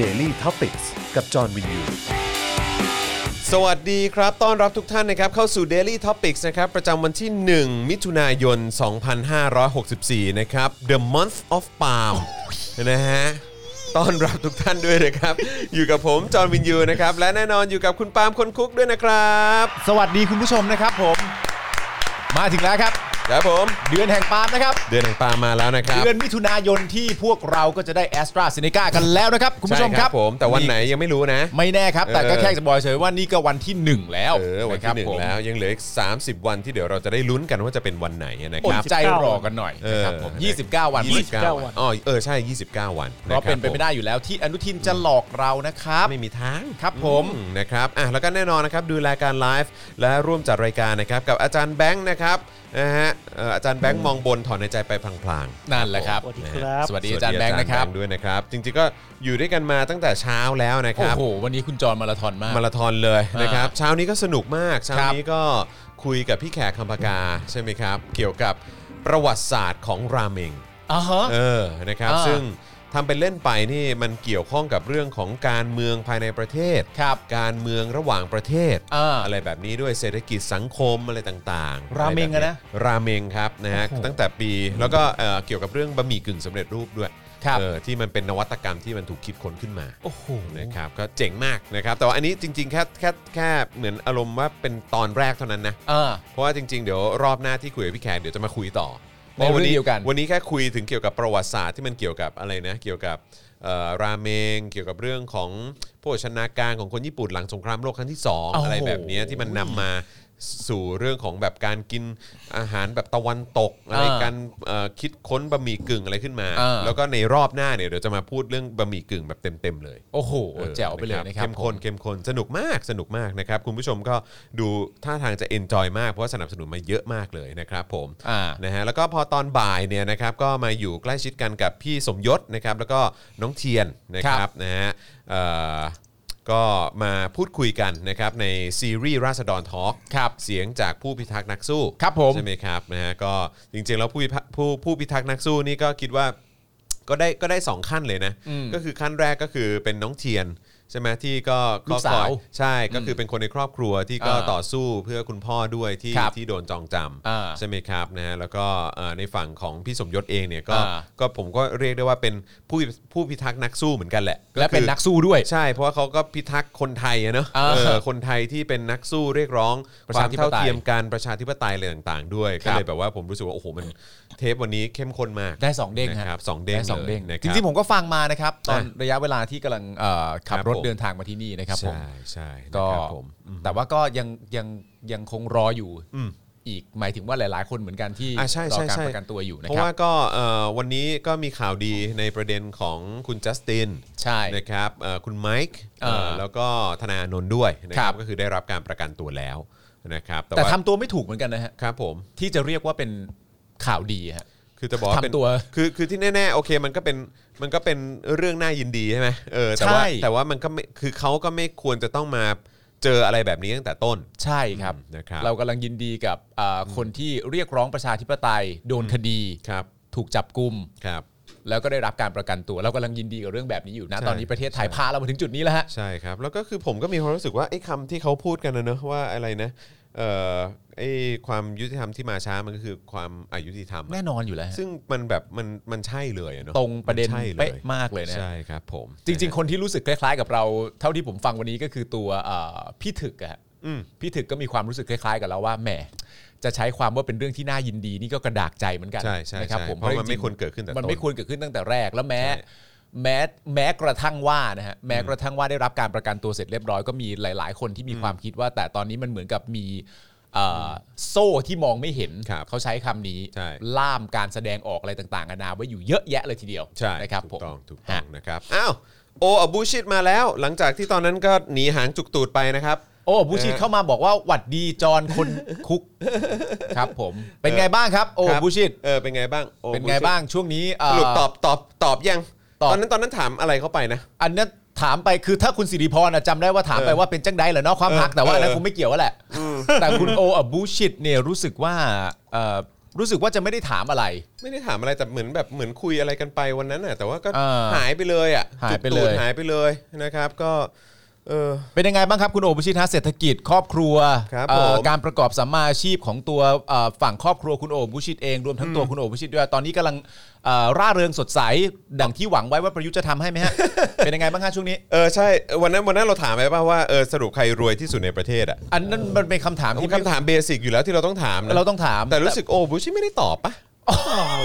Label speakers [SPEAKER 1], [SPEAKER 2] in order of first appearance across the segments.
[SPEAKER 1] Daily t o p i c กกับจอห์นวินยู
[SPEAKER 2] สวัสดีครับ ต้อนรับทุกท่านนะครับ เข้าสู่ Daily Topics นะครับ ประจำวันที่ 1 มิถุนายน 2564 นะครับ The Month of Palm นะฮะ ต้อนรับทุกท่านด้วยนะครับ อยู่กับผม จอห์นวินยูนะครับ และแน่นอนอยู่กับคุณปาล์มคนคุกด้วยนะครับ
[SPEAKER 3] สวัสดีคุณผู้ชมนะครับผม มาถึงแล้วครับ
[SPEAKER 2] ครับผม
[SPEAKER 3] เดือนแห่งปาล์มนะครับ
[SPEAKER 2] เดือนแห่งปาล์มมาแล้วนะครับ
[SPEAKER 3] เดือนมิถุนายนที่พวกเราก็จะได้แอสตราเซเนกากันแล้วนะครับ คุณผู้ชม
[SPEAKER 2] ใ
[SPEAKER 3] ครับ
[SPEAKER 2] ผม แต่วันไหนยังไม่รู้นะ
[SPEAKER 3] ไม่แน่ครับ แต่ก็
[SPEAKER 2] เออ
[SPEAKER 3] แค่จะบอกเฉยๆว่านี่ก็วันที่ 1 แล้ว
[SPEAKER 2] เออ วันที่หนึ่งแล้ว ยังเหลืออีก 30 วันที่เดี๋ยวเราจะได้ลุ้นกันว่าจะเป็นวันไหนนะ
[SPEAKER 3] ผ
[SPEAKER 2] ค
[SPEAKER 3] ม
[SPEAKER 2] รั
[SPEAKER 3] อด
[SPEAKER 2] บ
[SPEAKER 3] ใจรอกันหน่อยนะครับผม29 วัน
[SPEAKER 2] 29 วันอ๋อเออใช่ 29 วัน
[SPEAKER 3] เพราะเป็นไปไม่ได้อยู่แล้วที่อนุทินจะหลอกเรานะครับ
[SPEAKER 2] ไม่มีทาง
[SPEAKER 3] ครับผม
[SPEAKER 2] อืมนะครับอ่ะแล้วก็แน่นอนนะครับดูรายการไลฟ์และร่วมจัดรายการนะครับกับอาจารย์แบงค์นะครับนะฮะเอ่ออาจารย์แบงค์มองบนถอนในใจไปพลาง
[SPEAKER 3] นั่นแหละครับ
[SPEAKER 4] สวัส
[SPEAKER 2] ๆ
[SPEAKER 4] ดีค
[SPEAKER 2] นะ
[SPEAKER 4] รั
[SPEAKER 2] ฮะ
[SPEAKER 4] บ
[SPEAKER 3] สวัสดีอาจารย์แบงค์นะครับ
[SPEAKER 2] ด้วยนะครับจริงๆก็อยู่ด้วยกันมาตั้งแต่เช้าแล้วนะค
[SPEAKER 3] โอ้
[SPEAKER 2] รับ
[SPEAKER 3] โห วันนี้คุณจอรมาราธอนมาก
[SPEAKER 2] มาราธอนเลย
[SPEAKER 3] อ่าน
[SPEAKER 2] นะครับเช้านี้ก็สนุกมากเช้า
[SPEAKER 3] ครับ
[SPEAKER 2] นี้ก็คุยกับพี่แขกคำปากาใช่ไหมครับ เกี่ยวกับประวัติศาสตร์ของราเมง
[SPEAKER 3] ่าฮะ
[SPEAKER 2] เออ นะครับ
[SPEAKER 3] อ่า
[SPEAKER 2] ซึ่งทำเป็นเล่นไปนี่มันเกี่ยวข้องกับเรื่องของการเมืองภายในประเทศ
[SPEAKER 3] ครับ
[SPEAKER 2] การเมืองระหว่างประเทศ
[SPEAKER 3] อ่า
[SPEAKER 2] อะไรแบบนี้ด้วยเศรษฐกิจสังคมอะไรต่างๆ
[SPEAKER 3] ราเมงอะนะ
[SPEAKER 2] อไรแบบราเมงครับนะฮะตั้งแต่ปีแล้วก็เอ่อเกี่ยวกับเรื่องบะหมี่กึ่งสำเร็จรูปด้วย
[SPEAKER 3] ครับ
[SPEAKER 2] เออที่มันเป็นนวัตกรรมที่มันถูกคิดค้นขึ้นมา
[SPEAKER 3] โอ้โห
[SPEAKER 2] นะครับก็เจ๋งมากนะครับแต่ว่าอันนี้จริงๆแค่แค่แค่เหมือนอารมณ์ว่าเป็นตอนแรกเท่านั้นนะ
[SPEAKER 3] อ่า
[SPEAKER 2] เพราะว่าจริงๆ เดี๋ยวรอบหน้าที่คุยกับพี่แขกเดี๋ยวจะมาคุยต่อ
[SPEAKER 3] ในเรื่องเดียวกัน
[SPEAKER 2] วันนี้แค่คุยถึงเกี่ยวกับประวัติศาสตร์ที่มันเกี่ยวกับอะไรนะ เกี่ยวกับเอ่อราเมง เกี่ยวกับเรื่องของโภชนาการของคนญี่ปุ่นหลังสงครามโลกครั้งที่สองอะไรแบบเนี้ยที่มันนำมาสู่เรื่องของแบบการกินอาหารแบบตะวันตกอะไรการเอ่อคิดค้นบะหมี่กึ่งอะไรขึ้นมา
[SPEAKER 3] อ่า
[SPEAKER 2] แล้วก็ในรอบหน้าเนี่ยเดี๋ยวจะมาพูดเรื่องบะหมี่กึ่งแบบเต็มๆเลย
[SPEAKER 3] โอ้โห
[SPEAKER 2] ออ
[SPEAKER 3] แจ๋วไปเลยนะครับ
[SPEAKER 2] เข้มข้นเข้มข้นสนุกมากสนุกมากนะครับ คุณผู้ชมก็ดูท่าทางจะเอนจอยมาก เพราะว่าสนับสนุนมาเยอะมากเลยนะครับผม
[SPEAKER 3] อ่า
[SPEAKER 2] นะฮะแล้วก็พอตอนบ่ายเนี่ยนะครับก็มาอยู่ใกล้ชิดกันกับพี่สมยศนะครับแล้วก็น้องเทียนนะครับนะฮะเอ่อก็มาพูดคุยกันนะครับในซีรีส์ราษฎรทอล์กเสียงจากผู้พิทักษ์นักสู้
[SPEAKER 3] ครับผม
[SPEAKER 2] ใช่ไหมครับนะฮะก็จริงๆแล้วผู้พิพะผู้ผู้พิทักษ์นักสู้นี่ก็คิดว่าก็ได้ก็ได้สองขั้นเลยนะ
[SPEAKER 3] อืม
[SPEAKER 2] ก็คือขั้นแรกก็คือเป็นน้องเทียนใช่ไหมที่ก็
[SPEAKER 3] ลูกสาว
[SPEAKER 2] คอยใช่ก็คือเป็นคนในครอบครัวที่ก็
[SPEAKER 3] อ่า
[SPEAKER 2] ต่อสู้เพื่อคุณพ่อด้วยที่
[SPEAKER 3] ครับ
[SPEAKER 2] ที่โดนจองจ
[SPEAKER 3] อ่า
[SPEAKER 2] ำใช่ไหมครับนะฮะแล้วก็เอ่อในฝั่งของพี่สมยศเองเนี่ยก็
[SPEAKER 3] อ่า
[SPEAKER 2] ก็ผมก็เรียกได้ว่าเป็นผู้ผู้พิทักษ์นักสู้เหมือนกันแหละ
[SPEAKER 3] และเป็น
[SPEAKER 2] คือ
[SPEAKER 3] นักสู้ด้วย
[SPEAKER 2] ใช่ เพราะว่าเขาก็พิทักษ์คนไทยอะเนอะ
[SPEAKER 3] อ่า
[SPEAKER 2] เออคนไทยที่เป็นนักสู้เรียกร้อง
[SPEAKER 3] ประ
[SPEAKER 2] ควา
[SPEAKER 3] ชาม ธิปไตย
[SPEAKER 2] เท่าเทียมการประชาธิปไตยอะไรต่างๆ ด้วย
[SPEAKER 3] ค
[SPEAKER 2] ก็
[SPEAKER 3] รับ
[SPEAKER 2] เลยแบบว่าผมรู้สึกว่า โอ้โห มันเทปวันนี้เข้มข้นมาก
[SPEAKER 3] ได้สองเด้งฮะ
[SPEAKER 2] นะครับสองเด้ง
[SPEAKER 3] ไสองเด้ง
[SPEAKER 2] เลยนะครับ
[SPEAKER 3] จริงๆผมก็ฟังมานะครับ ตอน
[SPEAKER 2] อ่ะ
[SPEAKER 3] ระยะเวลาที่กำลังเอ่อขับ
[SPEAKER 2] ครับ
[SPEAKER 3] รถ
[SPEAKER 2] ผม
[SPEAKER 3] เดินทางมาที่นี่นะครับผม
[SPEAKER 2] ใช่ใช่
[SPEAKER 3] ก็
[SPEAKER 2] นะครับผมอืม
[SPEAKER 3] แต่ว่าก็ยังยังยังคงรออยู่
[SPEAKER 2] อืม
[SPEAKER 3] อีกหมายถึงว่าหลาย ๆ คนเหมือนกันที่
[SPEAKER 2] อ่ะใช่
[SPEAKER 3] รอ
[SPEAKER 2] ใช่
[SPEAKER 3] การ
[SPEAKER 2] ใช่
[SPEAKER 3] ประกันตัวอยู่นะ
[SPEAKER 2] เพราะ
[SPEAKER 3] ครั
[SPEAKER 2] ว่า
[SPEAKER 3] บ
[SPEAKER 2] ก็เอ่อวันนี้ก็มีข่าวดีในประเด็นของคุณจัสติน
[SPEAKER 3] ใช่
[SPEAKER 2] นะครับเอ่อคุณไมค์
[SPEAKER 3] เอ่อ
[SPEAKER 2] เอ่อแล้วก็ธนาโนนท์ด้วยนะครั
[SPEAKER 3] ครับ บ
[SPEAKER 2] ก็คือได้รับการประกันตัวแล้วนะครับ
[SPEAKER 3] แต่
[SPEAKER 2] ว่า
[SPEAKER 3] ทำตัวไม่ถูกเหมือนกันนะฮะ
[SPEAKER 2] ครับผม
[SPEAKER 3] ที่จะเรียกว่าเป็นข่าวดีฮะ
[SPEAKER 2] คือจะบอกา
[SPEAKER 3] ทำ
[SPEAKER 2] เป็น
[SPEAKER 3] ตัว
[SPEAKER 2] คือคือที่แน่ๆโอเคมันก็เป็นมันก็เป็นเรื่องน่ายินดีใช่ไหมเออแต่ว่า
[SPEAKER 3] ใช่
[SPEAKER 2] แต่ว่ามันก็ไม่คือเขาก็ไม่ควรจะต้องมาเจออะไรแบบนี้ตั้งแต่ต้น
[SPEAKER 3] ใช่ครับ
[SPEAKER 2] อืมนะครับ
[SPEAKER 3] เรากำลังยินดีกับเอ่ออคนที่เรียกร้องประชาธิปไตย โดนคดี
[SPEAKER 2] ครับ
[SPEAKER 3] ถูกจับกลุ่ม
[SPEAKER 2] ครับ
[SPEAKER 3] แล้วก็ได้รับการประกันตัว เรากำลังยินดีกับเรื่องแบบนี้อยู่นะ
[SPEAKER 2] ใช่
[SPEAKER 3] ตอนนี้ประเทศไทย
[SPEAKER 2] ใช่
[SPEAKER 3] พาเรามาถึงจุดนี้แล้วฮะ
[SPEAKER 2] ใช่ครับ แล้วก็คือผมก็มีความรู้สึกว่าไอ้คำที่เขาพูดกันนะเนอะว่าอะไรนะเอ่อไอ้ความยุติธรรมที่มาช้ามันก็คือความอายุติธรรมอะ
[SPEAKER 3] แน่นอนอยู่แล้วฮะ
[SPEAKER 2] ซึ่งมันแบบมันมันใช่เลยอเนอะ
[SPEAKER 3] ตรงประเด็น
[SPEAKER 2] มัใช่ลย
[SPEAKER 3] เป๊ะมากเลยนะ
[SPEAKER 2] ใช่ครับผม
[SPEAKER 3] จริง ๆ คนที่รู้สึกคล้ายๆ กับเรา เท่าที่ผมฟังวันนี้ก็คือตัวเอ่อพี่ถึกอะฮะ
[SPEAKER 2] อืม
[SPEAKER 3] พี่ถึกก็มีความรู้สึกคล้ายๆ กับเราว่าแหมจะใช้ความว่าเป็นเรื่องที่น่ายินดีนี่ก็กระดากใจเหมือนกัน
[SPEAKER 2] ใช่ใช่
[SPEAKER 3] นะครั
[SPEAKER 2] ใช่
[SPEAKER 3] ผม
[SPEAKER 2] เพราะมัน
[SPEAKER 3] จง
[SPEAKER 2] ไม่
[SPEAKER 3] ๆ
[SPEAKER 2] ควรเกิดขึ้นแต่ต้น
[SPEAKER 3] มันไม่ควรเกิดขึ้นตั้งแต่แรกแล้วแม้
[SPEAKER 2] ใช่
[SPEAKER 3] แม้แม้กระทั่งว่านะฮะแม้กระทั่งว่าได้รับการประกันตัวเสร็จเรียบร้อยก็มีหลาย ๆ คนที่มีความคิดว่า แต่ตอนนี้มันเหมือนกับมีเอ่อโซ่ที่มองไม่เห็น
[SPEAKER 2] ครับ
[SPEAKER 3] เขาใช้คำนี้
[SPEAKER 2] ใช่
[SPEAKER 3] ล่ามการแสดงออกอะไรต่างๆนานาไว้อยู่เยอะแยะเลยทีเดียว
[SPEAKER 2] ใช่
[SPEAKER 3] นะครับผ
[SPEAKER 2] ถู
[SPEAKER 3] ม
[SPEAKER 2] กต้องถูกต้อง
[SPEAKER 3] ฮะ
[SPEAKER 2] นะครับอ้าวโออบูชิตมาแล้ว หลังจากที่ตอนนั้นก็หนีหางจุกตูดไปนะครับ
[SPEAKER 3] โอ้บูชิตเข้ามาบอกว่าหวัดดีจอนคนคุ ก ครับผม เป็นไงบ้างครับ โอ้
[SPEAKER 2] ครับ
[SPEAKER 3] บูชิต
[SPEAKER 2] เออเป็นไงบ้างโอ
[SPEAKER 3] เป็นไง
[SPEAKER 2] ชิต
[SPEAKER 3] บ้างช่วงนี้เอ่
[SPEAKER 2] ส
[SPEAKER 3] อ
[SPEAKER 2] รุปตอบตอบตอบยัง
[SPEAKER 3] ตอบ
[SPEAKER 2] ตอนนั้นตอนนั้นถามอะไรเข้าไปนะ
[SPEAKER 3] อันนั้นถามไปคือถ้าคุณสิริพรน่ะจำได้ว่าถามไป
[SPEAKER 2] เออ
[SPEAKER 3] ว่าเป็นจังไดเหรอเนาะความหักแต่ว่าอันนั้น
[SPEAKER 2] เออ
[SPEAKER 3] คงไม่เกี่ยวแล้วแหละแต่คุณโออบูชิตเนี่ยรู้สึกว่าเอ่อ รู้สึกว่าจะไม่ได้ถามอะไร
[SPEAKER 2] ไม่ได้ถามอะไรแต่เหมือนแบบเหมือนคุยอะไรกันไปวันนั้นน่ะแต่ว่าก็
[SPEAKER 3] อ่า
[SPEAKER 2] หายไปเลยอ่ะ
[SPEAKER 3] หายไป
[SPEAKER 2] จุดตูด
[SPEAKER 3] เลย
[SPEAKER 2] หายไปเลยนะครับ ก็เออ
[SPEAKER 3] เป็นยังไงบ้างครับคุณโอบุชิตฮะเศรษฐกิจครอบครัว
[SPEAKER 2] ครับ
[SPEAKER 3] เอ่
[SPEAKER 2] ผ
[SPEAKER 3] อ
[SPEAKER 2] ม
[SPEAKER 3] การประกอบสัมมาอาชีพของตัวเอ่อฝั่งครอบครัวคุณโอบุชิตเองรวมทั้งตัวคุณโอบุชิตด้วยตอนนี้กำลังเอ่อร่าเริงสดใสดังที่หวังไว้ว่าประยุทธ์จะทำให้ไหม ฮะ เป็นยังไงบ้างฮะช่วงนี้
[SPEAKER 2] เออใช่เออวันนั้นวันนั้นเราถามไปป่ะว่าเออสรุปใครรวยที่สุดในประเทศอ่ะ
[SPEAKER 3] อันนั้นมันเป็นคำถาม
[SPEAKER 2] มัน
[SPEAKER 3] ที่
[SPEAKER 2] เป็นคำถามเบสิกอยู่แล้วที่เราต้องถามนะ
[SPEAKER 3] เราต้องถาม
[SPEAKER 2] แต่รู้สึกโอ้บูชิไม่ได้ตอบปะ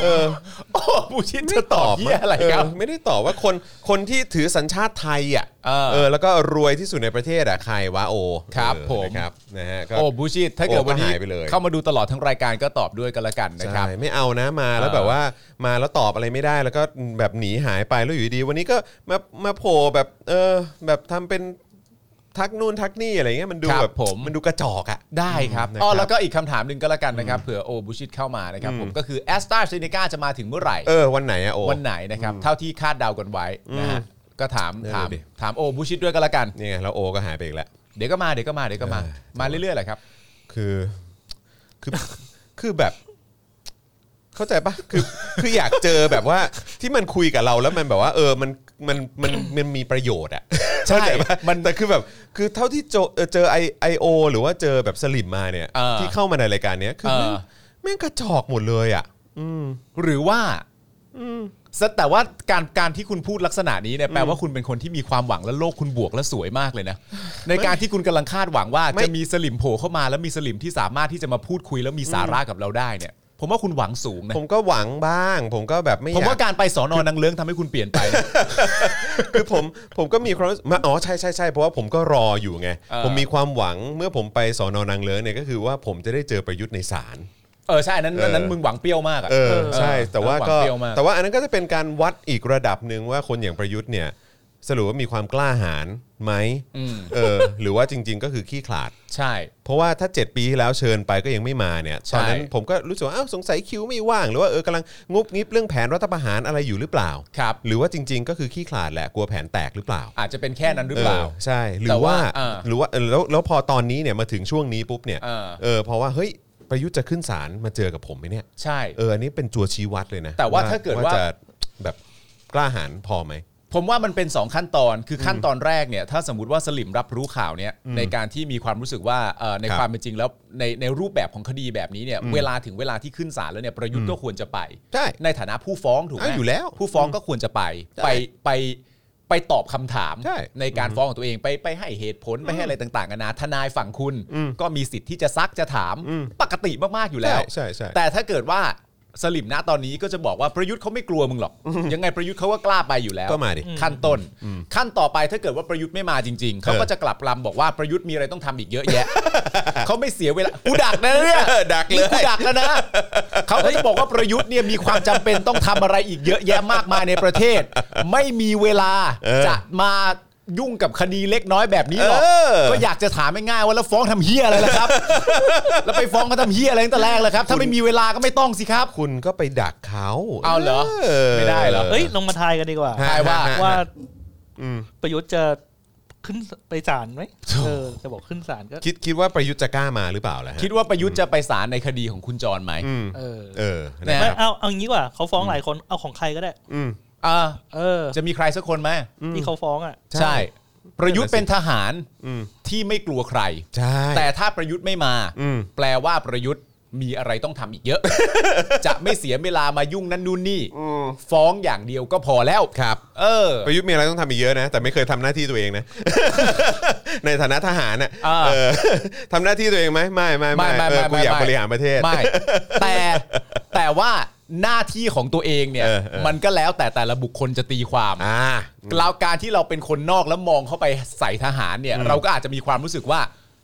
[SPEAKER 2] เออ
[SPEAKER 3] โอ้บุชิตจะตอบ
[SPEAKER 2] มั้
[SPEAKER 3] เยี่ยอะไรครับ
[SPEAKER 2] เออไม่ได้ตอบว่าคนคนที่ถือสัญชาติไทยอ่ะ
[SPEAKER 3] เออ
[SPEAKER 2] เออแล้วก็รวยที่สุดในประเทศอ่ะใครวะโอ
[SPEAKER 3] ครับ
[SPEAKER 2] เออ
[SPEAKER 3] ผม
[SPEAKER 2] นะครับนะฮะก็
[SPEAKER 3] โอ้บุชิตถ้าเกิด
[SPEAKER 2] โอ้ก็
[SPEAKER 3] วันนี้
[SPEAKER 2] หายไปเลย
[SPEAKER 3] เข้ามาดูตลอดทั้งรายการก็ตอบด้วยกันละกันนะครับ
[SPEAKER 2] ใช่ไม่เอานะมาแล้วแบบว่ามาแล้วตอบอะไรไม่ได้แล้วก็แบบหนีหายไปแล้วอยู่ดี วันนี้ก็มามาโผล่แบบเออแบบทำเป็นทักนู่นทักนี่อะไรเงี้ยมันดู
[SPEAKER 3] ครับ
[SPEAKER 2] แบบ
[SPEAKER 3] ผม
[SPEAKER 2] มันดูกระจอกอ่ะ
[SPEAKER 3] ได้ครับ
[SPEAKER 2] นะครับ
[SPEAKER 3] อ๋อแล้วก็อีกคำถามหนึ่งก็แล้วกันนะครับเผื่อโอบุชิตเข้ามานะครับ
[SPEAKER 2] อืม
[SPEAKER 3] ผมก็คือแอสตาเซเนกาจะมาถึงเมื่อไหร่
[SPEAKER 2] เออวันไหนอะโอ
[SPEAKER 3] วันไหนนะครับ เท่าที่คาดเดากันไว้นะฮะก็ถาม
[SPEAKER 2] เออ
[SPEAKER 3] ถาม
[SPEAKER 2] ดิ
[SPEAKER 3] ถามโอบุชิตด้วยก็แล้วกัน
[SPEAKER 2] นี่ไงแล้วโอก็หายไปอีกแล้ว
[SPEAKER 3] เดี๋ยวก็มาเดี๋ยวก็มาเดี๋ยวก็มา
[SPEAKER 2] เออ
[SPEAKER 3] มาเรื่อยๆแหละครับ
[SPEAKER 2] คือคือ คือแบบ เข้าใจปะคือคืออยากเจอแบบว่าที่มันคุยกับเราแล้วมันแบบว่า เออมันมันมันมันมีประโยชน์อะ
[SPEAKER 3] ใช่
[SPEAKER 2] เข้าจปะ
[SPEAKER 3] มัน
[SPEAKER 2] แต่คือแบบ คือเท่าที่เจอเออเจอไอไอโอหรือว่าเจอแบบสลิมมาเนี่ย
[SPEAKER 3] เออ
[SPEAKER 2] ที่เข้ามาในรายการเนี้ยคือ
[SPEAKER 3] เออ
[SPEAKER 2] แม่งแม่งกระจอกหมดเลยอ่ะ
[SPEAKER 3] หรือว่าสแต่ว่าการการที่คุณพูดลักษณะนี้เนี่ยแปลว่าคุณเป็นคนที่มีความหวังและโลกคุณบวกและสวยมากเลยนะ ในการที่คุณกำลังคาดหวังว่า
[SPEAKER 2] ไม่
[SPEAKER 3] จะมีสลิมโผล่เข้ามาแล้วมีสลิมที่สามารถที่จะมาพูดคุยแล้วมีสาระกับเราได้เนี่ย ผมว่าคุณหวังสูงนะ
[SPEAKER 2] ผมก็หวังบ้าง ผมก็แบบไม่อ
[SPEAKER 3] ผม
[SPEAKER 2] ยา
[SPEAKER 3] ว่าก การไปสอนอนังเลื้งทำให้คุณเปลี่ยนไปนะ
[SPEAKER 2] คือผมผมก็มีความรู้สึกมาอ๋อใช่ใช่ใช่เพราะว่าผมก็รออยู่ไง
[SPEAKER 3] เออ
[SPEAKER 2] ผมมีความหวังเมื่อผมไปสอนอนางเลิ้งเนี่ยก็คือว่าผมจะได้เจอประยุทธ์ในศาล
[SPEAKER 3] เออใช่อันนั้นอันนั้นมึงหวังเปรี้ยวมากอะ
[SPEAKER 2] เออใช่
[SPEAKER 3] เออ
[SPEAKER 2] แต่ว่าก็
[SPEAKER 3] หงเปรี้ยวมาก
[SPEAKER 2] แต่ว่าอันนั้นก็จะเป็นการวัดอีกระดับหนึ่งว่าคนอย่างประยุทธ์เนี่ย สรุปว่ามีความกล้าหาญไหม
[SPEAKER 3] อืม
[SPEAKER 2] เออ หรือว่าจริง ๆ ก็คือขี้ขลาด
[SPEAKER 3] ใช่
[SPEAKER 2] เพราะว่าถ้า 7 ปีที่แล้วเชิญไปก็ยังไม่มาเนี่ย
[SPEAKER 3] ใช่
[SPEAKER 2] ตอนนั้นผมก็รู้สึกว่าอ้าวสงสัยคิวไม่ว่าง หรือว่าเออกำลังงุบงิบเรื่องแผนรัฐประหารอะไรอยู่หรือเปล่า
[SPEAKER 3] ครับ
[SPEAKER 2] หรือว่าจริง ๆ ก็คือขี้ขลาดแหละกลัวแผนแตกหรือเปล่า
[SPEAKER 3] อาจจะเป็นแค่นั้นหรือเปล่า
[SPEAKER 2] ใช่หรื
[SPEAKER 3] แต่
[SPEAKER 2] อว่า
[SPEAKER 3] ว่าเออ
[SPEAKER 2] หรือว่าเออแล้วแล้วพอตอนนี้เนี่ยมาถึงช่วงนี้ปุ๊บเนี่ย
[SPEAKER 3] เออ
[SPEAKER 2] เออเพราะว่าเฮ้ยประยุทธ์จะขึ้นศาลมาเจอกับผมไหมเนี่ย
[SPEAKER 3] ใช่
[SPEAKER 2] เอออันนี้เป็นจัวชี้วัดเลยนะ
[SPEAKER 3] แต่ว่าถ้าเกิดว่า
[SPEAKER 2] จะแบบกล้าหาญพอไหม
[SPEAKER 3] ผมว่ามันเป็น 2 ขั้นตอนคือขั้นตอนแรกเนี่ยถ้าสมมติว่าสลิมรับรู้ข่าวเนี่ยในการที่มีความรู้สึกว่าเอ่อใน
[SPEAKER 2] ครับ
[SPEAKER 3] ความเป็นจริงแล้วในในรูปแบบของคดีแบบนี้เนี่ยเวลาถึงเวลาที่ขึ้นศาลแล้วเนี่ยประยุทธ์ก็ควรจะไป
[SPEAKER 2] ใช่
[SPEAKER 3] ฐานะผู้ฟ้องถูกไหม
[SPEAKER 2] อ่ะอยู่แล้ว
[SPEAKER 3] ผู้ฟ้องก็ควรจะไป
[SPEAKER 2] ใช่
[SPEAKER 3] ไปไปไปตอบคำถาม
[SPEAKER 2] ใช่
[SPEAKER 3] การฟ้องของตัวเองไปไปให้เหตุผลไปให้อะไรต่างๆกันานะทนายฝั่งคุณ ก็มีสิทธิ์ที่จะซักจะถาม
[SPEAKER 2] อืม
[SPEAKER 3] ปกติมากๆอยู่แล้ว
[SPEAKER 2] ใช่ใช่ใช่
[SPEAKER 3] แต่ถ้าเกิดว่าสลิมนะตอนนี้ก็จะบอกว่าประยุทธ์เขาไม่กลัวมึงหรอกยังไงประยุทธ์เขาก็กล้าไปอยู่แล้ว
[SPEAKER 2] ก็มาดิ
[SPEAKER 3] ขั้นต้น ขั้นต่อไปถ้าเกิดว่าประยุทธ์ไม่มาจริง ๆ เขาก็จะกลับลำบอกว่าประยุทธ์มีอะไรต้องทำอีกเยอะ แยะ เขาไม่เสียเวลากูดักนะเนี่ย
[SPEAKER 2] เออดักเลย
[SPEAKER 3] นี่กูดักแล้วนะเขาก็จะบอกว่าประยุทธ์เนี่ยมีความจำเป็นต้องทำอะไรอีกเยอะแยะมากมายในประเทศ ไม่มีเวลาจะมายุ่งกับคดีเล็กน้อยแบบนี้หรอกก็อยากจะถามง่ายๆว่าแล้วฟ้องทำเฮียอะไรล่ะ ครับ แล้วไปฟ้องเขาทำเฮียอะไรตั้งแต่แรกล่ะครับถ้าไม่มีเวลาก็ไม่ต้องสิครับ
[SPEAKER 2] คุณก็ไปดักเขา
[SPEAKER 3] เอาเหรอไม่ได้เหรอ
[SPEAKER 4] เอ้ยลงมาทายกันดีกว่า
[SPEAKER 2] ฮะ
[SPEAKER 3] ทายว่า
[SPEAKER 2] ฮะฮะ
[SPEAKER 4] ว่า
[SPEAKER 2] อืม
[SPEAKER 4] ประยุทธ์จะขึ้นไปศาลไหมเออจะบอกขึ้นศาลก็
[SPEAKER 2] คิดคิดว่าประยุทธ์จะกล้ามาหรือเปล่าล่ะฮะ
[SPEAKER 3] คิดว่าประยุทธ์จะไปศาลในคดีของคุณจรไหม
[SPEAKER 2] อืม
[SPEAKER 4] เออ
[SPEAKER 2] เออ
[SPEAKER 3] แน่
[SPEAKER 2] นะค
[SPEAKER 4] ไม่
[SPEAKER 2] รับ
[SPEAKER 4] เอาเอางี้ดีกว่าเขาฟ้องหลายคนเอาของใครก็ได้
[SPEAKER 2] อืม
[SPEAKER 3] อ่า
[SPEAKER 4] เออ
[SPEAKER 3] จะมีใครสักคนไหม
[SPEAKER 4] ที่เขาฟ้องอ่ะ
[SPEAKER 2] ใช่
[SPEAKER 3] ใช่ ประยุทธ์เป็นทหาร
[SPEAKER 2] อืม
[SPEAKER 3] ที่ไม่กลัวใคร
[SPEAKER 2] ใช่
[SPEAKER 3] แต่ถ้าประยุทธ์ไม่มา
[SPEAKER 2] อืม
[SPEAKER 3] แปลว่าประยุทธ์มีอะไรต้องทำอี กเยอะ จะไม่เสียเวลามายุ่งนั่นนู่นนี่ฟ้องอย่างเดียวก็พอแล้ว
[SPEAKER 2] ครับ
[SPEAKER 3] เออ
[SPEAKER 2] ประยุทธ์มีอะไรต้องทำอีกเยอะนะแต่ไม่เคยทำหน้าที่ตัวเองนะ ในฐานะทหารน่ะ
[SPEAKER 3] อ่า
[SPEAKER 2] เออทำหน้าที่ตัวเองไหมไม่ไม่ไม่
[SPEAKER 3] ไม่ไม่
[SPEAKER 2] เออ
[SPEAKER 3] ไม่
[SPEAKER 2] กูอยาก
[SPEAKER 3] ไม่
[SPEAKER 2] บริหารประเทศ
[SPEAKER 3] ไม่แต่แต่ว่าหน้าที่ของตัวเองเนี่ย
[SPEAKER 2] เออเออ
[SPEAKER 3] มันก็แล้วแต่แต่ละบุคคลจะตีความ
[SPEAKER 2] อ่า
[SPEAKER 3] เราการที่เราเป็นคนนอกแล้วมองเข้าไปใส่ทหารเนี่ย เราก็อาจจะมีความรู้สึกว่า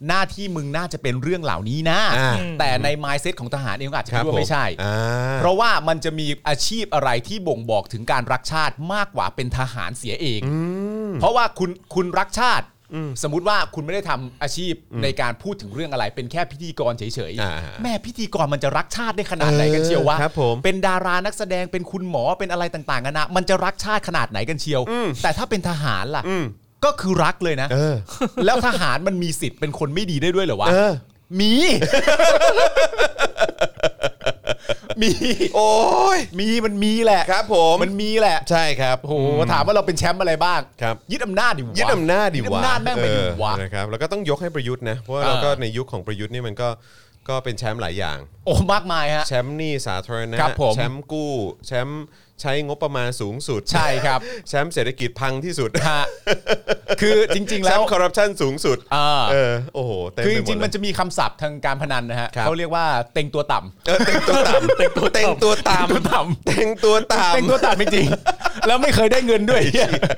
[SPEAKER 3] หน้าที่มึงน่าจะเป็นเรื่องเหล่านี้นะ
[SPEAKER 2] อ่า
[SPEAKER 3] แต่ใน mindset ของทหารเองก็อาจจะ
[SPEAKER 2] ครั
[SPEAKER 3] คิ
[SPEAKER 2] บ
[SPEAKER 3] ดว่าไม่ใช่
[SPEAKER 2] ผมอ่า
[SPEAKER 3] เพราะว่ามันจะมีอาชีพอะไรที่บ่งบอกถึงการรักชาติมากกว่าเป็นทหารเสียเอง
[SPEAKER 2] อืม
[SPEAKER 3] เพราะว่าคุณคุณรักชาติ สมมติว่าคุณไม่ได้ทำอาชีพในการพูดถึงเรื่องอะไร เป็นแค่พิธีกรเฉย
[SPEAKER 2] อ่า
[SPEAKER 3] ๆแม่พิธีกรมันจะรักชาติได้ขนาดไหนกันเชียววะ
[SPEAKER 2] เออครับผม
[SPEAKER 3] เป็นดารานักแสดงเป็นคุณหมอเป็นอะไรต่างๆกันานะมันจะรักชาติขนาดไหนกันเชียว แต่ถ้าเป็นทหารล่ะ
[SPEAKER 2] อืม
[SPEAKER 3] ก็คือรักเลยนะ
[SPEAKER 2] เออ
[SPEAKER 3] แล้วทหารมันมีสิทธิ์เป็น คนไม่ดีได้ด้วยเหรอวะ
[SPEAKER 2] เออ
[SPEAKER 3] มี มี
[SPEAKER 2] โอ้ย
[SPEAKER 3] มีมันมีแหละ
[SPEAKER 2] ครับผม
[SPEAKER 3] มันมีแหละ
[SPEAKER 2] ใช่ครับ
[SPEAKER 3] โอ้โหถามว่าเราเป็นแชมป์อะไรบ้าง
[SPEAKER 2] ครับ
[SPEAKER 3] ยึดอำนาจดิวะ
[SPEAKER 2] ยึดอำนาจดี
[SPEAKER 3] ยึด
[SPEAKER 2] วะ
[SPEAKER 3] อำนาจแม่งไปดิวะ
[SPEAKER 2] เออนะครับแล้วก็ต้องยกให้ประยุทธ์นะเพราะว่า
[SPEAKER 3] อ่า
[SPEAKER 2] เราก็ในยุคของประยุทธ์นี่มันก็ก็เป็นแชมป์หลายอย่าง
[SPEAKER 3] โอ้มากมายฮะ
[SPEAKER 2] แชมป์หนี้สาธารณะ
[SPEAKER 3] ครับผม
[SPEAKER 2] แชมป์กู้ แชมป์ใช้งบประมาณสูงสุด
[SPEAKER 3] ใช่ครับ
[SPEAKER 2] แชมป์เศรษฐกิจพังที่สุด
[SPEAKER 3] ฮะคือจริง ๆ
[SPEAKER 2] แช
[SPEAKER 3] แล้
[SPEAKER 2] ม
[SPEAKER 3] ว
[SPEAKER 2] ป์คอร์รัปชันสูงสุด
[SPEAKER 3] อ่า
[SPEAKER 2] เออโอ้โหเต็ม
[SPEAKER 3] คือ
[SPEAKER 2] ไปหมด
[SPEAKER 3] จริงๆ
[SPEAKER 2] เล
[SPEAKER 3] มัน
[SPEAKER 2] ย
[SPEAKER 3] จะมีคำศัพท์ทางการพนันนะฮะ
[SPEAKER 2] ครับ
[SPEAKER 3] เขาเรียกว่าเต็งตัวต่
[SPEAKER 2] เออเต็งตัวต่ำเต็งตัวเต็งตัว
[SPEAKER 3] ำ
[SPEAKER 2] ต่ำ
[SPEAKER 3] ต่
[SPEAKER 2] เต็งตัวต่
[SPEAKER 3] ำเต็งตัวต่ำจริงๆ แล้วไม่เคยได้เงินด้วยเหี้ย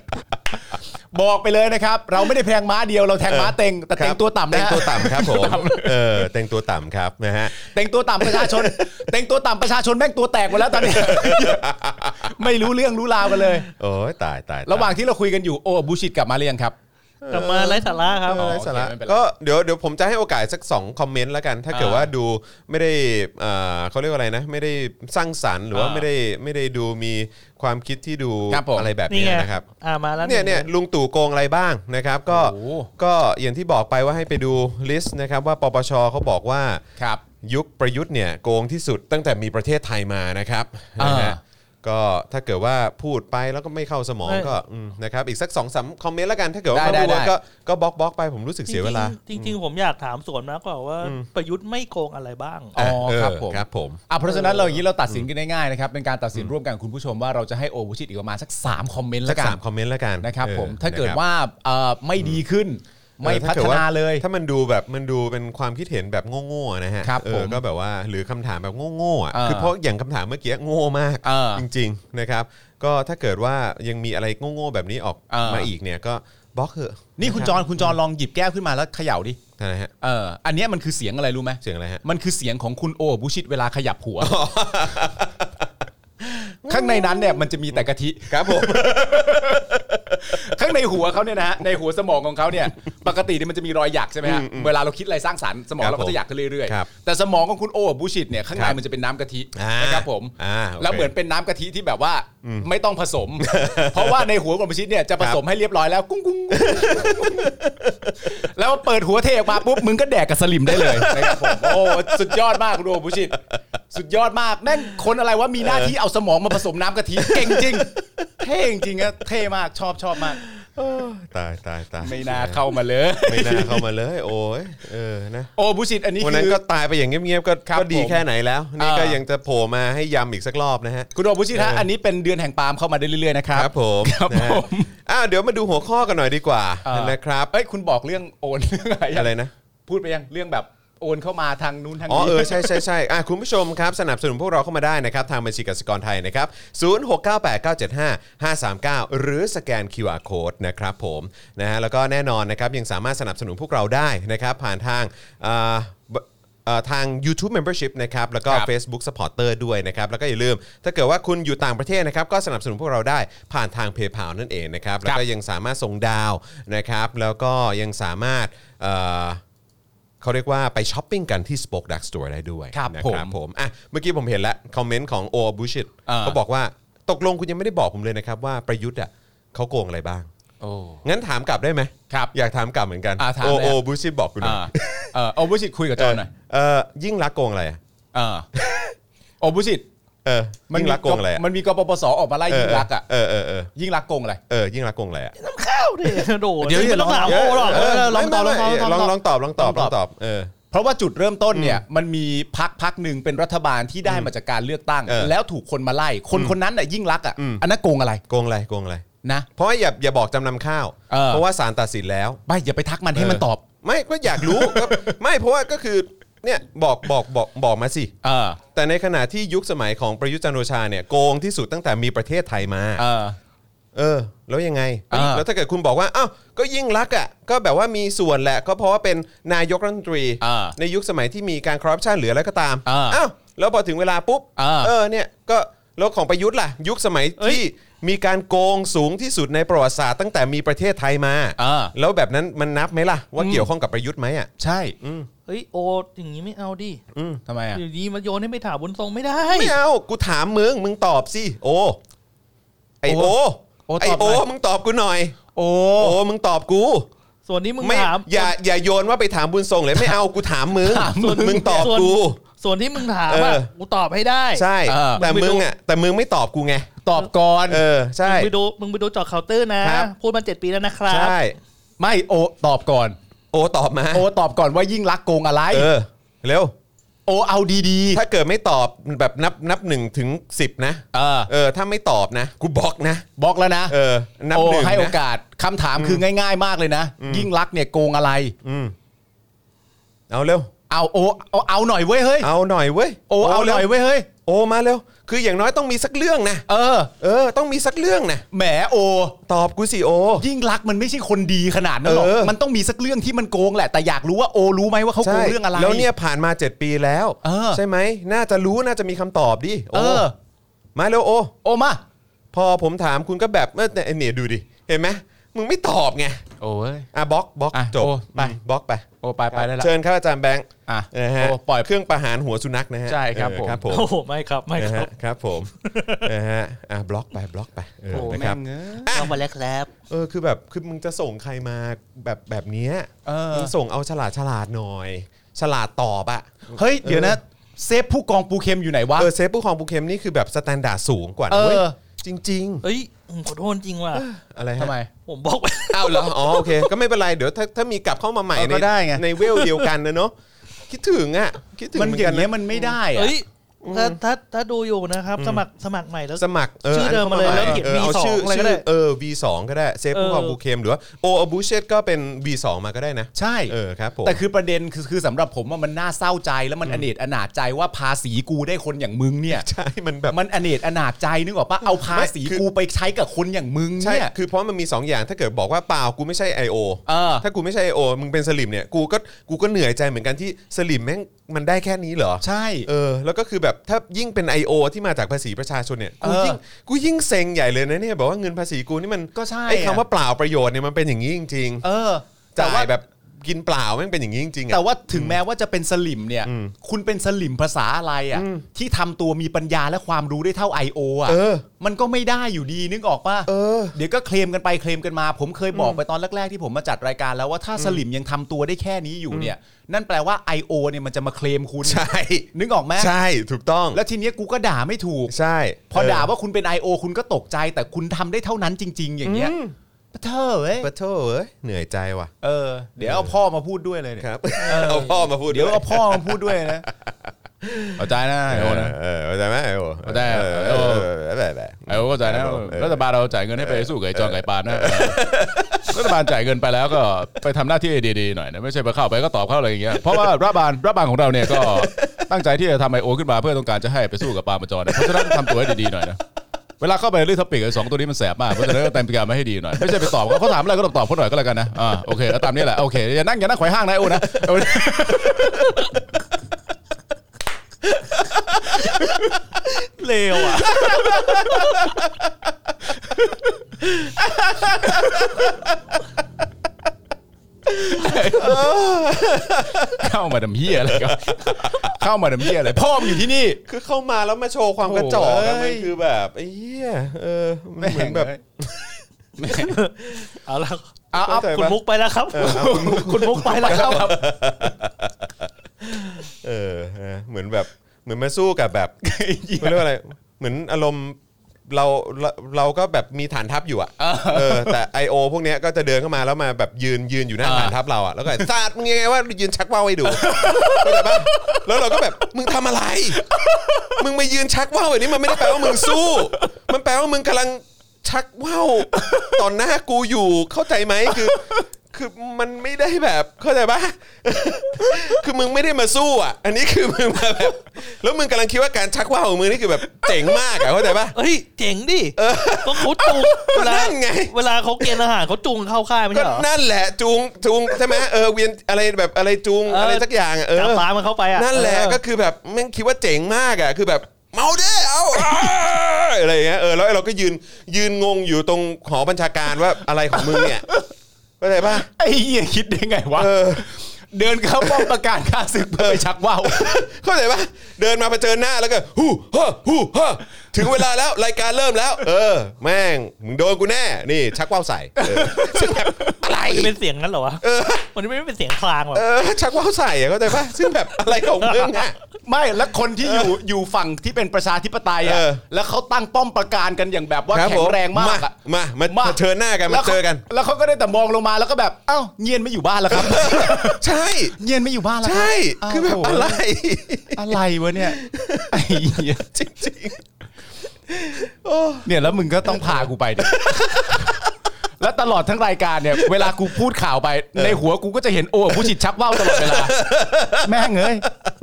[SPEAKER 3] บอกไปเลยนะครับ เราไม่ได้แพงม้าเดียวเราแทงม้าเต็งแต่
[SPEAKER 2] ำค
[SPEAKER 3] เต็
[SPEAKER 2] รั
[SPEAKER 3] ง
[SPEAKER 2] บ
[SPEAKER 3] ตัวต่ำ
[SPEAKER 2] เต็
[SPEAKER 3] นะ
[SPEAKER 2] ง
[SPEAKER 3] ฮะ
[SPEAKER 2] ตัวต่ำครับผมเออเต็งตัวต่ำครับนะฮะ
[SPEAKER 3] เต่งตัวต่ำประชาชน เต่งตัวต่ำประชาชนแม่งตัวแตกหมดแล้วตอนนี้ ไม่รู้เรื่องรู้ราวกันเลย
[SPEAKER 2] โอ้ยตายตายตาย
[SPEAKER 3] ระหว่างที่เราคุยกันอยู่โอ้บูชิดกลับมาหรือยังครับ
[SPEAKER 4] กลับมาไร้สาระครับ
[SPEAKER 2] เออไร้สาระ
[SPEAKER 3] โอเคไม่เป็นไร
[SPEAKER 2] ก็เดี๋ยวเดี๋ยวผมจะให้โอกาสสัก 2 คอมเมนต์แล้วกัน ถ้าเกิดว่าดูไม่ได้เอ่อเขาเรียกว่าอะไรนะ ไม่ได้สร้างสรรค์หรือว่า
[SPEAKER 3] อ่า
[SPEAKER 2] ไม่ได้ไม่ได้ดูมีความคิดที่ดู
[SPEAKER 3] ครับผม
[SPEAKER 2] อะไรแบบ
[SPEAKER 4] นี่
[SPEAKER 2] นี้
[SPEAKER 4] ไง
[SPEAKER 2] นะครับ
[SPEAKER 4] อ่ามาแล้ว
[SPEAKER 2] เนี่ยเนี่ยลุงตู่โกงอะไรบ้างนะครับ ก็
[SPEAKER 3] โอ้
[SPEAKER 2] ก็อย่างที่บอกไปว่าให้ไปดูลิสต์นะครับว่าปปชเขาบอกว่า
[SPEAKER 3] ครับ
[SPEAKER 2] ยุคประยุทธ์เนี่ยโกงที่สุดตั้งแต่มีประเทศไทยมานะครับ
[SPEAKER 3] อ่าน
[SPEAKER 2] นะฮะก็ถ้าเกิดว่าพูดไปแล้วก็ไม่เข้าสมองก็อืมนะครับอีกสัก2อสามคอมเมนต์แล้วกันถ้าเกิดว่า
[SPEAKER 3] ได้
[SPEAKER 2] ไม่รู้
[SPEAKER 3] ได้ได้
[SPEAKER 2] ก็ก็บล็อกบล็อกไปผมรู้สึกเสียเวลา
[SPEAKER 4] จริงๆจริง ๆ ผมอยากถามสวนมากกว่าว่าประยุทธ์ไม่โกงอะไรบ้าง
[SPEAKER 3] อ๋อ
[SPEAKER 2] เ
[SPEAKER 3] ครับผม
[SPEAKER 2] ครับผม
[SPEAKER 3] อ่ะเพราะฉะนั้นเราอย่างนี้เราตัดสินกันง่ายๆนะครับเป็นการตัดสินร่วมกันคุณผู้ชมว่าเราจะให้โอบูชิดอีกประมาณสัก 3 คอมเมน
[SPEAKER 2] สั
[SPEAKER 3] ต์แล้
[SPEAKER 2] ก
[SPEAKER 3] วกั
[SPEAKER 2] สาน มคอมเมนต์แล้วกัน
[SPEAKER 3] นะครับ
[SPEAKER 2] ออ
[SPEAKER 3] ผมถ้าเกิด
[SPEAKER 2] นะครับ
[SPEAKER 3] ว่าเอ่อไม่ดีขึ้น ไม่
[SPEAKER 2] ออ
[SPEAKER 3] พั
[SPEAKER 2] ถ้กิ
[SPEAKER 3] ฒ
[SPEAKER 2] ดว่
[SPEAKER 3] นาเลย
[SPEAKER 2] ถ้ามันดูแบบมันดูเป็นความคิดเห็นแบบโง่ๆนะฮะ
[SPEAKER 3] ครับ
[SPEAKER 2] เออ
[SPEAKER 3] ผม
[SPEAKER 2] ก็แบบว่าหรือคำถามแบบโง่ๆอ่ะ
[SPEAKER 3] เออ
[SPEAKER 2] คือเพราะอย่างคำถามเมื่อกี้โง่มาก
[SPEAKER 3] เออ
[SPEAKER 2] จริงๆ นะครับก็ถ้าเกิดว่ายังมีอะไรโง่ๆแบบนี้ออก
[SPEAKER 3] เออ
[SPEAKER 2] มาอีกเนี่ยก็บล็อกเถอะ
[SPEAKER 3] นี่คุณ
[SPEAKER 2] ะ
[SPEAKER 3] จ
[SPEAKER 2] รับ
[SPEAKER 3] รคุณจรลองหยิบแก้วขึ้นมาแล้วเขย่าดิ
[SPEAKER 2] นะฮะ
[SPEAKER 3] เอออันเนี้ยมันคือเสียงอะไรรู้ไหม
[SPEAKER 2] เสียงอะไรฮะ
[SPEAKER 3] มันคือเสียงของคุณโอบูชิดเวลาขยับหัว ข้างในนั้นเนี่ยมันจะมีแต่กะทิ
[SPEAKER 2] ครับผม
[SPEAKER 3] ข้างในหัวเขาเนี่ยนะฮะในหัวสมองของเขาเนี่ย ปกติเนี่ยมันจะมีรอยหยักใช่ไหมฮะเวลาเราคิดอะไรสร้างสารรค์สมอง
[SPEAKER 2] ครับ
[SPEAKER 3] เราก็จะหยักขึ้นเรื่อย
[SPEAKER 2] ครับ
[SPEAKER 3] ๆ แต่สมองของคุณโอ้บูชิตเนี่ยข้างใน
[SPEAKER 2] ครับ
[SPEAKER 3] มันจะเป็นน้ำกะทิ
[SPEAKER 2] อ่า
[SPEAKER 3] นะครับผม
[SPEAKER 2] อ่าโอเค
[SPEAKER 3] แล้วเหมือนเป็นน้ำกะทิที่แบบว่าไม่ต้องผส ม เพราะว่าในหัวของบูชิตเนี่ยจะผสมให้เรียบร้อยแล้วกุ้งกุ้งกุ้งแล้วเปิดหัวเทออกมาปุ๊บมึงก็แดกกับสลิมได้เลยนะครับผมโอ้สุดยอดมากคุณโอ้บูชิตสุดยอดมากแม่งคนอะไรว่ามีหน้าที่เอาสมองมาผสมน้ำกะทิเก่งจริงเท่จริงอะเท่มากชอบชอบมาก
[SPEAKER 2] ตายตายตาย
[SPEAKER 3] ไม่น่าเข้ามาเลย
[SPEAKER 2] ไม่น่าเข้ามาเลย โอ้ยเออนะ
[SPEAKER 3] โอ้บุชิตอันนี้
[SPEAKER 2] วัน
[SPEAKER 3] คื
[SPEAKER 2] นั้น
[SPEAKER 3] อ
[SPEAKER 2] ก็ตายไปอย่างเงียบๆก็
[SPEAKER 3] ครับ
[SPEAKER 2] ก็ดี
[SPEAKER 3] ผม
[SPEAKER 2] แค่ไหนแล้ว นี่ก็
[SPEAKER 3] อ่ายั
[SPEAKER 2] ยังจะโผล่มาให้ยำอีกสักรอบนะฮะ
[SPEAKER 3] คุณโอบุชิตฮะ
[SPEAKER 2] เอออั
[SPEAKER 3] อันนี้เป็นเดือนแห่งปาล์มเข้ามาได้เรื่อยๆนะครับ
[SPEAKER 2] ครับผม
[SPEAKER 3] ครับ
[SPEAKER 2] นะฮะ
[SPEAKER 3] ผม
[SPEAKER 2] อ้าวเดี๋ยวมาดูหัวข้อกันหน่อยดีกว่า
[SPEAKER 3] อ่าน
[SPEAKER 2] นะครับ
[SPEAKER 3] เอ้ยคุณบอกเรื่องโอนเรื่องอะไร
[SPEAKER 2] อะไรนะ
[SPEAKER 3] พูดไปยังเรื่องแบบโอนเข้ามาทางนู้นทาง
[SPEAKER 2] อ๋อ
[SPEAKER 3] นี้
[SPEAKER 2] เออ ใช่ใช่ใช่อ่ะคุณผู้ชมครับ สนับสนุนพวกเราเข้ามาได้นะครับ ทางบัญชีกสิกรไทยนะครับ 0698975539 หรือสแกน QR Code นะครับผมนะฮะแล้วก็แน่นอนนะครับ ยังสามารถสนับสนุนพวกเราได้นะครับ ผ่านทางอ่าบเอ่อทาง YouTube Membership นะครับ แล้วก็
[SPEAKER 3] ครับ
[SPEAKER 2] Facebook Supporter ด้วยนะครับ แล้วก็อย่าลืม ถ้าเกิดว่าคุณอยู่ต่างประเทศนะครับ ก็สนับสนุนพวกเราได้ผ่านทาง PayPal นั่นเองนะครับ แล้วก็ยังสามารถส่งดาวนะครับ แล้วก็ยังสามารถเอ่อ เขาเรียกว่าไปช้อปปิ้งกันที่ Spoke Dark Store ได้ด้วย
[SPEAKER 3] ครับ
[SPEAKER 2] นะ
[SPEAKER 3] ผม
[SPEAKER 2] ผมอ่ะเมื่อกี้ผมเห็นแล้ว คอมเมนต์ของโอบูชิต
[SPEAKER 3] อ่า
[SPEAKER 2] เขาบอกว่าตกลงคุณยังไม่ได้บอกผมเลยนะครับ ว่าประยุทธ์อ่ะเขาโกงอะไรบ้าง
[SPEAKER 3] โอ้
[SPEAKER 2] งั้นถามกลับได้ไหม
[SPEAKER 3] ครับ
[SPEAKER 2] อยากถามกลับเหมือนกัน
[SPEAKER 3] อ่ะถาม
[SPEAKER 2] โอ
[SPEAKER 3] เลย
[SPEAKER 2] โอบูชิตบอกกูหน่อย
[SPEAKER 3] อ่าเออโอบุชิตคุยกับจอห์นหน่อย
[SPEAKER 2] เออยิ่งรักษณ์โกงอะไรอ่ะ
[SPEAKER 3] เออโอบุชิต
[SPEAKER 2] เออยิ่งรักษณ์โกงอะไรอ่ะ
[SPEAKER 3] มันมีกปปสออกมาไล่ยิ่งรักษณ์อ่ะ
[SPEAKER 2] เออเออเออ
[SPEAKER 3] ยิ่งรักษณ์โกงอะไร
[SPEAKER 2] เออยิ่งรักษณ์โกงอะไรอ่ะ
[SPEAKER 4] น้ำข้าวดิโดด
[SPEAKER 3] เดี๋ยว
[SPEAKER 4] ไม่ต้องถามโอ้หรอก
[SPEAKER 2] เ
[SPEAKER 4] เออลองตอบลองตอบ
[SPEAKER 2] ไม่ไม่
[SPEAKER 4] ลองตอบ
[SPEAKER 2] ลองตอบลองตอบลอ
[SPEAKER 3] ลอง ง
[SPEAKER 2] ต
[SPEAKER 3] ต
[SPEAKER 2] อ
[SPEAKER 3] อ
[SPEAKER 2] บบ เออ
[SPEAKER 3] เพราะว่าจุดเริ่มต้นเนี่ยมันมีพักพักหนึ่งเป็นรัฐบาลที่ได้มาจากการเลือกตั้ง
[SPEAKER 2] เออ
[SPEAKER 3] แล้วถูกคนมาไล่ คนคนนั้นน่ะยิ่งรักษณ์อ่ะอันนั้นโกงอะไร
[SPEAKER 2] โกงอะไรโกงอะไร
[SPEAKER 3] นะ
[SPEAKER 2] เพราะว่าอย่าอย่าบอกจำนำข้าว
[SPEAKER 3] เออ
[SPEAKER 2] เพราะว่าศาลตัดสินแล้ว
[SPEAKER 3] ไม่อย่าไปทักมันให้มันตอบ
[SPEAKER 2] ไม่ก็อยากรู้ ก็ไม่เพราะว่าก็คือเนี่ยบอกบอกบอกบอกมาสิ
[SPEAKER 3] เออ
[SPEAKER 2] แต่ในขณะที่ยุคสมัยของประยุทธ์จันทร์โอชาเนี่ยโกงที่สุดตั้งแต่มีประเทศไทยมา
[SPEAKER 3] เออ
[SPEAKER 2] เออ แล้วยังไง
[SPEAKER 3] อ่า
[SPEAKER 2] แล้วถ้าเกิดคุณบอกว่าอ้าวก็ยิ่งรักษณ์อ่ะก็แบบว่ามีส่วนแหละ ก็เพราะว่าเป็นนายกรัฐมนตรี
[SPEAKER 3] อ่า
[SPEAKER 2] ในยุคสมัยที่มีการคอร์รัปชันหรืออะไรก็ตาม
[SPEAKER 3] อ่า
[SPEAKER 2] อ้าวแล้วพอถึงเวลาปุ๊บ
[SPEAKER 3] อ่า
[SPEAKER 2] เออเนี่ยก็แล้วของประยุทธ์ล่ะ ยุคสมัย
[SPEAKER 4] เอ้ย
[SPEAKER 2] ที่มีการโกงสูงที่สุดในประวัติศาสตร์ตั้งแต่มีประเทศไทยมา
[SPEAKER 3] เออ
[SPEAKER 2] แล้วแบบนั้นมันนับไหมล่ะ ว่าเกี่ยวข้องกับประยุทธ์ไหมอ่ะ
[SPEAKER 3] ใช่
[SPEAKER 4] เฮ้ยโออย่างนี้ไม่เอาดิ
[SPEAKER 3] ทำไมอ่ะ
[SPEAKER 4] อยู่ดีมาโยนให้ไปถามบนทรงไม่ได้
[SPEAKER 2] ไม่เอา กูถามมึง มึงตอบสิ โอ ไอโอ
[SPEAKER 3] โอ้
[SPEAKER 2] ไอ
[SPEAKER 3] ตอบห
[SPEAKER 2] โอ
[SPEAKER 3] น่อย
[SPEAKER 2] มึงตอบกูหน่อย
[SPEAKER 3] โอ้
[SPEAKER 2] โอ มึงตอบกู
[SPEAKER 4] ส่วนนี้มึง
[SPEAKER 2] ไม่
[SPEAKER 4] ถาม
[SPEAKER 2] อย่า อย่าโยนว่าไปถามบุญทรงเลย ไม่เอา กูถามมึง
[SPEAKER 4] ถามมึง
[SPEAKER 2] มึงตอบ
[SPEAKER 4] ส่วน
[SPEAKER 2] กู
[SPEAKER 4] ส่วนที่มึงถามว่า
[SPEAKER 2] เออ
[SPEAKER 4] กูตอบให้ได้
[SPEAKER 2] ใช่
[SPEAKER 3] เออ
[SPEAKER 2] แต่มึงอ่ะแต่มึงไม่ตอบกูไง
[SPEAKER 3] ตอบก่อน
[SPEAKER 2] เออ ใช่
[SPEAKER 4] มึงไปดูมึงไปดูเจอเคาน์เตอร์นะ
[SPEAKER 2] ครับ
[SPEAKER 4] พูดมาเจ็ดปีแล้วนะครับ
[SPEAKER 2] ใช่
[SPEAKER 3] ไม่โอตอบก่อน
[SPEAKER 2] โอตอบมา
[SPEAKER 3] โอตอบก่อนว่ายิ่งรักษณ์โกงอะไร
[SPEAKER 2] เออเร็ว
[SPEAKER 3] โอเอาดี
[SPEAKER 2] ถ้าเกิดไม่ตอบแบบนับนับหนึ่งถึงสิบนะ
[SPEAKER 3] ๆเออ
[SPEAKER 2] เออ ถ้าไม่ตอบนะ กูบล็อกนะ
[SPEAKER 3] บล็อกแล้วนะ
[SPEAKER 2] เออ นับ
[SPEAKER 3] โอ
[SPEAKER 2] หนึ่ง
[SPEAKER 3] ให้โอ
[SPEAKER 2] นะ
[SPEAKER 3] กาสคำถามคือง่าย ๆ มากเลยนะ ยิ่งรักษณ์เนี่ยโกงอะไร
[SPEAKER 2] อืม เอาเร็ว
[SPEAKER 3] เอาโอเอาเอาหน่อยเว้ยเฮ้ย
[SPEAKER 2] เอาหน่อยเว้ย
[SPEAKER 3] โอเอาหน่อย
[SPEAKER 2] ร็ว
[SPEAKER 3] เว้ยเฮ้ย
[SPEAKER 2] โอมาเร็ว คืออย่างน้อยต้องมีสักเรื่องนะ
[SPEAKER 3] เออ
[SPEAKER 2] เออ ต้องมีสักเรื่องนะ
[SPEAKER 3] แหมโอ
[SPEAKER 2] ตอบกูสิโอ
[SPEAKER 3] ยิ่งรักษณ์มันไม่ใช่คนดีขนาดนั้นหรอก
[SPEAKER 2] เออ
[SPEAKER 3] มันต้องมีสักเรื่องที่มันโกงแหละแต่อยากรู้ว่าโอรู้ไหมว่าเขาโกงเรื่องอะไร
[SPEAKER 2] แล้วเนี่ยผ่านมา 7 ปีแล้ว
[SPEAKER 3] เออ
[SPEAKER 2] ใช่ไหม น่าจะรู้น่าจะมีคำตอบดิโ
[SPEAKER 3] เออ
[SPEAKER 2] มาเร็วโอ
[SPEAKER 3] โอมา
[SPEAKER 2] พอผมถามคุณก็แบบเออเนี่ยเนี่ยดูดิ เห็นไหมมึงไม่ตอบไง
[SPEAKER 3] โอ้ย
[SPEAKER 2] อ่ะบล็อกบล็อก
[SPEAKER 3] อ่ะ
[SPEAKER 2] จบ
[SPEAKER 3] โอ้ไป
[SPEAKER 2] อืมบล็อกไป
[SPEAKER 3] โอไปไปได้ละ
[SPEAKER 2] เชิญครับอาจารย์แบงค์
[SPEAKER 3] อ่ะ
[SPEAKER 2] นะฮะ
[SPEAKER 3] โอ้ปล่อย
[SPEAKER 2] เครื่องประหารหัวสุนัขนะฮะ
[SPEAKER 3] ใช่ครับ
[SPEAKER 2] เออ
[SPEAKER 3] ผม
[SPEAKER 2] ครับผม
[SPEAKER 4] โอ้โหไม่ครับไม่
[SPEAKER 2] นะ
[SPEAKER 4] ครั
[SPEAKER 2] ฮะ
[SPEAKER 4] บ
[SPEAKER 2] ครับผมนะฮะอ่ะบล็อกไปบล็อกไปเออ
[SPEAKER 3] โอ้
[SPEAKER 2] นะ
[SPEAKER 3] แม่
[SPEAKER 2] ครับ
[SPEAKER 3] งเงย
[SPEAKER 4] ต้องมาแล้วครับ
[SPEAKER 2] เออคือแบบคือมึงจะส่งใครมาแบบแบบเนี้ย
[SPEAKER 3] เออ
[SPEAKER 2] มึงส่งเอาฉลาดฉลาดหน่อย ฉลาดตอบอะ
[SPEAKER 3] เฮ้ย เดี๋ยวนะ
[SPEAKER 2] เอ
[SPEAKER 3] เซฟผู้กองปูเค็มอยู่ไหนวะ
[SPEAKER 2] เออเซฟผู้ครองปูเข็มนี่คือแบบสแตนดาร์ดสูงกว่านะ
[SPEAKER 3] เออ
[SPEAKER 2] เว้ยจริง
[SPEAKER 4] เอ้ยผมขอโทษจริงว่ะ
[SPEAKER 2] ๆ อะไรฮะ
[SPEAKER 3] ทำไม
[SPEAKER 4] ผมบอกไป
[SPEAKER 2] อ้าวเหรออ๋อโอเคก็ไม่เป็นไรเดี๋ยวถ้าถ้ามีกลับเข้ามาใหม่
[SPEAKER 3] เออ
[SPEAKER 2] ใน
[SPEAKER 3] ก็ได้ไง
[SPEAKER 2] ในเวลเดียวกันนะเนาะคิดถึงอะคิดถึง
[SPEAKER 3] มัน
[SPEAKER 2] เหมือ
[SPEAKER 3] อน ย่า
[SPEAKER 2] กัน
[SPEAKER 3] งเงี้
[SPEAKER 2] นะ
[SPEAKER 3] ยมันไม่ได้อะ
[SPEAKER 4] เอ้ยถ้าถ้าถ้าดูอยู่นะครับ สมัครสมัครใหม่แล้ว
[SPEAKER 2] สมัคร
[SPEAKER 4] ชื่อเดิมมาเลยแล้วเขียน V2
[SPEAKER 2] ชื่อ
[SPEAKER 4] อะไรก็
[SPEAKER 2] ชื่
[SPEAKER 4] ได้
[SPEAKER 2] อเออ V2 ก็ได้เซฟผู้ครอง
[SPEAKER 4] เออ
[SPEAKER 2] ปูเข็มหรือว่าโออบูเชตก็เป็น V2 มาก็ได้นะ
[SPEAKER 3] ใช่
[SPEAKER 2] เออครับผม
[SPEAKER 3] แต่คือประเด็นคือคือสำหรับผมว่ามันน่าเศร้าใจแล้วมันอเนจอนาจใจว่าภาษีกูได้คนอย่างมึงเนี่ย
[SPEAKER 2] ใช่มันแบบ
[SPEAKER 3] มันอเนจอนาจใจนึกออกปะเอาภาษีกูไปใช้กับคนอย่างมึง
[SPEAKER 2] ใช่
[SPEAKER 3] เนี่ย
[SPEAKER 2] คือเพราะมันมี 2 อย่าง ถ้าเกิดบอกว่าเปล่า กูไม่ใช่ I.O.
[SPEAKER 3] เออ
[SPEAKER 2] ถ้ากูไม่ใช่ I.O. มึงเป็นสลิมเนี่ย กูก็ กูก็เหนื่อยใจเหมือนกันที่สลิมแม่ง มันได้แค่นี้เหรอ
[SPEAKER 3] ใช่
[SPEAKER 2] เออ แล้วก็คือแบบ ถ้ายิ่งเป็น I.O. ที่มาจากภาษีประชาชนเนี่ย กู
[SPEAKER 3] เออ
[SPEAKER 2] ยิ่ง กูยิ่งเซ็งใหญ่เลยนะเนี่ย บอกว่าเงินภาษีกูนี่มัน
[SPEAKER 3] ก็ใช่
[SPEAKER 2] ไอ้
[SPEAKER 3] อะ
[SPEAKER 2] คำว่าเปล่าประโยชน์เนี่ยมันเป็นอย่างนี้จริง
[SPEAKER 3] เออ
[SPEAKER 2] ๆ
[SPEAKER 3] แต่
[SPEAKER 2] จ่า
[SPEAKER 3] ว่า
[SPEAKER 2] ยแบบกินเปล่าแม่งเป็นอย่างนี้จริงๆอะ
[SPEAKER 3] แต่ว่าถึงแม้ว่าจะเป็นสลิมเนี่ย คุณเป็นสลิมภาษาอะไรอ่ะ ที่ทำตัวมีปัญญาและความรู้ได้เท่า I.O. อ่ะ
[SPEAKER 2] เออ
[SPEAKER 3] มันก็ไม่ได้อยู่ดีนึกออกป่ะ
[SPEAKER 2] เออ
[SPEAKER 3] เดี๋ยวก็เคลมกันไปเคลมกันมา ผมเคยบอกไปตอนแรก ๆ ที่ผมมาจัดรายการแล้วว่าถ้าสลิมยังทำตัวได้แค่นี้อยู่เนี่ย นั่นแปลว่า I.O. เนี่ยมันจะมาเคลมคุณ
[SPEAKER 2] ใช่
[SPEAKER 3] นึกออกไหม
[SPEAKER 2] ใช่ ถูกต้อง
[SPEAKER 3] แล้วทีเนี้ยกูก็ด่าไม่ถูก
[SPEAKER 2] ใช่
[SPEAKER 3] พอด่าว่าคุณเป็น I.O. คุณก็ตกใจแต่คุณทำได้เท่านั้นจริง ๆ อย่างเงี้ยปะเธอเว้ย
[SPEAKER 2] ปะโถเอ้ยเหนื่อยใจว่ะ
[SPEAKER 3] เออเดี๋ยวเอาพ่อมาพูดด้วยเลยเนี่ย
[SPEAKER 2] ครับ เอาพ่อมาพูด
[SPEAKER 3] เดี๋ยว
[SPEAKER 2] ด้
[SPEAKER 3] เอาพ่อมาพูดด้วยนะเอาใจนะ
[SPEAKER 2] เออเออเข้าใจไหม I.O.
[SPEAKER 3] เข้าใจอะ
[SPEAKER 2] เออเออเออแบบแบบ
[SPEAKER 5] ไอ้ผมเข้าใจนะครับ
[SPEAKER 2] ผมเออ
[SPEAKER 5] รัฐบาลเราจ่ายเงินให้ไปสู้กับไอ้จอนไก่ปานนะเออรัฐบาลจ่ายเงินไปแล้วก็ไปทำหน้าที่ดีๆหน่อยนะไม่ใช่ไปเข้าไปก็ตอบเข้าอะไรอย่างเงี้ยเพราะว่ารัฐบาลรัฐบาลของเราเนี่ยก็ตั้งใจที่จะทำไอโอขึ้นมาเพื่อต้องการจะให้ไปสู้กับปาล์มจอนนะเพราะฉะนั้นทำตัวให้ดีๆหน่อยนะเวลาเข้าไปเรื่องท็อปิกไอ้สองตัวนี้มันแสบมากเพราะฉะนั้นก็แต่งการมาให้ดีหน่อยไม่ใช่ไปตอบเขาเขาถามอะไรก็ต้องตอบเขาหน่อยก็แล้วกันนะอ่าโอเคแล้วตามนี้แหละโอเคอย่านั่งอย่านั่งไขว่ห้างนะไอ้โอนะเอา
[SPEAKER 4] เลวอ่ะ
[SPEAKER 5] เข้ามาดำเหี้ยอะไรก็เข้ามาดำเหี้ยอะไรพ่อมงอยู่ที่นี่
[SPEAKER 2] คือเข้ามาแล้วมาโชว์ความกระจอกอะ
[SPEAKER 5] โอ้ย
[SPEAKER 2] มันคือแบบไอ้เหี้ยเออมันเหมือนแบบ
[SPEAKER 4] เอาละ
[SPEAKER 3] เอาเอา
[SPEAKER 2] เข้าใจปะ
[SPEAKER 4] คุณมุกไปแล้วครับ คุณมุกไปแล้วครับ
[SPEAKER 2] เออนะเหมือนแบบเหมือนมาสู้กับแบบเขาเรียกว่าอะไร เหมือนอารมณ์เราเราเราก็แบบมีฐานทัพอยู่อ่ะเออแต่ I.O. พวกเนี้ยก็จะเดินเข้ามาแล้วมาแบบยืนยืนอยู่หน้า
[SPEAKER 5] อ่า
[SPEAKER 2] ฐานทัพเราอ่ะแล้วก็ซาดมึงยังไงว่ายืนชักว่าวให้ดูเข้าใจปะแล้วเราก็แบบมึงทำอะไร มึงมายืนชักว่าวแบบนี้มันไม่ได้แปลว่ามึงสู้ มันแปลว่ามึงกำลังชักว่าวต่อหน้ากูอยู่เข้าใจไหมคือ คือมันไม่ได้แบบเข้าใจปะ คือมึงไม่ได้มาสู้อ่ะ อันนี้คือมึงมาแบบ แล้วมึงกำลังคิดว่าการชักว่าวของมึงนี่คือแบบเจ๋งมากอ่ะเข้าใจปะ
[SPEAKER 4] เอ้ยเจ๋งดิก็เขาจูงเวลา
[SPEAKER 2] นั่นไง
[SPEAKER 4] เวลาเขาเกณฑ์อาหารเขาจูงเข้าค่ายไม่
[SPEAKER 2] ก็
[SPEAKER 4] ใช่เหรอ
[SPEAKER 2] นั่นแหละจูงจูงใช่ไหมเออเวียนอะไรแบบอะไรจูงอะไรสักอย่างอะเอ
[SPEAKER 4] จับ
[SPEAKER 2] อ
[SPEAKER 4] ปลามันเข้าไปอ่ะ
[SPEAKER 2] นั่นแหละ
[SPEAKER 4] เออ
[SPEAKER 2] ก็คือแบบแม่งคิดว่าเจ๋งมากอ่ะคือแบบเมาเด้ เอาอะไรอย่างเงี้ยเออแล้วเราก็ยืนยืนงงอยู่ตรงหอบัญชาการว่าอะไรของมึงเนี่ยเข้าใจปะ
[SPEAKER 3] ไอ้เหี้ยคิดได้ไงวะ
[SPEAKER 2] เออ
[SPEAKER 3] เดินเข้าป้อมประกาศค่าศึกเพื่อไปชักว่าว
[SPEAKER 2] เข้าใจปะเดินมาเผชิญหน้าแล้วก็ฮู้ฮ่าฮู้ฮ่า ถึงเวลาแล้วรายการเริ่มแล้ว เออ แม่งมึงโดนกูแน่ นี่ ชักว่าวใส่เออซึ่งแบบอะไร
[SPEAKER 4] มันเป็นเสียงนั้นเหรอวะมันไม่เป็นเสียงคลางหรอ
[SPEAKER 2] เออ ชักว่าวใส่อะเข้าใจปะซึ่งแบบอะไรของมึงอ่ะ
[SPEAKER 3] ไม่แล้วคนที่อยู่อยู่ฝั่งที่เป็นประชาธิปไตย
[SPEAKER 2] เอ
[SPEAKER 3] อ่ะ
[SPEAKER 2] อ
[SPEAKER 3] แล้วเขาตั้งป้อมประการกันอย่างแบบว่า
[SPEAKER 2] คบ
[SPEAKER 3] แข็
[SPEAKER 2] ผ
[SPEAKER 3] งแรงมากอะ
[SPEAKER 2] มามามาเชิญหน้ากันมา
[SPEAKER 3] แล้วข
[SPEAKER 2] เจอกัน
[SPEAKER 3] แล้วเขาก็ได้แต่มองลงมาแล้วก็แบบเอ้าเงียนไม่อยู่บ้านแล้วครับ
[SPEAKER 2] ใช่
[SPEAKER 3] เงียนไม่อยู่บ้านแล้วรับ
[SPEAKER 2] ใช่คือแบบ
[SPEAKER 3] าว
[SPEAKER 2] อะไร
[SPEAKER 3] อะไรวะเนี่ยไอ้เหี้ย
[SPEAKER 2] จริง
[SPEAKER 3] เนี่ยแล้วมึงก็ต้องพากูไปดิแล้วตลอดทั้งรายการเนี่ย เวลากูพูดข่าวไป ในหัวกูก็จะเห็นโอ้ผู้ชิดชักว่าวตลอดเวลา แม่งเอ้ย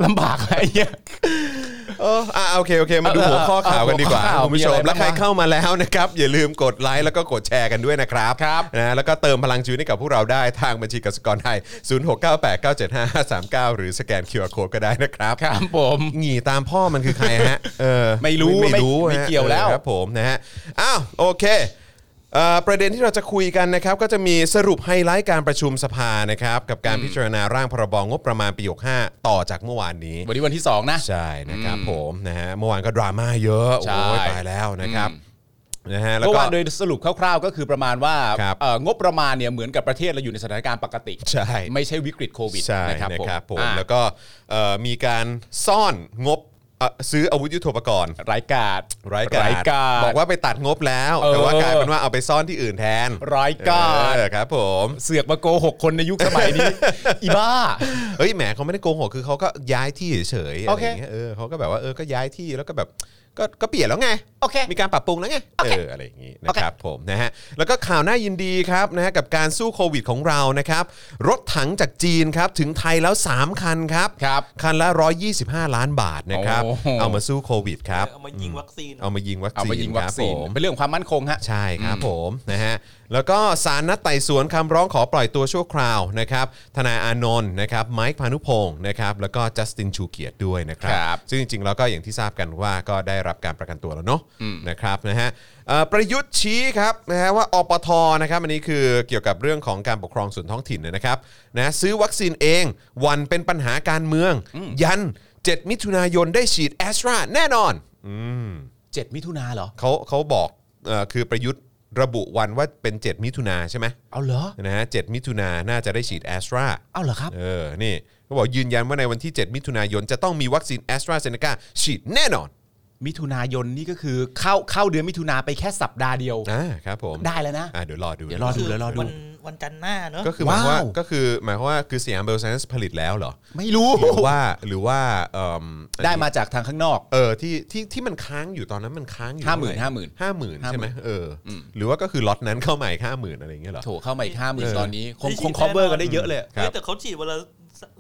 [SPEAKER 3] ลำบากอะไรเงี้ย
[SPEAKER 2] ๆเอออ่ะโอเคโอเคมาดู
[SPEAKER 3] เออ
[SPEAKER 2] หัวข้อข่าวกันดีกว่า
[SPEAKER 3] เอาหัวข้อข่าว
[SPEAKER 2] คุณผู้ชม
[SPEAKER 3] มีอะไร
[SPEAKER 2] และใคร
[SPEAKER 3] บ้างวะ
[SPEAKER 2] เข้ามาแล้วนะครับ อย่าลืมกดไลค์แล้วก็กดแชร์กันด้วยนะครับ
[SPEAKER 3] ครับ
[SPEAKER 2] นะแล้วก็เติมพลังชีวิตให้กับพวกเราได้ทางบัญชีกสิกรไทย 0698975539 หรือสแกน QR Code ก็ได้นะครับ
[SPEAKER 3] ครับผม
[SPEAKER 2] หงีตามพ่อมันคือใครฮะเออ
[SPEAKER 3] ไม่รู้
[SPEAKER 2] ไม่
[SPEAKER 3] ไม่
[SPEAKER 2] รู้
[SPEAKER 3] ไม่
[SPEAKER 2] ฮะ
[SPEAKER 3] เกี่ยวแล้ว
[SPEAKER 2] ออครับผมนะฮะอ้าวโอเคเอ่อประเด็นที่เราจะคุยกันนะครับ ก็จะมีสรุปไฮไลท์การประชุมสภานะครับกับการพิจารณาร่างพรบงบประมาณปี65ต่อจากเมื่อวานนี้
[SPEAKER 5] วันนี้วันที่สองนะ
[SPEAKER 2] ใช่นะครับผมนะฮะเมื่อวานก็ดราม่าเยอะ
[SPEAKER 5] ใช่
[SPEAKER 2] โอ้ยตายแล้วนะครับนะฮะแล้ว
[SPEAKER 5] เมื่อ
[SPEAKER 2] ก็
[SPEAKER 5] วานโดยสรุปคร่าวๆ ก็คือประมาณว่า
[SPEAKER 2] ครับ
[SPEAKER 5] เอ่องบประมาณเนี่ยเหมือนกับประเทศเราอยู่ในสถานการณ์ปกติ
[SPEAKER 2] ใช่
[SPEAKER 5] ไม่ใช่วิกฤตโควิด
[SPEAKER 2] ใช่
[SPEAKER 5] นะ
[SPEAKER 2] นะ
[SPEAKER 5] ค
[SPEAKER 2] ค
[SPEAKER 5] รั
[SPEAKER 2] รั
[SPEAKER 5] บบผม
[SPEAKER 2] ผม
[SPEAKER 5] อ่ะ
[SPEAKER 2] แล้วก็เอ่อมีการซ่อนงบเอ่อซื้ออาวุธยุทโธปกรณ์
[SPEAKER 5] รายกาด
[SPEAKER 2] ไร้การ
[SPEAKER 5] ไร้กาด
[SPEAKER 2] บอกว่าไปตัดงบแล้ว
[SPEAKER 5] เออ
[SPEAKER 2] แต่ว่ากลายเป็นว่าเอาไปซ่อนที่อื่นแทน
[SPEAKER 5] รายกาด
[SPEAKER 2] เออครับผม
[SPEAKER 5] เสือกมาโกหกคนในยุคสมัยนี้ อีบ้า
[SPEAKER 2] เฮ้ยแหมเขาไม่ได้โกหกคือเขาก็ย้ายที่เฉยๆอะ
[SPEAKER 5] โอ
[SPEAKER 2] ไร
[SPEAKER 5] เค
[SPEAKER 2] อย่างเงี้ยเออเขาก็แบบว่าเออก็ย้ายที่แล้วก็แบบก็ก็เปลี่ยนแล้วไง
[SPEAKER 5] โอเค
[SPEAKER 2] มีการปรับปรุงแล้วไง เออ อะไรอย่างนี้นะครับผมนะฮะ แล้วก็ข่าวน่ายินดีครับนะฮะกับการสู้โควิดของเรานะครับ รถถังจากจีนครับ ถึงไทยแล้ว 3 คันครับ
[SPEAKER 5] ครับ
[SPEAKER 2] คันละ 125 ล้านบาทนะครับ
[SPEAKER 5] โอ้โห
[SPEAKER 2] เอามาสู้โควิดครับ
[SPEAKER 4] เอามายิงวัคซีน
[SPEAKER 2] เอามายิงวัค
[SPEAKER 5] เอา
[SPEAKER 2] ซีน
[SPEAKER 5] มายิงวั
[SPEAKER 2] ค
[SPEAKER 5] ครับ ซี
[SPEAKER 2] ผ
[SPEAKER 5] น
[SPEAKER 2] ม
[SPEAKER 5] เป็นเรื่องความมั่นคงฮะ
[SPEAKER 2] ใช่ครับผมนะฮะแล้วก็สารนัดไต่สวนคำร้องขอปล่อยตัวชั่วคราวนะครับทนายอานนท์นะครับไมค์พานุพงศ์นะครับแล้วก็จัสตินชูเกียรติด้วยนะครับ
[SPEAKER 5] ครับ
[SPEAKER 2] ซึ่งจริงๆแล้วก็อย่างที่ทราบกันว่าก็ได้รับการประกันตัวแล้วเนาะนะครับนะฮะเอ่อประยุทธ์ชี้ครับนะฮะว่าอปทนะครับอันนี้คือเกี่ยวกับเรื่องของการปกครองส่วนท้องถิ่นนะครับนะซื้อวัคซีนเองวันเป็นปัญหาการเมือง ยัน 7 มิถุนายนได้ฉีดแอสตราแน่นอน
[SPEAKER 5] 7มิถุนาเหรอ
[SPEAKER 2] เขาเขาบอกเออคือประยุทธ์ระบุวันว่าเป็น 7 มิถุนาใช่ไหม
[SPEAKER 5] เอาเหรอ
[SPEAKER 2] นะฮะเมิถุนาน่าจะได้ฉีดแอสตรา
[SPEAKER 5] เอาเหรอครับ
[SPEAKER 2] เออนี่เขาบอกยืนยันว่าในวันที่ 7 มิถุนายนจะต้องมีวัคซีนแอสตราเซเนกาฉีดแน่นอน
[SPEAKER 5] มิถุนายนนี่ก็คือเข้าเข้าเดือนมิถุนาไปแค่สัปดาห์เดียว
[SPEAKER 2] อ่าครับผม
[SPEAKER 5] ได้แล้วนะ
[SPEAKER 2] อ่าเดี๋ยวรอดู
[SPEAKER 5] เดี๋ยวรอดู
[SPEAKER 4] คื
[SPEAKER 5] แล้วรอดู
[SPEAKER 4] วันวันจันทร์หน้าเนอะ
[SPEAKER 2] ก็คือหมายความว่า
[SPEAKER 5] ว้าว
[SPEAKER 2] ก็คือหมายความว่าคือสยามเบลไซน์ผลิตแล้วเหรอ
[SPEAKER 5] ไม่รู้
[SPEAKER 2] หรือว่าหรือว่าเอ่ม
[SPEAKER 5] ได้มาจากทางข้างนอก
[SPEAKER 2] เออที่ที่ที่มันค้างอยู่ตอนนั้นมันค้างอยู่
[SPEAKER 5] ห้าหมื่น
[SPEAKER 2] เท่
[SPEAKER 5] ห้าหมื่น
[SPEAKER 2] ห้าหมื่นใช่ไหม
[SPEAKER 5] ห้าหมื่น
[SPEAKER 2] เอออหรือว่าก็คือล็อตนั้นเข้าใหม่ห้าหมื่นอะไรอย่างเงี้ยเหรอ
[SPEAKER 5] โถเข้ามาอีกห้าหมื่นตอนนี้ คง
[SPEAKER 4] ได้
[SPEAKER 5] ค
[SPEAKER 4] ฉี
[SPEAKER 5] ง
[SPEAKER 4] ด
[SPEAKER 5] cover
[SPEAKER 4] แ
[SPEAKER 5] กันได้เยอะเลย
[SPEAKER 2] ครับ
[SPEAKER 4] เฮ้ยแต่เขาฉีดวันละ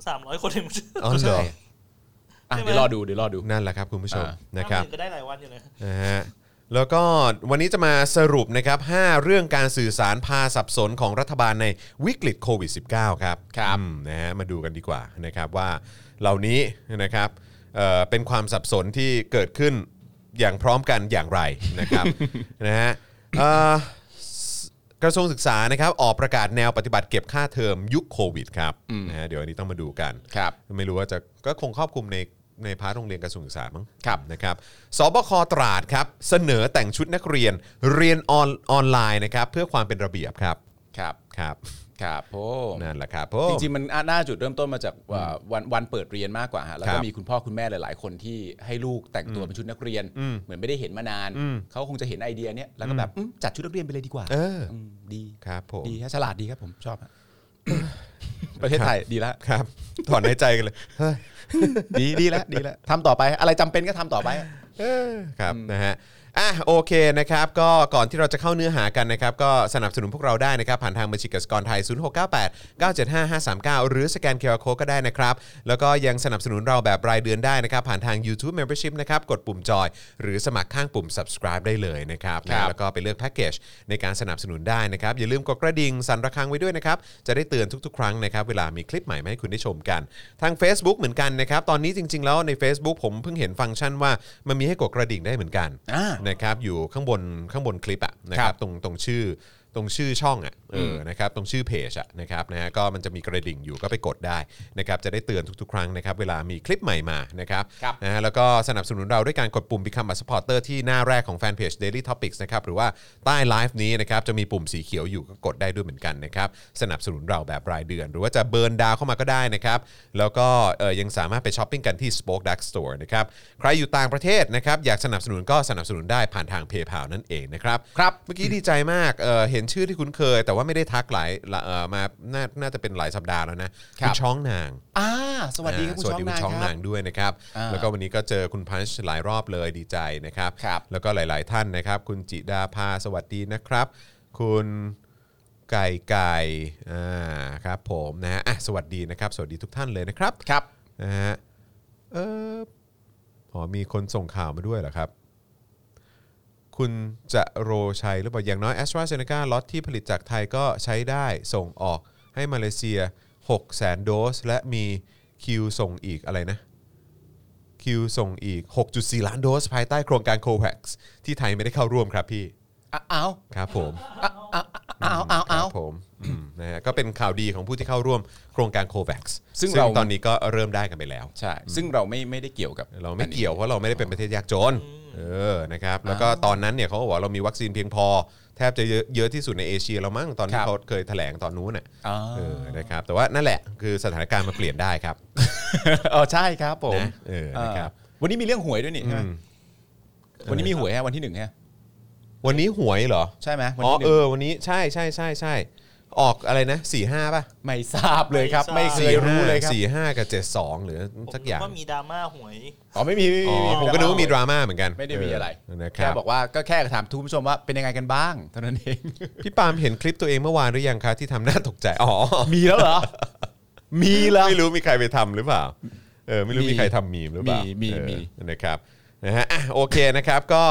[SPEAKER 4] สามร้อยคนเอง
[SPEAKER 2] อ๋อเหรอ
[SPEAKER 5] อ่ะ
[SPEAKER 4] ใช่ไหม
[SPEAKER 5] เดี๋ยวรอดูเดี๋ยวรอดู
[SPEAKER 2] นั่นแหละครับคุณผู้ชม
[SPEAKER 5] อ่า
[SPEAKER 2] นะครับ
[SPEAKER 4] ห้าหมื่ก็ได้หลายวันอยู่นะ
[SPEAKER 2] นะฮะแล้วก็วันนี้จะมาสรุปนะครับ 5 เรื่องการสื่อสารพาสับสนของรัฐบาลในวิกฤตโควิด -19 ครับ
[SPEAKER 5] ครับ
[SPEAKER 2] อืมนะฮะมาดูกันดีกว่านะครับว่าเหล่านี้นะครับเอ่อเป็นความสับสนที่เกิดขึ้นอย่างพร้อมกันอย่างไร นะครับ นะฮะเอ่อกระทรวงศึกษานะครับออกประกาศแนวปฏิบัติเก็บค่าเทอมยุคโควิดครับนะฮะเดี๋ยวอันนี้ต้องมาดูกัน
[SPEAKER 5] ครับ
[SPEAKER 2] ไม่รู้ว่าจะก็คงครอบคลุมในในพาร์ทโรงเรียนกระทรวงศึกษามั้ง
[SPEAKER 5] ครับ
[SPEAKER 2] นะครับสบคตราดครับ เสนอแต่งชุดนักเรียนเรียนออนออนไลน์นะครับ เพื่อความเป็นระเบียบครับ
[SPEAKER 5] ครับ
[SPEAKER 2] ครับ
[SPEAKER 5] ครับผม
[SPEAKER 2] นั่นแหละครับผม
[SPEAKER 5] จริงๆมันน่าจุดเริ่มต้นมาจากว่าวันวันเปิดเรียนมากกว่าฮะแล้ว
[SPEAKER 2] ค
[SPEAKER 5] ก็
[SPEAKER 2] รับ
[SPEAKER 5] มีคุณพ่อคุณแม่หลาย ๆ คนที่ให้ลูกแต่งตัวเป็นชุดนักเรียน เหมือนไม่ได้เห็นมานาน เขาคงจะเห็นไอเดียเนี้ยแล้วก็แบบอืมจัดชุดนักเรียนไปเลยดีกว่า
[SPEAKER 2] เอออื
[SPEAKER 5] มดี
[SPEAKER 2] ครับผม
[SPEAKER 5] ดีฮะฉลาดดีครับผมชอบฮ ะประเทศไทยดีแล้ว
[SPEAKER 2] ครับ ถอนหายใจกันเลยเฮ้ย
[SPEAKER 5] ดีดีแล้วดีแล้วทำต่อไป อะไรจำเป็นก็ทำต่อไป
[SPEAKER 2] เออครับนะฮะอ่ะโอเคนะครับ ก็ก่อนที่เราจะเข้าเนื้อหากันนะครับ ก็สนับสนุนพวกเราได้นะครับ ผ่านทางบัญชีกสกรไทย 0698 975 539 หรือสแกนเคอร์โคก็ได้นะครับ แล้วก็ยังสนับสนุนเราแบบรายเดือนได้นะครับ ผ่านทาง YouTube Membership นะครับ กดปุ่มจอย หรือสมัครข้างปุ่ม subscribe ได้เลยนะครับ
[SPEAKER 5] ครับ
[SPEAKER 2] นะแล้วก็ไปเลือกแพ็กเกจในการสนับสนุนได้นะครับ อย่าลืมกดกระดิ่งสั่นระฆังไว้ด้วยนะครับ จะได้เตือนทุกๆ ครั้งนะครับ เวลามีคลิปใหม่มาให้คุณได้ชมกัน ทาง Facebook เหมือนกันนะครับ ตอนนี้จริง ๆ แล้วใน Facebook ผมเพิ่งเห็นฟังก์ชันว่ามันมีให้กดกระดิ่งได้เหมือนกัน
[SPEAKER 5] อ่า
[SPEAKER 2] นะครับอยู่ข้างบนข้างบนคลิปอะนะครับตรงตรงชื่อต รงชื่อช่องอ่ะเออ
[SPEAKER 5] ม
[SPEAKER 2] นะครับตรงชื่อเพจอ่ะนะครับนะฮะก็มันจะมีกระดิ่งอยู่ก็ไปกดได้นะครับจะได้เตือนทุกๆ ครั้งนะครับเวลามีคลิปใหม่มานะครับ
[SPEAKER 3] ครับ
[SPEAKER 2] นะฮะแล้วก็สนับสนุนเราด้วยการกดปุ่ม Become a supporter ที่หน้าแรกของแฟนเพจ Daily Topics นะครับหรือว่าใต้ไลฟ์นี้นะครับจะมีปุ่มสีเขียวอยู่ก็กดได้ด้วยเหมือนกันนะครับสนับสนุนเราแบบรายเดือน หรือว่าจะเบิร์นดาวเข้ามาก็ได้นะครับแล้วก็เอ่อยังสามารถไปช้อปปิ้งกันที่ Spoke Dark Store นะครับใครอยู่ต่างประเทศนะครับอยากสนับสนุนก็สนับสนุนได้ผ่านทางเพย์พานั่นเองนะครับ
[SPEAKER 3] ครับ
[SPEAKER 2] เมื่อกี้ดีใจมากเอ่อเห็นชื่อที่คุ้นเคย แต่ว่าไม่ได้ทักหลายละเอ่อมาน่าน่าจะเป็นหลายสัปดาห์แล้วนะ
[SPEAKER 3] ครั
[SPEAKER 2] คุณ
[SPEAKER 3] บ
[SPEAKER 2] ช้องนาง
[SPEAKER 3] อ่าสวัสดีครับคุณช่อง
[SPEAKER 2] อ่าสวัสดีคุณช่อ
[SPEAKER 3] นางคน
[SPEAKER 2] งาง
[SPEAKER 3] รับ
[SPEAKER 2] ด้วยนะครับ
[SPEAKER 3] อ่า
[SPEAKER 2] แล้วก็วันนี้ก็เจอคุณพันช์หลายรอบเลยดีใจนะครับ
[SPEAKER 3] ครับ
[SPEAKER 2] แล้วก็หลาย ๆ ท่านนะครับ คุณจิดาภาสวัสดีนะครับ คุณไก่ไก่อ่าครับผมนะฮะอ่ะสวัสดีนะครับ สวัสดีทุกท่านเลยนะครับ
[SPEAKER 3] ครับ
[SPEAKER 2] นะฮะเออพอมีคนส่งข่าวมาด้วยเหรอครับ คุณจะโรชัยหรือเปล่าอย่างน้อยแอสตราเซเนกาล็อตที่ผลิตจากไทยก็ใช้ได้ส่งออกให้มาเลเซีย 6 0แสนโดส และมีคิวส่งอีกอะไรนะคิวส่งอีก 6.4 ล้านโดส ภายใต้โครงการโควัคที่ไทยไม่ได้เข้าร่วมครับพี่
[SPEAKER 3] อ่ะเอา
[SPEAKER 2] ครับผม
[SPEAKER 3] เอาเอา
[SPEAKER 2] ค
[SPEAKER 3] เอา
[SPEAKER 2] รับผมอืมนะฮะก็เป็นข่าวดีของผู้ที่เข้าร่วมโครงการโควัค
[SPEAKER 5] ซึ่งเรา
[SPEAKER 2] ตอนนี้ก็เริ่มได้กันไปแล้ว
[SPEAKER 5] ใช่ ซึ่งเราไม่ไม่ได้เกี่ยวกับ
[SPEAKER 2] เราไม่
[SPEAKER 5] อันนี้
[SPEAKER 2] เกี่ยวเพราะเราไม่ได้เป็นประเทศยากจน เออ นะครับ แล้วก็ตอนนั้นเนี่ยเขาก็บอกว่าเรามีวัคซีนเพียงพอ แทบจะเยอะเยอะที่สุดในเอเชียเรามั้งตอน
[SPEAKER 5] ค
[SPEAKER 2] ที่
[SPEAKER 5] รับ
[SPEAKER 2] เขาเคยแถลงตอนนู้นน่ะ
[SPEAKER 5] อ่า
[SPEAKER 2] เออ นะครับ แต่ว่านั่นแหละคือสถานการณ์มันเปลี่ยนได้ครับ
[SPEAKER 5] เออใช่ครับผม
[SPEAKER 2] นะเออ นะครับ
[SPEAKER 5] อ่าวันนี้มีเรื่องหวยด้วยนี่ใช่ไหม
[SPEAKER 2] อืม
[SPEAKER 5] วันนี้มีหวยฮะวันที่หนึ่งฮะ
[SPEAKER 2] วันนี้หวยเหรอ
[SPEAKER 5] ใช่ไหมวัน
[SPEAKER 2] อ๋อ
[SPEAKER 5] ที่หนึ่ง
[SPEAKER 2] เออ วันนี้ใช่ใช่ใช่ใช่ ออกอะไรนะสี่ห้าป่ะ
[SPEAKER 5] ไม่ทราบเลยครับ ไม่เคย
[SPEAKER 2] 45
[SPEAKER 5] รู้เลยครับ
[SPEAKER 2] สี่ห้ากับเจ็ดสองหรือสักอย่าง
[SPEAKER 4] ผมนึว่ามีดราม่าหวย
[SPEAKER 5] อ๋อไม่มีไ
[SPEAKER 2] อ๋อ ผมก็นึกว่ามีดราม่าเหมือนกัน
[SPEAKER 5] ไม่ได้มีอะไร
[SPEAKER 2] เนะค
[SPEAKER 5] แค่
[SPEAKER 2] รับ
[SPEAKER 5] บอกว่าก็แค่ถามทุกผู้ชมว่าเป็นยังไงกันบ้างเท่านั้นเอง
[SPEAKER 2] พี่ปาล์มเห็นคลิปตัวเองเมื่อวานหรือยังคะที่ทำหน้าตกใจ อ๋อ
[SPEAKER 5] มีแล้วเหรอ มีแล้ว
[SPEAKER 2] ไม่รู้มีใครไปทำหรือเปล่า เออไม่รู้
[SPEAKER 5] มี
[SPEAKER 2] มีใครทำมีมหรือเปล่า
[SPEAKER 5] มีมี
[SPEAKER 2] มี
[SPEAKER 5] มี
[SPEAKER 2] นะครับนะฮะอ่ะโอเคนะครับก็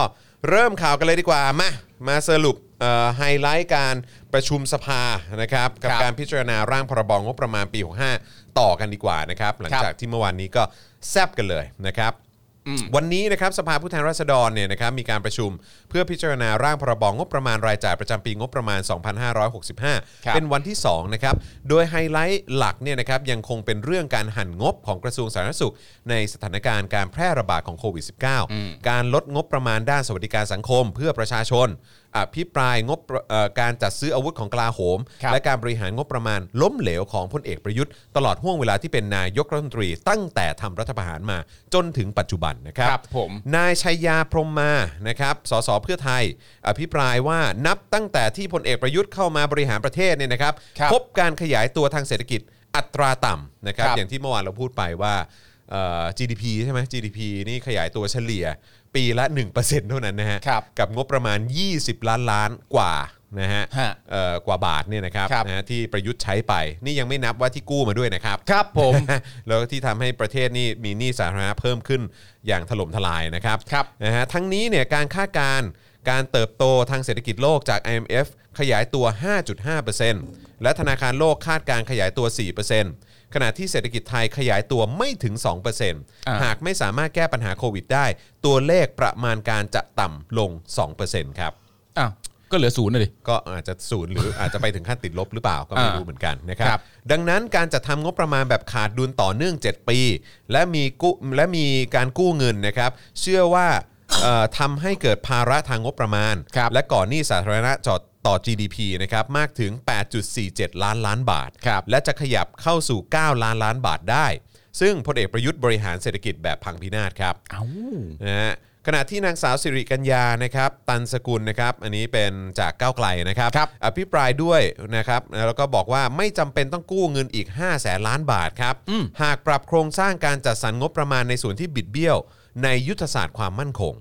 [SPEAKER 2] เริ่มข่าวกันเลยดีกว่ามามาสรุปเอ่อไฮไลท์การประชุมสภานะครับกับการพิจารณาร่างพรบงบประมาณปี 65 ต่อกันดีกว่านะครับ หลังจากที่เมื่อวานนี้ก็แซบกันเลยนะครับ วันนี้นะครับสภาผู้แทนราษฎรเนี่ยนะครับมีการประชุมเพื่อพิจารณาร่างพรบงบประมาณรายจ่ายประจำปีงบประมาณ
[SPEAKER 5] ครั
[SPEAKER 2] 2565
[SPEAKER 5] บ
[SPEAKER 2] เป็นวันที่2นะครับโดยไฮไลท์หลักเนี่ยนะครับยังคงเป็นเรื่องการหั่นงบของกระทรวงสาธารณสุข ในสถานการณ์การแพร่ระบาดของโควิด -19 การลดงบประมาณด้านสวัสดิการสังคมเพื่อประชาชนอภิปรายงบประเอ่อการจัดซื้ออาวุธของกลาโหม
[SPEAKER 5] ครับ
[SPEAKER 2] และการบริหารงบประมาณล้มเหลวของพลเอกประยุทธ์ ตลอดห่วงเวลาที่เป็นนายกรัฐมนตรีตั้งแต่ทำรัฐประหารมาจนถึงปัจจุบันนะครับ
[SPEAKER 5] ครับผม
[SPEAKER 2] นายชัยยาพรหมมานะครับ สสเพื่อไทย อภิปรายว่านับตั้งแต่ที่พลเอกประยุทธ์เข้ามาบริหารประเทศเนี่ยนะครับ
[SPEAKER 5] ครับ
[SPEAKER 2] พบการขยายตัวทางเศรษฐกิจอัตราต่ำนะครับ
[SPEAKER 5] ครับ
[SPEAKER 2] อย่างที่เมื่อวานเราพูดไปว่าเอ่อ GDP ใช่ไหม GDP นี่ขยายตัวเฉลี่ยปีละ 1%เท่านั้นนะฮะ
[SPEAKER 5] ครับ
[SPEAKER 2] กับงบประมาณ 20 ล้านล้านกว่านะฮะ
[SPEAKER 5] ฮะ
[SPEAKER 2] เอ่อกว่าบาทเนี่ยนะครับ
[SPEAKER 5] ครับ
[SPEAKER 2] นะฮะที่ประยุทธ์ใช้ไป นี่ยังไม่นับว่าที่กู้มาด้วยนะครับ
[SPEAKER 5] ครับผม
[SPEAKER 2] แล้วก็ที่ทำให้ประเทศนี่มีหนี้สาธารณะเพิ่มขึ้นอย่างถล่มทลายนะครับ
[SPEAKER 5] ครับ
[SPEAKER 2] นะฮะทั้งนี้เนี่ยการคาดการณ์การเติบโตทางเศรษฐกิจโลกจาก IMF ขยายตัว 5.5%และธนาคารโลกคาดการณ์ขยายตัว 4%ขณะที่เศรษฐกิจไทยขยายตัวไม่ถึง 2%หากไม่สามารถแก้ปัญหาโควิดได้ ตัวเลขประมาณการจะต่ำลง 2%ครับ
[SPEAKER 5] อ้าวก็เหลือศูนย์เลย
[SPEAKER 2] ก็อาจจะศูนย์หรือ อาจจะไปถึงขั้นติดลบหรือเปล่าก็ไม่
[SPEAKER 5] อ่า
[SPEAKER 2] รู้เหมือนกันนะครับ
[SPEAKER 5] ครับ
[SPEAKER 2] ดังนั้นการจัดทำงบประมาณแบบขาดดุลต่อเนื่อง 7 ปี และมีกู้และมีการกู้เงินนะครับ เชื่อว่าเอ่อทำให้เกิดภาระทางงบประมาณ
[SPEAKER 5] ครับ
[SPEAKER 2] และก่อนหนี้สาธารณะจอดต่อ GDP นะครับมากถึง 8.47 ล้านล้านบาท และจะขยับเข้าสู่ 9 ล้านล้านบาทได้ ซึ่งพลเอกประยุทธ์บริหารเศรษฐกิจแบบพังพินาศครับ
[SPEAKER 5] เอ้า
[SPEAKER 2] นะฮะขณะที่นางสาวสิริกัญญานะครับตันสกุลนะครับอันนี้เป็นจากก้าวไกลนะครับ
[SPEAKER 5] ครับ
[SPEAKER 2] อภิปรายด้วยนะครับแล้วก็บอกว่าไม่จำเป็นต้องกู้เงินอีก 5 0 0แสนล้านบาทครับ หากปรับโครงสร้างการจัดสรรงบประมาณในส่วนที่บิดเบี้ยว ในยุทธศาสตร์ความมั่นคง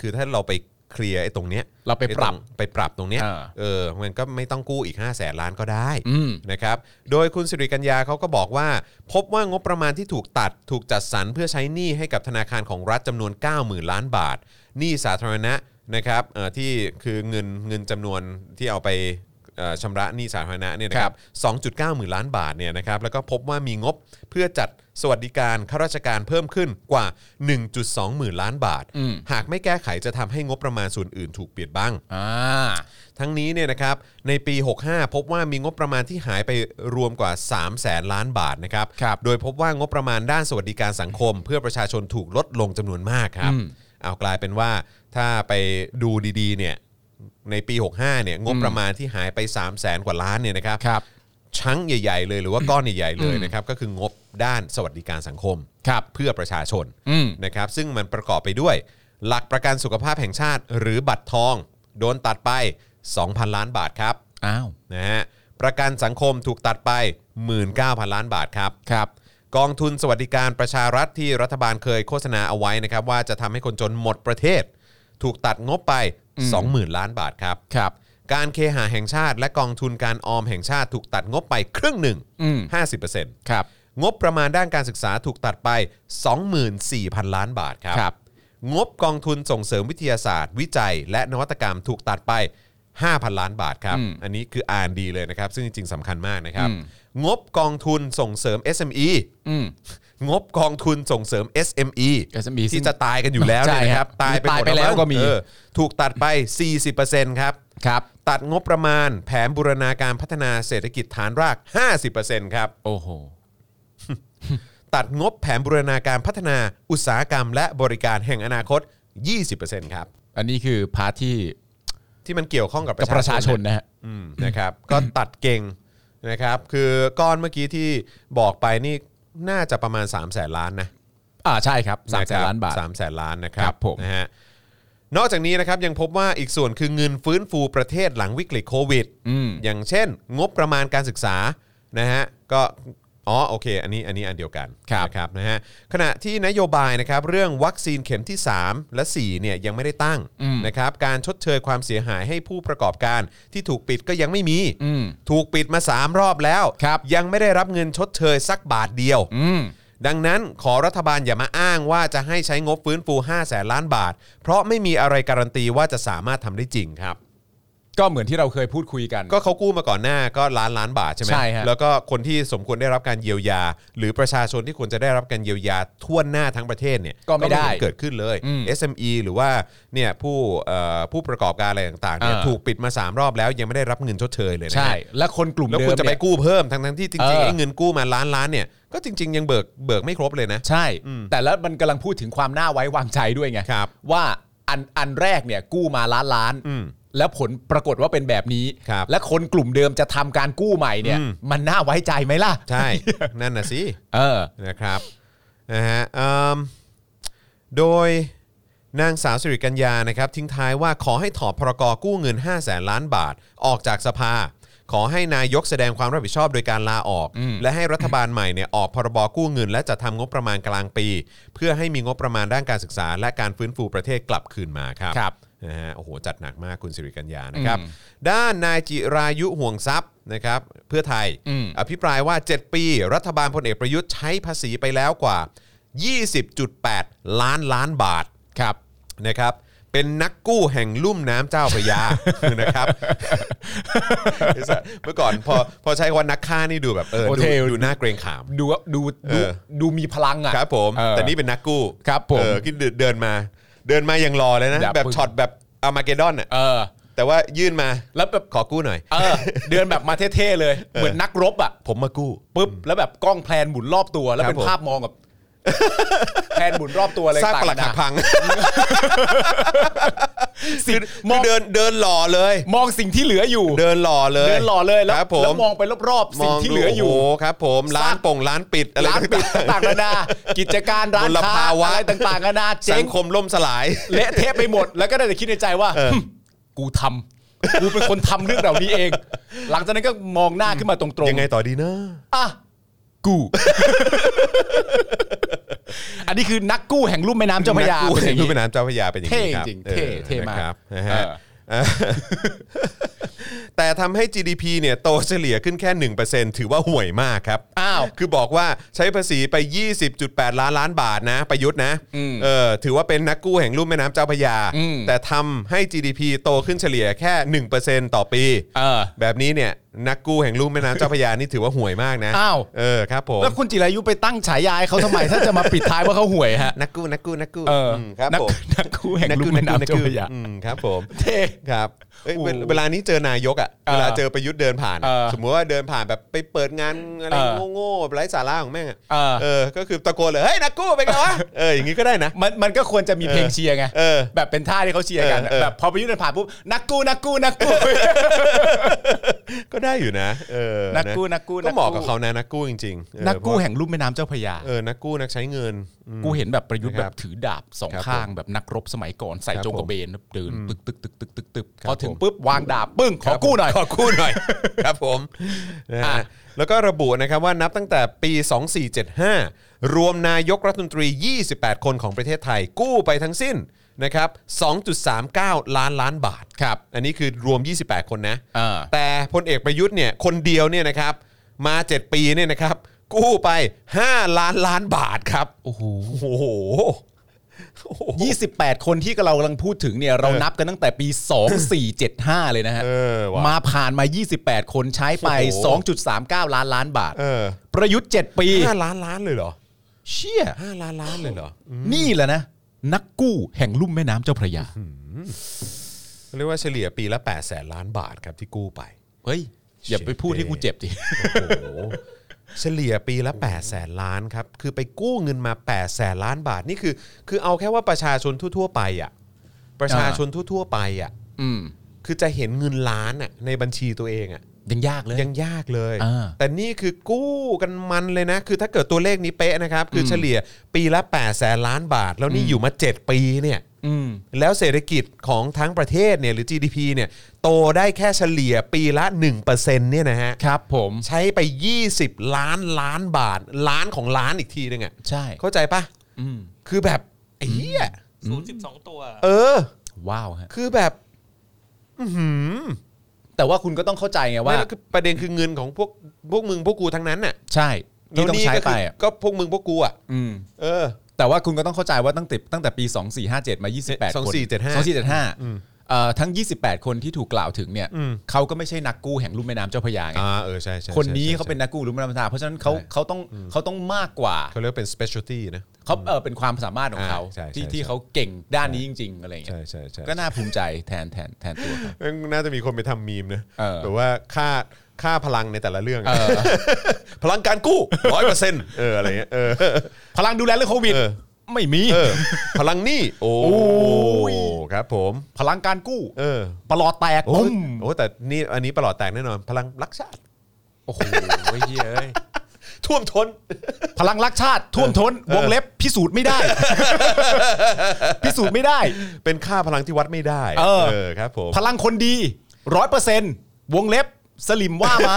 [SPEAKER 2] คือถ้าเราไปเคลียร์ไอ้ตรงเนี้ย
[SPEAKER 5] เราไปปรับ
[SPEAKER 2] อ้ตงไปปรับตรงเนี้ย
[SPEAKER 5] อ่า
[SPEAKER 2] เออมันก็ไม่ต้องกู้อีก 5 0 0แสนล้านก็ได้
[SPEAKER 5] อืม
[SPEAKER 2] นะครับโดยคุณสิริกัญญาเขาก็บอกว่า พบว่างบประมาณที่ถูกตัดถูกจัดสรรเพื่อใช้หนี้ให้กับธนาคารของรัฐจำนวน 90,000 ล้านบาทหนี้สาธารณะนะครับเอ่อที่คือเงินเงินจำนวนที่เอาไป เอ่อชำระหนี้สาธารณะเนี่ยนะครับ2.9หมื่นล้านบาทเนี่ยนะครับแล้วก็พบว่ามีงบเพื่อจัดสวัสดิการข้าราชการเพิ่มขึ้นกว่า 1.2หมื่นล้านบาท หากไม่แก้ไขจะทำให้งบประมาณส่วนอื่นถูกเบียดบัง
[SPEAKER 5] อ่า
[SPEAKER 2] ทั้งนี้เนี่ยนะครับในปี 65 พบว่ามีงบประมาณที่หายไปรวมกว่า 3 แสนล้านบาทนะครับ
[SPEAKER 5] ครับ
[SPEAKER 2] โดยพบว่างบประมาณด้านสวัสดิการสังคม เพื่อประชาชนถูกลดลงจำนวนมากครับ
[SPEAKER 5] อืม
[SPEAKER 2] เอากลายเป็นว่าถ้าไปดูดีๆเนี่ยในปี 65เนี่ยงบประมาณที่หายไป 3 0 0แสนกว่าล้านเนี่ยนะครับ
[SPEAKER 5] ครับ
[SPEAKER 2] ชั้งใหญ่ ๆ เลยหรือว่าก้อนใหญ่ๆเลย
[SPEAKER 5] อืม
[SPEAKER 2] นะครับก็คืองบด้านสวัสดิการสังคม
[SPEAKER 5] ครับ
[SPEAKER 2] เพื่อประชาชน
[SPEAKER 5] อืม
[SPEAKER 2] นะครับซึ่งมันประกอบไปด้วย หลักประกันสุขภาพแห่งชาติ หรือบัตรทอง โดนตัดไป 2,000 ล้านบาทครับ
[SPEAKER 5] อ้าว
[SPEAKER 2] นะฮะประกันสังคมถูกตัดไป 19,000 ล้านบาทครับ
[SPEAKER 5] ครับ
[SPEAKER 2] กองทุนสวัสดิการประชารัฐที่รัฐบาลเคยโฆษณาเอาไว้นะครับ ว่าจะทำให้คนจนหมดประเทศ ถูกตัดงบไป 20,000 ล้านบาทครับ
[SPEAKER 5] ครับ
[SPEAKER 2] การเคหะแห่งชาติและกองทุนการออมแห่งชาติถูกตัดงบไปครึ่งหนึ่ง
[SPEAKER 5] อืม
[SPEAKER 2] 50%
[SPEAKER 5] ครับ
[SPEAKER 2] งบประมาณด้านการศึกษาถูกตัดไป 24,000 ล้านบาทครับ
[SPEAKER 5] ครับ
[SPEAKER 2] งบกองทุนส่งเสริมวิทยาศาสตร์ วิจัย และนวัตกรรมถูกตัดไป 5,000 ล้านบาทครับ
[SPEAKER 5] อืม
[SPEAKER 2] อันนี้คืออ่านดีเลยนะครับ ซึ่งจริงๆสำคัญมากนะครับ
[SPEAKER 5] อืม
[SPEAKER 2] งบกองทุนส่งเสริม SME
[SPEAKER 5] อืม
[SPEAKER 2] งบกองทุนส่งเสริม SME
[SPEAKER 5] SME
[SPEAKER 2] ที่จะตายกันอยู่แล้วเนี่ยนะครับ
[SPEAKER 5] ใช่
[SPEAKER 2] ตาย
[SPEAKER 5] ครับ
[SPEAKER 2] ไปหมด
[SPEAKER 5] ตายไปแล้ว
[SPEAKER 2] ง
[SPEAKER 5] ก็มี
[SPEAKER 2] เออถูกตัดไป 40%ครับ
[SPEAKER 5] ครับ
[SPEAKER 2] ตัดงบประมาณแผนบูรณาการพัฒนาเศรษฐกิจฐานราก 50%ครับ
[SPEAKER 5] โอ้โห
[SPEAKER 2] ตัดงบแผนบูรณาการพัฒนาอุตสาหกรรม และบริการแห่งอนาคต 20%ครับ
[SPEAKER 5] อันนี้คือพาร์ทที่
[SPEAKER 2] ที่มันเกี่ยวข้องกับ
[SPEAKER 5] กับประชาชนนะฮะ
[SPEAKER 2] อืมนะครับ ก็ตัดเก่งนะครับ คือก้อนเมื่อกี้ที่บอกไปนี่น่าจะประมาณ 3 0 0แสนล้านนะ
[SPEAKER 5] อ่า ใช่ครับสามแสนล้านบาท
[SPEAKER 2] สามแสนล้านนะครั
[SPEAKER 5] ครับผม
[SPEAKER 2] นะฮะนอกจากนี้นะครับยังพบว่าอีกส่วนคือเงินฟื้นฟูประเทศหลังวิกฤตโควิด
[SPEAKER 5] อืม
[SPEAKER 2] อย่างเช่น งบประมาณการศึกษานะฮะก็อ๋อโอเค อันนี้อันนี้อันเดียวกัน
[SPEAKER 5] ครับ
[SPEAKER 2] นะครับนะฮะขณะที่นโยบายนะครับเรื่องวัคซีนเข็มที่ 3 และ4เนี่ยยังไม่ได้ตั้ง
[SPEAKER 5] อืม
[SPEAKER 2] นะครับการชดเชยความเสียหายให้ผู้ประกอบการที่ถูกปิดก็ยังไม่มี
[SPEAKER 5] อืม
[SPEAKER 2] ถูกปิดมา 3 รอบแล้ว
[SPEAKER 5] ครับ
[SPEAKER 2] ยังไม่ได้รับเงินชดเชยสักบาทเดียว
[SPEAKER 5] อืม
[SPEAKER 2] ดังนั้นขอรัฐบาลอย่ามาอ้างว่าจะให้ใช้งบฟื้นฟู5แสนล้านบาท เพราะไม่มีอะไรการันตีว่าจะสามารถทำได้จริงครับ
[SPEAKER 5] ก็เหมือนที่เราเคยพูดคุยกัน
[SPEAKER 2] ก็เขากู้มาก่อนหน้าก็ล้านล้านบาทใช่ไหม
[SPEAKER 5] ใช่ฮะ
[SPEAKER 2] แล้วก็คนที่สมควรได้รับการเยียวยา หรือประชาชนที่ควรจะได้รับการเยียวยาทั่วหน้าทั้งประเทศเนี่ย
[SPEAKER 5] ก็ไม่ได้
[SPEAKER 2] เห็นเกิดขึ้นเลย
[SPEAKER 5] อืม
[SPEAKER 2] SME หรือว่าเนี่ยผู้เอ่อผู้ประกอบการอะไรต่างๆเนี่ย
[SPEAKER 5] อ่า
[SPEAKER 2] ถูกปิดมา 3 รอบแล้วยังไม่ได้รับเงินชดเชยเลยนะ
[SPEAKER 5] ใช่
[SPEAKER 2] ฮะ
[SPEAKER 5] และคนกลุ่ม
[SPEAKER 2] แล้ว
[SPEAKER 5] เดิม
[SPEAKER 2] คุณจะไป
[SPEAKER 5] เนี่ย
[SPEAKER 2] กู้เพิ่มทั้งๆที่จ
[SPEAKER 5] เอ
[SPEAKER 2] ริงๆ
[SPEAKER 5] อ
[SPEAKER 2] ไอ้เงินกู้มาล้านล้านเนี่ยก็จริง ๆ ยังเบิกเบิกไม่ครบเลยนะ
[SPEAKER 5] ใช่ แต่แล้วมันกำลังพูดถึงความน่าไว้วางใจด้วยไง
[SPEAKER 2] ครับ
[SPEAKER 5] ว่าอันอันแรกเนี่ยกู้มาล้านล้าน
[SPEAKER 2] อืม
[SPEAKER 5] แล้วผลปรากฏว่าเป็นแบบนี้
[SPEAKER 2] ครับ
[SPEAKER 5] และคนกลุ่มเดิมจะทำการกู้ใหม่เนี่ย
[SPEAKER 2] อืม
[SPEAKER 5] มันน่าไว้ใจไหมล่ะ
[SPEAKER 2] ใช่ นั่นน่ะสิ
[SPEAKER 5] เออ
[SPEAKER 2] นะครับนะฮะเอิ่มโดยนางสาวสิริกัญญานะครับทิ้งท้ายว่าขอให้ถอดพรกกู้เงิน 5 0 0แสนล้านบาทออกจากสภา ขอให้นายกแสดงความรับผิดชอบโดยการลาออก และให้รัฐบาลใหม่เนี่ยออกพรบกู้เงิน และจะทำงบประมาณกลางปี เพื่อให้มีงบประมาณด้านการศึกษา และการฟื้นฟูประเทศกลับคืนมาครับ
[SPEAKER 5] ครับ
[SPEAKER 2] นะฮะโอ้โห จัดหนักมากคุณสิริกัญญานะครับ ด้านนายจิรายุห่วงทรัพย์นะครับเพื่อไทย
[SPEAKER 5] อืม
[SPEAKER 2] อภิปรายว่า 7 ปี รัฐบาลพลเอกประยุทธ์ใช้ภาษีไปแล้วกว่า 20.8 ล้านล้านบาท
[SPEAKER 5] ครับ
[SPEAKER 2] นะครับ เป็นนักกู้แห่งลุ่มน้ำเจ้าพระยา นะครับไอ้สัสเมื่อก่อนพอพอใช้คำว่านักฆ่านี่ดูแบบเออ
[SPEAKER 5] โอ
[SPEAKER 2] ดู
[SPEAKER 5] เค
[SPEAKER 2] ดูน่าเกรงขาม
[SPEAKER 5] ดูดู
[SPEAKER 2] เอ
[SPEAKER 5] ดู
[SPEAKER 2] อ
[SPEAKER 5] ดูมีพลังอ่ะ
[SPEAKER 2] ครับผม
[SPEAKER 5] เออ
[SPEAKER 2] แต่นี่เป็นนักกู้
[SPEAKER 5] ครับผม
[SPEAKER 2] เออคิดเดินมา เดินมาอย่างรอเลยนะ
[SPEAKER 5] อย่า
[SPEAKER 2] แบบ
[SPEAKER 5] พึ่ง
[SPEAKER 2] ช็อตแบบอามาเกดอนอ่ะ
[SPEAKER 5] เออ
[SPEAKER 2] แต่ว่ายื่นมา
[SPEAKER 5] แล้วแบบ
[SPEAKER 2] ขอกู้หน่อย
[SPEAKER 5] เออ เดินแบบมาเท่ๆเลย เหมือนนักรบอ่ะ
[SPEAKER 2] ผมมากู้
[SPEAKER 5] ปุ๊บแล้วแบบกล้องแพลนหมุนรอบตัวแล้ว
[SPEAKER 2] ครับ
[SPEAKER 5] เป็น
[SPEAKER 2] ผม
[SPEAKER 5] ภาพมองกับ แพลนหมุนรอบตัวเลย
[SPEAKER 2] สร้าง
[SPEAKER 5] ต่
[SPEAKER 2] ปลัก
[SPEAKER 5] ๆน
[SPEAKER 2] หักพัง
[SPEAKER 5] สิ่งม
[SPEAKER 2] คือ อง เดินเดินหล่อเลย
[SPEAKER 5] มองสิ่งที่เหลืออยู่
[SPEAKER 2] เดินหล่อเลย
[SPEAKER 5] เดินหล่อเลยแล้ว
[SPEAKER 2] ครับผ
[SPEAKER 5] แล้ว
[SPEAKER 2] ม
[SPEAKER 5] มองไปรอบๆสิ่งที่เหลืออ
[SPEAKER 2] ม
[SPEAKER 5] ยู่
[SPEAKER 2] งดูโโครับผม ร้านป่งร้านปิดอะไร
[SPEAKER 5] ร้านปิด
[SPEAKER 2] ต่า
[SPEAKER 5] ต่าง งๆนานากิจการร้าน
[SPEAKER 2] มล
[SPEAKER 5] ค้า
[SPEAKER 2] ภาวะ
[SPEAKER 5] อะไรต่างๆนานา
[SPEAKER 2] ๆ
[SPEAKER 5] เจ๊
[SPEAKER 2] สัง
[SPEAKER 5] ง
[SPEAKER 2] คมล่มสลาย
[SPEAKER 5] เละเทะไปหมด แล้วก็ได้แต่คิดในใจว่า
[SPEAKER 2] เออ
[SPEAKER 5] หึ่มกูทำกูเป็นคนทำเรื่องเหล่านี้เอง หลังจากนั้นก็มองหน้าขึ้นมาตรงๆ
[SPEAKER 2] ยังไงต่อดีนะ
[SPEAKER 5] อ่ะกู อันนี้คือนักกู้แห่งลุ่มแม่น้ำเจ้าพระยา
[SPEAKER 2] นักกู้
[SPEAKER 5] เป็นอ
[SPEAKER 2] แห่
[SPEAKER 5] ย่าง งนี้
[SPEAKER 2] ลุ่มแม่น้ำเจ้าพระยาเป็นอย่างนี้
[SPEAKER 5] เท่
[SPEAKER 2] ครับ
[SPEAKER 5] จริง
[SPEAKER 2] ออ
[SPEAKER 5] เท่เท่มาก
[SPEAKER 2] นะครับนะฮะ
[SPEAKER 5] เออ
[SPEAKER 2] แต่ทำให้ GDP เนี่ยโตเฉลี่ยขึ้นแค่ 1%ถือว่าห่วยมากครับ
[SPEAKER 3] อ้าว
[SPEAKER 2] คือบอกว่าใช้ภาษีไป 20.8 ล้านล้านบาทนะ ประยุทธ์นะ
[SPEAKER 5] อืม
[SPEAKER 2] เออถือว่าเป็นนักกู้แห่งลุ่มแม่น้ำเจ้าพระยา
[SPEAKER 5] อืม
[SPEAKER 2] แต่ทำให้ GDP โตขึ้นเฉลี่ยแค่ 1%ต่อปี
[SPEAKER 5] เออ
[SPEAKER 2] แบบนี้เนี่ยนักกู้แห่งลุ่มแม่น้ำเจ้าพระยานี่ถือว่าห่วยมากนะ
[SPEAKER 3] อ้าว
[SPEAKER 2] เออครับผม
[SPEAKER 3] แล้วคุณจิรายุไปตั้งฉายาให้เขาทำไม ถ้าจะมาปิดท้ายว่าเขาห่วยฮะ
[SPEAKER 2] นักกู้นักกู้นักกู้
[SPEAKER 5] เออ
[SPEAKER 2] มครับ
[SPEAKER 5] นัก
[SPEAKER 2] ผม
[SPEAKER 5] นักกู้แห่งลุ่มแม่น้ำเจ้าพระยา
[SPEAKER 2] อืมครับผม
[SPEAKER 3] เท่
[SPEAKER 2] ครับเอ้ยเวลาเวลานี้เจอนายกอ่ะ
[SPEAKER 5] เออ
[SPEAKER 2] เวลาเจอประยุทธ์เดินผ่านอะ
[SPEAKER 5] เออ
[SPEAKER 2] สมมติว่าเดินผ่านแบบไปเปิดงานอะไร
[SPEAKER 5] เออ
[SPEAKER 2] โง่ๆไร้สาระของแม่งอะ
[SPEAKER 5] เออ
[SPEAKER 2] เออ ก็คือตะโกนเลย เฮ้ย นักกู้เป็นไงวะ เออ อย่างงี้ก็ได้นะ
[SPEAKER 3] มันมันก็ควรจะมีเพลงเชียร์ไง
[SPEAKER 2] เออ
[SPEAKER 3] แบบเป็นท่าที่เขาเชียร์กันอะ
[SPEAKER 2] เออเออ
[SPEAKER 3] แบบพอประยุทธ์เดินผ่านปุ๊บนักกู้นักกู้นักกู้
[SPEAKER 2] ก็ได้อยู่นะ เออ
[SPEAKER 3] นักกู้
[SPEAKER 2] ะ
[SPEAKER 3] นักกู้
[SPEAKER 2] ก็เหมาะ
[SPEAKER 3] นั
[SPEAKER 2] กับเขานะ นักกู้จริงๆเออ
[SPEAKER 3] นักกู้
[SPEAKER 2] เพราะ
[SPEAKER 3] แห่งลุ่มแม่น้ำเจ้าพระยา
[SPEAKER 2] เออ นักกู้นักใช้เงินอืม
[SPEAKER 5] กูเห็นแบบประยุทธ์
[SPEAKER 2] นะ
[SPEAKER 5] แบ
[SPEAKER 2] ครับ
[SPEAKER 5] บถือดาบสอง
[SPEAKER 2] ครับ
[SPEAKER 5] ข้าง
[SPEAKER 2] ผม
[SPEAKER 5] แบบนักรบสมัยก่อนใส่
[SPEAKER 2] ครับ
[SPEAKER 5] จงก
[SPEAKER 2] ผม
[SPEAKER 5] ระเบนเดินตึกตึกตึกตึกตึกตึก
[SPEAKER 2] ครับ
[SPEAKER 5] พอถึง
[SPEAKER 2] ผม
[SPEAKER 5] ปุ๊บวางดาบปึ้งขอกู้หน่อย
[SPEAKER 2] ขอกู้หน่อย ครับผมนะฮะ
[SPEAKER 5] อ่ะ
[SPEAKER 2] แล้วก็ระบุนะครับว่านับตั้งแต่ปี 2475 รวมนายกรัฐมนตรี 28 คนของประเทศไทย กู้ไปทั้งสิ้นนะครับ 2.39 ล้านล้านบาท ครับ อันนี้คือรวม 28 คนนะ
[SPEAKER 5] อ่า
[SPEAKER 2] แต่พลเอกประยุทธ์เนี่ยคนเดียวเนี่ยนะครับ มา 7 ปีเนี่ยนะครับ กู้ไป 5 ล้านล้านบาทครับ โอ้โหโอ้โห
[SPEAKER 3] 28 คนที่เรากำลังพูดถึงเนี่ยเรานับกันตั้งแต่ปี 2475 เลยนะฮะ
[SPEAKER 2] เออว่ะ
[SPEAKER 3] มาผ่านมา 28 คนใช้ไป
[SPEAKER 2] โอ้โห
[SPEAKER 3] 2.39 ล้านล้านบาท
[SPEAKER 2] เออ
[SPEAKER 3] ประยุทธ์ 7 ปี
[SPEAKER 2] ห้าล้านล้านเลยเหรอ
[SPEAKER 3] เชี่ย
[SPEAKER 2] ห้าล้านล้านเลยเหรอ
[SPEAKER 3] นี่แหละนะ นักกู้แห่งลุ่มแม่น้ำเจ้าพระยา
[SPEAKER 2] เรียกว่าเฉลี่ยปีละ8ปดแสนล้านบาทครับที่กู้ไป
[SPEAKER 5] เฮ้ย อย่าไปพูดให้กูเจ็บดิ
[SPEAKER 2] โอ้โห เฉลี่ยปีละ8ปดแสนล้านครับ คือไปกู้เงินมา8ปดแสนล้านบาท นี่คือ คือเอาแค่ว่าประชาชนทั่ว ๆ ไปอ่ะประชาชนทั่ว ๆ ไปอ่ะ
[SPEAKER 5] อืม
[SPEAKER 2] คือจะเห็นเงินล้านอ่ะในบัญชีตัวเองอ่ะ
[SPEAKER 3] ยังยากเลย
[SPEAKER 2] ยังยากเลย
[SPEAKER 3] อ่า
[SPEAKER 2] แต่นี่คือกู้กันมันเลยนะ คือถ้าเกิดตัวเลขนี้เป๊ะนะครับ คือเฉลี่ยปีละ8ปดแสนล้านบาท แล้วนี่อยู่มา 7 ปีเนี่ย
[SPEAKER 5] อืม
[SPEAKER 2] แล้วเศรษฐกิจของทั้งประเทศเนี่ยหรือ GDP เนี่ยโตได้แค่เฉลี่ยปีละ 1%เนี่ยนะฮะ
[SPEAKER 5] ครับผม
[SPEAKER 2] ใช้ไป 20 ล้านล้านบาท ล้านของล้านอีกทีนึงอะ
[SPEAKER 3] ใช่
[SPEAKER 2] เข้าใจปะ
[SPEAKER 5] อืม
[SPEAKER 2] คือแบบไอ้เหี้ย
[SPEAKER 4] ศูนย์สิบสองตัว
[SPEAKER 2] เออ
[SPEAKER 3] ว้าวฮะ
[SPEAKER 2] คือแบบ
[SPEAKER 3] แต่ว่าคุณก็ต้องเข้าใจไง
[SPEAKER 2] ว่า
[SPEAKER 3] ว่า
[SPEAKER 2] คือประเด็นคือเงินของพวกพวกมึงพวกกูทั้งนั้นน่ะ
[SPEAKER 3] ใช่ที่
[SPEAKER 2] แล้ว
[SPEAKER 3] ต้อง
[SPEAKER 2] นี่
[SPEAKER 3] ใช้
[SPEAKER 2] ก็
[SPEAKER 3] ไป
[SPEAKER 2] คือ
[SPEAKER 3] อะ
[SPEAKER 2] ก็พวกมึงพวกกูอ่ะ
[SPEAKER 5] อืม
[SPEAKER 2] เออ
[SPEAKER 3] แต่ว่าคุณก็ต้องเข้าใจว่าตั้งแต่ตั้งแต่ปี 2457 มา 28 คน
[SPEAKER 2] 2475
[SPEAKER 3] 2475เอ่อทั้ง 28 คนที่ถูกกล่าวถึงเนี่ย
[SPEAKER 2] อืม
[SPEAKER 3] เขาก็ไม่ใช่นักกู้แห่งลุ่มแม่น้ำเจ้าพระยาไง
[SPEAKER 2] อ่าเออใช่ใช่ใช่
[SPEAKER 3] คนนี้
[SPEAKER 2] ใช่
[SPEAKER 3] เขาเป็น
[SPEAKER 2] ใช่
[SPEAKER 3] นักกู้หรือไม่นักพัฒนาเพราะฉะนั้นเขา
[SPEAKER 2] ใช่
[SPEAKER 3] เขาต้องเขาต้องมากกว่า
[SPEAKER 2] เขาเรียกว่าเป็น specialty นะ
[SPEAKER 3] เขาเออเป็นความสามารถของเขา
[SPEAKER 2] อ่าใช่ใช่
[SPEAKER 3] ที่
[SPEAKER 2] ใช่
[SPEAKER 3] ที่เขาเก่งด้านนี้จริง ๆ อะไรอย่างเงี้
[SPEAKER 2] ใช่
[SPEAKER 3] ย
[SPEAKER 2] ใช่ใช่
[SPEAKER 3] ก็น่าภูมิใจแทนแทนแทนตัวเขา
[SPEAKER 2] แม่งน่าจะมีคนไปทำมีมนะ
[SPEAKER 3] เออ
[SPEAKER 2] แต่ว่าค่าค่าพลังในแต่ละเรื่องอะ พลังการกู้ร้อยเปอร์เซ็นต์เอออะไรเงี้ยเออ
[SPEAKER 3] พลังดูแลเรื่องโควิด
[SPEAKER 2] เออ
[SPEAKER 3] ไม่มี
[SPEAKER 2] เออ พลังหนี้โอ้
[SPEAKER 3] ย
[SPEAKER 2] ครับผม
[SPEAKER 3] พลังการกู้
[SPEAKER 2] เออ
[SPEAKER 3] ประหลอดแตก
[SPEAKER 2] โอ้
[SPEAKER 3] ตุ้ม
[SPEAKER 2] โอ้แต่นี่อันนี้ประหลอดแตกแน่นอน พลังรักชาติ
[SPEAKER 3] โอ้โหเหี้ยเอ้ย
[SPEAKER 2] ท่วมท้น
[SPEAKER 3] พลังรักชาติท่วมท้นวงเล็บพิสูจน์ไม่ได้ พิสูจน์ไม่ได้
[SPEAKER 2] เป็นค่าพลังที่วัดไม่ได้
[SPEAKER 3] เออ
[SPEAKER 2] ครับผม
[SPEAKER 3] พลังคนดีร้อยเปอร์เซ็นต์วงเล็บสลิมว่ามา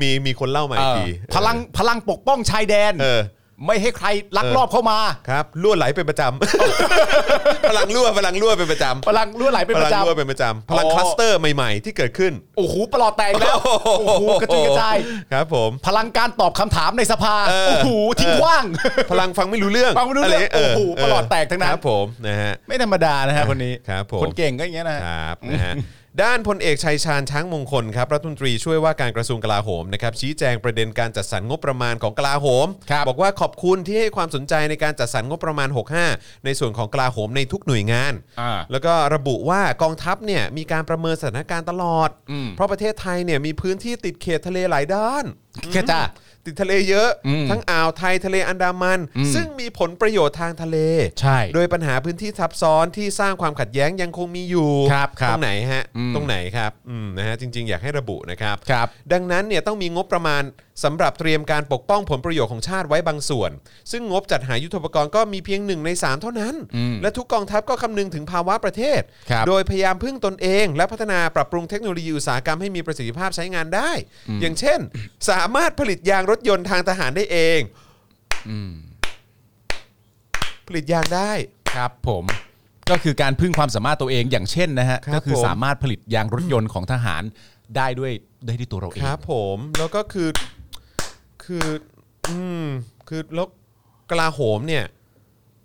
[SPEAKER 2] มีมีคนเล่ามาอีกที
[SPEAKER 3] พลังพลังปกป้องชายแดน
[SPEAKER 2] เออ
[SPEAKER 3] ไม่ให้ใครลัก
[SPEAKER 2] เออ
[SPEAKER 3] ลอบเข้ามา
[SPEAKER 2] ครับรั่วไหลเป็นประจำ พลังรั่วพลังรั่วเป็นประจำ
[SPEAKER 3] พลังรั่วไหลเป็น
[SPEAKER 2] พ
[SPEAKER 3] ป
[SPEAKER 2] ลัง
[SPEAKER 3] ระจำ
[SPEAKER 2] รั่วเป็นประจำพลัง
[SPEAKER 3] อ๋อ
[SPEAKER 2] คลัสเตอร์ใหม่ๆ ที่เกิดขึ้น
[SPEAKER 3] โอ้โหปลอดแตกแล้ว โอ้โหกระจุยกระจาย
[SPEAKER 2] ครับผม
[SPEAKER 3] พลังการตอบคำถามในสภา
[SPEAKER 2] เออ
[SPEAKER 3] โอ้โหทิ้งขว้าง
[SPEAKER 2] พลังฟังไม่รู้เรื่อง
[SPEAKER 3] ฟังไม่รู้เรื่อง
[SPEAKER 2] ะไเ
[SPEAKER 3] โอ้โหประหลอดแตกทั้งนั้น
[SPEAKER 2] ครับผมนะฮะ
[SPEAKER 3] ไม่ธรรมดานะฮะคนนี้
[SPEAKER 2] ครับผม
[SPEAKER 3] คนเก่งก็อย่างเงี้ยนะฮะ
[SPEAKER 2] ครับนะฮะด้านพลเอกชัยชาญช้างมงคลครับรัฐมนตรีช่วยว่าการกระทรวงกลาโหมนะครับชี้แจงประเด็นการจัดสรรงบประมาณของกลาโหม
[SPEAKER 3] ครับ
[SPEAKER 2] บอกว่าขอบคุณที่ให้ความสนใจในการจัดสรรงบประมาณ 65 ในส่วนของกลาโหมในทุกหน่วยงาน
[SPEAKER 5] อ่า
[SPEAKER 2] แล้วก็ระบุว่ากองทัพเนี่ยมีการประเมินสถานการณ์ตลอด เพราะประเทศไทยเนี่ยมีพื้นที่ติดเขตทะเลหลายด้าน
[SPEAKER 3] แค่จ้ะ
[SPEAKER 2] ติดทะเลเยอะ ทั้งอ่าวไทยทะเลอันดามัน ซึ่งมีผลประโยชน์ทางทะเล
[SPEAKER 3] ใช่
[SPEAKER 2] โดยปัญหาพื้นที่ทับซ้อนที่สร้างความขัดแย้งยังคงมีอยู่
[SPEAKER 3] ครับครั
[SPEAKER 2] ต
[SPEAKER 3] บ
[SPEAKER 2] รงไหนฮะตรงไหนครับอืมนะฮะจริง ๆ อยากให้ระบุนะครับ
[SPEAKER 3] ครับ
[SPEAKER 2] ดังนั้นเนี่ยต้องมีงบประมาณสำหรับเตรียมการปกป้องผลประโยชน์ของชาติไว้บางส่วน ซึ่งงบจัดหายุทโธปกรณ์ก็มีเพียงหนึ่งในสามเท่านั้น และทุกกองทัพก็คำนึงถึงภาวะประเทศ
[SPEAKER 3] ครับ
[SPEAKER 2] โดยพยายามพึ่งตนเอง และพัฒนาปรับปรุงเทคโนโลยีอุตสาหกรรมให้มีประสิทธิภาพใช้งานได้ อย่างเช่น สามารถผลิตยางรถยนต์ทางทหารได้เองผลิตยางได้
[SPEAKER 3] ครับผม ก็คือการพึ่งความสามารถตัวเองอย่างเช่นนะฮะ
[SPEAKER 2] ครับ
[SPEAKER 3] ก็คือ
[SPEAKER 2] ผม
[SPEAKER 3] สามารถผลิตยางรถยนต์ของทหารได้ด้วยได้ด้วยตัวเราเอ
[SPEAKER 2] ค
[SPEAKER 3] ง
[SPEAKER 2] รับผมแล้วก็คือคืออืมคือแล้วกลาโหมเนี่ย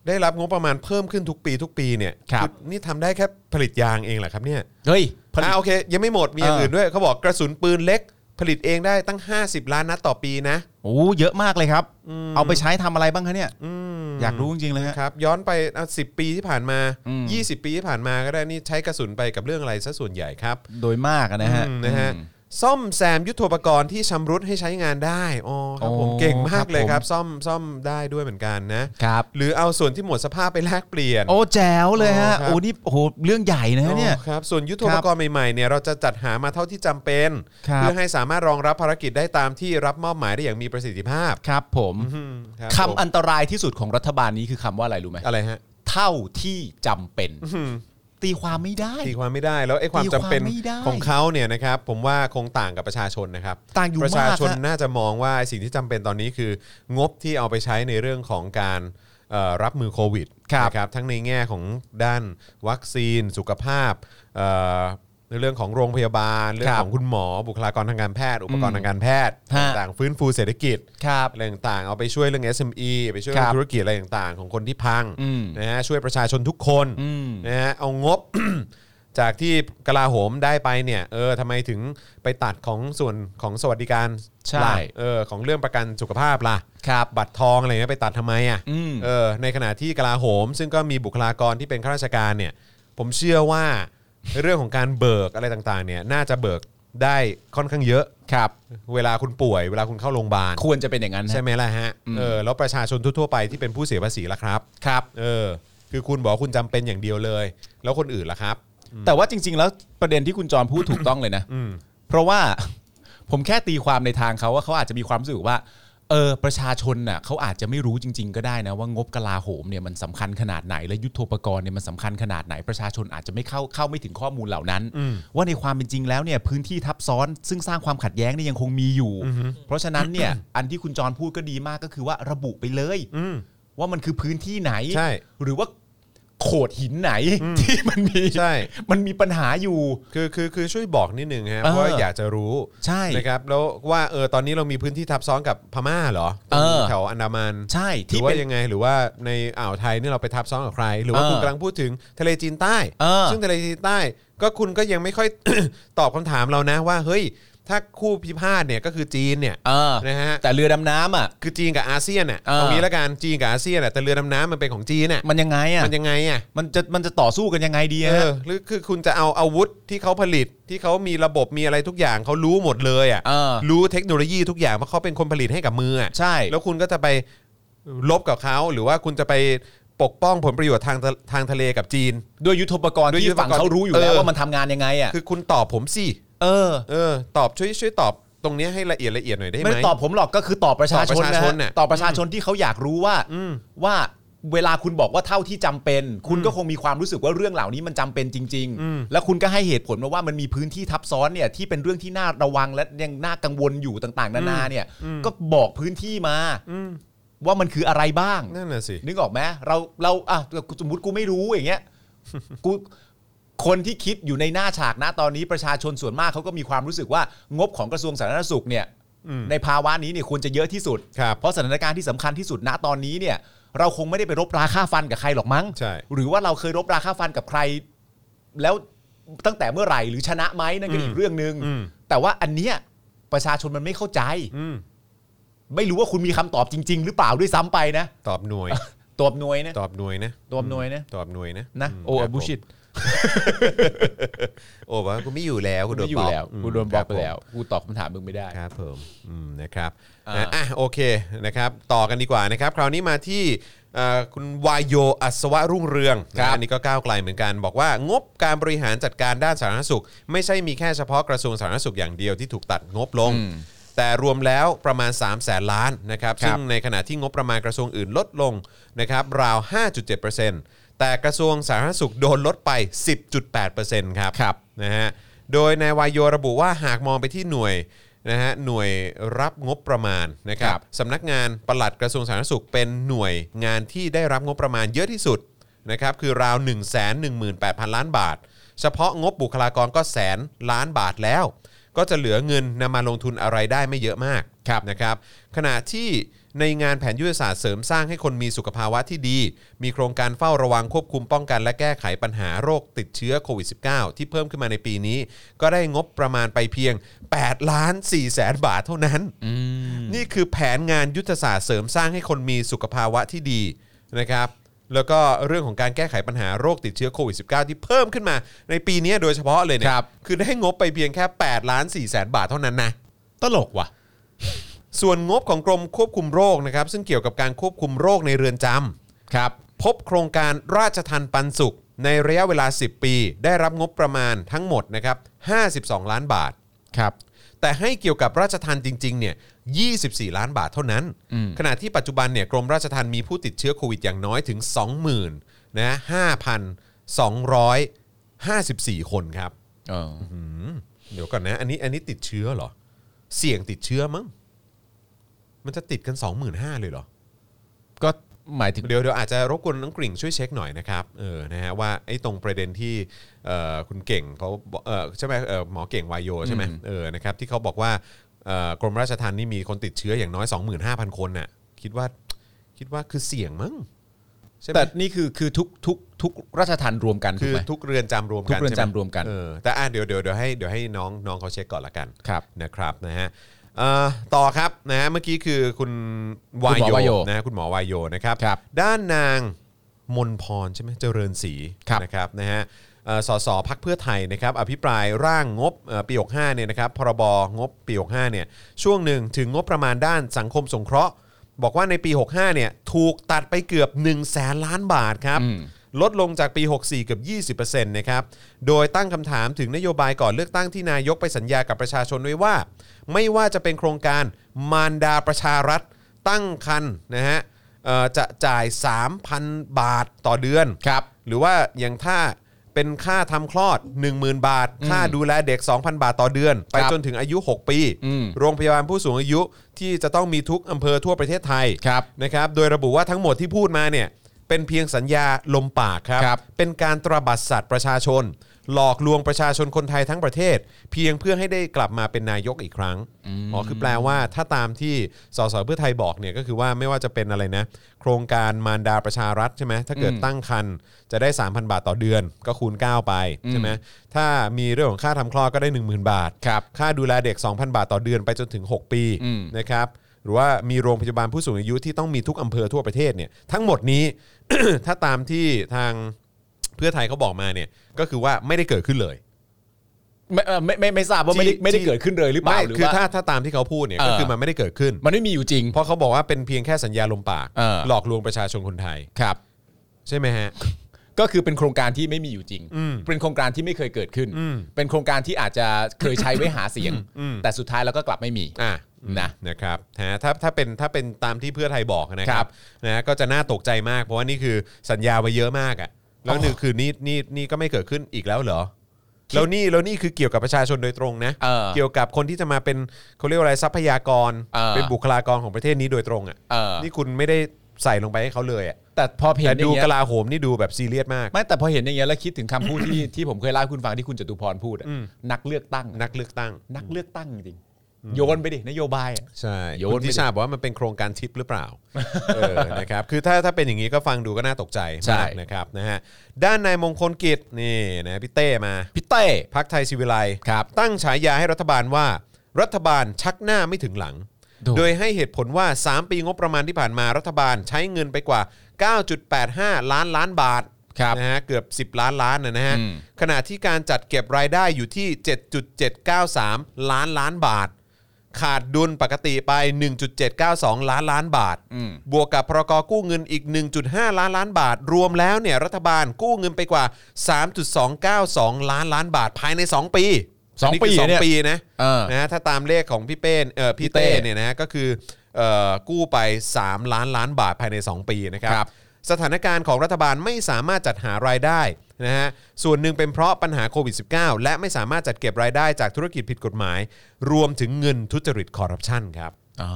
[SPEAKER 2] ได้รับงบประมาณเพิ่มขึ้นทุกปีทุกปีเนี่ย
[SPEAKER 3] ครับ
[SPEAKER 2] อนี่ทำได้แค่ผลิตยางเองเหรอครับเนี่ย
[SPEAKER 3] เฮ้ยผลิต
[SPEAKER 2] อ่าโอเค ยังไม่หมดมีอย่าง
[SPEAKER 3] เอออื่
[SPEAKER 2] อื่นด้วยเขาบอกกระสุนปืนเล็ก ผลิตเองได้ตั้ง 50 ล้านนัดต่อปีนะ
[SPEAKER 3] โอ้เยอะมากเลยครับ เอาไปใช้ทำอะไรบ้างคะเนี่ยอยากรู้จริงๆเลยฮะ
[SPEAKER 2] ครับย้อนไปสิบปีที่ผ่านมา
[SPEAKER 3] อืม
[SPEAKER 2] 20 ปีที่ผ่านมาก็ได้นี่ใช้กระสุนไปกับเรื่องอะไรซะส่วนใหญ่ครับ
[SPEAKER 3] โดยมากอะนะฮะ
[SPEAKER 2] อืมนะฮะซ่อมแซมยุทโธปกรณ์ที่ชำรุดให้ใช้งานได้อ๋อครับผม
[SPEAKER 3] อ๋อ
[SPEAKER 2] เก่งมา
[SPEAKER 3] ครั
[SPEAKER 2] ก
[SPEAKER 3] บ
[SPEAKER 2] เลยครับ
[SPEAKER 3] ผม
[SPEAKER 2] ซ่อมซ่อมได้ด้วยเหมือนกันนะครับ หรือเอาส่วนที่หมดสภาพไปแลกเปลี่ยน
[SPEAKER 3] โอ้แจ๋วเลยฮะ
[SPEAKER 2] โอ้ครับ
[SPEAKER 3] โอ้นี่โอ้โหเรื่องใหญ่นะฮะเนี่ย
[SPEAKER 2] อ๋อครับส่วนยุทโธปกรณ์ใหม่ๆเนี่ยเราจะจัดหามาเท่าที่จำเป็น
[SPEAKER 3] ครับ
[SPEAKER 2] เพื่อให้สามารถรองรับภารกิจได้ตามที่รับมอบหมายได้อย่างมีประสิทธิภาพ
[SPEAKER 3] ครับผม
[SPEAKER 2] อืมรับผ
[SPEAKER 3] คำ
[SPEAKER 2] ม
[SPEAKER 3] อันตรายที่สุดของรัฐบาลนี้คือคำว่าอะไรรู้ไหม
[SPEAKER 2] อะไรฮะ
[SPEAKER 3] เท่าที่จำเป็น ตีความไม่ได้
[SPEAKER 2] ตีความไม่ได้แล้วไอ้ความจำเป็น
[SPEAKER 3] ตีความไม่ได้
[SPEAKER 2] ของเขาเนี่ยนะครับผมว่าคงต่างกับประชาชนนะครับ
[SPEAKER 3] ต่างอยู่
[SPEAKER 2] ประชาม
[SPEAKER 3] าก
[SPEAKER 2] ชน
[SPEAKER 3] ฮะ
[SPEAKER 2] น่าจะมองว่าสิ่งที่จำเป็นตอนนี้คืองบที่เอาไปใช้ในเรื่องของการเอ่อรับมือโควิด
[SPEAKER 3] ครับ
[SPEAKER 2] นะครับทั้งในแง่ของด้านวัคซีน สุขภาพเอ่อในเรื่องของโรงพยาบาล เรื่อง
[SPEAKER 3] ครับ
[SPEAKER 2] ของคุณหมอบุคลากรทางการแพทย์ อุปกรณ์
[SPEAKER 3] อืม
[SPEAKER 2] ทางการแพทย์
[SPEAKER 3] ฮะ
[SPEAKER 2] ต่างๆฟื้นฟูเศรษฐกิจ
[SPEAKER 3] ครับ
[SPEAKER 2] อะไรต่างๆเอาไปช่วยเรื่อง SME ไปช่วยเรื่อ
[SPEAKER 3] ครั
[SPEAKER 2] ง
[SPEAKER 3] บ
[SPEAKER 2] ธุรกิจอะไรต่างๆ ของคนที่พัง
[SPEAKER 3] อืม
[SPEAKER 2] นะฮะช่วยประชาชนทุกคน
[SPEAKER 3] อืม
[SPEAKER 2] นะฮะเอางบ จากที่กลาโหมได้ไปเนี่ยเออทำไมถึงไปตัดของส่วนของสวัสดิการ
[SPEAKER 3] ใช่
[SPEAKER 2] ล่ะเออของเรื่องประกันสุขภาพล่ะ
[SPEAKER 3] ครับ
[SPEAKER 2] บัตรทองอะไรเงี้ยไปตัดทำไมอ่ะ
[SPEAKER 3] อืม
[SPEAKER 2] เออในขณะที่กลาโหม ซึ่งก็มีบุคลากรที่เป็นข้าราชการเนี่ย ผมเชื่อว่าเรื่องของการเบิกอะไรต่างๆ เนี่ยน่าจะเบิกได้ค่อนข้างเยอะ
[SPEAKER 3] ครับ
[SPEAKER 2] เวลาคุณป่วย เวลาคุณเข้าโรงพยาบาล
[SPEAKER 3] ควรจะเป็นอย่างนั้นฮะ
[SPEAKER 2] ใช่ไหมล่ะฮะ
[SPEAKER 3] อืม
[SPEAKER 2] เออแล้วประชาชนทั่วๆไปที่เป็นผู้เสียภาษีล่ะครับ
[SPEAKER 3] ครับ
[SPEAKER 2] เออ คือคุณบอกว่าคุณจำเป็นอย่างเดียวเลย แล้วคนอื่นล่ะครับ
[SPEAKER 3] แต่ว่าจริง ๆ แล้วประเด็นที่คุณจอมพูดถูกต้องเลยนะ
[SPEAKER 2] อืม
[SPEAKER 3] เพราะ ว่า ผมแค่ตีความในทางเขาว่าเขาอาจจะมีความรู้สึกว่า เออประชาชนน่ะเขาอาจจะไม่รู้จริง ๆ ก็ได้นะว่างบกลาโหมเนี่ยมันสำคัญขนาดไหนและยุทโธปกรณ์เนี่ยมันสำคัญขนาดไหนประชาชนอาจจะไม่เข้าเข้าไม่ถึงข้อมูลเหล่านั้น
[SPEAKER 2] อืม
[SPEAKER 3] ว่าในความเป็นจริงแล้วเนี่ยพื้นที่ทับซ้อนซึ่งสร้างความขัดแย้งเนี่ยยังคงมีอยู่ เพราะฉะนั้นเนี่ย อันที่คุณจรพูดก็ดีมากก็คือว่าระบุไปเลย
[SPEAKER 2] อืม
[SPEAKER 3] ว่ามันคือพื้นที่ไหน
[SPEAKER 2] ใช่
[SPEAKER 3] หรือว่าโขดหินไหนที่มันมี
[SPEAKER 2] ใช่
[SPEAKER 3] มันมีปัญหาอยู่
[SPEAKER 2] คือคือคือช่วยบอกนิดนึงฮะ
[SPEAKER 3] เออ
[SPEAKER 2] เพราะว่าอยากจะรู้
[SPEAKER 3] ใช่
[SPEAKER 2] นะครับแล้วว่าเออตอนนี้เรามีพื้นที่ทับซ้อนกับพม่าเหรอ
[SPEAKER 3] เออ
[SPEAKER 2] แถวอันดามัน
[SPEAKER 3] ใช่
[SPEAKER 2] หรื
[SPEAKER 3] ที่
[SPEAKER 2] อว่า
[SPEAKER 3] เป็น
[SPEAKER 2] ยังไงหรือว่าในอ่าวไทยนี่เราไปทับซ้อนกับใคร หรือว่า
[SPEAKER 3] เออ
[SPEAKER 2] คุณกำลังพูดถึงทะเลจีนใต้
[SPEAKER 3] เออ
[SPEAKER 2] ซึ่งทะเลจีนใต้ ก็คุณก็ยังไม่ค่อย ตอบคำถามเรานะว่าเฮ้ยถ้าคู่พิพาทเนี่ยก็คือจีนเนี่ย
[SPEAKER 3] เออ
[SPEAKER 2] นะฮะ
[SPEAKER 3] แต่เรือดำน้ำอ่ะ
[SPEAKER 2] คือจีนกับอาเซียนเนี่ย
[SPEAKER 3] เออ
[SPEAKER 2] ตรงนี้ละกันจีนกับอาเซียนน่ะแต่เรือดำน้ำมันเป็นของจีนน่ะ
[SPEAKER 3] มันยังไงอ่ะ
[SPEAKER 2] มันยังไงอ่ะ
[SPEAKER 3] มันจะมันจะต่อสู้กันยังไงดีอะ
[SPEAKER 2] เออหรือคือคุณจะเอาอาวุธที่เขาผลิตที่เขามีระบบมีอะไรทุกอย่างเขารู้หมดเลยอ่ะ
[SPEAKER 3] เออ
[SPEAKER 2] รู้เทคโนโลยีทุกอย่างเพราะเขาเป็นคนผลิตให้กับมืออ่ะ
[SPEAKER 3] ใช่
[SPEAKER 2] แล้วคุณก็จะไปลบกับเขาหรือว่าคุณจะไปปกป้องผลประโยชน์ทางทะทางทะเลกับจีน
[SPEAKER 3] ด้วยยุทธปกรณ์
[SPEAKER 2] ด้วยยุท
[SPEAKER 3] ที่
[SPEAKER 2] ธปกรณ์
[SPEAKER 3] ฝั่งเขารู้อยู่แล้ว
[SPEAKER 2] เออ
[SPEAKER 3] ว่ามันทำงานยังไงอ่ะ
[SPEAKER 2] คือคุณตอบผมสิ
[SPEAKER 3] เออ
[SPEAKER 2] เออ ตอบช่วยช่วยตอบตรงเนี้ยให้ละเอียดละเอียดหน่อยได้ไหม
[SPEAKER 3] ไม่ได้ตอบผมหรอกก็คือตอบประชาช
[SPEAKER 2] ต
[SPEAKER 3] น
[SPEAKER 2] อบประชาช
[SPEAKER 3] นะ
[SPEAKER 2] น
[SPEAKER 3] ฮะ
[SPEAKER 2] น่ะ
[SPEAKER 3] ตอบประชาชนที่เขาอยากรู้ว่า
[SPEAKER 2] อืม
[SPEAKER 3] ว่าเวลาคุณบอกว่าเท่าที่จำเป็น คุณก็คงมีความรู้สึกว่าเรื่องเหล่านี้มันจำเป็นจริง
[SPEAKER 2] อืม
[SPEAKER 3] ๆ แล้วคุณก็ให้เหตุผลมาว่ามันมีพื้นที่ทับซ้อนเนี่ยที่เป็นเรื่องที่น่าระวังและยังน่ากังวลอยู่ต่าง ๆ นานาเนี่ย ก็บอกพื้นที่มา
[SPEAKER 2] อืม
[SPEAKER 3] ว่ามันคืออะไรบ้าง
[SPEAKER 2] นั่นน่ะสิ
[SPEAKER 3] นึกออกไหมเราเราอ่ะสมมติกูไม่รู้อย่างเงี้ย กูคนที่คิดอยู่ในหน้าฉากนะตอนนี้ประชาชนส่วนมากเขาก็มีความรู้สึกว่างบของกระทรวงสาธารณสุขเนี่ย
[SPEAKER 2] อืม
[SPEAKER 3] ในภาวะนี้เนี่ยควรจะเยอะที่สุด
[SPEAKER 2] ครับ
[SPEAKER 3] เพราะสถานการณ์ที่สำคัญที่สุดณตอนนี้เนี่ย เราคงไม่ได้ไปรบราค่าฟันกับใครหรอกมั้ง
[SPEAKER 2] ใช่
[SPEAKER 3] หรือว่าเราเคยรบราค่าฟันกับใคร แล้วตั้งแต่เมื่อไหร่หรือชนะไหมนั่นก็อี
[SPEAKER 2] อื
[SPEAKER 3] ก
[SPEAKER 2] ม
[SPEAKER 3] เรื่องหนึ
[SPEAKER 2] อื
[SPEAKER 3] ง่ง
[SPEAKER 2] ม
[SPEAKER 3] แต่ว่าอันเนี้ยประชาชนมันไม่เข้าใจ
[SPEAKER 2] อืม
[SPEAKER 3] ไม่รู้ว่าคุณมีคำตอบจริง ๆ หรือเปล่าด้วยซ้ำไปนะ
[SPEAKER 2] ตอบหน่วย
[SPEAKER 3] ตอบหน่วยนะ
[SPEAKER 2] ตอบหน่วยนะ
[SPEAKER 3] ตอบหน่วยนะ
[SPEAKER 2] ตอบหน่วยนะ
[SPEAKER 3] นะ
[SPEAKER 2] ม
[SPEAKER 3] โอ้
[SPEAKER 2] ครับ
[SPEAKER 3] บู
[SPEAKER 2] ผม
[SPEAKER 3] ชิต
[SPEAKER 2] โอ้บอกว่ากูไม่อยู่แล้วกูโดน
[SPEAKER 3] ไม่อ
[SPEAKER 2] บ
[SPEAKER 3] ยู่
[SPEAKER 2] ล็อก
[SPEAKER 3] แล้ว
[SPEAKER 2] ม
[SPEAKER 3] กูโดนบล็อกไป
[SPEAKER 2] ครับผม
[SPEAKER 3] แล้วกูตอบคำถามมึงไม่ได้
[SPEAKER 2] ครับผมอืมนะครับ
[SPEAKER 3] อ่า
[SPEAKER 2] นะอ่ะโอเคนะครับต่อกันดีกว่านะครับ คราวนี้มาที่เอ่อคุณวายโยอัศวะรุ่งเรือง
[SPEAKER 3] ครั
[SPEAKER 2] นะ
[SPEAKER 3] บ
[SPEAKER 2] อันนี้ก็ก้าวไกลเหมือนกัน บอกว่างบการบริหารจัดการด้านสาธารณสุข ไม่ใช่มีแค่เฉพาะกระทรวงสาธารณสุขอย่างเดียวที่ถูกตัดงบลง
[SPEAKER 3] อืม
[SPEAKER 2] แต่รวมแล้วประมาณ 3 0 0แสนล้านนะครับ
[SPEAKER 3] ครับ
[SPEAKER 2] ซึ่งในขณะที่งบประมาณกระทรวงอื่นลดลงนะครับราว 5.7%แต่กระทรวงสาธารณสุขโดนลดไป 10.8%ครับ
[SPEAKER 3] ครับ
[SPEAKER 2] นะฮะ โดยนายวายโยระบุว่าหากมองไปที่หน่วยนะฮะหน่วยรับงบประมาณนะครับ
[SPEAKER 3] ครับ
[SPEAKER 2] สำนักงานปลัดกระทรวงสาธารณสุขเป็นหน่วยงานที่ได้รับงบประมาณเยอะที่สุด นะครับคือราว 1 1 8 0 0 0 ล้านบาท เฉพาะงบบุคลากรก็แสนล้านบาทแล้ว ก็จะเหลือเงินนำมาลงทุนอะไรได้ไม่เยอะมากครับนะครับขณะที่ในงานแผนยุทธศาสตร์เสริมสร้างให้คนมีสุขภาวะที่ดี มีโครงการเฝ้าระวังควบคุมป้องกันและแก้ไขปัญหาโรคติดเชื้อโควิด -19 ที่เพิ่มขึ้นมาในปีนี้ ก็ได้งบประมาณไปเพียง8ล้าน4แสนบาทเท่านั้น นี่คือแผนงานยุทธศาสตร์เสริมสร้างให้คนมีสุขภาวะที่ดีนะครับแล้วก็เรื่องของการแก้ไขปัญหาโรคติดเชื้อโควิด -19 ที่เพิ่มขึ้นมาในปีนี้โดยเฉพาะเลยเนี่ย
[SPEAKER 5] ครับ
[SPEAKER 2] คือได้งบไปเพียงแค่8ล้าน4แสนบาทเท่านั้นนะ ตลกว่ะ ส่วนงบของกรมควบคุมโรคนะครับ ซึ่งเกี่ยวกับการควบคุมโรคในเรือนจำครับ พบโครงการราชทันปันสุข ในระยะเวลา 10 ปี ได้รับงบประมาณทั้งหมดนะครับ52 ล้านบาท
[SPEAKER 5] ครับ
[SPEAKER 2] แต่ให้เกี่ยวกับราชทันจริงๆ เนี่ย 24 ล้านบาทเท่านั้น ขณะที่ปัจจุบันเนี่ย กรมราชทันมีผู้ติดเชื้อโควิดอย่างน้อยถึง 20,000นะ5,254 คนครับ
[SPEAKER 5] เออ
[SPEAKER 2] เดี๋ยวก่อนนะ อันนี้อันนี้ติดเชื้อเหรอ เสี่ยงติดเชื้อมั้ง มันจะติดกัน 25,000เลยเหรอ
[SPEAKER 5] ก็หมายถึง
[SPEAKER 2] เดี๋ยวเดี๋ยวอาจจะรบกวนน้องกริ่งช่วยเช็คหน่อยนะครับเออนะฮะว่าไอ้ตรงประเด็นที่เอ่อคุณเก่งเขาบอกเออใช่ไหมเออหมอเก่งวายโยใช่ไหม
[SPEAKER 5] อืม
[SPEAKER 2] เออนะครับที่เขาบอกว่าเอ่อกรมราชทัณฑ์นี่มีคนติดเชื้ออย่างน้อย 25,000 คนน่ะคิดว่าคิดว่าคือเสี่ยงมั้งใช่ไหม
[SPEAKER 5] แต่นี่คือคือทุกทุกทุกราชทันรวมกันถู
[SPEAKER 2] คื
[SPEAKER 5] ก
[SPEAKER 2] อ
[SPEAKER 5] ไหม
[SPEAKER 2] ทุกเรือนจำรวมกัน
[SPEAKER 5] ทุกเรือนจำ
[SPEAKER 2] ใช่ไห
[SPEAKER 5] รวมกัน
[SPEAKER 2] เออแต่อ่ะเดี๋ยวเดี๋ยวเดี๋ยวให้เดี๋ยวให้น้องน้องเขาเช็คก่อนละกัน
[SPEAKER 5] ครับ
[SPEAKER 2] นะครับนะฮะเอ่อต่อครับนะฮะเมื่อกี้คือคุณวาย
[SPEAKER 5] คุณหมอวาย
[SPEAKER 2] โย
[SPEAKER 5] โย
[SPEAKER 2] นะฮะคุณหมอวายโยนะครับ
[SPEAKER 5] ครับ
[SPEAKER 2] ด้านนางมนพรใช่ไหมเจริญศรี
[SPEAKER 5] ครับ
[SPEAKER 2] นะครับนะฮะเอ่อสสพักเพื่อไทยนะครับอภิปรายร่างงบเอ่อปี65เนี่ยนะครับพรบงบปี65เนี่ยช่วงหนึ่งถึงงบประมาณด้านสังคมสงเคราะห์ บอกว่าในปี 65เนี่ยถูกตัดไปเกือบ 1 0 0 0 0แสนล้านบาทครับ
[SPEAKER 5] อืม
[SPEAKER 2] ลดลงจากปี 64 เกือบ 20%นะครับ โดยตั้งคำถามถึงนโยบายก่อนเลือกตั้งที่นายกไปสัญญากับประชาชนไว้ว่า ไม่ว่าจะเป็นโครงการมารดาประชารัฐ ตั้งคันนะฮะเอ่อจะจ่าย 3,000 บาทต่อเดือน
[SPEAKER 5] ครับ
[SPEAKER 2] หรือว่าอย่างถ้าเป็นค่าทำคลอด 10,000 บาท ค่าดูแลเด็ก 2,000 บาทต่อเดือน ไป
[SPEAKER 5] ครับ
[SPEAKER 2] จนถึงอายุ 6 ปี
[SPEAKER 5] อืม
[SPEAKER 2] โรงพยาบาลผู้สูงอายุที่จะต้องมีทุกอำเภอทั่วประเทศไทย
[SPEAKER 5] ครับ
[SPEAKER 2] นะครับโดยระบุว่าทั้งหมดที่พูดมาเนี่ยเป็นเพียงสัญญาลมปากครับ
[SPEAKER 5] ครับ
[SPEAKER 2] เป็นการตระบัดสัตว์ประชาชน หลอกลวงประชาชนคนไทยทั้งประเทศ เพียงเพื่อให้ได้กลับมาเป็นนายกอีกครั้งอ๋อคือแปลว่าถ้าตามที่สสเพื่อไทยบอกเนี่ยก็คือว่าไม่ว่าจะเป็นอะไรนะ โครงการมารดาประชารัฐใช่ไหมถ้าเกิดตั้งคันจะได้ 3,000 บาทต่อเดือน ก็คูณ 9 ไปใช่ไหมถ้ามีเรื่องของค่าทำคลอดก็ได้ 10,000 บาท
[SPEAKER 5] ครับ
[SPEAKER 2] ค่าดูแลเด็ก 2,000 บาทต่อเดือนไปจนถึง 6 ปี
[SPEAKER 5] อืม
[SPEAKER 2] นะครับหรือว่ามีโรงพยาบาลผู้สูงอายุที่ต้องมีทุกอำเภอทั่วประเทศเนี่ยทั้งหมดนี้ ถ้าตามที่ทางเพื่อไทยเขาบอกมาเนี่ยก็คือว่าไม่ได้เกิดขึ้นเลย
[SPEAKER 3] ไม่เอ่อไมไม่ไม่ทราบว่าไม่ได้
[SPEAKER 2] ที่
[SPEAKER 3] ไม่ได้เกิดขึ้นเลยหรือเปล่า
[SPEAKER 2] ไม่
[SPEAKER 3] หรือ
[SPEAKER 2] คือ
[SPEAKER 3] ว่า
[SPEAKER 2] ถ้าถ้าตามที่เขาพูดเนี่ย
[SPEAKER 5] เออ
[SPEAKER 2] ก็คือมันไม่ได้เกิดขึ้น
[SPEAKER 5] มันไม่มีอยู่จริง
[SPEAKER 2] เพราะเขาบอกว่าเป็นเพียงแค่สัญญาลมปาก
[SPEAKER 5] เออ
[SPEAKER 2] หลอกลวงประชาชนคนไทย
[SPEAKER 5] ครับ
[SPEAKER 2] ใช่ไหมฮะ
[SPEAKER 5] ก็คือเป็นโครงการที่ไม่มีอยู่จริง
[SPEAKER 2] อืม
[SPEAKER 5] เป็นโครงการที่ไม่เคยเกิดขึ้น
[SPEAKER 2] อืม
[SPEAKER 5] เป็นโครงการที่อาจจะเคยใช้ไว้หาเสียง
[SPEAKER 2] อืม
[SPEAKER 5] แต่สุดท้ายแล้วก็กลับไม่มี
[SPEAKER 2] อ่ะ
[SPEAKER 5] นะ
[SPEAKER 2] นะครับฮะถ้าถ้าเป็นถ้าเป็นตามที่เพื่อไทยบอกนะค
[SPEAKER 5] ครั
[SPEAKER 2] รับบนะก็จะน่าตกใจมาก เพราะว่านี่คือสัญญาไว้เยอะมากอะ่ะแล้ว
[SPEAKER 5] โอ้
[SPEAKER 2] นี่คือนี่นี่นี่ก็ไม่เกิดขึ้นอีกแล้วเหรอแล้วนี่แล้วนี่คือเกี่ยวกับประชาชนโดยตรงนะ
[SPEAKER 5] เออ
[SPEAKER 2] เกี่ยวกับคนที่จะมาเป็นเขาเรียกว่าอะไรทรัพยากร
[SPEAKER 5] เออ
[SPEAKER 2] นบุคลากรของประเทศนี้โดยตรงอ่ะ
[SPEAKER 5] เออ
[SPEAKER 2] นี่คุณไม่ได้ใส่ลงไปให้เขาเลยอ่ะ
[SPEAKER 5] แต่พอเห็
[SPEAKER 2] แต่
[SPEAKER 5] นอย่า
[SPEAKER 2] ดู
[SPEAKER 5] งเงี้
[SPEAKER 2] ก
[SPEAKER 5] ย
[SPEAKER 2] ลาโหมนี่ดูแบบซีเรียสมาก
[SPEAKER 5] ไม่แต่พอเห็นอย่างเงี้ยแล้วคิดถึงคำพูดที่ ที่ผมเคยเล่าให้คุณฟังที่คุณจตุพรพูดอะ
[SPEAKER 2] อืม
[SPEAKER 5] นักเลือกตั้ง
[SPEAKER 2] นักเลือกตั้ง
[SPEAKER 5] นักเลือกตั้งจริงโยนไปดินโยบายอะ
[SPEAKER 2] ใช่
[SPEAKER 5] โยน
[SPEAKER 2] คุณทิชาบอกว่ามันเป็นโครงการทิปหรือเป ล่า เออนะครับคือถ้าถ้าเป็นอย่างนี้ก็ฟังดูก็น่าตกใจ
[SPEAKER 5] ใช่
[SPEAKER 2] มากนะครับนะฮะด้านนายมงคลกิจนี่นะพี่เต้มา
[SPEAKER 5] พี่เต้
[SPEAKER 2] พักไทยศิวิไลย์
[SPEAKER 5] ครับ
[SPEAKER 2] ตั้งฉายาให้รัฐบาลว่า รัฐบาลชักหน้าไม่ถึงหลัง
[SPEAKER 5] โด
[SPEAKER 2] โดยให้เหตุผลว่า 3 ปีงบประมาณที่ผ่านมารัฐบาลใช้เงินไปกว่า 9.85 ล้านล้านบาท
[SPEAKER 5] ครับ
[SPEAKER 2] นะฮะเกือบ 10 ล้านล้านนะฮะ
[SPEAKER 5] อืม
[SPEAKER 2] ขณะที่การจัดเก็บรายได้อยู่ที่ 7.793 ล้านล้านบาท ขาดดุลปกติไป 1.792 ล้านล้านบาท
[SPEAKER 5] อืม
[SPEAKER 2] บวกกับพรกกู้เงินอีก 1.5 ล้านล้านบาท รวมแล้วเนี่ยรัฐบาลกู้เงินไปกว่า 3.292 ล้านล้านบาทภายใน 2 ปี
[SPEAKER 5] สอง
[SPEAKER 2] นนี้คื
[SPEAKER 5] ปี
[SPEAKER 2] ส
[SPEAKER 5] เนี่ย
[SPEAKER 2] องปีนะ
[SPEAKER 5] เออ
[SPEAKER 2] นะถ้าตามเลขของพี่เป้นเออพี่เต้
[SPEAKER 5] พี่เต้
[SPEAKER 2] เนี่ยนะก็คือเอ่อกู้ไป 3 ล้านล้านบาทภายใน 2 ปีนะครับ
[SPEAKER 5] ครับ
[SPEAKER 2] สถานการณ์ของรัฐบาลไม่สามารถจัดหารายได้นะฮะส่วนหนึ่งเป็นเพราะปัญหาโควิด -19 และไม่สามารถจัดเก็บรายได้จากธุรกิจผิดกฎหมาย รวมถึงเงินทุจริตคอร์รัปชันครับ
[SPEAKER 5] อ๋อ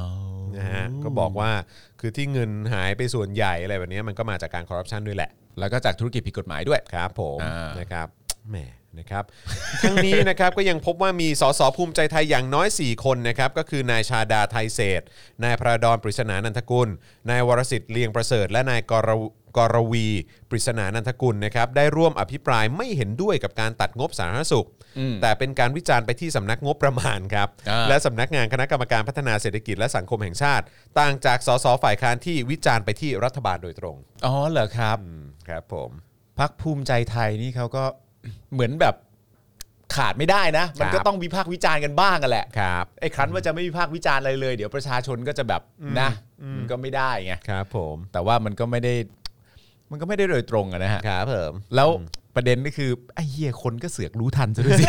[SPEAKER 2] นะฮะก็บอกว่าคือที่เงินหายไปส่วนใหญ่อะไรแบบเนี้ยมันก็มาจากการคอร์รัปชันด้วยแหละ
[SPEAKER 5] แล้วก็จากธุรกิจผิดกฎหมายด้วย
[SPEAKER 2] ครับผม
[SPEAKER 5] อ่าน
[SPEAKER 2] นะครับแหมนะครับ ทั้งนี้นะครับก็ยังพบว่ามีสสภูมิใจไทยอย่างน้อย 4 คนนะครับก็คือนายชาดาไทยเศรษฐ์นายพระดอนปริศนานันทกุล นายวรสิทธิ์เลียงประเสริฐ และนายกรวกรวี ปริศนานันทกุลนะครับได้ร่วมอภิปรายไม่เห็นด้วยกับการตัดงบสาธารณสุข แต่เป็นการวิจารณ์ไปที่สำนักงบประมาณครับ
[SPEAKER 5] อ่า
[SPEAKER 2] และสำนักงานคณะกรรมการพัฒนาเศรษฐกิจและสังคมแห่งชาติ ต่างจากสสฝ่ายค้านที่วิจารณ์ไปที่รัฐบาลโดยตรง
[SPEAKER 5] อ๋อเหรอครับ
[SPEAKER 2] อืมครับผม
[SPEAKER 3] พักภูมิใจไทยนี่เขาก็ เหมือนแบบขาดไม่ได้นะ มั
[SPEAKER 2] ค
[SPEAKER 3] น
[SPEAKER 2] รับ
[SPEAKER 3] ก็ต้องวิพากษ์วิจารณ์กันบ้างกันแหละ
[SPEAKER 2] ครับ
[SPEAKER 3] ไอ้ครั้นว่าจะไม่วิพากษ์วิจารณ์อะไรเลย เดี๋ยวประชาชนก็จะแบบนะมันก็ไม่ได้ไง
[SPEAKER 2] ครับผม
[SPEAKER 3] แต่ว่ามันก็ไม่ได้ มันก็ไม่ได้โดยตรงอะนะฮะ
[SPEAKER 2] ครับผม
[SPEAKER 3] แล้วประเด็นก็คือไอ้เหี้ยคนก็เสือกรู้ทันซะ ด้วยสิ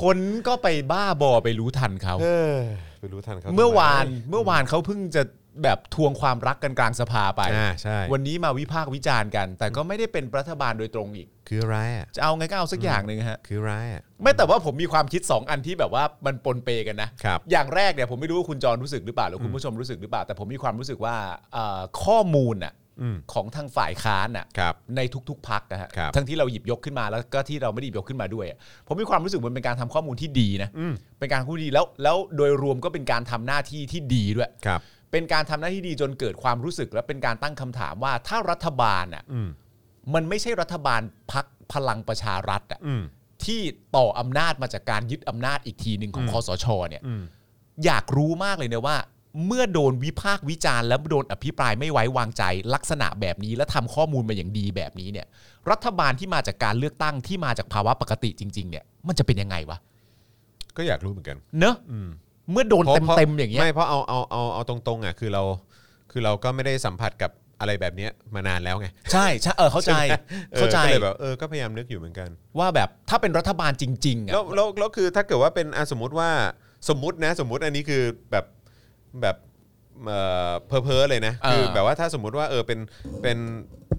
[SPEAKER 3] คนก็ไปบ้าบอไปรู้ทันเขา
[SPEAKER 2] เออไปรู้ทันเขา
[SPEAKER 3] เมื่อวานเมื่อวานเขาเพิ่งจะแบบทวงความรักกันกลางสภาไป
[SPEAKER 2] อ่าใช่
[SPEAKER 3] วันนี้มาวิพากษ์วิจารณ์กัน แต่ก็ไม่ได้เป็นรัฐบาลโดยตรงอีก
[SPEAKER 2] คือร้ายอ่ะ
[SPEAKER 3] จะเอาไงก็เอาสักอย่างหนึ่งฮะ
[SPEAKER 2] คือร้ายอ่ะ
[SPEAKER 3] ไม่แต่ว่าผมมีความคิด 2 อันที่แบบว่ามันปนเปกันนะ
[SPEAKER 2] ครับ
[SPEAKER 3] อย่างแรกเนี่ยผมไม่รู้ว่าคุณจรรู้สึกหรือเปล่าหรือคุณผู้ชมรู้สึกหรือเปล่า แต่ผมมีความรู้สึกว่าเอ่อข้อมูลอ่ะ
[SPEAKER 2] อืม
[SPEAKER 3] ของทางฝ่ายค้านอ่ะ
[SPEAKER 2] ครับ
[SPEAKER 3] ในทุกๆพักนะฮะ
[SPEAKER 2] ครับ
[SPEAKER 3] ทั้งที่เราหยิบยกขึ้นมาแล้วก็ที่เราไม่ได้หยิบยกขึ้นมาด้วยอะผมมีความรู้สึกมันเป็นการทำข้อมูลที่ดีนะ
[SPEAKER 2] อืม
[SPEAKER 3] เป็นการข้อมูลที่ดีแล้วแล้วโดยรวมก็เป็นการทำหน้าที่ที่ดีด้วย
[SPEAKER 2] ครับ
[SPEAKER 3] เป็นการทำหน้าที่ดีจนเกิดความรู้สึกและเป็นการตั้งคำถามว่าถ้ารัฐบาลอ่ะ
[SPEAKER 2] อืม
[SPEAKER 3] มันไม่ใช่รัฐบาลพักพลังประชารัฐอ่ะ
[SPEAKER 2] อืม
[SPEAKER 3] ที่ต่ออำนาจมาจากการยึดอำนาจอีกทีหนึ่งของ
[SPEAKER 2] อืม
[SPEAKER 3] คอสชเนี่ย
[SPEAKER 2] อืม
[SPEAKER 3] อยากรู้มากเลยนะว่า เมื่อโดนวิพากษ์วิจารณ์และโดนอภิปรายไม่ไว้วางใจลักษณะแบบนี้ และทำข้อมูลมาอย่างดีแบบนี้เนี่ย รัฐบาลที่มาจากการเลือกตั้งที่มาจากภาวะปกติจริง ๆ เนี่ย มันจะเป็นยังไงวะ
[SPEAKER 2] ก็อยากรู้เหมือนกัน
[SPEAKER 3] เนอะ
[SPEAKER 2] อืม
[SPEAKER 3] เมื่อโดน
[SPEAKER 2] พราะพระ
[SPEAKER 3] เต็มๆอย่างเงี้ย
[SPEAKER 2] ไม่เพราะเอาเอาเอาเอาตรงๆอ่ะคือเรา คือเราก็ไม่ได้สัมผัสกับอะไรแบบเนี้ยมานานแล้วไง
[SPEAKER 3] ใช่ใช่เออเข้าใจเข้าใจ
[SPEAKER 2] ออก็เลยแบบเออก็พยายามนึกอยู่เหมือนกัน
[SPEAKER 3] ว่าแบบถ้าเป็นรัฐบาลจริงๆอะ
[SPEAKER 2] แล้วแล้วแล้วคือถ้าเกิดว่าเป็นอ่ะสมมติว่าสมมตินะ สมมติอันนี้คือแบบแบบเอ่อเพอเพอๆเลยนะ
[SPEAKER 3] เออ
[SPEAKER 2] คือแบบว่าถ้าสมมุติว่าเออเป็นเป็น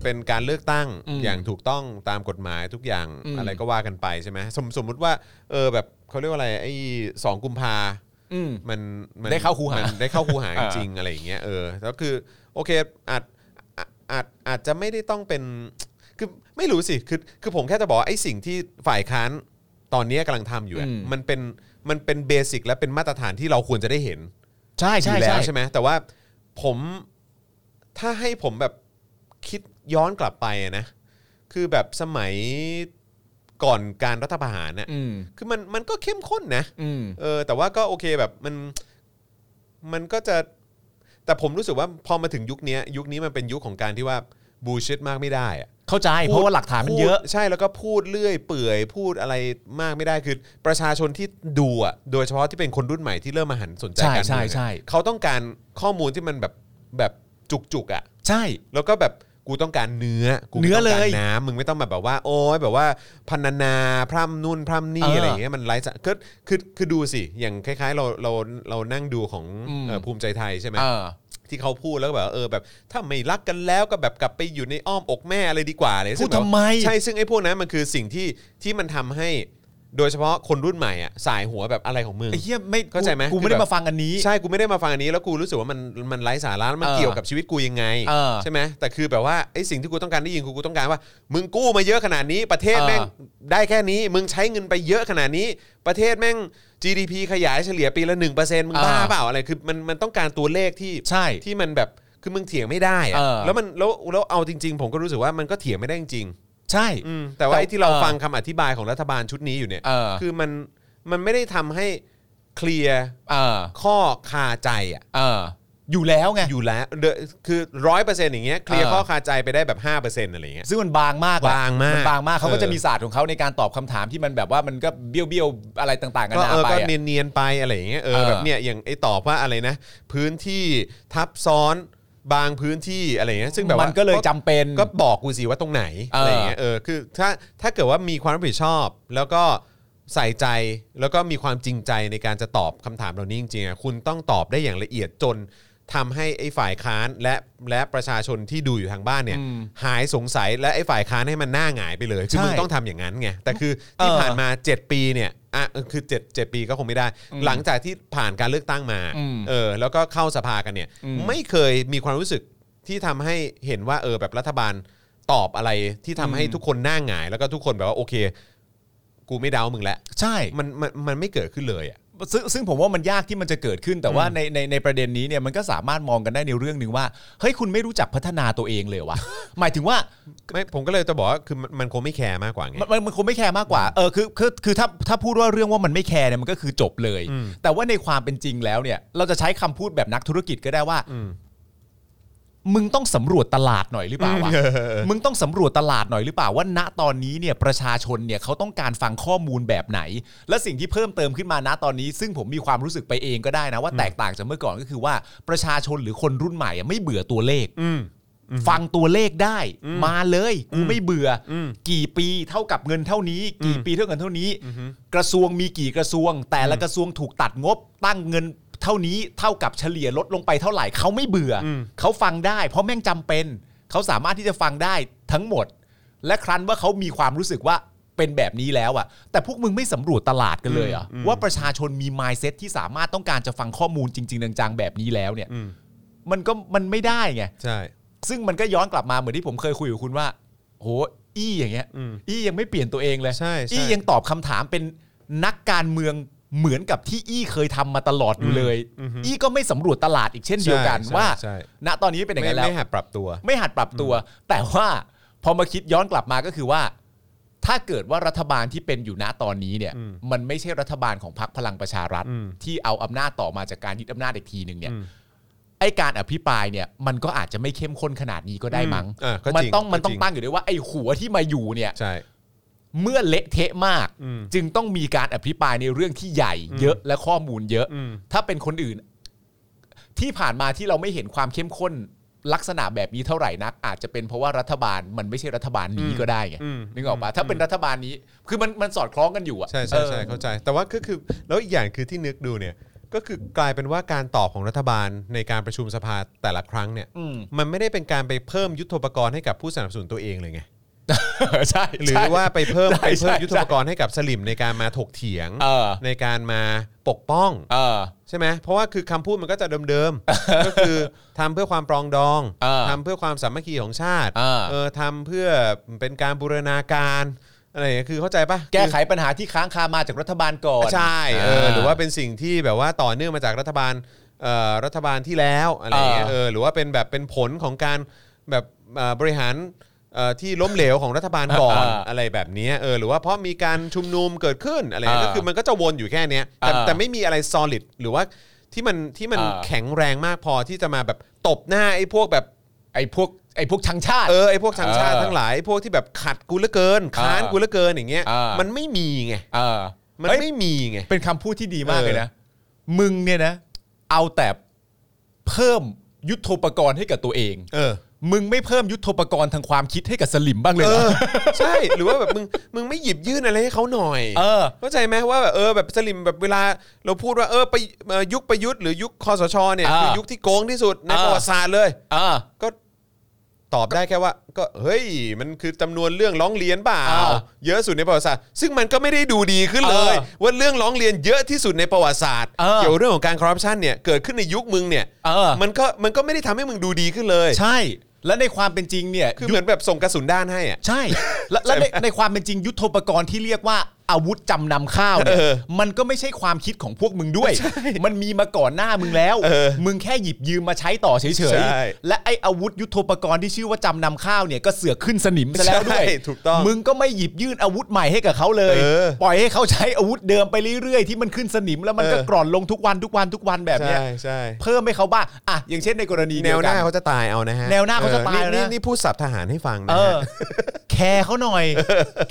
[SPEAKER 2] เป็นการเลือกตั้ง
[SPEAKER 3] อืม
[SPEAKER 2] อย่างถูกต้องตามกฎหมายทุกอย่าง
[SPEAKER 3] อืม
[SPEAKER 2] อะไรก็ว่ากันไปใช่ไหมสมสมมุติว่าเออแบบเขาเรียกว่าอะไรไอ้สองกุมภามันมัน
[SPEAKER 3] ได้เข้าคูหามั
[SPEAKER 2] นได้เข้าคูหาจ
[SPEAKER 5] อ่า
[SPEAKER 2] ริงๆอะไรอย่างเงี้ยเออแล้วคือโอเคอาจอาจอาจอาจจะไม่ได้ต้องเป็นคือไม่รู้สิคือคือผมแค่จะบอกว่าไอ้สิ่งที่ฝ่ายค้านตอนเนี้ยกำลังทำอยู่อะ
[SPEAKER 3] อืม
[SPEAKER 2] มันเป็นมันเป็นเบสิกและเป็นมาตรฐานที่เราควรจะได้เห็น
[SPEAKER 3] ใช่
[SPEAKER 2] อ
[SPEAKER 3] ใช่
[SPEAKER 2] ยู่แล้ว
[SPEAKER 3] ใช่
[SPEAKER 2] ใช่ไหมแต่ว่าผมถ้าให้ผมแบบคิดย้อนกลับไปอะนะ คือแบบสมัยก่อนการรัฐประหารน่ะ
[SPEAKER 3] อืม
[SPEAKER 2] คือมันมันก็เข้มข้นนะ
[SPEAKER 3] อืม
[SPEAKER 2] เออแต่ว่าก็โอเคแบบมันมันก็จะแต่ผมรู้สึกว่าพอมาถึงยุคเนี้ยยุคนี้มันเป็นยุคของการที่ว่าบูชิดมากไม่ได้อะ
[SPEAKER 3] เข้าใจเพราะว่าหลักฐานมันเยอะ
[SPEAKER 2] พูดใช่แล้วก็พูดเลื่อยเปื่อยพูดอะไรมากไม่ได้คือประชาชนที่ดูอ่ะโดยเฉพาะที่เป็นคนรุ่นใหม่ที่เริ่มมาหันสนใจ
[SPEAKER 3] ใช่
[SPEAKER 2] การเมือง
[SPEAKER 3] ใช่
[SPEAKER 2] อะ
[SPEAKER 3] ใช่
[SPEAKER 2] เขาต้องการข้อมูลที่มันแบบแบบจุกๆอ่ะ
[SPEAKER 3] ใช่
[SPEAKER 2] แล้วก็แบบกูต้องการเนื้อกูไม่
[SPEAKER 3] เนื้อ
[SPEAKER 2] ต้อง
[SPEAKER 3] เล
[SPEAKER 2] การ
[SPEAKER 3] ย
[SPEAKER 2] น้ำมึงไม่ต้องมาแบบว่า โอ้ยแบบว่าพันนาพร่ำนุ่นพร่ำนี่
[SPEAKER 3] เอออ
[SPEAKER 2] อะไรอย่างเงี้ยมันไร้สาระคือคือคือดูสิอย่างคล้าย ๆ เราเราเรานั่งดูของ
[SPEAKER 3] อืม
[SPEAKER 2] เอ่อภูมิใจไทยใช่ไหม
[SPEAKER 3] เออ
[SPEAKER 2] ที่เขาพูดแล้วก็แบบว่าเออแบบถ้าไม่รักกันแล้วก็แบบกลับไปอยู่ในอ้อมอกแม่อะไรดีกว่าเลยซึ่ง
[SPEAKER 3] พูดทำไม
[SPEAKER 2] แบบใช่ซึ่งไอ้พวกนั้นมันคือสิ่งที่ที่มันทำให้โดยเฉพาะคนรุ่นใหม่อ่ะสายหัวแบบอะไรของมึง
[SPEAKER 3] ไอ้เหี้ยไม่
[SPEAKER 2] เข้าใจไหม
[SPEAKER 3] กูไม่
[SPEAKER 2] คือ
[SPEAKER 3] ได้
[SPEAKER 2] แบบ
[SPEAKER 3] มาฟังอันนี้
[SPEAKER 2] ใช่กูไม่ได้มาฟังอันนี้แล้วกูรู้สึกว่ามันมันไร้สาระแล้วมัน
[SPEAKER 3] เออ
[SPEAKER 2] เกี่ยวกับชีวิตกูยังไง
[SPEAKER 3] เออ
[SPEAKER 2] ใช่ไหมแต่คือแบบว่าไอ้สิ่งที่กูต้องการได้ยินกูกูต้องการว่า มึงกู้มาเยอะขนาดนี้ ประเทศ
[SPEAKER 3] เออ
[SPEAKER 2] แม่งได้แค่นี้ มึงใช้เงินไปเยอะขนาดนี้ ประเทศแม่ง GDP ขยายเฉลี่ยปีละหนึ่งเปอร์เซ็นต์มึงบ้าเปล่าอะไรคือมันมันต้องการตัวเลขที่
[SPEAKER 3] ใช่
[SPEAKER 2] ที่มันแบบคือมึงเถียงไม่ได้อะ
[SPEAKER 3] เออ
[SPEAKER 2] แล้วมันแล้วแล้วเอาจริง ๆ ผมก็รู้สึกว่ามันก็เถียงไม่ได้จริง
[SPEAKER 3] ใช่
[SPEAKER 2] ๆอืมแต่ว่าไอ้ที่เรา
[SPEAKER 3] เออ
[SPEAKER 2] ฟังคำอธิบายของรัฐบาลชุดนี้อยู่เนี่ย
[SPEAKER 3] เออ
[SPEAKER 2] คือมันมันไม่ได้ทำให้เคลียร์
[SPEAKER 3] เออ
[SPEAKER 2] ข้อคาใจอ่ะ
[SPEAKER 3] เอออยู่แล้วไง
[SPEAKER 2] อยู่แล้วเดอะคือร้อยเปอร์เซ็นต์อย่างเงี้ยเคลียร์
[SPEAKER 3] เออ
[SPEAKER 2] ข้อคาใจไปได้แบบห้าเปอร์เซ็นต์อะไรอย่างเงี้ย
[SPEAKER 3] ซึ่งมันบางมากแหละ
[SPEAKER 2] บางมาก
[SPEAKER 3] นบางมากเขาก็
[SPEAKER 2] เออ
[SPEAKER 3] จะมีศาสตร์ของเขาในการตอบคำถามที่มันแบบว่ามันก็เบี้ยวเบี้ยวๆอะไรต่างๆกั
[SPEAKER 2] ก็
[SPEAKER 3] นา
[SPEAKER 2] เออ
[SPEAKER 3] ไป
[SPEAKER 2] ก็
[SPEAKER 3] อะ
[SPEAKER 2] เนียนๆไปอะไรอย่างเงี้ยเออ
[SPEAKER 3] เออ
[SPEAKER 2] แบบเนี่ยอย่างไอ้ตอบว่าอะไรนะ พื้นที่ทับซ้อนบางพื้นที่อะไรอย่างเงี้ยซึ่งแบบว่า
[SPEAKER 3] มันก็เลยจำเป็น
[SPEAKER 2] ก็บอกกูสิว่าตรงไหน
[SPEAKER 3] เอออ
[SPEAKER 2] อะไรอย่างเงี้ยเออคือถ้าถ้าเกิดว่ามีความรับผิดชอบ แล้วก็ใส่ใจแล้วก็มีความจริงใจในการจะตอบคำถามเหล่านี้จริงๆอ่ะคุณต้องตอบได้อย่างละเอียดจน ทำให้ไอ้ฝ่ายค้านและและประชาชนที่ดูอยู่ทางบ้านเนี่ย หายสงสัยและไอ้ฝ่ายค้านให้มันหน้าหงายไปเลย คือ
[SPEAKER 3] ใช่
[SPEAKER 2] มึงต้องทำอย่างนั้นไง แต่คือที่
[SPEAKER 3] เออ
[SPEAKER 2] ผ่านมา 7 ปีเนี่ยอ่ะเออคือ7 7ปีก็คงไม่ได้ หลังจากที่ผ่านการเลือกตั้งมา
[SPEAKER 5] อืม
[SPEAKER 2] เออแล้วก็เข้าสภากันเนี่ย ไม่เคยมีความรู้สึกที่ทำให้เห็นว่าเออแบบรัฐบาลตอบอะไรที่ทำให้ทุกคนหน้าหงาย แล้วก็ทุกคนแบบว่าโอเค กูไม่เดามึงแล้ว
[SPEAKER 3] ใช่
[SPEAKER 2] มันมันมันไม่เกิดขึ้นเลยอ่ะ
[SPEAKER 3] ซึ่งซึ่งผมว่ามันยากที่มันจะเกิดขึ้น แต่ว่าในในในประเด็นนี้เนี่ยมันก็สามารถมองกันได้ในเรื่องหนึ่งว่าเฮ้ยคุณไม่รู้จักพัฒนาตัวเองเล ยวะ หมายถึงว่า
[SPEAKER 2] ไม่ผมก็เลยจะบอกว่าคือมันมันคงไม่แคร์มากกว่าไง
[SPEAKER 3] มันมันมันคงไม่แคร์มากกว่าเออคือคือคือถ้าถ้าพูดว่าเรื่องว่ามันไม่แคร์เนี่ยมันก็คือจบเลย
[SPEAKER 2] อืม
[SPEAKER 3] แต่ว่าในความเป็นจริงแล้วเนี่ย เราจะใช้คำพูดแบบนักธุรกิจก็ได้ว่า
[SPEAKER 2] อืม
[SPEAKER 3] มึงต้องสำรวจตลาดหน่อยหรือเปล่าวะ มึงต้องสำรวจตลาดหน่อยหรือเปล่าว่าณตอนนี้เนี่ยประชาชนเนี่ยเขาต้องการฟังข้อมูลแบบไหน และสิ่งที่เพิ่มเติมขึ้นมาณตอนนี้ ซึ่งผมมีความรู้สึกไปเองก็ได้นะว่าแตกต่างจากเมื่อก่อนก็คือว่าประชาชนหรือคนรุ่นใหม่อะไม่เบื่อตัวเลข
[SPEAKER 2] อืม
[SPEAKER 3] ฟังตัวเลขได้ มาเลยกู
[SPEAKER 2] อืม
[SPEAKER 3] ไม่เบื่ออ
[SPEAKER 2] ม
[SPEAKER 3] กี่ปีเท่ากับเงินเท่านี้ กี่ปีเท่ากันเท่านี้
[SPEAKER 2] อือฮึ
[SPEAKER 3] กระทรวงมีกี่กระทรวง แต่ละกระทรวงถูกตัดงบ ตั้งเงินเท่านี้เท่ากับเฉลี่ยลดลงไปเท่าไหร่เขาไม่เบื่ออเขาฟังได้ เพราะแม่งจำเป็น เขาสามารถที่จะฟังได้ทั้งหมด และครั้นว่าเขามีความรู้สึกว่าเป็นแบบนี้แล้วอะแต่พวกมึงไม่สำรวจตลาดกันเลยเหรอะว่าประชาชนมีมายเซ็ตที่สามารถต้องการจะฟังข้อมูลจริง ๆ จังๆแบบนี้แล้วเนี่ย
[SPEAKER 2] อืม
[SPEAKER 3] มันก็มันไม่ได้ไง
[SPEAKER 2] ใช่
[SPEAKER 3] ซึ่งมันก็ย้อนกลับมาเหมือนที่ผมเคยคุยกับคุณว่า โห อี้อย่างเงี้ย
[SPEAKER 2] อืม
[SPEAKER 3] อี้ยังไม่เปลี่ยนตัวเองเลย
[SPEAKER 2] ใช่ใช่
[SPEAKER 3] อี้ยังตอบคำถามเป็นนักการเมืองเหมือนกับที่อี้เคยทำมาตลอดอยู่เลย อี้ก็ไม่สำรวจตลาดอีกเช่นเดียวกัน
[SPEAKER 2] ใช่
[SPEAKER 3] ว่า
[SPEAKER 2] ใช่
[SPEAKER 3] ณ ตอนนี้เป็นอย่าง
[SPEAKER 2] ไม่
[SPEAKER 3] ไรแล้ว
[SPEAKER 2] ไม่หัดปรับตัว
[SPEAKER 3] ไม่หัดปรับตัว แต่ว่าพอมาคิดย้อนกลับมาก็คือว่า ถ้าเกิดว่ารัฐบาลที่เป็นอยู่ณตอนนี้เนี่ย
[SPEAKER 2] อืม
[SPEAKER 3] มันไม่ใช่รัฐบาลของพรรคพลังประชารัฐ
[SPEAKER 2] อืม
[SPEAKER 3] ที่เอาอำนาจต่อมาจากการยึดอำนาจอีกทีหนึ่งเนี่ย
[SPEAKER 2] อืม
[SPEAKER 3] ไอการอภิปรายเนี่ย มันก็อาจจะไม่เข้มข้นขนาดนี้ก็ได้มั้ง
[SPEAKER 2] อืมอ่ะก็จริง
[SPEAKER 3] มันต้องมัน
[SPEAKER 2] ก็จริง
[SPEAKER 3] ต้องตั้งอยู่ด้วยว่าไอหัวที่มาอยู่เนี่ย
[SPEAKER 2] ใช่
[SPEAKER 3] เมื่อเละเทะมาก
[SPEAKER 2] อืม
[SPEAKER 3] จึงต้องมีการอภิปรายในเรื่องที่ใหญ่ เยอะและข้อมูลเยอะ
[SPEAKER 2] อืม
[SPEAKER 3] ถ้าเป็นคนอื่น ที่ผ่านมาที่เราไม่เห็นความเข้มข้นลักษณะแบบนี้เท่าไหร่นัก อาจจะเป็นเพราะว่ารัฐบาลมันไม่ใช่รัฐบาลนี้ก็ได้ไง
[SPEAKER 2] อืม
[SPEAKER 3] นึกออกปะถ้าเป็นรัฐบาลนี้ คือมันมันสอดคล้องกันอยู่อะ
[SPEAKER 2] ใช่ใช่ใช่
[SPEAKER 3] ออ
[SPEAKER 2] เข้าใจ แต่ว่าก็คือแล้วอีกอย่างคือที่นึกดูเนี่ยก็คือกลายเป็นว่าการตอบของรัฐบาลในการประชุมสภาแต่ละครั้งเนี่ย
[SPEAKER 3] อืม
[SPEAKER 2] มันไม่ได้เป็นการไปเพิ่มยุทโธปกรณ์ให้กับผู้สนับสนุนตัวเองเลยไง
[SPEAKER 3] ใช่
[SPEAKER 2] หรือ
[SPEAKER 3] ใช่
[SPEAKER 2] ว่าไปเพิ่ม
[SPEAKER 3] ใช่
[SPEAKER 2] ไปเพิ่ม
[SPEAKER 3] ใช่
[SPEAKER 2] ยุทโธปกรณ์ให้กับสลิมในการมาถกเถียง
[SPEAKER 3] เออ
[SPEAKER 2] ในการมาปกป้อง
[SPEAKER 3] เออ
[SPEAKER 2] ใช่ไหมเพราะว่าคือคำพูดมันก็จะเดิมๆ ก็คือทำเพื่อความปรองดอง
[SPEAKER 3] อ่า
[SPEAKER 2] ทำเพื่อความสามัคคีของชาติ
[SPEAKER 3] อ่า
[SPEAKER 2] เออทำเพื่อเป็นการบูรณาการอะไรอย่างเงี้ยคือเข้าใจปะ
[SPEAKER 3] แก้ไขปัญหาที่ค้างคามาจากรัฐบาลก่อน
[SPEAKER 2] ใช่เออ
[SPEAKER 3] อ่า
[SPEAKER 2] หรือว่าเป็นสิ่งที่แบบว่าต่อเนื่องมาจากรัฐบาลเอ่อรัฐบาลที่แล้วอะไรอย่างเงี้ย
[SPEAKER 3] อ่า
[SPEAKER 2] เออหรือว่าเป็นแบบเป็นผลของการแบบเอ่อบริหารเอ่อที่ล้มเหลวของรัฐบาลก่อน
[SPEAKER 3] อ่า
[SPEAKER 2] อะไรแบบเนี้ยเออหรือว่าเพราะมีการชุมนุมเกิดขึ้นอะไรเงี้ย
[SPEAKER 3] อ่า
[SPEAKER 2] ก็คือมันก็จะวนอยู่แค่เนี้ยแต่
[SPEAKER 3] อ่า
[SPEAKER 2] แต่ไม่มีอะไร solid หรือว่าที่มันที่มัน
[SPEAKER 3] อ่า
[SPEAKER 2] แข็งแรงมากพอที่จะมาแบบตบหน้าไอ้พวกแบบ
[SPEAKER 3] ไอ้พวกไอ้พวกชังชาติ
[SPEAKER 2] เออไอ้พวกทางชาติ
[SPEAKER 3] เออ
[SPEAKER 2] ทั้งหลายไอ้พวกที่แบบขัดกูเหลือเกินค้าน
[SPEAKER 3] เออ
[SPEAKER 2] กูเหลือเกินอย่างเงี้ย
[SPEAKER 3] เออ
[SPEAKER 2] มันไม่มีไง
[SPEAKER 3] เออ
[SPEAKER 2] มัน
[SPEAKER 3] เฮ้ย
[SPEAKER 2] ไม่มีไง
[SPEAKER 3] เป็นคำพูดที่ดีมากเลยนะ มึงเนี่ยนะ เอาแต่เพิ่มยุทโธปกรณ์ให้กับตัวเอง
[SPEAKER 2] เออ
[SPEAKER 3] มึงไม่เพิ่มยุทโธปกรณ์ทางความคิดให้กับสลิมบ้างเลย
[SPEAKER 2] เอ
[SPEAKER 3] เหรอ
[SPEAKER 2] อ ใช่หรือว่าแบบมึงมึงไม่หยิบยื่นอะไรให้เขาหน่อย
[SPEAKER 3] เออ
[SPEAKER 2] เข้าใจไหมว่าแบบเออแบบสลิมแบบเวลาเราพูดว่าเออไปเอ่อยุคประยุทธ์หรือยุคคอสชเนี่ย
[SPEAKER 3] เออ
[SPEAKER 2] คือยุคที่โกงที่สุดใน
[SPEAKER 3] เออ
[SPEAKER 2] ประวัติศาสตร์เลย
[SPEAKER 3] เออ
[SPEAKER 2] ก็ตอบได้แค่ว่า ก็เฮ้ย มันคือจำนวนเรื่องร้องเรียนเปล่า
[SPEAKER 3] อ่า
[SPEAKER 2] เยอะสุดในประวัติศาสตร์ ซึ่งมันก็ไม่ได้ดูดีขึ้นเลย
[SPEAKER 3] เออ
[SPEAKER 2] ว่าเรื่องร้องเรียนเยอะที่สุดในประวัติศาสตร์
[SPEAKER 3] เออ
[SPEAKER 2] เกี่ยวเรื่องของการคอร์รัปชันเนี่ยเกิดขึ้นในยุคมึงเนี่ย
[SPEAKER 3] เออ
[SPEAKER 2] มันก็มันก็ไม่ได้ทำให้มึงดูดีขึ้นเลย
[SPEAKER 3] ใช่ และในความเป็นจริงเนี่ย
[SPEAKER 2] คือ
[SPEAKER 3] ยุ
[SPEAKER 2] เหมือนแบบส่งกระสุนด้านให้อ่ะ
[SPEAKER 3] ใช่ และและในในความเป็นจริงยุทโธปกรณ์ที่เรียกว่าอาวุธจำนำข้าวเนี่ย
[SPEAKER 2] เออ
[SPEAKER 3] มันก็ไม่ใช่ความคิดของพวกมึงด้วย มันมีมาก่อนหน้ามึงแล้ว
[SPEAKER 2] เออ
[SPEAKER 3] มึงแค่หยิบยืมมาใช้ต่อเฉ
[SPEAKER 2] ใช่
[SPEAKER 3] ยๆและไออาวุธยุทโธปกรณ์ที่ชื่อว่าจำนำข้าวเนี่ยก็เสือกขึ้นสนิมซะแล้วด้วย
[SPEAKER 2] ใช่ถูกต้อง
[SPEAKER 3] มึงก็ไม่หยิบยื่นอาวุธใหม่ให้กับเขาเลย
[SPEAKER 2] เออ
[SPEAKER 3] ปล่อยให้เขาใช้อาวุธเดิมไปเรื่อยๆ ที่มันขึ้นสนิมแล้วมันก็
[SPEAKER 2] เออ
[SPEAKER 3] กร่อนลงทุกวันทุกวันทุกวันแบบเนี้ย
[SPEAKER 2] ใช่ใช่
[SPEAKER 3] เพิ่มให้เขาบ้างอ่ะอย่างเช่นในกรณี
[SPEAKER 2] แน
[SPEAKER 3] เดียว ว
[SPEAKER 2] ห
[SPEAKER 3] กั
[SPEAKER 2] น้าน เขาจะตายเอานะฮะ
[SPEAKER 3] แนวหน้าเขาจะตาย
[SPEAKER 2] ออนี่
[SPEAKER 3] นะ
[SPEAKER 2] นี่นี่พูดสับทหารให้ฟังนะ
[SPEAKER 3] เอ
[SPEAKER 2] ฮะ
[SPEAKER 3] อ แคร์เขาหน่อย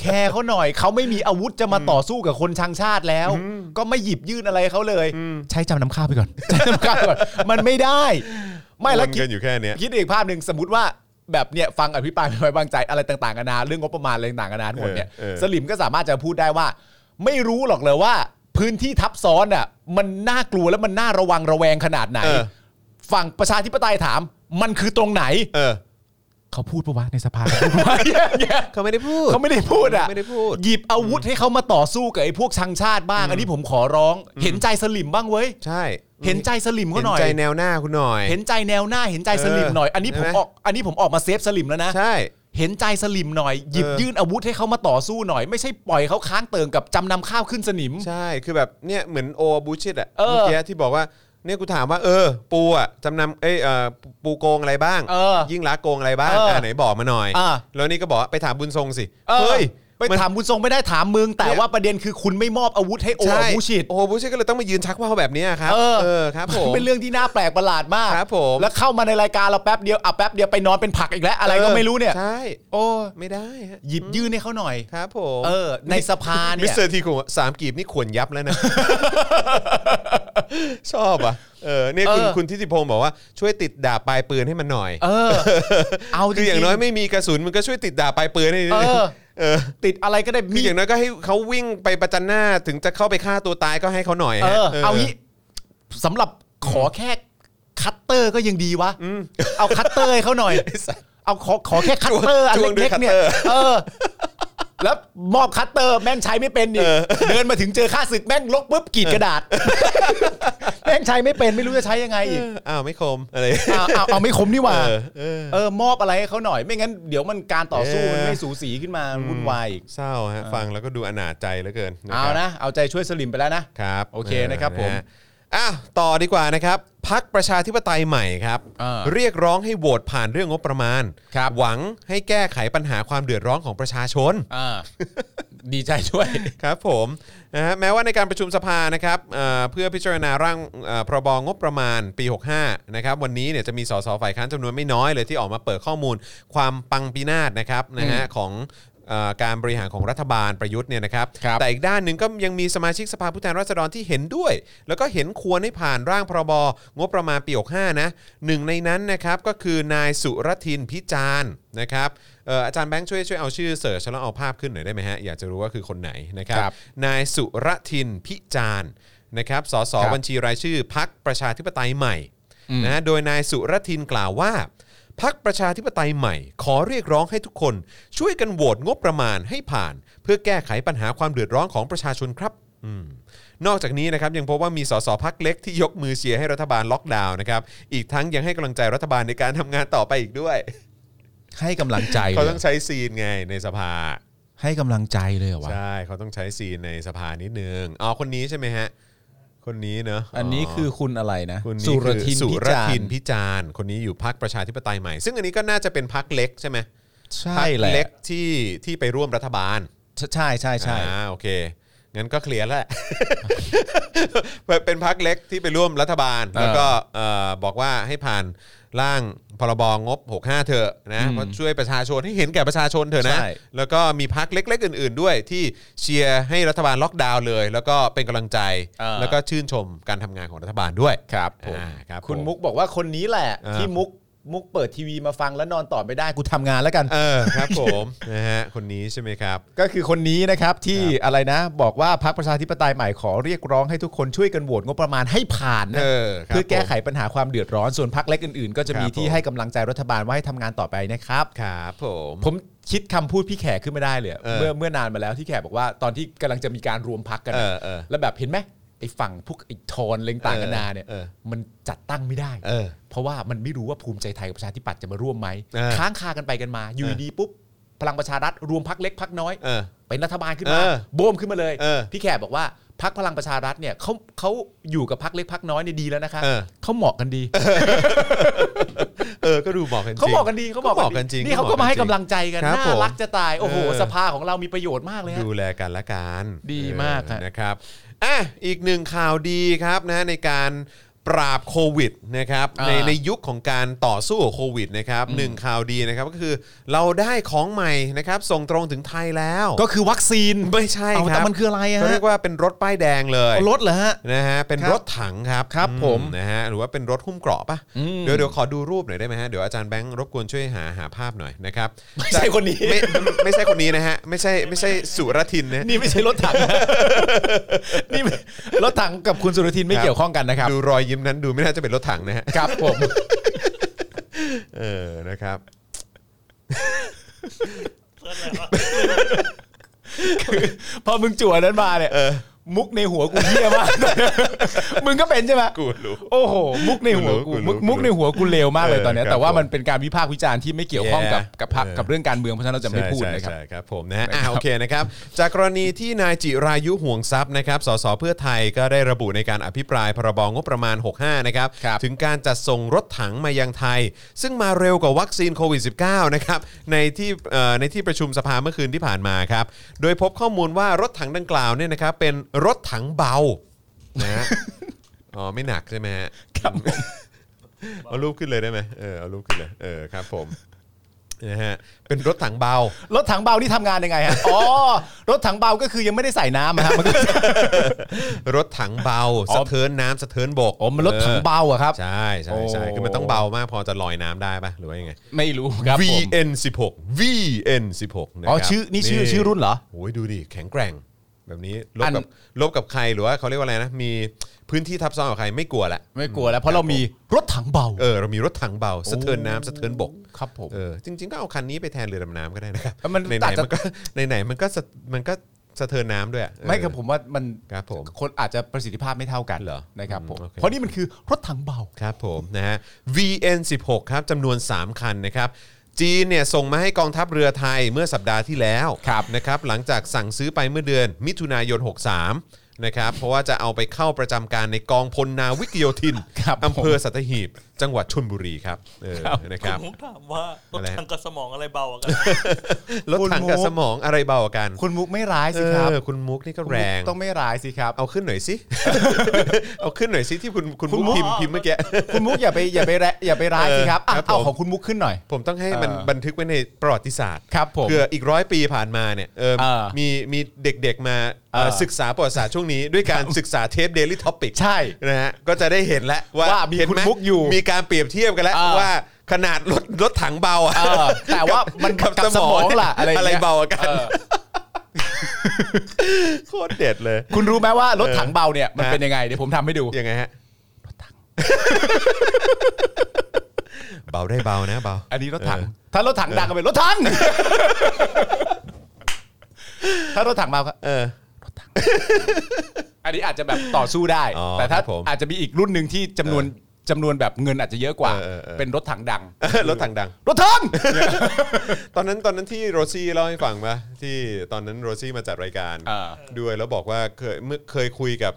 [SPEAKER 3] แคร์เขาหน่อย เขาไม่มีอาวุธจะมาต่อสู้กับคนชังชาติแล้ว ก็ไม่หยิบยื่นอะไรเขาเลย ใช้จำนำข้าวไปก่อน ใช้จำนำข้าวไปก่อนมันไม่ได้ ไม่แล้ว
[SPEAKER 2] วน
[SPEAKER 3] คิ
[SPEAKER 2] กั
[SPEAKER 3] ด
[SPEAKER 2] นอยู่แค่เนี้ย
[SPEAKER 3] คิดอีกภาพหนึ่งสมมติว่าแบบเนี่ยฟังอภิปรายไม่ไว้วางใจอะไรต่างๆกันานาเรื่องงบประมาณอะไรต่างๆกันานาทั้งหมดเนี่ย
[SPEAKER 2] เออเออ
[SPEAKER 3] สลิมก็สามารถจะพูดได้ว่า ไม่รู้หรอกเลยว่า พื้นที่ทับซ้อนอ่ะมันน่ากลัวและมันน่าระวังระแวงขนาดไหน
[SPEAKER 2] เออ
[SPEAKER 3] ฝั่งประชาธิปไตยถาม มันคือตรงไหน
[SPEAKER 2] เออ
[SPEAKER 3] เขาพูดปะวะในสภาเขาพูดปะ วะเนี่ยเนี่ย
[SPEAKER 2] เขาไม่ได้พูด
[SPEAKER 3] เขาไม่ได้พูดอ่ะ
[SPEAKER 2] ไม่ได้พูด
[SPEAKER 3] หยิบอาวุธให้เขามาต่อสู้กับไอ้พวกชังชาติบ้าง อันนี้ผมขอร้อง เห็นใจสลิมบ้างเว้ย
[SPEAKER 2] ใช่
[SPEAKER 3] เห็นใจสลิมเขา
[SPEAKER 2] เห็น
[SPEAKER 3] หน่อย
[SPEAKER 2] ใจแนวหน้าคุณหน่อย
[SPEAKER 3] เห็นใจแนวหน้า เห็นใจสลิมหน่อย อันนี้
[SPEAKER 2] เอ
[SPEAKER 3] ผ
[SPEAKER 2] อ
[SPEAKER 3] ม
[SPEAKER 2] ใช่ไหม
[SPEAKER 3] ออก อันนี้ผมออกมาเซฟสลิมแล้วนะ
[SPEAKER 2] ใช่
[SPEAKER 3] เห็นใจสลิมหน่อย หยิบ
[SPEAKER 2] เออ
[SPEAKER 3] ยื่นอาวุธให้เขามาต่อสู้หน่อย ไม่ใช่ปล่อยเขาค้างเติ่งกับจำนำข้าวขึ้นสนิม
[SPEAKER 2] ใช่คือแบบเนี่ยเหมือนโอบูชิตอะ
[SPEAKER 3] เออ
[SPEAKER 2] เมื่อกี้ที่บอกว่าเนี่ยกูถามว่าเออ ปูอะจำนำเอ้ยเอ่อปูโกงอะไรบ้าง
[SPEAKER 3] เออ
[SPEAKER 2] ยิ่งรักษณ์โกงอะไรบ้า
[SPEAKER 3] เอออ่
[SPEAKER 2] งะไหนบอกมาหน่อย
[SPEAKER 3] อ่ะ
[SPEAKER 2] แล้วนี่ก็บอกว่าไปถามบุญทรงสิ
[SPEAKER 3] เออ
[SPEAKER 2] เฮ้ย
[SPEAKER 3] ไปถามคุณทรงไม่ได้ถามมึง แต่ว่าประเด็นคือคุณไม่มอบอาวุธให้โอ
[SPEAKER 2] ใช่
[SPEAKER 3] บูชิด
[SPEAKER 2] โอบูชิตก็เลยต้องมายืนชักว่าวแบบเนี้ยครับ
[SPEAKER 3] เออ
[SPEAKER 2] ครับผม
[SPEAKER 3] เป็นเรื่องที่น่าแปลกประหลาดมาก
[SPEAKER 2] ครับผม
[SPEAKER 3] แล้วเข้ามาในรายการเราแป๊บเดียวอ่ะแป๊บเดียวไปนอนเป็นผักอีกแล้ว อะไรก็ไม่รู้เนี่ย
[SPEAKER 2] ใช่
[SPEAKER 3] โอ้
[SPEAKER 2] ไม่ได้ฮะ
[SPEAKER 3] หยิบยื่นให้เขาหน่อย
[SPEAKER 2] ครับผม
[SPEAKER 3] เออ ในสภา
[SPEAKER 2] มิ
[SPEAKER 3] เนี่
[SPEAKER 2] ส
[SPEAKER 3] ย
[SPEAKER 2] เตอร์ทีของสามกีบนี่ขวนยับแล้ว นะ ชอบอ่ะเออเนี่ยคุณคุณทิติพงศ์บอกว่าช่วยติดดาบปลายปืนให้มันหน่อย
[SPEAKER 3] เออ เอาจ
[SPEAKER 2] คื
[SPEAKER 3] ริ
[SPEAKER 2] องอย่างน้อยไม่มีกระสุนมันก็ช่วยติดดาบปลายปืนให้นิด
[SPEAKER 3] เอ
[SPEAKER 2] นึง
[SPEAKER 3] อ
[SPEAKER 2] เออ
[SPEAKER 3] ติดอะไรก็ได้
[SPEAKER 2] คืออย่างน้อยก็ให้เขาวิ่งไปประจันหน้าถึงจะเข้าไปฆ่าตัวตายก็ให้เขาหน่อย
[SPEAKER 3] เอ
[SPEAKER 2] ฮะ
[SPEAKER 3] อ เอางี้สำหรับขอแค่คัตเตอร์ก็ยังดีวะเอาคัตเตอร์ให้เขาหน่อย เอาขอขอแค่คัตเตอร์อันเล็กๆเนี่ยเออ แล้วมอบคัตเตอร์แม่งใช้ไม่เป็นนี่เดินมาถึงเจอค่าศึกแม่งลกปุ๊บกรีดกระดาษ แม่งใช้ไม่เป็นไม่รู้จะใช้ยังไงอีก
[SPEAKER 2] เอออ้าวไม่คมอะไร
[SPEAKER 3] เอาเอาเอาไม่คมนี่หว่า
[SPEAKER 2] เออเออ
[SPEAKER 3] เออ มอบอะไรให้เขาหน่อย ไม่งั้นเดี๋ยวมันการต่อสู้
[SPEAKER 2] เออ
[SPEAKER 3] มันไม่สูสีขึ้นมาวุ่นวายอีก
[SPEAKER 2] เศร้าฮะฟังแล้วก็ดูอนาจใจเหลือเกิน
[SPEAKER 3] เอา
[SPEAKER 2] ครับ
[SPEAKER 3] นะเอาใจช่วยสลิมไปแล้วนะ
[SPEAKER 2] ครับ
[SPEAKER 3] โอเคนะครับผม
[SPEAKER 2] ฮอ่ะต่อดีกว่านะครับพักประชาธิปไตยใหม่ครับ
[SPEAKER 3] อ่า
[SPEAKER 2] เรียกร้องให้โหวตผ่านเรื่องงบประมาณ
[SPEAKER 3] ครับ
[SPEAKER 2] หวังให้แก้ไขปัญหาความเดือดร้อนของประชาชน
[SPEAKER 3] อ่าดีใจช่วย
[SPEAKER 2] ครับผมนะฮะแม้ว่าในการประชุมสภานะครับเอ่อเพื่อพิจารณาร่างเอ่อพรบงบประมาณปี 65 นะครับวันนี้เนี่ยจะมีสสฝ่ายค้านจำนวนไม่น้อยเลยที่ออกมาเปิดข้อมูลความปังปีนาศนะครับนะฮะของเอ่อการบริหารของรัฐบาลประยุทธ์เนี่ยนะครับ
[SPEAKER 3] ครับ
[SPEAKER 2] แต่อีกด้านหนึ่งก็ยังมีสมาชิกสภาผู้แทนราษฎรที่เห็นด้วย แล้วก็เห็นควรให้ผ่านร่างพรบงบประมาณปี 65 นะหนึ่งในนั้นนะครับก็คือนายสุรทินพิจารณ์นะครับเอ่ออาจารย์แบงค์ช่วยช่วยเอาชื่อเสิร์ชแล้วเอาภาพขึ้นหน่อยได้ไหมฮะอยากจะรู้ว่าคือคนไหนนะครั
[SPEAKER 3] ครับ
[SPEAKER 2] นายสุรทินพิจารณ์นะครับ สส
[SPEAKER 3] ครับ
[SPEAKER 2] บัญชีรายชื่อพักประชาธิปไตยใหม่นะโดยนายสุรทินกล่าวว่า พักประชาธิปไตยใหม่ ขอเรียกร้องให้ทุกคน ช่วยกันโหวตงบประมาณให้ผ่าน เพื่อแก้ไขปัญหาความเดือดร้อนของประชาชนครับอืมนอกจากนี้นะครับยังพบว่ามีสสพักเล็กที่ยกมือเชียร์ให้รัฐบาลล็อกดาวน์นะครับอีกทั้งยังให้กำลังใจรัฐบาลในการทำงานต่อไปอีกด้วย
[SPEAKER 3] ให้กำลังใจ
[SPEAKER 2] เขาต้องใช้ซีนไงในสภา
[SPEAKER 3] ให้กำลังใจเลยเหรอวะ
[SPEAKER 2] ใช่เขาต้องใช้ซีนในสภานิดนึงอ๋อคนนี้ใช่ไหมฮะ คนนี้เนอะ
[SPEAKER 3] อันนี้คือคุณอะไรนะ
[SPEAKER 2] คนนี้
[SPEAKER 3] สุ
[SPEAKER 2] สุ
[SPEAKER 3] ร
[SPEAKER 2] ร
[SPEAKER 3] ทิ
[SPEAKER 2] ทิ
[SPEAKER 3] น
[SPEAKER 2] น
[SPEAKER 3] พิ
[SPEAKER 2] พิ
[SPEAKER 3] จา
[SPEAKER 2] จาร
[SPEAKER 3] รณ์
[SPEAKER 2] ณ์พิจารณ์คนนี้อยู่พักประชาธิปไตยใหม่ ซึ่งอันนี้ก็น่าจะเป็นพักเล็กใช่ไหม
[SPEAKER 3] ใช่
[SPEAKER 2] พั
[SPEAKER 3] แหละ
[SPEAKER 2] เล็กที่ที่ไปร่วมรัฐบาล
[SPEAKER 3] ใช่ใช่ใช่ใช่
[SPEAKER 2] อ่าโอเคงั้นก็เคลียร์แล้วแหละ เป็นพักเล็กที่ไปร่วมรัฐบาล แล้วก็เอ่อบอกว่าให้ผ่านร่างพรบงบ 65 เถอะนะเพราะช่วยประชาชนให้เห็นแก่ประชาชนเถอะนะ
[SPEAKER 3] ใช่
[SPEAKER 2] แล้วก็มีพักเล็ก ๆ อื่น ๆ ด้วยที่เชียร์ให้รัฐบาลล็อกดาวน์เลย แล้วก็เป็นกำลังใจ
[SPEAKER 3] เออ
[SPEAKER 2] แล้วก็ชื่นชมการทำงานของรัฐบาลด้วย
[SPEAKER 3] ครับผม
[SPEAKER 2] อ่าครับ
[SPEAKER 3] คุณ
[SPEAKER 2] ผ
[SPEAKER 3] มุกบอกว่าคนนี้แหละ
[SPEAKER 2] เออ
[SPEAKER 3] ที่มุกมุกเปิดทีวีมาฟังแล้วนอนต่อไม่ได้กูทำงานแล้วกัน
[SPEAKER 2] เออครับผม นะฮะ คนนี้ใช่ไหมครับ
[SPEAKER 3] ก็คือคนนี้นะครับที่อะไรนะ บอกว่าพรรคประชาธิปไตยใหม่ขอเรียกร้องให้ทุกคนช่วยกันโหวตงบประมาณให้ผ่านนะ
[SPEAKER 2] เออครับ
[SPEAKER 3] เพื่อแก้ไขปัญหาความเดือดร้อนส่วนพรรคเล็กอื่นๆ ก็จะมี
[SPEAKER 2] ครับ
[SPEAKER 3] ที่
[SPEAKER 2] ผม
[SPEAKER 3] ให้กำลังใจรัฐบาลว่าให้ทำงานต่อไปนะครับ
[SPEAKER 2] ครับผม
[SPEAKER 3] ผมคิดคำพูดพี่แขกขึ้นไม่ได้เลยอะ
[SPEAKER 2] เออ
[SPEAKER 3] เมื่อเมื่อนานมาแล้วที่แขกบอกว่าตอนที่กำลังจะมีการรวมพักกันอะ
[SPEAKER 2] เออเออ
[SPEAKER 3] แล้วแบบเห็นไหมไอ้ฝั่งพวกไอ้ทอนเลงต่างกันานาเนี่ย
[SPEAKER 2] เออเออ
[SPEAKER 3] มันจัดตั้งไม่ได้
[SPEAKER 2] เออ
[SPEAKER 3] เพราะว่ามันไม่รู้ว่าภูมิใจไทยกับประชาธิปัตย์จะมาร่วมไหม
[SPEAKER 2] เออ
[SPEAKER 3] ค้างคากันไปกันมาอยู่
[SPEAKER 2] เออ
[SPEAKER 3] ดีๆปุ๊บพลังประชารัฐรวมพักเล็กพักน้อย
[SPEAKER 2] เออ
[SPEAKER 3] เป็นรัฐบาลขึ้นมา
[SPEAKER 2] เออ
[SPEAKER 3] โบมขึ้นมาเลย
[SPEAKER 2] เออ
[SPEAKER 3] พี่แขกบอกว่าพักพลังประชารัฐเนี่ยเขาเขาอยู่กับพักเล็กพักน้อยเนี่ยดีแล้วนะคะ
[SPEAKER 2] เออ
[SPEAKER 3] เขาเหมาะกันดี
[SPEAKER 2] เออก็ดูเหมาะกันจริง
[SPEAKER 3] เขาเหมาะกันดีเขาเหมาะ
[SPEAKER 2] เขาเหมาะกันจริง
[SPEAKER 3] นี่เขาก็มาให้กำลังใจกัน
[SPEAKER 2] ครับ
[SPEAKER 3] น่า
[SPEAKER 2] ผม
[SPEAKER 3] รักจะตายโอ้โห
[SPEAKER 2] เออ
[SPEAKER 3] สภาของเรามีประโยชน์มากเลยฮะ
[SPEAKER 2] ดูแลกันละกัน
[SPEAKER 3] ดีมาก
[SPEAKER 2] เออ
[SPEAKER 3] ฮะ
[SPEAKER 2] นะครับอ่ะอีกหนึ่งข่าวดีครับนะในการปราบโควิดนะครับ
[SPEAKER 3] อ่า
[SPEAKER 2] ในในยุคของการต่อสู้กับโควิดนะครับหนึ่งข่าวดีนะครับก็คือเราได้ของใหม่นะครับส่งตรงถึงไทยแล้ว
[SPEAKER 3] ก็คือวัคซีน
[SPEAKER 2] ไม่ใช่
[SPEAKER 3] เอา
[SPEAKER 2] ค
[SPEAKER 3] แต่
[SPEAKER 2] รับ
[SPEAKER 3] มันคืออะไรอะ
[SPEAKER 2] เขา
[SPEAKER 3] ฮะ
[SPEAKER 2] เรียกว่าเป็นรถป้ายแดงเลย
[SPEAKER 3] เอารถเหรอฮะ
[SPEAKER 2] นะฮะเป็น
[SPEAKER 3] ครับ
[SPEAKER 2] รถถังครับ
[SPEAKER 3] ครับผม
[SPEAKER 2] อืนะฮะหรือว่าเป็นรถหุ้มเกราะปะเดี๋ยวเดี๋ยวขอดูรูปหน่อยได้ไหมฮะเดี๋ยวอาจารย์แบงค์รบกวนช่วยหาหาภาพหน่อยนะครับ
[SPEAKER 3] ไม่ใช่คนนี้
[SPEAKER 2] ไม่ไม่ไม่ใช่คนนี้นะฮะไม่ใช่ไม่ใช่สุรทิน นะ
[SPEAKER 3] นี่ไม่ใช่รถถัง นี่ไม่รถถังกับคุณสุรทินไม่
[SPEAKER 2] ครับ
[SPEAKER 3] เกี่ยวข้องกันนะครับ
[SPEAKER 2] ดูรอยยิ้ม ปนั้นดูไม่น่าจะเป็นรถถังนะฮะ
[SPEAKER 5] ครับผม
[SPEAKER 2] เออ นะครับ
[SPEAKER 3] พอมึงจั่วนั้นมาเนี่ยมุกในหัวกูเยี่ยมาก มึงก็เป็นใช่ไหม
[SPEAKER 2] กูรู้
[SPEAKER 3] โอ้โห มุกในหัวกู
[SPEAKER 2] กูรู้
[SPEAKER 3] มุก
[SPEAKER 2] กูรู้
[SPEAKER 3] มุกในหัวกูเลวมากเลยตอนเนี้ย
[SPEAKER 2] เออครับ
[SPEAKER 3] แต่ว่า
[SPEAKER 2] ผม
[SPEAKER 3] มันเป็นการวิพากษ์วิจารณ์ที่ไม่เกี่ยวข้องกับ
[SPEAKER 2] แย่
[SPEAKER 3] กับพรรค
[SPEAKER 2] เออ
[SPEAKER 3] กับเรื่องการเมืองเพราะฉะนั้นเราจะไม่พูด
[SPEAKER 2] ใช่
[SPEAKER 3] นะครับ
[SPEAKER 2] ใช่ครับผมนะฮะ
[SPEAKER 3] นะ
[SPEAKER 2] อ่า
[SPEAKER 3] ครับ
[SPEAKER 2] โอเคนะครับ จากกรณีที่นายจิรายุห่วงทรัพย์นะครับสสเพื่อไทยก็ได้ระบุในการอภิปรายพรบงบประมาณ 65 นะครับ ถึงการจัดส่งรถถังมายังไทย ซึ่งมาเร็วกว่าวัคซีนโควิด -19 นะครับในที่เอ่อในที่ประชุมสภาเมื่อคืนที่ผ่านมาครับ โดยพบข้อมูลว่ารถถังดังกล่าวเนี่ยนะครับเป็นรถถังเบานะ ฮะ อ๋อไม่หนักใช่ไหมฮะครับเอารูปขึ้นเลยได้ไหมเออเอารูปขึ้นเลยเออครับผมนะฮะเป็นรถถังเบา
[SPEAKER 3] รถถังเบาที่ทำงานยังไงฮะอ๋อรถถังเบาก็คือยังไม่ได้ใส่น้ำอะฮะมันก็
[SPEAKER 2] รถถังเบา
[SPEAKER 3] อ๋อ
[SPEAKER 2] สะเทินน้ำสะเทินบก
[SPEAKER 3] อ๋อมันรถถังเบาอะครับ
[SPEAKER 2] ใช่ใช่ใช่
[SPEAKER 3] โอ้
[SPEAKER 2] คือมันต้องเบามากพอจะลอยน้ำได้ปะหรือว่ายังไง
[SPEAKER 5] ไม่รู้ครับผม
[SPEAKER 2] VN 16 VN 16นะครับ
[SPEAKER 3] อ๋อชื่อนี่ชื่อชื่อรุ่นเหรอ
[SPEAKER 2] โอ้ยดูดิแข็งแกร่ง แบบนี้ล
[SPEAKER 3] อั
[SPEAKER 2] บ
[SPEAKER 3] น
[SPEAKER 2] กับลบกับใครหรือว่าเขาเรียกว่าอะไรนะมีพื้นที่ทับซ้อนกับใครไม่กลัวละ
[SPEAKER 3] ไม่กลัวแล้วเพราะเรามีรถถังเบา
[SPEAKER 2] เออเรามีรถถังเบาสะเทินน้ำสะเทินบก
[SPEAKER 3] ครับผม
[SPEAKER 2] เออจริงๆก็เอาคันนี้ไปแทนเรือดำน้ำก็ได้นะครับ
[SPEAKER 3] เออมัน
[SPEAKER 2] ไหน
[SPEAKER 3] อาจ
[SPEAKER 2] ๆ
[SPEAKER 3] จะ
[SPEAKER 2] มันก็ไหนๆมันก็สะมันก็สะเทินน้ำด้วยอะเออ
[SPEAKER 3] ไม่ครับผมว่ามัน
[SPEAKER 2] ครับผม
[SPEAKER 3] คนอาจจะประสิทธิภาพไม่เท่ากัน
[SPEAKER 2] เหรอ
[SPEAKER 3] นะครับผม
[SPEAKER 2] อืมโอเค
[SPEAKER 3] เพราะนี่มันคือรถถังเบา
[SPEAKER 2] ครับผมนะฮะ VN 16ครับจำนวน 3 คันนะครับจีนเนี่ยส่งมาให้กองทัพเรือไทยเมื่อสัปดาห์ที่แล้วนะครับหลังจากสั่งซื้อไปเมื่อเดือนมิถุนายน 63นะครับเพราะว่าจะเอาไปเข้าประจำการในกองพลนาวิกโยธิน
[SPEAKER 3] ครับผม
[SPEAKER 2] อำเภอสัตหีบ จังหวัดชลบุรีครับเออนะค
[SPEAKER 4] คุ
[SPEAKER 2] รับ
[SPEAKER 4] ณมุกถามว่าร
[SPEAKER 2] อะ
[SPEAKER 4] ถ
[SPEAKER 2] ไรฮะ
[SPEAKER 4] ทางกระสมองอะไรเบากัน
[SPEAKER 2] รถถังกับสมองอะไรเบากว่ากัน
[SPEAKER 3] คุณมุกไม่ร้ายสิครับ
[SPEAKER 2] เออคุณมุกนี่ก็
[SPEAKER 3] คุณมุก
[SPEAKER 2] แรง
[SPEAKER 3] ต้องไม่ร้ายสิครับ
[SPEAKER 2] เอาขึ้นหน่อย สิ เอาขึ้นหน่อยสิที่คุณคุณ
[SPEAKER 3] คุณ
[SPEAKER 2] มุก
[SPEAKER 3] มุก
[SPEAKER 2] พิมพ์พิมพ์เมื่อกี้
[SPEAKER 3] คุณมุกอย่าไปอย่าไปแรอย่าไปร้ายสิครับอ่ะ
[SPEAKER 2] ครับผม
[SPEAKER 3] เอาของคุณมุกขึ้นหน่อย
[SPEAKER 2] ผมต้องให้มัน
[SPEAKER 3] เออ
[SPEAKER 2] บันทึกไว้ในประวัติศาสตร์
[SPEAKER 3] ครับผม
[SPEAKER 2] เพื่ออีกร้อยปีผ่านมาเนี่ยเออ
[SPEAKER 3] เออ
[SPEAKER 2] มีมีเด็กๆมาเอ่อ
[SPEAKER 3] เออ
[SPEAKER 2] ศึกษาประวัติศาสตร์ช่วงนี้ ด้วยการศึกษาเทป Daily Topic
[SPEAKER 3] ใช่
[SPEAKER 2] นะฮะก็จะได้เห็นแล้วว่า
[SPEAKER 3] ว่ามี
[SPEAKER 2] เห็นไห
[SPEAKER 3] คุณมุกอยู่
[SPEAKER 2] มีการเปรียบเทียบกันแล้ว
[SPEAKER 3] เออ
[SPEAKER 2] ว่าขนาดรถรถถังเบาอะ
[SPEAKER 3] เออแต่ว่ามันกับสมองล่ะอะไร
[SPEAKER 2] อะไร
[SPEAKER 3] งี้ย
[SPEAKER 2] เบากัน
[SPEAKER 3] เออ
[SPEAKER 2] โคตรเด็ดเลย
[SPEAKER 3] คุณรู้ไหมว่ารถถังเบาเนี่ยมันเป็นยังไงเดี๋ยวผมทำให้ดู
[SPEAKER 2] ยังไงฮะรถถัง เบาได้เบานะเบา
[SPEAKER 3] อันนี้รถถัง
[SPEAKER 2] เออ
[SPEAKER 3] ถ้ารถถังดังก็เป็นรถถัง ถ้ารถถังเบาก็
[SPEAKER 2] เออ
[SPEAKER 3] อันนี้อาจจะแบบต่อสู้ได้
[SPEAKER 2] อ๋อ
[SPEAKER 3] แต่ถ้า
[SPEAKER 2] ครับผม
[SPEAKER 3] อาจจะมีอีกรุ่นหนึ่งที่จำนวนจำนวนแบบเงินอาจจะเยอะกว่า
[SPEAKER 2] เออเออเออ
[SPEAKER 3] เป็นรถถังดัง
[SPEAKER 2] รถถังดัง
[SPEAKER 3] รถถัง
[SPEAKER 2] ตอนนั้นตอนนั้นที่โรซี่เล่าให้ฟังปะที่ตอนนั้นโรซี่มาจัดรายการ
[SPEAKER 5] อ่า
[SPEAKER 2] ด้วยแล้วบอกว่าเคยเมื่อเคยคุยกับ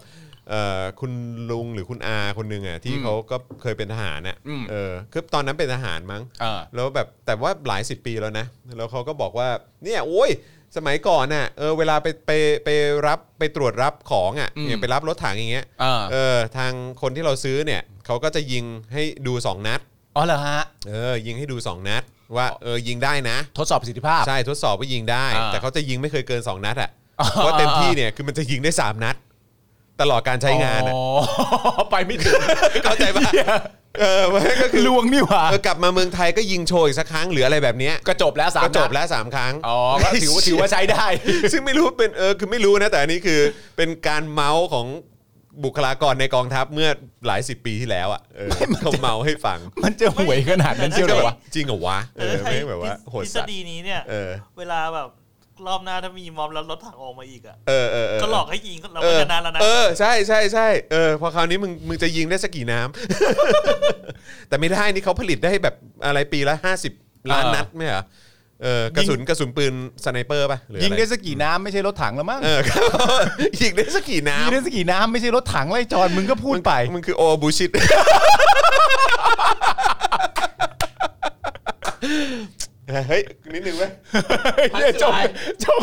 [SPEAKER 2] เอ่อคุณลุงหรือคุณอาคนหนึ่งอ่ะที่เขาก็เคยเป็นทหารอ่ะ
[SPEAKER 5] อืม
[SPEAKER 2] เออคือตอนนั้นเป็นทหารมั้ง
[SPEAKER 5] อ่า
[SPEAKER 2] แล้วแบบแต่ว่าหลายสิบปีแล้วนะแล้วเขาก็บอกว่าเนี่ยโอ้ยสมัยก่อนน่ะเออเวลาไปไปไปรับไปตรวจรับของอ่ะอย่างไปรับรถถังอย่างเงี้ย
[SPEAKER 5] อ่า
[SPEAKER 2] เออทางคนที่เราซื้อเนี่ยเขาก็จะยิงให้ดูสองนัด
[SPEAKER 3] อ๋อเหรอฮะ
[SPEAKER 2] เออยิงให้ดูสองนัด ว่าเออยิงได้นะ
[SPEAKER 3] ทดสอบประสิทธิภาพ
[SPEAKER 2] ใช่ทดสอบว่ายิงได้
[SPEAKER 5] อ่า
[SPEAKER 2] แต่เขาจะยิงไม่เคยเกิน 2 นัดอ่ะ
[SPEAKER 3] อ๋อ
[SPEAKER 2] เพราะเต็มที่เนี่ยคือมันจะยิงได้ 3 นัด ตลอดการใช้งานอะ
[SPEAKER 3] อ๋อ ไปไม่ถึง
[SPEAKER 2] เข้าใจปะเออมันก็คือ
[SPEAKER 3] ลวงนี่หว่า
[SPEAKER 2] เออกลับมาเมืองไทยก็ยิงโชยสักครั้งหรืออะไรแบบเนี้ย
[SPEAKER 3] ก็จบแล้วสาม
[SPEAKER 2] ก็จบ
[SPEAKER 3] นัด
[SPEAKER 2] แล้ว 3 ครั้ง
[SPEAKER 3] อ๋อก็ถือว่าถือว่าใช้ได้
[SPEAKER 2] ซึ่งไม่รู้เป็นเออคือไม่รู้นะแต่อันนี้คือเป็นการเมาส์ของบุคลากรในกองทัพเมื่อหลายสิบปีที่แล้วอ่ะเออเขาเมาส์ให้ฟัง
[SPEAKER 3] มันจะห่วยขนาดนั้นเชียวเหรอวะ
[SPEAKER 2] จริงเหรอวะเอ
[SPEAKER 4] แต่
[SPEAKER 2] อ
[SPEAKER 4] ถ้าใช้
[SPEAKER 2] ไม่งแบบว่าโหด
[SPEAKER 4] ทฤษ
[SPEAKER 2] สัตว์
[SPEAKER 4] ฎีนี้เนี่ย
[SPEAKER 2] เออ
[SPEAKER 4] เวลาแบบรอบหน้าถ้ามีมอมแล้วรถถังออกมาอีกอ่ะ
[SPEAKER 2] เออเออเออ
[SPEAKER 4] ก็หลอกให้ยิงเราก็ชนะแล้วนะ
[SPEAKER 2] เออใช่ใช่ใช่เออพอคราวนี้มึงมึงจะยิงได้สักกี่น้ำ แต่ไม่ได้นี่เขาผลิตได้แบบอะไรปีละ 50 ล้าน
[SPEAKER 5] อ่า
[SPEAKER 2] นัดไหมเหรอเออกระสุนกระสุนปืนสไนเปอร์ป่ะหรืออะร
[SPEAKER 3] ยิงได้สักกี่น้ำไม่ใช่รถถังแล้วมั้ง
[SPEAKER 2] เออครับ ยิงได้สักกี่
[SPEAKER 3] ยิงได้
[SPEAKER 2] น้ำ
[SPEAKER 3] สักกี่น้ำไม่ใช่รถถังไล่จอนมึงก็พูดไป
[SPEAKER 2] มึงคือโอบูชิต เฮ้ยนิดนึงไหม
[SPEAKER 3] เนี่ยจบจบ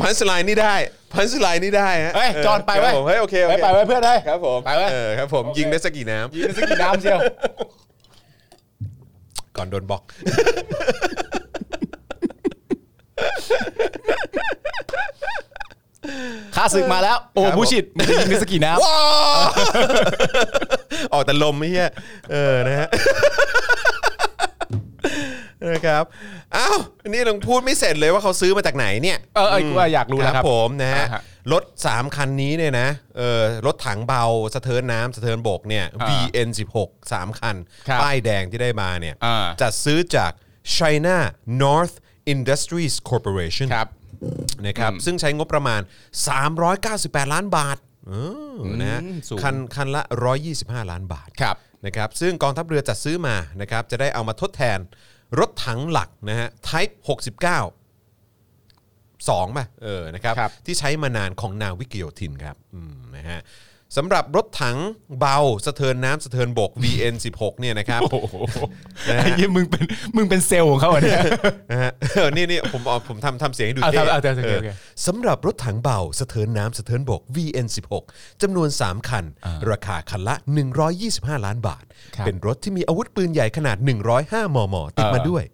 [SPEAKER 2] พันสไลน์นี่ได้พันสไลน์นี่ได้ฮะ
[SPEAKER 3] เฮ้ยจอนไป
[SPEAKER 2] ค
[SPEAKER 3] ไว้
[SPEAKER 2] รับผมเฮ้ยโอเคโอ
[SPEAKER 3] ไป
[SPEAKER 2] เค
[SPEAKER 3] ไปไว้เพื่อนได้ย
[SPEAKER 2] ครับผม
[SPEAKER 3] ไปเว้ย
[SPEAKER 2] เออครับผมยิงได้สักกี่น้ำ
[SPEAKER 3] ยิงได้สักกี่น้ำเชียว
[SPEAKER 2] ก่อนโดนบล็อก
[SPEAKER 3] ข้าศึกมาแล้ว โอ้
[SPEAKER 2] ครับผม
[SPEAKER 3] บูชิตมึงจะยิงได้สักกี่น้
[SPEAKER 2] ว้า ออกแต่ลมไม่เฮียเออนะฮะ เอ นะครับอ้าวนี่ยังพูดไม่เสร็จเลยว่าเขาซื้อมาจากไหนเนี่ย
[SPEAKER 5] เออไอ้กูว่าอยากรู้แล้ว
[SPEAKER 2] ค
[SPEAKER 5] ค
[SPEAKER 2] รั
[SPEAKER 5] รั
[SPEAKER 2] บบ ผมนะฮะ
[SPEAKER 5] อ่าฮะ
[SPEAKER 2] รถ 3 คันนี้เนี่ยนะเออรถถังเบาสะเทินน้ำสะเทินบกเนี่ย
[SPEAKER 5] อ่า
[SPEAKER 2] VN 16 3 คัน
[SPEAKER 5] ครับ
[SPEAKER 2] ป้ายแดงที่ได้มาเนี่ย
[SPEAKER 5] อ่า
[SPEAKER 2] จัดซื้อจาก China North Industries Corporation
[SPEAKER 5] ครับ
[SPEAKER 2] นะครับซึ่งใช้งบประมาณ 398 ล้านบาทเออนะฮะ
[SPEAKER 5] อืมสูง
[SPEAKER 2] คันคันละ 125 ล้านบาท
[SPEAKER 5] ครับ
[SPEAKER 2] นะครับซึ่งกองทัพเรือจัดซื้อมานะครับจะได้เอามาทดแทนรถถังหลักนะฮะ Type 69 2ป่ะเออนะครับ
[SPEAKER 5] ครับ
[SPEAKER 2] ที่ใช้มานานของนาวิกโยธินครับอืมนะฮะสำหรับรถถังเบาสะเทินน้ำสะเทินบก VN 16เนี่ยนะครับ
[SPEAKER 5] โอ้โหไอ้ยี่มึงเป็นมึงเป็นเซลล์ของเขาเหรอเนี่ย
[SPEAKER 2] นะฮ ะเออนี่นี่ผมเอาผมทำทำเสียงให้ดู
[SPEAKER 5] อ่ะ
[SPEAKER 2] เท่
[SPEAKER 5] ทำอ่ะทำโอ
[SPEAKER 2] เอ
[SPEAKER 5] เค
[SPEAKER 2] อ
[SPEAKER 5] โอเค
[SPEAKER 2] สำหรับรถถังเบาสะเทินน้ำสะเทินบก VN16 จำนวน 3 คัน ราคาคันละ 125 ล้านบาท เป็นรถที่มีอาวุธปืนใหญ่ขนาด 105 มม ติดมาด้วย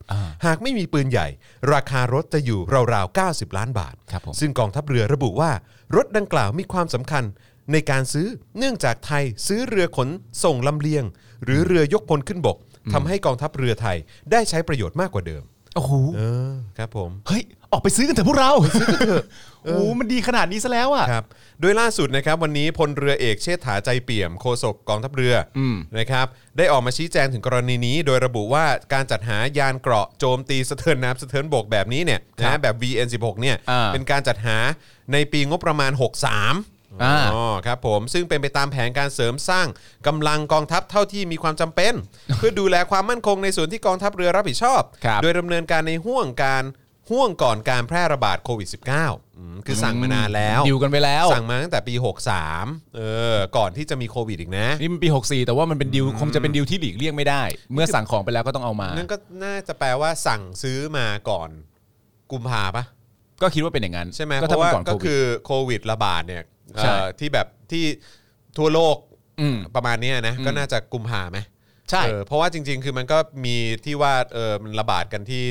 [SPEAKER 2] หากไม่มีปืนใหญ่ ราคารถจะอยู่ราวๆ 90 ล้านบาท ซึ่งกองทัพเรือระบุว่ารถดังกล่าวมีความสำคัญในการซื้อเนื่องจากไทยซื้อเรือขนส่งลำเลียง หรือเรือยกพลขึ้นบกทำให้กองทัพเรือไทยได้ใช้ประโยชน์มากกว่าเดิม
[SPEAKER 5] โอ้โห
[SPEAKER 2] เออครับผม
[SPEAKER 5] เฮ้ยออกไปซื้อกันเถอะพวกเราซื้อกันเถอะโอ้โหมันดีขนาดนี้ซะแล้วอ่ะ
[SPEAKER 2] ครับโดยล่าสุดนะครับวันนี้พลเรือเอกเชษฐาใจเปี่ยมโฆษกกองทัพเรืออนะครับได้ออกมาชี้แจงถึงกรณีนี้ โดยระบุว่าการจัดหายานเกราะโจมตีสะเทินน้ำสะเทินบกแบบนี้เนี่ยนะแบบ VN16 เนี่ย
[SPEAKER 5] อ่า
[SPEAKER 2] เป็นการจัดหาในปีงบประมาณ 63
[SPEAKER 5] อ่า
[SPEAKER 2] อครับผมซึ่งเป็นไปตามแผนการเสริมสร้างกำลังกองทัพเท่าที่มีความจำเป็น เพื่อดูแลความมั่นคงในส่วนที่กองทัพเรือรับผิดชอบ
[SPEAKER 5] ครับ
[SPEAKER 2] โดยดำเนินการในห่วงการห่วงก่อนการแพร่ระบาดโควิด -19 อืมคือสั่งมานานแล้ว
[SPEAKER 5] ดิวกันไปแล้ว
[SPEAKER 2] สั่งมาตั้งแต่ปี 63 เออ ก่อนที่จะมีโควิดอีกนะ
[SPEAKER 5] นี่มันปี 64 แต่ว่ามันเป็นดิวคงจะเป็นดิวที่หลีกเลี่ยงไม่ได้ เมื่อสั่งของไปแล้วก็ต้องเอามา
[SPEAKER 2] นั่นก็น่าจะแปลว่าสั่งซื้อมาก่อนกุมภาปะ
[SPEAKER 5] ก็คิดว่าเป็นอย่างนั้น
[SPEAKER 2] ใช่ไหม
[SPEAKER 5] ก็
[SPEAKER 2] เพ
[SPEAKER 5] ถ้า
[SPEAKER 2] ราะ
[SPEAKER 5] เป็
[SPEAKER 2] ว่า
[SPEAKER 5] นก่อน
[SPEAKER 2] ก็
[SPEAKER 5] โควิ
[SPEAKER 2] คื
[SPEAKER 5] ด
[SPEAKER 2] อโควิดระบาดเนี่ยเอ่อ
[SPEAKER 5] ใช่
[SPEAKER 2] ที่แบบที่ทั่วโลก
[SPEAKER 5] ม
[SPEAKER 2] ประมาณเนี้ยนะ
[SPEAKER 5] อืม
[SPEAKER 2] ก็น่าจะกุมภาไหม
[SPEAKER 5] ใช่
[SPEAKER 2] เออเพราะว่าจริง ๆ คือมันก็มีที่ว่าเออมันระบาดกันที่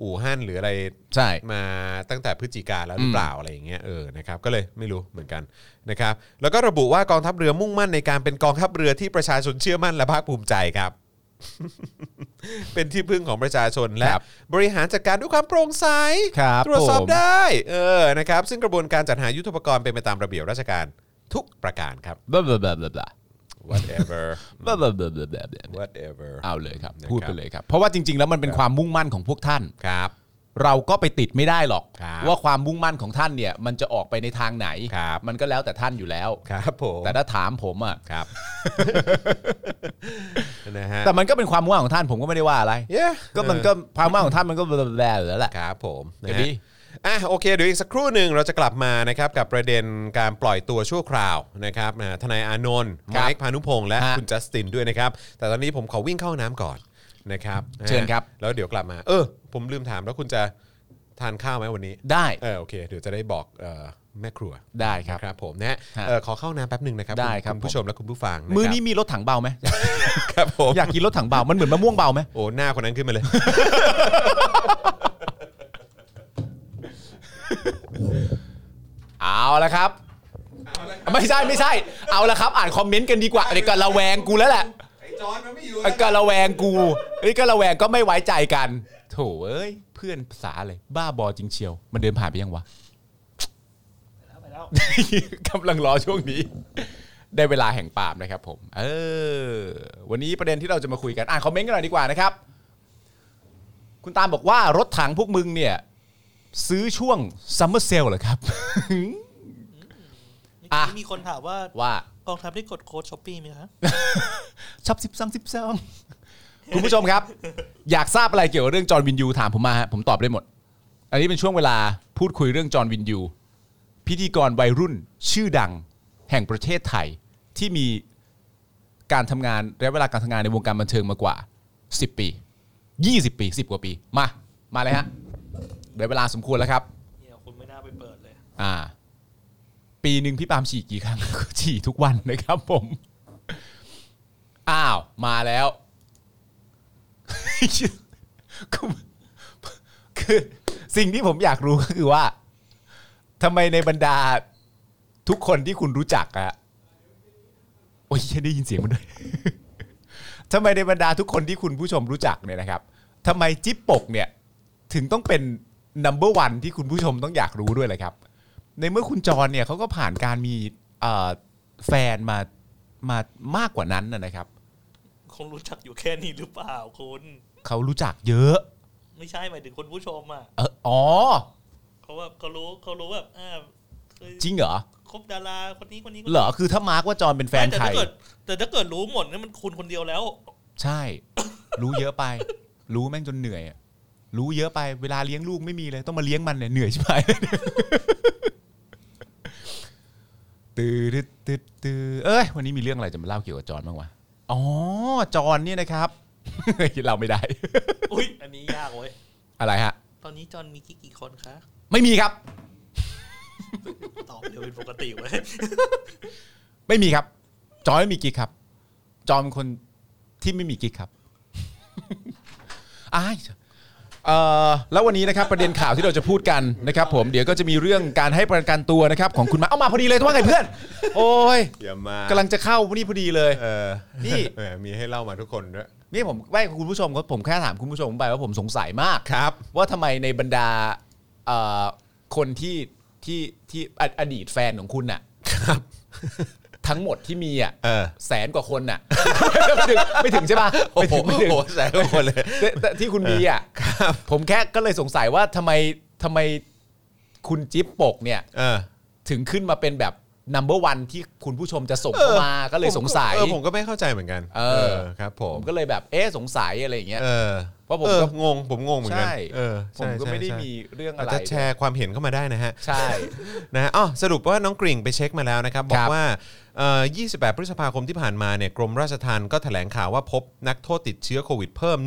[SPEAKER 2] อู่ฮั่นหรืออะไร
[SPEAKER 5] ใช่
[SPEAKER 2] มาตั้งแต่พฤศจิกาแล้วหรือเปล่าอะไรอย่างเงี้ยเออนะครับก็เลยไม่รู้เหมือนกันนะครับแล้วก็ระบุว่ากองทัพเรือมุ่งมั่นในการเป็นกองทัพเรือที่ประชาชนเชื่อมั่นและภาคภูมิใจครับ เป็นที่พึ่งของประชาชนและ
[SPEAKER 5] ครับ
[SPEAKER 2] บริหารจัดการด้วยความโปร่งใส
[SPEAKER 5] ครับ
[SPEAKER 2] ตรวจสอบ
[SPEAKER 5] ผม
[SPEAKER 2] ได้เออนะครับซึ่งกระบวนการจัดหายุทธปกรณ์เป็นไปตามระเบียบราชการทุกประการครับ
[SPEAKER 5] บลาบลาบลาบลาบลา
[SPEAKER 2] whatever
[SPEAKER 5] บลาบลาบลาบลาบลาบลา
[SPEAKER 2] whatever
[SPEAKER 5] เอาเลยครับ
[SPEAKER 2] นะครับ
[SPEAKER 5] พูดไปเลยครับ เพราะว่าจริง ๆ แล้วมันเป็นความมุ่งมั่นของพวกท่าน
[SPEAKER 2] ครับ
[SPEAKER 5] เราก็ไปติดไม่ได้หรอก
[SPEAKER 2] ครับ
[SPEAKER 5] ว่าความมุ่งมั่นของท่านเนี่ยมันจะออกไปในทางไหน
[SPEAKER 2] ครับ
[SPEAKER 5] มันก็แล้วแต่ท่านอยู่แล้ว
[SPEAKER 2] ครับผม
[SPEAKER 5] แต่ถ้าถามผมอ่ะ
[SPEAKER 2] ครับ นะฮะ
[SPEAKER 5] แต่มันก็เป็นความมุ่งมั่นของท่านผมก็ไม่ได้ว่าอะไร
[SPEAKER 2] เย้
[SPEAKER 5] ก็มันก็ความมุ่งมั่นของท่านมันก็แบบแบบอยู่แล้วแหละ
[SPEAKER 2] ครับผม
[SPEAKER 5] ก็
[SPEAKER 2] นะ
[SPEAKER 5] ดี
[SPEAKER 2] ฮะอ่ะโอเคเดี๋ยวอีกสักครู่หนึ่งเราจะกลับมานะครับกับประเด็นการปล่อยตัวชั่วคราวนะครับนะทนายอานนท์
[SPEAKER 5] ครั
[SPEAKER 2] ไม
[SPEAKER 5] บ
[SPEAKER 2] ค์พานุพงษ์และ
[SPEAKER 5] ฮะ
[SPEAKER 2] คุณจัสตินด้วยนะครับ แต่ตอนนี้ผมขอวิ่งเข้าห้องน้ำก่อนนะครับนะฮะ
[SPEAKER 5] เชิญครับ
[SPEAKER 2] แล้วเดี๋ยวกลับมา เออ ผมลืมถามแล้วคุณจะทานข้าวไหมวันนี้
[SPEAKER 5] ได้
[SPEAKER 2] เออโอเค เดี๋ยวจะได้บอกเอ่อแม่ครัว
[SPEAKER 5] ได้ครับ
[SPEAKER 2] นะครับผมนะฮะ
[SPEAKER 5] ฮะ
[SPEAKER 2] เอ่อขอเข้าห้องน้ำแป๊บหนึ่งนะครับ
[SPEAKER 5] ได้ครับ
[SPEAKER 2] ณผู้
[SPEAKER 5] ผม
[SPEAKER 2] ชมและคุณผู้ฟังะครับ
[SPEAKER 5] มือนี้มีรถถังเบาไหม
[SPEAKER 2] ครับผม
[SPEAKER 5] อยากกินรถถังเบา มันเหมือนมะม่วงเบาไหม
[SPEAKER 2] โอ้หน้าคนนั้นขึ้นมาเลย
[SPEAKER 5] เอาละครับ ไม่ใช่ไม่ใช่ เอาละครับ อ่านคอมเมนต์กันดีกว่าเดี๋ยวก็ระแวงกูแล้วแหละ
[SPEAKER 2] ไอ้จอนมันไม่อยู่
[SPEAKER 5] ก็ระแวงกูเอ้ยก็ระแวงก็ไม่ไว้ใจกัน โถเอ้ย เพื่อนภาษาเลย บ้าบอจริงเชียว มันเดินผ่านไปยังวะ
[SPEAKER 4] ไปแล้ว
[SPEAKER 5] กำลังรอช่วงนี้ ได้เวลาแห่งปาล์มนะครับผม เออ วันนี้ประเด็นที่เราจะมาคุยกันอ่านคอมเมนต์กันหน่อยดีกว่านะครับ คุณตามบอกว่ารถถังพวกมึงเนี่ย ซื้อช่วงซัมเมอร์เซลเหรอครับ
[SPEAKER 4] เมื่อ
[SPEAKER 5] อ่ะ
[SPEAKER 4] กี้มีคนถามว่า
[SPEAKER 5] ว่า
[SPEAKER 4] กองทัพได้กดโค้ดช้อปปี้ไหมคะ
[SPEAKER 5] ช็อปสิบสองสิบสอง คุณผู้ชมครับ อยากทราบอะไรเกี่ยวกับเรื่องจอร์นวินยูถามผมมาฮะผมตอบได้หมด อันนี้เป็นช่วงเวลาพูดคุยเรื่องจอร์นวินยู พิธีกรวัยรุ่นชื่อดังแห่งประเทศไทยที่มีการทำงานและเวลาการทำงานในวงการบันเทิงมากว่า 10 ปี 20 ปี 10 กว่าปี มา มาเลยฮะได้เวลาสมควรแล้วครับ
[SPEAKER 4] เนี่ยคุณไม่น่าไปเปิดเลย
[SPEAKER 5] อ่า ปีหนึ่งพี่ปาล์มฉี่กี่ครั้ง ฉี่ทุกวันนะครับผม อ้าว มาแล้ว คือคือสิ่งที่ผมอยากรู้ก็ คือว่าทำไมในบรรดาทุกคนที่คุณรู้จักอะโอ้ยเหี้ยได้ยินเสียงมันด้วย ทำไมในบรรดาทุกคนที่คุณผู้ชมรู้จักเนี่ยนะครับ ทำไมจิ๊บปกเนี่ย ถึงต้องเป็นนัมเบอร์วันที่คุณผู้ชมต้องอยากรู้ด้วยเลยครับ ในเมื่อคุณจรเนี่ยเขาก็ผ่านการมีเอ่อแฟนมามามากกว่านั้นนะนะครับ
[SPEAKER 4] คงรู้จักอยู่แค่นี้หรือเปล่าคุณ
[SPEAKER 5] เขารู้จักเยอะ
[SPEAKER 4] ไม่ใช่หมายถึงคนผู้ชมอ่ะ
[SPEAKER 5] เอออ๋อ
[SPEAKER 4] เขาแบบเขารู้เขารู้แบบอ่าเอ้ย
[SPEAKER 5] จริงเหรอ
[SPEAKER 4] คบดาราคนนี้คนนี้คนนี้
[SPEAKER 5] เหรอ คือถ้ามาร์กว่าจอนเป็นแฟน
[SPEAKER 4] แต่
[SPEAKER 5] ใคร
[SPEAKER 4] ถ้าเกิด แต่ถ้าเกิดรู้หมดนั่นมันคุณคนเดียวแล้ว
[SPEAKER 5] ใช่ รู้เยอะไป รู้แม่งจนเหนื่อยอะรู้เยอะไปเวลาเลี้ยงลูกไม่มีเลย ต้องมาเลี้ยงมันเนี่ยเหนื่อยใช่ ไหม ตื่นตื่นตื่นเอ้ยวันนี้มีเรื่องอะไรจะมาเล่าเกี่ยวกับจอนบ้างวะอ๋อจอนเนี่ยนะครับ เราไม่ได้
[SPEAKER 4] อุ้ยอันนี้ยากเว้ย
[SPEAKER 5] อะไรฮะ
[SPEAKER 4] ตอนนี้จอห์นมีกิ๊กกี่คนคะ
[SPEAKER 5] ไม่มีครับ
[SPEAKER 4] ตอบเร็วเป็นปกติเว้ย
[SPEAKER 5] ไม่มีครับ จอนไม่มีกิ๊กครับ จอนเป็นคนที่ไม่มีกิ๊กครับ อ้าย
[SPEAKER 6] เอ่อแล้ววันนี้นะครับประเด็นข่าวที่เราจะพูดกันนะครับ ผมเดี๋ยวก็จะมีเรื่องการให้ประกันตัวนะครับของคุณมาเอามาพอดีเลยว่าไงเพื่อน โอ้ย
[SPEAKER 2] อย่ามาก
[SPEAKER 6] ำลังจะเข้าวันนี้พอดีเลย
[SPEAKER 2] เออ
[SPEAKER 6] นี่
[SPEAKER 2] แหมมีให้เล่ามาทุกคนด้วย
[SPEAKER 5] นี่ผมไม่คุณผู้ชมครับผมแค่ถามคุณผู้ชมไปว่าผมสงสัยมาก
[SPEAKER 2] ครับ
[SPEAKER 5] ว่าทำไมในบรรดาเอ่อคนที่ที่ที่ออดีตแฟนของคุณน่ะทั้งหมดที่มีอ่ะ
[SPEAKER 2] เออ
[SPEAKER 5] แสนกว่าคนน่ะ ไม่ถึงไม่ถึงใช่ป่ะไม่ถึงไม่ถึง
[SPEAKER 2] โอ้โหแสนกว่าคนเลย
[SPEAKER 5] แต่แต่ที่คุณมีอ่ะผมแค่ก็เลยสงสัยว่าทำไมทำไมคุณจิ๊บปกเนี่ย
[SPEAKER 2] เออ
[SPEAKER 5] ถึงขึ้นมาเป็นแบบ number one ที่คุณผู้ชมจะส่งเข้ามาก็เลยสงสัย
[SPEAKER 2] เออผมก็ไม่เข้าใจเหมือนกัน
[SPEAKER 5] เออ
[SPEAKER 2] ครับผ
[SPEAKER 5] ผม มก็เลยแบบเอ๊ะสงสัยอะไรอย่างเงี้ย
[SPEAKER 2] เออ
[SPEAKER 5] เพราะผม
[SPEAKER 2] เออ
[SPEAKER 5] ก็
[SPEAKER 2] งงผมงงเหมือนกัน
[SPEAKER 5] ใช่
[SPEAKER 2] เออ
[SPEAKER 5] ผม
[SPEAKER 2] ใช่
[SPEAKER 5] ก็ไม่ได้
[SPEAKER 2] ใช่ใช่
[SPEAKER 5] มีเรื่องอะ
[SPEAKER 2] อาจ
[SPEAKER 5] ไร
[SPEAKER 2] จะแชร์ความเห็นเข้ามาได้นะฮะ
[SPEAKER 5] ใช่
[SPEAKER 2] นะฮะอ๋อสรุปว่าน้องกริ่งไปเช็คมาแล้วนะครับ บอ
[SPEAKER 5] ครั
[SPEAKER 2] ก
[SPEAKER 5] บ
[SPEAKER 2] ว่าเอ่อ28 พฤษภาคมที่ผ่านมาเนี่ยกรมราชทัณฑ์ก็แถลงข่าวว่าพบนักโทษติดเชื้อโควิดเพิ่ม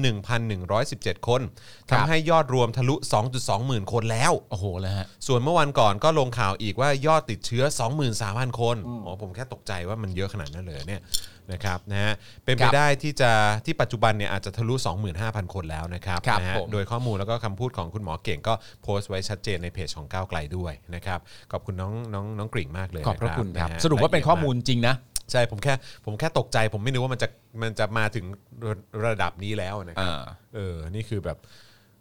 [SPEAKER 2] 1,117 คนทำให้ยอดรวมทะลุ 2.2 หมื่นคนแล้ว
[SPEAKER 5] โอ้โหแล้วฮะ
[SPEAKER 2] ส่วนเมื่อวันก่อนก็ลงข่าวอีกว่ายอดติดเชื้อ 23,000 คนอ๋อผมแค่ตกใจว่ามันเยอะขนาดนั้นเลยเนี่ยนะครับนะฮะเป็นไป
[SPEAKER 5] ครับ
[SPEAKER 2] ได้ที่จะที่ปัจจุบันเนี่ยอาจจะทะลุ 25,000 คนแล้วนะครับ
[SPEAKER 5] ครับ
[SPEAKER 2] นะฮะ
[SPEAKER 5] ผม
[SPEAKER 2] โดยข้อมูลแล้วก็คำพูดของคุณหมอเก่งก็โพสต์ไว้ชัดเจนในเพจของก้าวไกลด้วยนะครับขอบคุณน้องน้องน้องกริ่งมากเลยน
[SPEAKER 5] ขอบพระคุณครับ
[SPEAKER 2] นฮ
[SPEAKER 5] สรุปว่าเป็นข้อมูลจริงนะ
[SPEAKER 2] ใช่ผมแค่ผมแค่ตกใจ ผมไม่นึกว่ามันจะมันจะมาถึงระระดับนี้แล้วนะครับเออนี่คือแบบ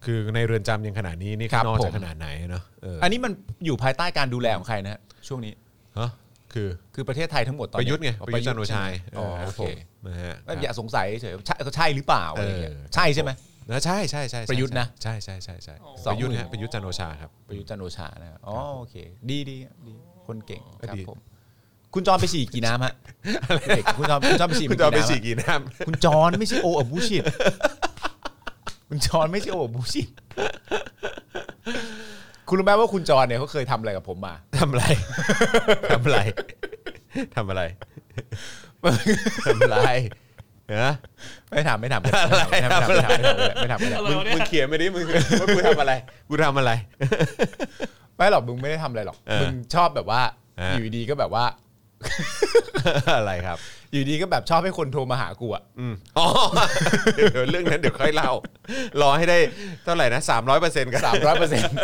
[SPEAKER 2] คือในเรือนจำยังขนาดนี้นี่
[SPEAKER 5] ครั
[SPEAKER 2] ข้าง
[SPEAKER 5] บ
[SPEAKER 2] นอกจะ
[SPEAKER 5] ผม
[SPEAKER 2] ขนาดไหนเนาะเออ
[SPEAKER 5] อันนี้มันอยู่ภายใต้การดูแลของใครนะฮะช่วงนี้
[SPEAKER 2] ฮะคือ
[SPEAKER 5] คือประเทศไทยทั้งหมดตอน
[SPEAKER 2] ประ
[SPEAKER 5] เนี้
[SPEAKER 2] ยุทธ์ไง
[SPEAKER 5] อ๋อ
[SPEAKER 2] ประยุทธ์จันทร์โอชา
[SPEAKER 5] อ๋อโอเค
[SPEAKER 2] นะฮะ
[SPEAKER 5] ก็อย่าสงสัยเฉยๆใช่ก็ใช่หรือเปล่าอะไรอย่างเงี้ย
[SPEAKER 2] เออ
[SPEAKER 5] ใช่ใช่ไหม
[SPEAKER 2] นะใช่ใช่ใช่ใช่
[SPEAKER 5] ประยุทธ์นะ
[SPEAKER 2] ใช่ใช่ใช่ใช่
[SPEAKER 4] อ๋อ
[SPEAKER 2] ประยุทธ์ฮะ
[SPEAKER 5] 20,000
[SPEAKER 2] ประยุทธ์จันทร์โอชาครับ
[SPEAKER 5] ประยุทธ์จันทร์โอชานะครับอ๋อโอเค ดีดีดีคนเก่งครับ
[SPEAKER 2] ดี
[SPEAKER 5] ผมคุณจอนไปฉี่กี่น้ำฮะเด็กคุณจอนคุณจอนไปฉี่
[SPEAKER 2] คุณจะ
[SPEAKER 5] กี่
[SPEAKER 2] เอาไป
[SPEAKER 5] น้ำ
[SPEAKER 2] ฉี
[SPEAKER 5] ฮะ
[SPEAKER 2] กกี่น้
[SPEAKER 5] คุณจอนไม่ใช่โออบูชิตคุณจอนไม่ใช่โออบูชิตคุณรู้ไหมว่าคุณจอนเนี่ยเขาเคยทำอะไรกับผมมา
[SPEAKER 2] ำ ทำอะไรทำอะไรทำอะไรทำอะไรฮะ
[SPEAKER 5] ไม่ทำไม่ทำไม่ทำไม่ทำไม่ทำไม่ทำไม่ทำไม่ทำไม่ทำไม่ทำ
[SPEAKER 4] อะ
[SPEAKER 2] มึง
[SPEAKER 4] ไรวะ
[SPEAKER 2] มึ
[SPEAKER 4] เนี่
[SPEAKER 2] ง
[SPEAKER 4] ย
[SPEAKER 2] เขียนมาดิมึง ว่ากูทำอะไรกูทำอะไร
[SPEAKER 5] ไม่หรอกมึงไม่ได้ทำอะไรหรอก
[SPEAKER 2] เออ
[SPEAKER 5] มึงชอบแบบว่า
[SPEAKER 2] เออ
[SPEAKER 5] อ
[SPEAKER 2] อ
[SPEAKER 5] ยู่ดีก็แบบว่า
[SPEAKER 2] อะไรครับ
[SPEAKER 5] อยู่ดีก็แบบชอบให้คนโทรมาหากูอะ
[SPEAKER 2] อืมอ๋อ เดี๋ยวเรื่องนั้นเดี๋ยวค่อยเล่า รอให้ได้เท่าไหร่นะสามร้อยเปอร์เซ็นต์กัน
[SPEAKER 5] สามร้อยเปอร์เซ็นต์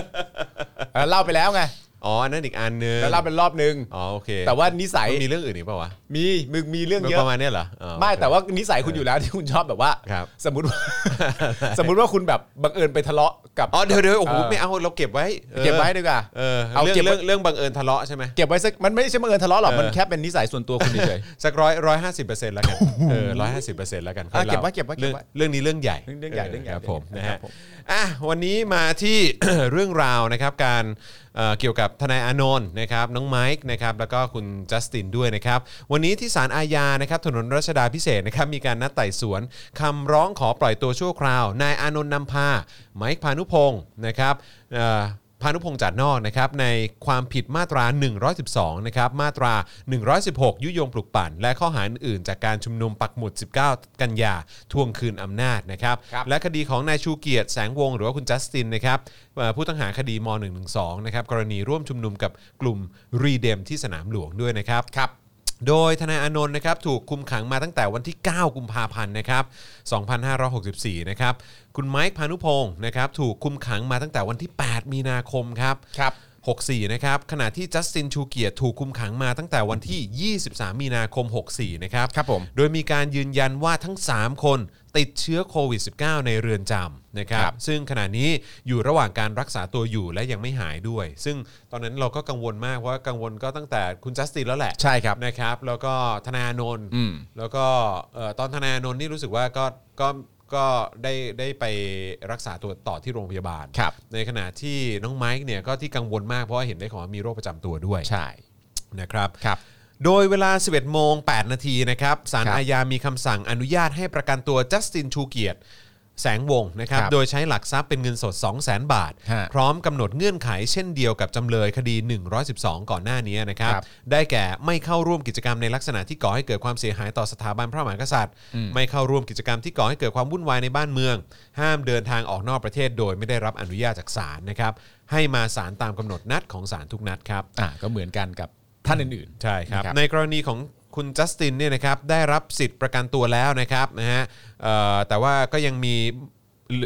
[SPEAKER 5] เล่าไปแล้วไง
[SPEAKER 2] อ๋ออันนั่นอีกอันนึง
[SPEAKER 5] แล้วเล่าเป็นรอบนึง
[SPEAKER 2] อ๋อโอเค
[SPEAKER 5] แต่ว่านิสัย
[SPEAKER 2] มันมีเรื่องอื่นอีกเปล่าวะ
[SPEAKER 5] มีมึงมีเรื่องเย
[SPEAKER 2] ป
[SPEAKER 5] อะ
[SPEAKER 2] ระมาณเนี้ยเหรออ๋อ
[SPEAKER 5] ไม่
[SPEAKER 2] โอเค
[SPEAKER 5] แต่ว่านิ สัยคุณอยู่แล้วที่คุณชอบแบบว่า
[SPEAKER 2] ครับ
[SPEAKER 5] สมมติว่า สมมติว่าคุณแบบบังเอิญไปทะเลาะกับ
[SPEAKER 2] อ๋อเดี๋ยวเดี๋ยวโอ้โห
[SPEAKER 5] เออ
[SPEAKER 2] ไม่เอาเราเก็บไว้ออ
[SPEAKER 5] เก็บไว้ดีกว่า
[SPEAKER 2] เออ
[SPEAKER 5] เอา
[SPEAKER 2] เรื่อง
[SPEAKER 5] เก็บไว้
[SPEAKER 2] เรื่องเรื่องบังเอิญทะเลาะใช่ไหม
[SPEAKER 5] เก็บไว้สักมันไม่ใช่บังเอิญทะเลาะหรอก
[SPEAKER 2] เออ
[SPEAKER 5] มันแค่เป็นนิสัยส่วนตัวคุณเฉย
[SPEAKER 2] สักร้อยร้อยห้าสิบเปอร์เซ็นต์แล้วกันเออร้อยห้าสิบเปอร์เซ็นต์แล้วกันค่อย
[SPEAKER 5] อ่ะเก็บไว้เก็บไว้
[SPEAKER 2] รื่อง
[SPEAKER 5] เก็บไว้
[SPEAKER 2] เรื่องนี้เรื่องใหญ่
[SPEAKER 5] เรื่องใหญ่เรื่องใหญ่
[SPEAKER 2] ครับผม
[SPEAKER 5] เรื่อง
[SPEAKER 2] นะ
[SPEAKER 5] ใหญ่
[SPEAKER 2] ฮะ
[SPEAKER 5] ครับผม
[SPEAKER 2] อ่ะวันนี้มาที่ เรื่องราวนะครับการเอ่อเกี่ยวกับทนายอานนท์นะครับน้องไมค์นะครับแล้วก็คุณจัสตินด้วยนะครับวันนี้ที่ศาลอาญานะครับถนนรัชดาพิเศษกนะครับมีการนัดไต่สวนคำร้องขอปล่อยตัวชั่วคราวนายอานนท์นำพาไมค์พานุพงศ์นะครับเอ่อ พานุพงษ์จัดนอกนะครับในความผิดมาตรา 112 นะครับมาตรา 116 ยุยงปลุกปั่น และข้อหาอื่นๆจากการชุมนุมปักหมุด 19 กันยาทวงคืนอำนาจนะครับ
[SPEAKER 5] ครับ
[SPEAKER 2] และคดีของนายชูเกียรติแสงวงศ์หรือว่าคุณจัสตินนะครับเอ่อผู้ต้องหาคดีม .112 นะครับกรณีร่วมชุมนุมกับกลุ่มรีเดมที่สนามหลวงด้วยนะครับครับโดยทนายอานนท์นะครับถูกคุมขังมาตั้งแต่วันที่ 9 กุมภาพันธ์นะครับ 2564 นะครับคุณไมค์พานุพงศ์นะครับถูกคุมขังมาตั้งแต่วันที่ 8 มีนาคมครับ
[SPEAKER 5] ๆ ครับ
[SPEAKER 2] 64 นะครับ ขณะที่จัสตินชูเกียรติถูกคุมขังมาตั้งแต่วันที่ 23 มีนาคม 64 นะครับ
[SPEAKER 5] ครับผม
[SPEAKER 2] โดยมีการยืนยันว่าทั้ง 3 คนติดเชื้อโควิด -19 ในเรือนจำนะครับ
[SPEAKER 5] ครับ
[SPEAKER 2] ซึ่งขณะนี้อยู่ระหว่างการรักษาตัวอยู่และยังไม่หายด้วย ซึ่งตอนนั้นเราก็กังวลมากว่ากังวลก็ตั้งแต่คุณจัสตินแล้วแหละ
[SPEAKER 3] ใช่ครับ
[SPEAKER 2] นะครับแล้วก็ธนาโนนท์
[SPEAKER 5] อืม
[SPEAKER 2] แล้วก็เอ่อตอนธนาโนนท์นี่รู้สึกว่าก็ก็ก็ได้ได้ไปรักษาตัวต่อที่โรงพยาบาล
[SPEAKER 5] ครับ
[SPEAKER 2] ในขณะที่น้องไมค์เนี่ยก็ที่กังวลมากเพราะว่าเห็นได้ของว่ามีโรคประจำตัวด้วย
[SPEAKER 5] ใช่
[SPEAKER 2] นะครับ
[SPEAKER 5] ครับ
[SPEAKER 2] โดยเวลา 11 โมง 8 นาทีนะครับศาล
[SPEAKER 5] ครับ
[SPEAKER 2] อาญามีคำสั่งอนุญาตให้ประกันตัวจัสตินชูเกียรติ แสงวงศ์นะครับ
[SPEAKER 5] ครับ
[SPEAKER 2] โดยใช้หลักทรัพย์เป็นเงินสด 200,000 บาท
[SPEAKER 5] ฮะ
[SPEAKER 2] พร้อมกำหนดเงื่อนไขเช่นเดียวกับจำเลยคดี 112 ก่อนหน้านี้นะครับ
[SPEAKER 5] ครับ
[SPEAKER 2] ได้แก่ไม่เข้าร่วมกิจกรรมในลักษณะที่ก่อให้เกิดความเสียหายต่อสถาบันพระมหากษัตริย์ ไม่เข้าร่วมกิจกรรมที่ก่อให้เกิดความวุ่นวายในบ้านเมือง ห้ามเดินทางออกนอกประเทศโดยไม่ได้รับอนุญาตจากศาลนะครับ ให้มาศาลตามกำหนดนัดของศาลทุกนัดครับ
[SPEAKER 5] อ่ะก็เหมือนกันกับท่านอื่น
[SPEAKER 2] ใช่ครับ
[SPEAKER 5] นะครับ
[SPEAKER 2] ในกรณีของคุณจัสตินเนี่ยนะครับได้รับสิทธิ์ประกันตัวแล้วนะครับนะฮะเอ่อแต่ว่าก็ยังมี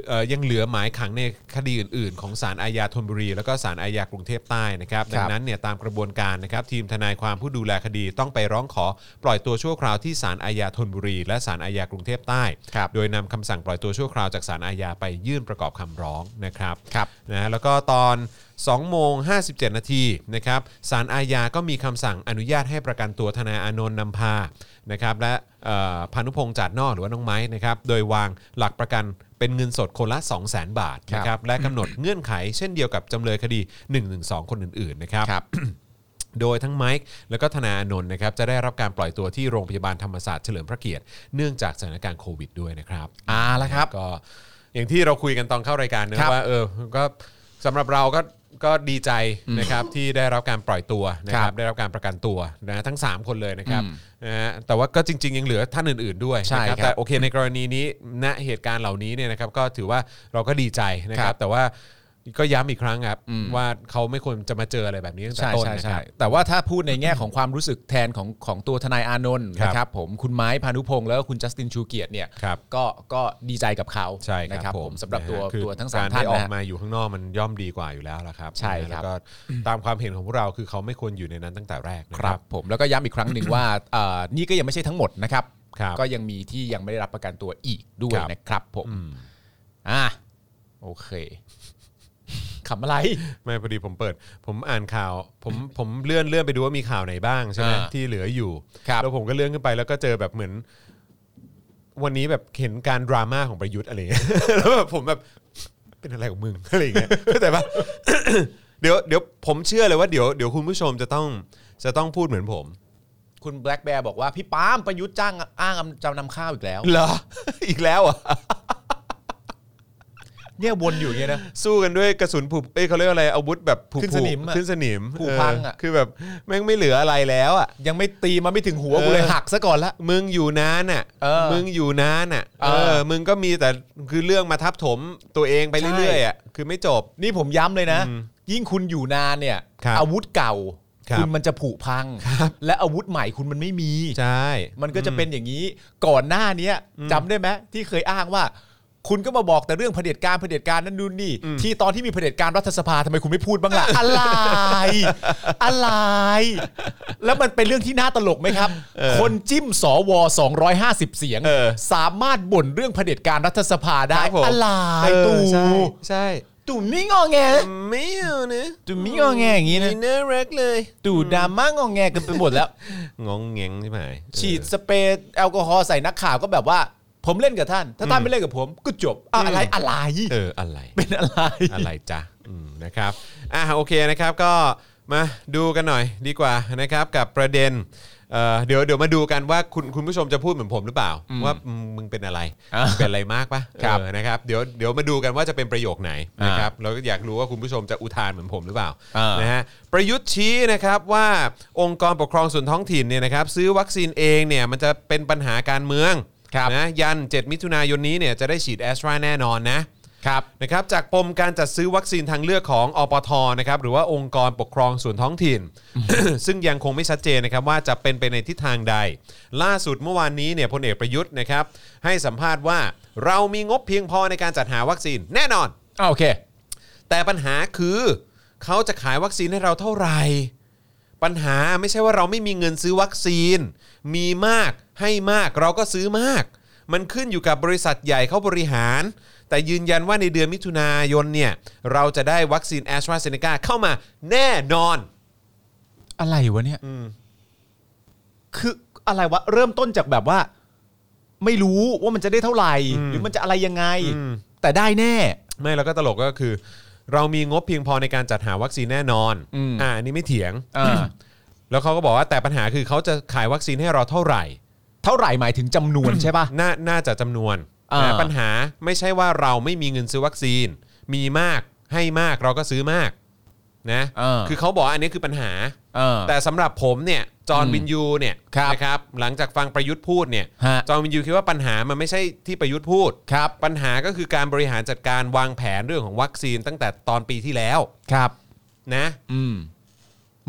[SPEAKER 2] เอ่อยังเหลือหมายขังในคดีอื่น ๆ ของศาลอาญาธนบุรี แล้วก็ศาลอาญากรุงเทพใต้นะครับ
[SPEAKER 5] ค
[SPEAKER 2] ดั
[SPEAKER 5] รั
[SPEAKER 2] ง
[SPEAKER 5] บ
[SPEAKER 2] นั้นเนี่ยตามกระบวนการนะครับทีมทนายความผู้ดูแลคดีต้องไปร้องขอปล่อยตัวชั่วคราวที่ศาลอาญาธนบุรี และศาลอาญากรุงเทพใต้
[SPEAKER 5] ครับ
[SPEAKER 2] โดยนำคำสั่งปล่อยตัวชั่วคราวจากศาลอาญาไปยื่นประกอบคำร้องนะครับ
[SPEAKER 5] ครับ
[SPEAKER 2] นะฮะแล้วก็ตอน 2 โมง 57 นาทีนะครับศาลอาญาก็มีคำสั่งอนุญาตให้ประกันตัวทนายอานนท์นำพานะครับและเอ่อพานุพงษ์จัดนอกหรือว่าน้องไม้นะครับโดยวางหลักประกันเป็นเงินสดคนละ 2 0 0 0 0 0 บาทนะค
[SPEAKER 5] ครั
[SPEAKER 2] รับบ และกำหนดเงื่อนไขเช่นเดียวกับจำเลยคดี 112 คนอื่นๆนะครับ
[SPEAKER 5] ๆครับ
[SPEAKER 2] โดยทั้งไมค์แล้วก็ธนาอานนท์นะครับจะได้รับการปล่อยตัวที่โรงพยาบาลธรรมศาสตร์เฉลิมพระเกียรติเนื่องจากสถานการณ์โควิดด้วยนะครับ
[SPEAKER 5] อ่าแล้วครับ
[SPEAKER 2] ก็อย่างที่เราคุยกันตอนเข้ารายการนะครับว่าเออก็สำหรับเราก็ก็ดีใจนะครับที่ได้รับการปล่อยตัวนะค
[SPEAKER 5] ครั
[SPEAKER 2] รับบ ได้รับการประกันตัวนะทั้ง 3 คนเลยนะครับ
[SPEAKER 5] อืม
[SPEAKER 2] นะฮะแต่ว่าก็จริง ๆ ยังเหลือท่านอื่น ๆด้วย
[SPEAKER 5] ใช่
[SPEAKER 2] นะครับ แต่โอเคในกรณีนี้ณเหตุการณ์เหล่านี้เนี่ยนะครับก็ถือว่าเราก็ดีใจนะค
[SPEAKER 5] ค
[SPEAKER 2] รั
[SPEAKER 5] รับ บ
[SPEAKER 2] แต่ว่าก็ย้ำอีกครั้งครับ
[SPEAKER 5] อืม
[SPEAKER 2] ว่าเขาไม่ควรจะมาเจออะไรแบบนี้ตั้งแต่
[SPEAKER 5] ใช่
[SPEAKER 2] ต้น
[SPEAKER 5] ใช่
[SPEAKER 2] นะค
[SPEAKER 5] ใช่
[SPEAKER 2] รับ
[SPEAKER 5] แต่ว่าถ้าพูดในแง่ของความรู้สึกแทนของของตัวทนายอานนท์
[SPEAKER 2] ครับ
[SPEAKER 5] นะครับผมคุณไม้พานุพงศ์แล้วก็คุณจัสตินชูเกียรติเนี่ย
[SPEAKER 2] ครับ
[SPEAKER 5] ก็ก็ดีใจกับเขา
[SPEAKER 2] ใช่
[SPEAKER 5] นะครับ ผมสำหรับตัว
[SPEAKER 2] นะฮะคือ
[SPEAKER 5] ตัวทั้งสาม
[SPEAKER 2] กร
[SPEAKER 5] ท่าน
[SPEAKER 2] ได้ออก
[SPEAKER 5] นะ
[SPEAKER 2] มาอยู่ข้างนอกมันย่อมดีกว่าอยู่แล้วละครับ
[SPEAKER 5] ใช่ครับ
[SPEAKER 2] แล้วก็ตามความเห็นของพวกเราคือเขาไม่ควรอยู่ในนั้นตั้งแต่แรกนะ
[SPEAKER 5] ค
[SPEAKER 2] ค
[SPEAKER 5] รั
[SPEAKER 2] รั
[SPEAKER 5] บบ ผมแล้วก็ย้ำอีกครั้ง หนึ่งว่าเอ่อนี่ก็ยังไม่ใช่ทั้งหมดนะครับ
[SPEAKER 2] ครับ
[SPEAKER 5] ก็ยังมีที่ยังไม่ได้รับประกันตัวอีกด้วย
[SPEAKER 2] ครับ
[SPEAKER 5] นะครับผม
[SPEAKER 2] อืม
[SPEAKER 5] อ่ะโอเค ขำอะไร
[SPEAKER 2] ไม่พอดีผมเปิด ผมอ่านข่าว ผมผมเลื่อนเลื่อนไปดูว่ามีข่าวไหนบ้างใช่ไหม
[SPEAKER 5] อ่า
[SPEAKER 2] ที่เหลืออยู่
[SPEAKER 5] ครับ
[SPEAKER 2] แล้วผมก็เลื่อนขึ้นไปแล้วก็เจอแบบเหมือน วันนี้แบบเห็นการดราม่าของประยุทธ์อะไรอย่างเงี้ ย แล้วแบบผมแบบเป็นอะไรของมึ ง อะไรอย่างเงี้ยเข้าใจปะ เดี๋ยวเดี๋ยวผมเชื่อเลยว่าเดี๋ยวเดี๋ยวคุณผู้ชมจะต้องจะต้องพูดเหมือนผม
[SPEAKER 5] คุณแบล็กแบร์บอกว่าพี่ปาล์มประยุทธ์จ้างอ้างจำนำข้าวอีก แล้ว
[SPEAKER 2] เหรอ อีกแล้วเหรอ่ะ
[SPEAKER 5] เนี่ยวนอยู่อย่างเงี้ยนะ
[SPEAKER 2] สู้กันด้วยกระสุนผูกเอ้ยเขาเรียกว่าอะไรอาวุธแบบผูก
[SPEAKER 5] ขึ้นสนิมอะ
[SPEAKER 2] ขึ้นสนิม
[SPEAKER 5] ผูกพังอะ
[SPEAKER 2] เคือแบบแม่งไม่เหลืออะไรแล้วอ่ะ
[SPEAKER 5] ยังไม่ตีมาไม่ถึงหัวกูเลย
[SPEAKER 2] เออ
[SPEAKER 5] หักซะก่อนละ
[SPEAKER 2] มึงอยู่นานอ่ะ
[SPEAKER 5] เออ
[SPEAKER 2] มึงอยู่นานอ่ะ
[SPEAKER 5] เออ
[SPEAKER 2] มึงก็มีแต่คือเรื่องมาทับถมตัวเองไปเรื่อยๆอ่ะคือไม่จบ
[SPEAKER 5] นี่ผมย้ำเลยนะ
[SPEAKER 2] อืม
[SPEAKER 5] ยิ่งคุณอยู่นานเนี่ย
[SPEAKER 2] ครับ
[SPEAKER 5] อาวุธเก่า
[SPEAKER 2] ครับ
[SPEAKER 5] ณมันจะผุพัง และอาวุธใหม่คุณมันไม่มี
[SPEAKER 2] ใช่
[SPEAKER 5] มันก็จะเป็นอย่างนี้ก่อนหน้าเนี้ยจำได้ไหมที่เคยอ้างว่า คุณก็มาบอกแต่เรื่องเผด็จการเผด็จการนั่นนู่นนี่ ที่ตอนที่มีเผด็จการรัฐสภาทำไมคุณไม่พูดบ้ างล่ะ อะไร อะไร แล้วมันเป็นเรื่องที่น่าตลกไหมครับ คนจิ้มสว250 เสียง สามารถบ่นเรื่องเผด็จการรัฐสภา
[SPEAKER 2] ค
[SPEAKER 5] ได้
[SPEAKER 2] รับผม
[SPEAKER 5] อะไร
[SPEAKER 2] เออ
[SPEAKER 5] ตู่
[SPEAKER 2] ใช่ใช่
[SPEAKER 5] ตู่นี่งอแงนะ
[SPEAKER 2] ไม่เอานะ
[SPEAKER 5] ตู่นี่งอแงอย่างนี้นะ
[SPEAKER 2] ไม่น่ารักเลย
[SPEAKER 5] ตู่ดราม่างอแงกันไปหมดแล้ว
[SPEAKER 2] งงเงงใช่ไหม
[SPEAKER 5] ฉีดสเปรย์แอลกอฮอล์ใส่นักข่าวก็แบบว่า ผมเล่นกับท่าน ถ้าท่านไม่เล่นกับผมก็จบอะอะไรอะไร
[SPEAKER 2] เอออะไร
[SPEAKER 5] เป็นอะไร
[SPEAKER 2] อะไรจ๊ะอืมนะครับ อ่ะโอเคนะครับก็มาดูกันหน่อยดีกว่านะครับกับประเด็นเอ่อเดี๋ยวเดี๋ยวมาดูกันว่าคุณคุณผู้ชมจะพูดเหมือนผมหรือเปล่า ว่าอืมมึงเป็นอะไร
[SPEAKER 5] อ่ะ
[SPEAKER 2] มึงเป็นอะไรมากปะ
[SPEAKER 5] ครับ
[SPEAKER 2] เออนะครับเดี๋ยวเดี๋ยวมาดูกันว่าจะเป็นประโยคไหนนะครับเราก็อยากรู้ว่าคุณผู้ชมจะอุทานเหมือนผมหรือเปล่า
[SPEAKER 5] อ่าน
[SPEAKER 2] นะฮะประยุทธ์ชี้นะครับว่าองค์กรปกครองส่วนท้องถิ่นเนี่ยนะครับซื้อวัคซีนเองเนี่ยมันจะเป็นปัญหาการเมือง
[SPEAKER 5] ครับ
[SPEAKER 2] นะยัน 7 มิถุนายนนี้เนี่ยจะได้ฉีดแอสตราแน่นอนนะครับ นะครับจากปมการจัดซื้อวัคซีนทางเลือกของอปทนะครับหรือว่าองค์กรปกครองส่วนท้องถิ่น ซึ่งยังคงไม่ชัดเจนนะครับว่าจะเป็นไปในทิศทางใด ล่าสุดเมื่อวานนี้เนี่ยพลเอกประยุทธ์นะครับให้สัมภาษณ์ว่าเรามีงบเพียงพอในการจัดหาวัคซีนแน่นอน
[SPEAKER 5] อ่ะโอเค
[SPEAKER 2] แต่ปัญหาคือ เขาจะขายวัคซีนให้เราเท่าไหร่ ปัญหาไม่ใช่ว่าเราไม่มีเงินซื้อวัคซีน มีมากให้มากเราก็ซื้อมาก มันขึ้นอยู่กับบริษัทใหญ่เขาบริหาร แต่ยืนยันว่าในเดือนมิถุนายนเนี่ย เราจะได้วัคซีนแอสตราเซเนกาเข้ามาแน่นอน
[SPEAKER 3] อะไรวะเนี่ย
[SPEAKER 7] คืออะไรวะเริ่มต้นจากแบบว่า ไม่รู้ว่ามันจะได้เท่าไหร่ หรือมันจะอะไรยังไง แต่ได้แน่
[SPEAKER 2] ไม่แล้วก็ตลกก็คือ เรามีงบเพียงพอในการจัดหาวัคซีนแน่นอน
[SPEAKER 3] อืม
[SPEAKER 2] อันนี้ไม่เถียง
[SPEAKER 3] อ่ า
[SPEAKER 2] แล้วเขาก็บอกว่าแต่ปัญหาคือเขาจะขายวัคซีนให้เราเท่าไหร่
[SPEAKER 7] เท่าไหร่หมายถึงจำนวน ใช่ปะ
[SPEAKER 2] น่าน่าจะจำนวน
[SPEAKER 7] อ่า
[SPEAKER 2] นะปัญหาไม่ใช่ว่าเราไม่มีเงินซื้อวัคซีน มีมากให้มากเราก็ซื้อมากนะ
[SPEAKER 3] เออ
[SPEAKER 2] คือเขาบอกว่าอันนี้คือปัญหา
[SPEAKER 3] เออ
[SPEAKER 2] แต่สำหรับผมเนี่ยจอห์น
[SPEAKER 3] อืม
[SPEAKER 2] วินยูเนี่ย
[SPEAKER 3] ครับ
[SPEAKER 2] นะครับหลังจากฟังประยุทธ์พูดเนี่ย
[SPEAKER 3] ฮะ
[SPEAKER 2] จอห์นวินยูคิดว่าปัญหามันไม่ใช่ที่ประยุทธ์พูด
[SPEAKER 3] ครับ
[SPEAKER 2] ปัญหาก็คือการบริหารจัดการวางแผนเรื่องของวัคซีนตั้งแต่ตอนปีที่แล้ว
[SPEAKER 3] ครับ
[SPEAKER 2] นะ
[SPEAKER 3] อืม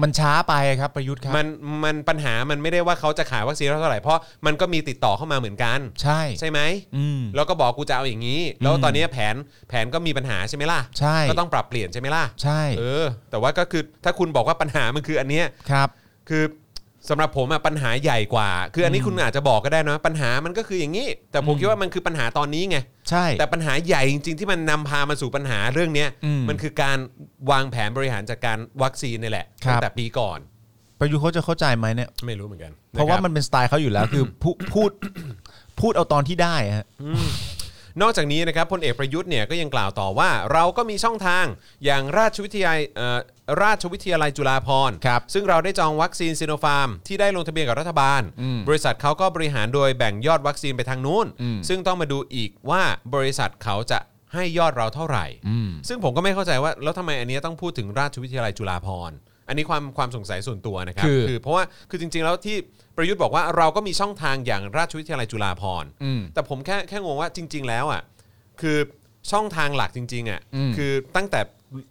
[SPEAKER 3] มันช้าไปครับประยุทธ์ครับ
[SPEAKER 2] มันมันปัญหามันไม่ได้ว่าเขาจะขายวัคซีนเท่าไหร่เพราะมันก็มีติดต่อเข้ามาเหมือนกัน
[SPEAKER 3] ใช่
[SPEAKER 2] ใช่ไหม
[SPEAKER 3] อืม
[SPEAKER 2] แล้วก็บอกกูจะเอาอย่างนี้ แล้วตอนนี้แผนแผนก็มีปัญหาใช่ไหมล่ะ
[SPEAKER 3] ใช่
[SPEAKER 2] ก็ต้องปรับเปลี่ยนใช่ไหมล่ะ
[SPEAKER 3] ใช่
[SPEAKER 2] เออ แต่ว่าก็คือถ้าคุณบอกว่าปัญหามันคืออันเนี้ย
[SPEAKER 3] ครับ
[SPEAKER 2] คือสำหรับผมอะปัญหาใหญ่กว่า คืออันนี้คุณอาจจะบอกก็ได้นะปัญหามันก็คืออย่างนี้ แต่ผมคิดว่ามันคือปัญหาตอนนี้ไง
[SPEAKER 3] ใช่
[SPEAKER 2] แต่ปัญหาใหญ่จริง ๆ ที่มันนำพามาสู่ปัญหาเรื่องเนี้ย
[SPEAKER 3] อืม
[SPEAKER 2] มันคือการวางแผนบริหารจัดการวัคซีนนี่แหละ
[SPEAKER 3] ครับ
[SPEAKER 2] ตั้งแต่ปีก่อน
[SPEAKER 3] ประยุทธ์เขาจะเข้าใจไหมเนี่ย
[SPEAKER 2] ไม่รู้เหมือนกัน
[SPEAKER 3] เพราะว่า
[SPEAKER 2] คบ
[SPEAKER 3] มันเป็นสไตล์เขาอยู่แล้วคือพูพูดพูดเอาตอนที่ได้ฮะ
[SPEAKER 2] นอกจากนี้นะครับพลเอกประยุทธ์เนี่ยก็ยังกล่าวต่อว่า เราก็มีช่องทางอย่างราชวิทยาลัยเอ่อราชวิทยาลัยจุฬาภรณ์
[SPEAKER 3] ครับ
[SPEAKER 2] ซึ่งเราได้จองวัคซีนซิโนฟาร์มที่ได้ลงทะเบียนกับรัฐบาล
[SPEAKER 3] อืม
[SPEAKER 2] บริษัทเขาก็บริหารโดยแบ่งยอดวัคซีนไปทางนู้น
[SPEAKER 3] อืม
[SPEAKER 2] ซึ่งต้องมาดูอีกว่าบริษัทเขาจะให้ยอดเราเท่าไหร่
[SPEAKER 3] อืม
[SPEAKER 2] ซึ่งผมก็ไม่เข้าใจว่าแล้วทำไมอันเนี้ยต้องพูดถึงราชวิทยาลัยจุฬาภรณ์อันนี้ความความสงสัยส่วนตัวนะครับ
[SPEAKER 3] คือ
[SPEAKER 2] เพราะว่าคือจริง ๆ แล้วที่ประยุทธ์บอกว่าเราก็มีช่องทางอย่างราชวิทยาลัยจุฬาภรณ์
[SPEAKER 3] อืม
[SPEAKER 2] แต่ผมแค่แค่งงว่าจริง ๆ แล้วอ่ะคือช่องทางหลักจริง ๆอ่ะ
[SPEAKER 3] อืม
[SPEAKER 2] คือตั้งแต่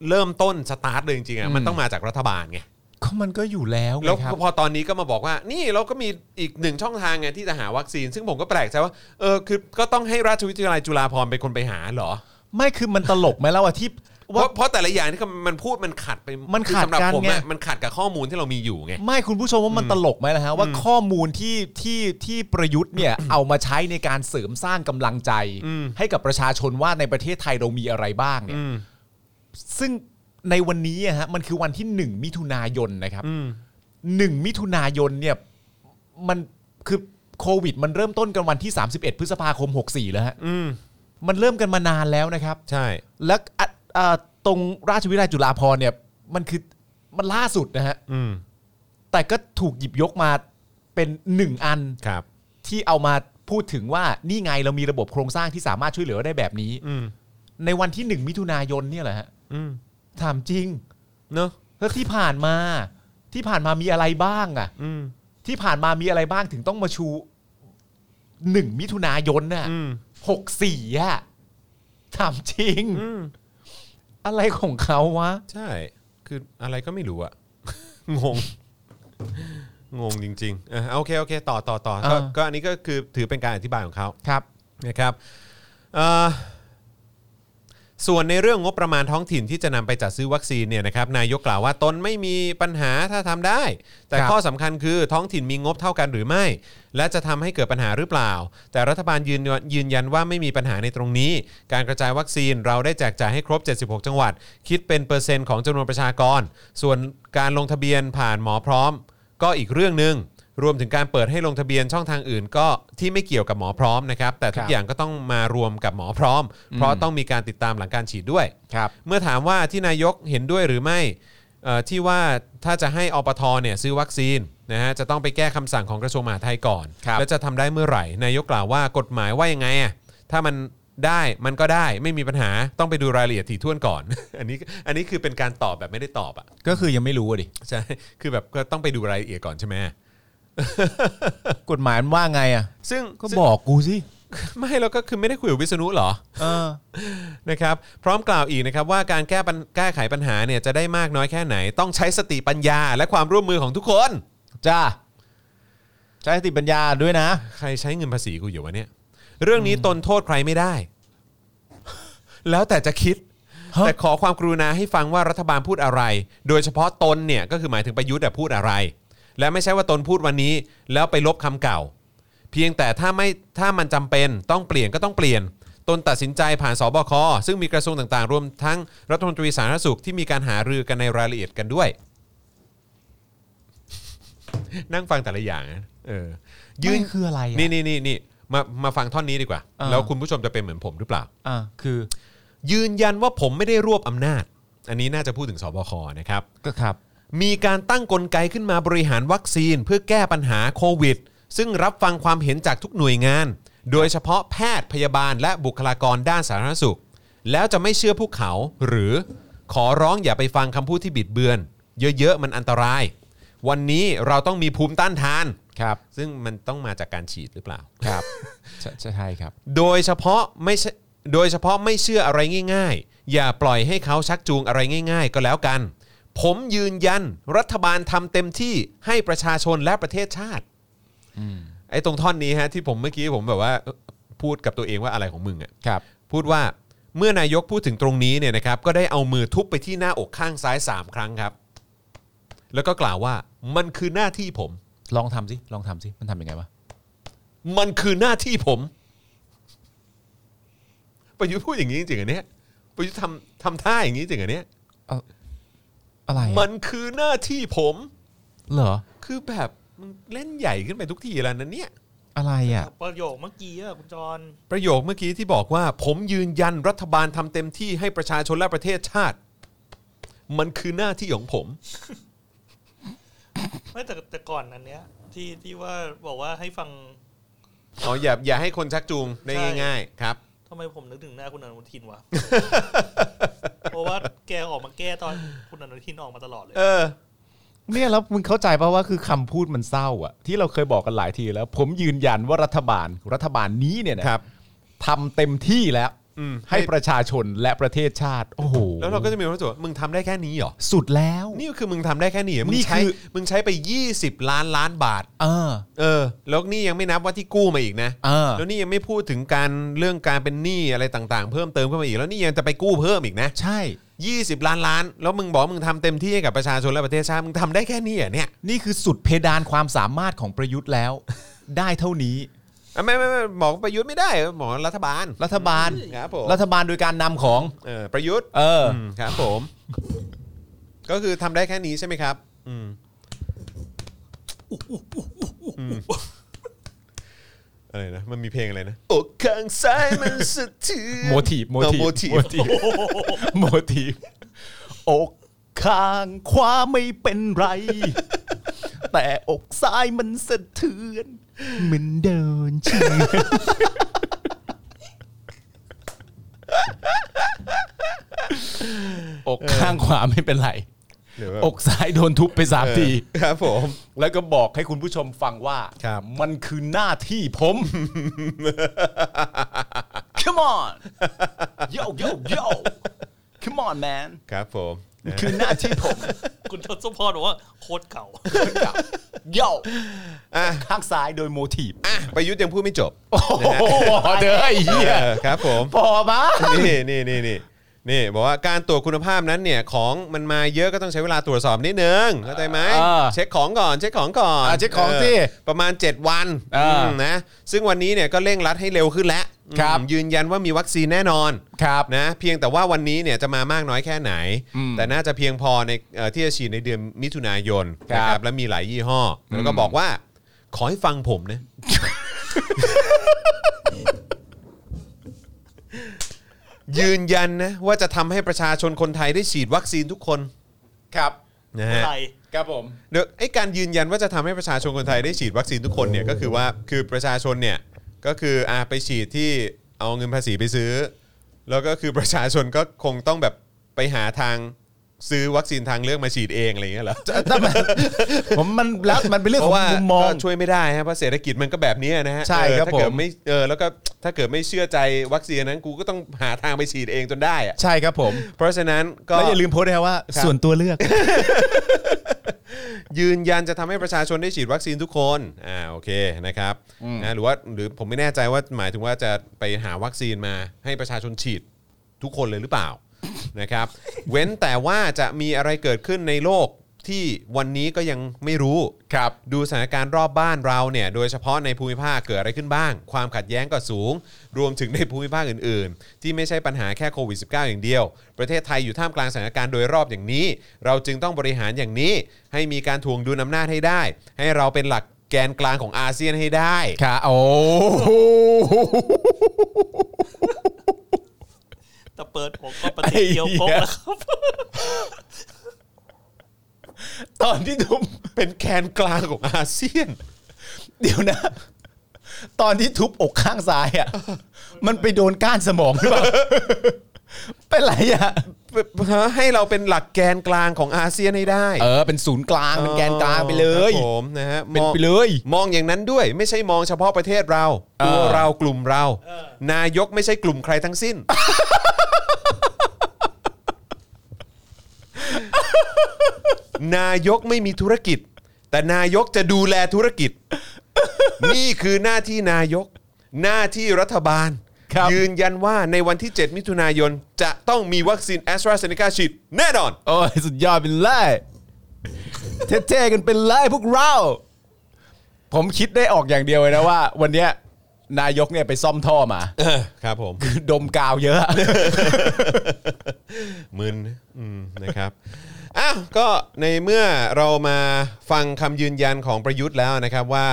[SPEAKER 2] เริ่มต้นสตาร์ทเลยจริงๆอ่ะ
[SPEAKER 3] อืม
[SPEAKER 2] มันต้องมาจากรัฐบาลไง
[SPEAKER 3] ก็มันก็อยู่แล้วไง
[SPEAKER 2] แล้ว
[SPEAKER 3] ครับ
[SPEAKER 2] พอตอนนี้ก็มาบอกว่า นี่เราก็มีอีกหนึ่งช่องทางไงที่จะหาวัคซีน ซึ่งผมก็แปลกใจว่าเออคือก็ต้องให้ราชวิทยาลัยจุฬาภรณ์เป็นคนไปหาเหรอ
[SPEAKER 3] ไม่คือมันตลกไหมแล้วอะที่
[SPEAKER 2] เพ
[SPEAKER 3] ว่า
[SPEAKER 2] ราะเพราะแต่ละอย่างที่มันพูดมันขัดไป
[SPEAKER 3] มัน
[SPEAKER 2] คื
[SPEAKER 3] ขัด
[SPEAKER 2] อสำหรับ
[SPEAKER 3] กัน
[SPEAKER 2] ผมอะ
[SPEAKER 3] ไง
[SPEAKER 2] มันขัดกับข้อมูลที่เรามีอยู่ไง
[SPEAKER 3] ไม่คุณผู้ชมว่ามันตลกไหมล่ะฮะว่าข้อมูลที่ที่ที่ประยุทธ์เนี่ย เอามาใช้ในการเสริมสร้างกำลังใจ
[SPEAKER 2] อืม
[SPEAKER 3] ให้กับประชาชนว่าในประเทศไทยเรามีอะไรบ้างเนี่ย ซึ่งในวันนี้อะฮะมันคือวันที่หนึ่งมิถุนายนนะครับหนึ่งมิถุนายนเนี่ยมันคือโควิด มันเริ่มต้นกันวันที่ 31 พฤษภาคม 64 แล้วฮะมันเริ่มกันมานานแล้วนะครับ
[SPEAKER 2] ใช่
[SPEAKER 3] และอ่ะอ่ะตรงราชวิทยาลัยจุฬาภรณ์เนี่ยมันคือมันล่าสุดนะฮะ
[SPEAKER 2] อืม
[SPEAKER 3] แต่ก็ถูกหยิบยกมาเป็นหนึ่งอัน
[SPEAKER 2] ครับ
[SPEAKER 3] ที่เอามาพูดถึงว่านี่ไงเรามีระบบโครงสร้างที่สามารถช่วยเหลือได้แบบนี้
[SPEAKER 2] อืม
[SPEAKER 3] ในวันที่หนึ่งมิถุนายนเนี่ยแหละฮะ
[SPEAKER 2] อืม
[SPEAKER 3] ถามจริง
[SPEAKER 2] เนอะ
[SPEAKER 3] แล้วที่ผ่านมาที่ผ่านมามีอะไรบ้างอะ
[SPEAKER 2] อืม
[SPEAKER 3] ที่ผ่านมามีอะไรบ้างถึงต้องมาชูหนึ่งมิถุนายนน่ะ
[SPEAKER 2] อืม
[SPEAKER 3] หกสี่อะถามจริง
[SPEAKER 2] อืม
[SPEAKER 3] อะไรของเขาวะ
[SPEAKER 2] ใช่ คืออะไรก็ไม่รู้อะ งง งงจริงๆอ่ะโอเคโอเค ต่อต่อต่อก็
[SPEAKER 3] อ่า
[SPEAKER 2] ก็อันนี้ก็คือถือเป็นการอธิบายของเขา
[SPEAKER 3] ครับ
[SPEAKER 2] นะครับเอ่อส่วนในเรื่องงบประมาณท้องถิ่นที่จะนำไปจัดซื้อวัคซีนเนี่ยนะครับนายกกล่าวว่าตนไม่มีปัญหาถ้าทำได้ แต่
[SPEAKER 3] ครับ
[SPEAKER 2] ข้อสำคัญคือท้องถิ่นมีงบเท่ากันหรือไม่ และจะทำให้เกิดปัญหาหรือเปล่า แต่รัฐบาลยืนยันยืนยันว่าไม่มีปัญหาในตรงนี้ การกระจายวัคซีนเราได้แจกจ่ายให้ครบ 76 จังหวัด คิดเป็นเปอร์เซ็นต์ของจำนวนประชากร ส่วนการลงทะเบียนผ่านหมอพร้อม ก็อีกเรื่องหนึ่งรวมถึงการเปิดให้ลงทะเบียนช่องทางอื่น ก็ที่ไม่เกี่ยวกับหมอพร้อมนะครับแต่ทุ
[SPEAKER 3] ค
[SPEAKER 2] ก
[SPEAKER 3] รับ
[SPEAKER 2] อย่างก็ต้องมารวมกับหมอพร้อม เพราะต้องมีการติดตามหลังการฉีดด้วย
[SPEAKER 3] ครับ
[SPEAKER 2] เมื่อถามว่าที่นายกเห็นด้วยหรือไม่เอ่อที่ว่าถ้าจะให้อปทเนี่ยซื้อวัคซีนนะฮะจะต้องไปแก้คำสั่งของกระทรวงมหาดไทยก่อน
[SPEAKER 3] ครับ
[SPEAKER 2] แล้วจะทำได้เมื่อไหร่ นายกกล่าวว่ากฎหมายว่ายังไงอะถ้ามันได้มันก็ได้ไม่มีปัญหาต้องไปดูรายละเอียดถี่ถ้วนก่อน อันนี้อันนี้คือเป็นการตอบแบบไม่ได้ตอบอ่ะ
[SPEAKER 3] ก็คือยังไม่รู้อะดิ
[SPEAKER 2] ใช่ คือแบบก็ต้องไปดูรายละเอียดก่อนใช่ไหม
[SPEAKER 3] กฎหมายมันว่าไงอะ
[SPEAKER 2] ซึ่ง
[SPEAKER 3] ก็บอกกูสิ
[SPEAKER 2] ซึ่งไม่แล้วก็คือไม่ได้คุยกับวิษณุเหรอ
[SPEAKER 3] เออ
[SPEAKER 2] นะครับ พร้อมกล่าวอีกนะครับว่าการแก้ปัญแก้ไขปัญหาเนี่ยจะได้มากน้อยแค่ไหน ต้องใช้สติปัญญาและความร่วมมือของทุกคน
[SPEAKER 3] จ้าใช้สติปัญญาด้วยนะ
[SPEAKER 2] ใครใช้เงินภาษีกูอยู่วะเนี่ย เรื่องนี้ตนโทษใครไม่ได้ แล้วแต่จะคิด แต่ขอความกรุณาให้ฟังว่ารัฐบาลพูดอะไร โดยเฉพาะตนเนี่ยก็คือหมายถึงประยุทธ์อะพูดอะไร และไม่ใช่ว่าตนพูดวันนี้ แล้วไปลบคำเก่า เพียงแต่ถ้าไม่ถ้ามันจำเป็นต้องเปลี่ยนก็ต้องเปลี่ยน ตนตัดสินใจผ่านสบคซึ่งมีกระทรวงต่างๆ รวมทั้งรัฐมนตรีสาธารณสุขที่มีการหารือกันในรายละเอียดกันด้วย นั่งฟังแต่ละอย่างนะเออ
[SPEAKER 3] ยืนคืออะไรอะ
[SPEAKER 2] นี่นี่นี่นี่มามาฟังท่อนนี้ดีกว่า
[SPEAKER 3] อ่า
[SPEAKER 2] แล้วคุณผู้ชมจะเป็นเหมือนผมหรือเปล่า
[SPEAKER 3] อ่าคือ
[SPEAKER 2] ยืนยันว่าผมไม่ได้รวบอำนาจ อันนี้น่าจะพูดถึงสบคนะครับ
[SPEAKER 3] ก็ครับ
[SPEAKER 2] มีการตั้งกลไกขึ้นมาบริหารวัคซีนเพื่อแก้ปัญหาโควิด ซึ่งรับฟังความเห็นจากทุกหน่วยงาน โดยเฉพาะแพทย์พยาบาลและบุคลากรด้านสาธารณสุข แล้วจะไม่เชื่อพวกเขาหรือขอร้องอย่าไปฟังคำพูดที่บิดเบือน เยอะๆมันอันตราย วันนี้เราต้องมีภูมิต้านทาน
[SPEAKER 3] ครับ
[SPEAKER 2] ซึ่งมันต้องมาจากการฉีดหรือเปล่า
[SPEAKER 3] ครับใช่ใช่ใช่ครับ
[SPEAKER 2] โดยเฉพาะไม่ใช่โดยเฉพาะไม่เชื่ออะไรง่าย ๆ อย่าปล่อยให้เขาชักจูงอะไรง่าย ๆ ก็แล้วกัน ผมยืนยันรัฐบาลทำเต็มที่ให้ประชาชนและประเทศชาติไอ้ตรงท่อนนี้ฮะที่ผมเมื่อกี้ผมแบบว่าเอ่อพูดกับตัวเองว่าอะไรของมึงอะ
[SPEAKER 3] ครับ
[SPEAKER 2] พูดว่าเมื่อนายกพูดถึงตรงนี้เนี่ยนะครับ ก็ได้เอามือทุบไปที่หน้าอกข้างซ้ายสามครั้งครับ แล้วก็กล่าวว่ามันคือหน้าที่ผม
[SPEAKER 3] ลองทำสิลองทำสิมันทำยังไงวะ
[SPEAKER 2] มันคือหน้าที่ผม ประยุทธ์พูดอย่างนี้จริงๆเหรอเนี่ยประยุทธ์ทำทำท่าอย่างนี้จริงเหรอเนี่ย
[SPEAKER 3] อะไรอะ
[SPEAKER 2] มันคือหน้าที่ผม
[SPEAKER 3] เหรอ
[SPEAKER 2] คือแบบมันเล่นใหญ่ขึ้นไปทุกทีแล้วนะเนี่ย
[SPEAKER 3] อะไรอ่ะ
[SPEAKER 4] ประโยคเมื่อกี้อะคุณจร
[SPEAKER 2] ประโยคเมื่อกี้ที่บอกว่า ผมยืนยันรัฐบาลทำเต็มที่ให้ประชาชนและประเทศชาติ มันคือหน้าที่ของผม
[SPEAKER 4] ไม่แต่แต่ก่อนอันเนี้ย ที่ที่ว่าบอกว่าให้ฟัง
[SPEAKER 2] อ๋ออย่าอย่าให้คนชักจูงได้ง่าย ๆ ครับ
[SPEAKER 4] ทำไมผมนึกถึงหน้าคุณอนุทินวะ เพราะว่าแกออกมาแก้ตอนคุณอนุทินออกมาตลอดเลย
[SPEAKER 2] เออ
[SPEAKER 3] เนี่ยแล้วมึงเข้าใจป่าว่าคือคำพูดมันเศร้าอ่ะ ที่เราเคยบอกกันหลายทีแล้ว ผมยืนยันว่ารัฐบาลรัฐบาลนี้เนี่ยนะครับ ทำเต็มที่แล้ว
[SPEAKER 2] อืม
[SPEAKER 3] ให้ประชาชนและประเทศชาติ โอ้โห
[SPEAKER 2] แล้วเราก็จะมีความรู้สึกว่ามึงทำได้แค่นี้เหรอ
[SPEAKER 3] สุดแล้ว
[SPEAKER 2] นี่คือมึงทำได้แค่นี้เหรอมึ
[SPEAKER 3] นี่
[SPEAKER 2] งใช้
[SPEAKER 3] คือ
[SPEAKER 2] มึงใช้ไป 20 ล้านล้านบาท
[SPEAKER 3] เออ
[SPEAKER 2] เออแล้วนี่ยังไม่นับว่าที่กู้มาอีกนะ
[SPEAKER 3] เออ
[SPEAKER 2] แล้วนี่ยังไม่พูดถึงการเรื่องการเป็นหนี้อะไรต่างๆ เพิ่มเติมเข้ามาอีกแล้วนี่ยังจะไปกู้เพิ่มอีกนะ
[SPEAKER 3] ใช่
[SPEAKER 2] 20 ล้านล้าน แล้วมึงบอกมึงทำเต็มที่ให้กับประชาชนและประเทศชาติมึงทำได้แค่นี้เหรอเนี่ย
[SPEAKER 3] นี่คือสุดเพดานความสามารถของประยุทธ์แล้ว ได้เท่านี้
[SPEAKER 2] อ่ะไม่ไม่ไม่บอกประยุทธ์ไม่ได้บอกรัฐบาล
[SPEAKER 3] รัฐบาล
[SPEAKER 2] ครับผม
[SPEAKER 3] รัฐบาลโดยการนำของ
[SPEAKER 2] เออประยุทธ์
[SPEAKER 3] เอออ
[SPEAKER 2] มครับผม ก็คือทำได้แค่นี้ใช่ไหมครับ อืมอืมอะไรนะมันมีเพลงอะไรนะอกข้างซ้ายมันสะเทือน
[SPEAKER 3] โมทีฟโมทีฟ
[SPEAKER 2] โมทีฟ
[SPEAKER 3] โมทีฟอกข้างขวาไม่เป็นไร แต่อกซ้ายมันสะเทือนเหมือนเดินเชื่อ
[SPEAKER 5] อกข้างขวาไม่เป็นไร
[SPEAKER 2] หรือว่า
[SPEAKER 5] อกซ้ายโดนทุบไปสามที
[SPEAKER 2] เออครับผม
[SPEAKER 5] แล้วก็บอกให้คุณผู้ชมฟังว่า
[SPEAKER 2] ครับ
[SPEAKER 5] มันคือหน้าที่ผม Come on yo yo yo Come on man
[SPEAKER 2] ครับผมนะ
[SPEAKER 5] คือหน้าที่ผม
[SPEAKER 4] คุณทศพรบอกว่าโคตรเก่า
[SPEAKER 5] yo
[SPEAKER 2] อ่ะ
[SPEAKER 5] ข้างซ้ายโดยโมทีฟ
[SPEAKER 2] อ่ะประยุทธ์ยังพูดไม่จบ
[SPEAKER 5] โอ้โหเด้อไอ้เหี้ย
[SPEAKER 2] เออครับผม
[SPEAKER 5] พอมา
[SPEAKER 2] นี่นี่นี่นี่นี่บอกว่าการตรวจคุณภาพนั้นเนี่ยของมันมาเยอะก็ต้องใช้เวลาตรวจสอบนิดนึงเข้าใจไหม
[SPEAKER 5] เออ
[SPEAKER 2] เช็คของก่อนเช็คของก่อน
[SPEAKER 5] อ่ะเช็คของสิ
[SPEAKER 2] ประมาณ 7 วัน
[SPEAKER 5] เอออื
[SPEAKER 2] มนะซึ่งวันนี้เนี่ยก็เร่งรัดให้เร็วขึ้นแล้ว
[SPEAKER 5] ครับ
[SPEAKER 2] อืมยืนยันว่ามีวัคซีนแน่นอน
[SPEAKER 5] ครับ
[SPEAKER 2] นะเพียงแต่ว่าวันนี้เนี่ยจะมามากน้อยแค่ไหน
[SPEAKER 5] อืม
[SPEAKER 2] แต่น่าจะเพียงพอในเอ่อที่จะฉีดในเดือนมิถุนายน
[SPEAKER 5] ครับ
[SPEAKER 2] นะและมีหลายยี่ห้ออ
[SPEAKER 5] ม
[SPEAKER 2] แล้วก็บอกว่า ขอให้ฟังผม นะ ยืนยันนะ ว่าจะทำให้ประชาชนคนไทยได้ฉีดวัคซีนทุกคน
[SPEAKER 5] ครับ
[SPEAKER 2] นะฮะ
[SPEAKER 4] อะไร
[SPEAKER 5] ครับผม
[SPEAKER 2] เดี๋ยวไอ้การยืนยันว่าจะทำให้ประชาชนคนไทยได้ฉีดวัคซีนทุกคนเนี่ยก็คือว่าคือประชาชนเนี่ยก็คืออ่าไปฉีดที่เอาเงินภาษีไปซื้อ แล้วก็คือประชาชนก็คงต้องแบบไปหาทางซื้อวัคซีนทางเลือกมาฉีดเองอะไรอย่างเงี้ยเหรอ
[SPEAKER 3] ผมมันแล้วมันเป็นเรื่อง
[SPEAKER 2] เพ
[SPEAKER 3] ขอ
[SPEAKER 2] ราะ
[SPEAKER 3] ง
[SPEAKER 2] ว่า
[SPEAKER 3] มุมมอง
[SPEAKER 2] ก็ช่วยไม่ได้ฮะเพราะเศรษฐกิจมันก็แบบเนี้ยนะฮะ
[SPEAKER 3] ใช่
[SPEAKER 2] เออ
[SPEAKER 3] ครับ
[SPEAKER 2] ถ้าเกิด
[SPEAKER 3] ผม
[SPEAKER 2] ไม่เออแล้วก็ถ้าเกิดไม่เชื่อใจวัคซีนนั้นกูก็ต้องหาทางไปฉีดเองจนได้อะ
[SPEAKER 3] ใช่ครับผม
[SPEAKER 2] เพราะฉะนั้นก็
[SPEAKER 3] แล้วอย่าลืมโพสต์นะครับว่า
[SPEAKER 2] ครับ
[SPEAKER 3] ส่วนตัวเลือก
[SPEAKER 2] ยืนยันจะทำให้ประชาชนได้ฉีดวัคซีนทุกคน อ่า โอเค นะครับนะหรือว่า หรือผมไม่แน่ใจว่าหมายถึงว่าจะไปหาวัคซีนมาให้ประชาชนฉีดทุกคนเลยหรือเปล่า นะครับ เว้นแต่ว่าจะมีอะไรเกิดขึ้นในโลกที่วันนี้ก็ยังไม่รู้
[SPEAKER 5] ครับ
[SPEAKER 2] ดูสถานการณ์รอบบ้านเราเนี่ย โดยเฉพาะในภูมิภาคเกิดอะไรขึ้นบ้าง ความขัดแย้งก็สูง รวมถึงในภูมิภาคอื่นๆ ที่ไม่ใช่ปัญหาแค่โควิด -19 อย่างเดียว ประเทศไทยอยู่ท่ามกลางสถานการณ์โดยรอบอย่างนี้ เราจึงต้องบริหารอย่างนี้ ให้มีการทวงดุลอำนาจให้ได้ ให้เราเป็นหลักแกนกลางของอาเซียนให้ได้
[SPEAKER 5] ค่ะโอ้โห
[SPEAKER 4] แต่เปิดผมก็ปฏิเดียวโป๊กแล้วครับ
[SPEAKER 3] ตอนที่ทุบ
[SPEAKER 2] เป็นแกนกลางของอาเซียน
[SPEAKER 3] เดี๋ยวนะ ตอนที่ทุบอกข้างซ้ายอ่ะมันไปโดนก้านสมองหรือเปล่าเป็นไรอ่ะ
[SPEAKER 2] ให้เราเป็นหลักแกนกลางของอาเซียนให้ได้
[SPEAKER 3] เออเป็นศูนย์กลางเป็นแกนกลางไปเลย
[SPEAKER 2] ครับผมนะฮะม
[SPEAKER 3] เป็น
[SPEAKER 2] อง
[SPEAKER 3] ไปเลย
[SPEAKER 2] มองอย่างนั้นด้วยไม่ใช่มองเฉพาะประเทศเรา
[SPEAKER 5] เออ
[SPEAKER 2] ตัวเรากลุ่มเรา นายกไม่ใช่กลุ่มใครทั้งสิ้น นายกไม่มีธุรกิจ แต่นายกจะดูแลธุรกิจ นี่คือหน้าที่นายก หน้าที่รัฐบาล
[SPEAKER 5] ครับ
[SPEAKER 2] ยืนยันว่าในวันที่ 7 มิถุนายน จะต้องมีวัคซีนแอสตราเซเนกาฉีดแน่นอน
[SPEAKER 3] โอ้ยสุดยอดเป็นไรเท่ๆกันเป็นไรพวกเรา ผมคิดได้ออกอย่างเดียวเลยนะว่า วันเนี้ยนายกเนี่ยไปซ่อมท่อมา
[SPEAKER 2] ครับผม
[SPEAKER 3] ดมกาวเยอะ
[SPEAKER 2] มึนอืมนะครับ อ้าวก็ในเมื่อเรามาฟังคำยืนยันของประยุทธ์แล้วนะครับว่า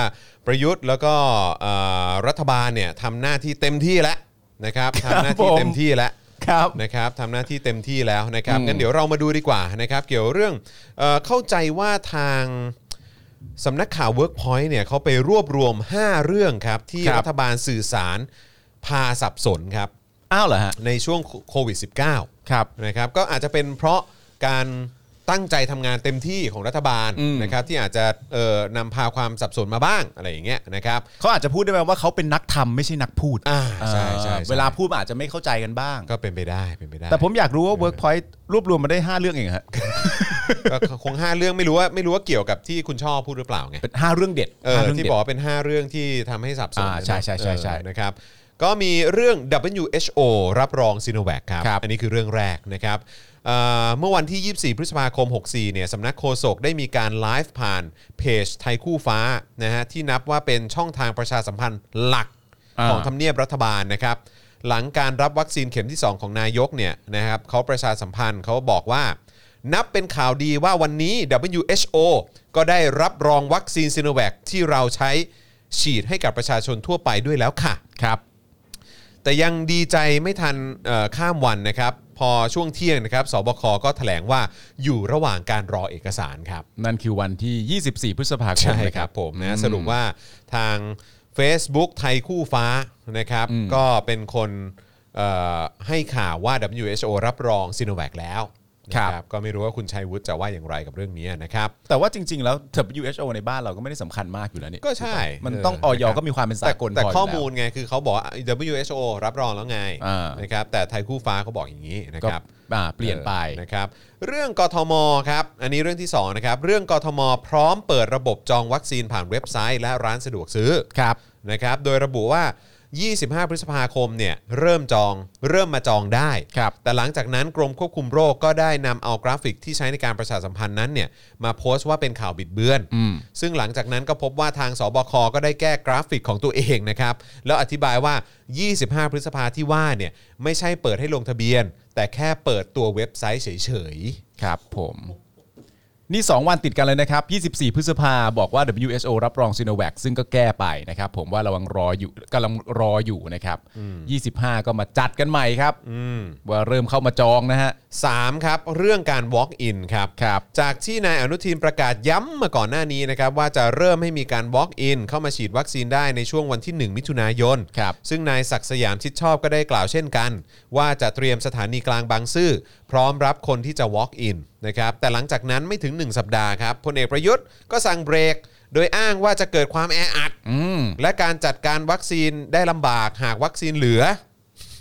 [SPEAKER 2] ประยุทธ์แล้วก็เอ่อรัฐบาลเนี่ยทำหน้าที่เต็มที่แล้วนะครับทำหน้าที่
[SPEAKER 3] ผม
[SPEAKER 2] เต็มที่แล้ว
[SPEAKER 3] ครับ
[SPEAKER 2] นะครับทำหน้าที่เต็มที่แล้วนะครับ
[SPEAKER 5] อืม
[SPEAKER 2] งั้นเดี๋ยวเรามาดูดีกว่านะครับเกี่ยวเรื่องเออเข้าใจว่าทางสำนักข่าว Workpoint เนี่ยเขาไปรวบรวม 5 เรื่องครับที่
[SPEAKER 3] ครับ
[SPEAKER 2] รัฐบาลสื่อสารพาสับสนครับ
[SPEAKER 3] อ้าวเหรอฮะ
[SPEAKER 2] ในช่วงโควิด -19
[SPEAKER 3] ครับ
[SPEAKER 2] นะครับก็อาจจะเป็นเพราะการตั้งใจทำงานเต็มที่ของรัฐบาล
[SPEAKER 5] อืม
[SPEAKER 2] นะครับที่อาจจะเอ่อนำพาความสับสนมาบ้างอะไรอย่างเงี้ยนะครับ
[SPEAKER 3] เขาอาจจะพูดได้ไหมว่าเขาเป็นนักทำไม่ใช่นักพูด
[SPEAKER 2] อ่าใช่ใช่
[SPEAKER 3] เออ
[SPEAKER 2] ใช่
[SPEAKER 3] เวลาพูดมันอาจจะไม่เข้าใจกันบ้าง
[SPEAKER 2] ก็เป็นไปได้เป็นไปได้
[SPEAKER 3] แต่ผมอยากรู้ว่า Workpoint รวบรวมมาได้ 5 เรื่องเองฮะ
[SPEAKER 2] ก็คงห้าเรื่องไม่รู้ว่าไม่รู้ว่าเกี่ยวกับที่คุณชอบพูดหรือเปล่าไง
[SPEAKER 3] เป็น5เรื่องเด็ด
[SPEAKER 2] เออ
[SPEAKER 3] ห้าเรื่อง
[SPEAKER 2] ที่
[SPEAKER 3] เด็
[SPEAKER 2] บ
[SPEAKER 3] ด
[SPEAKER 2] อกว่าเป็น 5 เรื่องที่ทำให้สับสน
[SPEAKER 3] อ่าใช่ใช่ใช่ใช่
[SPEAKER 2] เออนะครับก็มีเรื่อง WHO รับรองซีโนแวคครับ
[SPEAKER 3] ครับ
[SPEAKER 2] อันนี้คือเรื่องแรกนะครับเอ่อเมื่อวันที่ 24 พฤษภาคม 64 เนี่ยสำนักโฆษกได้มีการไลฟ์ผ่านเพจไทยคู่ฟ้านะฮะที่นับว่าเป็นช่องทางประชาสัมพันธ์หลัก
[SPEAKER 5] อ่า
[SPEAKER 2] ของทำเนียบรัฐบาลนะครับ หลังการรับวัคซีนเข็มที่ 2 ของนายกเนี่ยนะครับเขาประชาสัมพันธ์เขาบอกว่า นับเป็นข่าวดีว่าวันนี้ WHO ก็ได้รับรองวัคซีนซิโนแวคที่เราใช้ฉีดให้กับประชาชนทั่วไปด้วยแล้วค่ะ
[SPEAKER 3] ครับ
[SPEAKER 2] แต่ยังดีใจไม่ทันเอ่อข้ามวันนะครับ พอช่วงเที่ยงนะครับสบคก็แถลงว่าอยู่ระหว่างการรอเอกสารครับ
[SPEAKER 5] นั่นคือวันที่ 24 พฤษภาคม
[SPEAKER 2] ใช่
[SPEAKER 5] นะ
[SPEAKER 2] ครับผมนะสรุปว่าทาง Facebook ไทยคู่ฟ้านะครับ ก็เป็นคนเอ่อให้ข่าวว่า WHO รับรองซิโนแวคแล้ว
[SPEAKER 3] ครับ
[SPEAKER 2] นะก็ไม่รู้ว่าคุณชัยวุฒิจะว่าอย่างไรกับเรื่องนี้นะครับ
[SPEAKER 3] แต่ว่าจริง ๆ แล้ว WHO ในบ้านเราก็ไม่ได้สำคัญมากอยู่แล้วนี่
[SPEAKER 2] ก็ใช่
[SPEAKER 3] มันต้อง
[SPEAKER 2] เอ
[SPEAKER 3] อ
[SPEAKER 2] อ
[SPEAKER 3] อย
[SPEAKER 2] นะครับ
[SPEAKER 3] ก็มีความเป็นสากล
[SPEAKER 2] แต่
[SPEAKER 3] พยู่ล้ว
[SPEAKER 2] ข้อมูลไงคือเขาบอกว่า WHO รับรองแล้วไง
[SPEAKER 5] อ่าน
[SPEAKER 2] นะครับแต่ไทยคู่ฟ้าเขาบอกอย่างนี้นะ
[SPEAKER 3] ก็
[SPEAKER 2] ครับ
[SPEAKER 3] อ่าเปลี่ยนไป
[SPEAKER 2] ออนะครับเรื่องกทมครับอันนี้เรื่องที่สองนะครับเรื่องกทมพร้อมเปิดระบบจองวัคซีนผ่านเว็บไซต์และร้านสะดวกซื้อ
[SPEAKER 3] ครับ
[SPEAKER 2] นะครับโดยระบุว่า 25 พฤษภาคมเนี่ยเริ่มจองเริ่มมาจองได้
[SPEAKER 3] ครับ
[SPEAKER 2] แต่หลังจากนั้นกรมควบคุมโรคก็ได้นำเอากราฟิกที่ใช้ในการประชาสัมพันธ์นั้นเนี่ยมาโพสต์ว่าเป็นข่าวบิดเบือน ซึ่งหลังจากนั้นก็พบว่าทางสบคก็ได้แก้กราฟิกของตัวเองนะครับ แล้วอธิบายว่า 25 พฤษภาที่ว่าเนี่ยไม่ใช่เปิดให้ลงทะเบียน แต่แค่เปิดตัวเว็บไซต์เฉย
[SPEAKER 3] ครับผม นี่ 2 วันติดกันเลยนะครับ 24 พฤษภาบอกว่า WHO รับรองซิโนแวคซึ่งก็แก้ไปนะครับ ผมว่าระวังรออยู่กำลังรออยู่นะครับ 25 ก็มาจัดกันใหม่ครับว่าเริ่มเข้ามาจองนะฮะ
[SPEAKER 2] ๆ 3. ครับ เรื่องการ walk in ครับ
[SPEAKER 3] ครับ
[SPEAKER 2] จากที่นายอนุทินประกาศย้ำมาก่อนหน้านี้นะครับว่าจะเริ่มให้มีการ walk in เข้ามาฉีดวัคซีนได้ในช่วงวันที่ 1 มิถุนายน
[SPEAKER 3] ครับ
[SPEAKER 2] ซึ่งนายศักดิ์สยามชิดชอบก็ได้กล่าวเช่นกัน ว่าจะเตรียมสถานีกลางบางซื่อ พร้อมรับคนที่จะ walk in นะครับแต่หลังจากนั้นไม่ถึง 1 สัปดาห์ครับพลเอกประยุทธ์ก็สั่งเบรก โดยอ้างว่าจะเกิดความแออัด
[SPEAKER 5] อืม
[SPEAKER 2] และการจัดการวัคซีนได้ลำบากหากวัคซีนเหลือ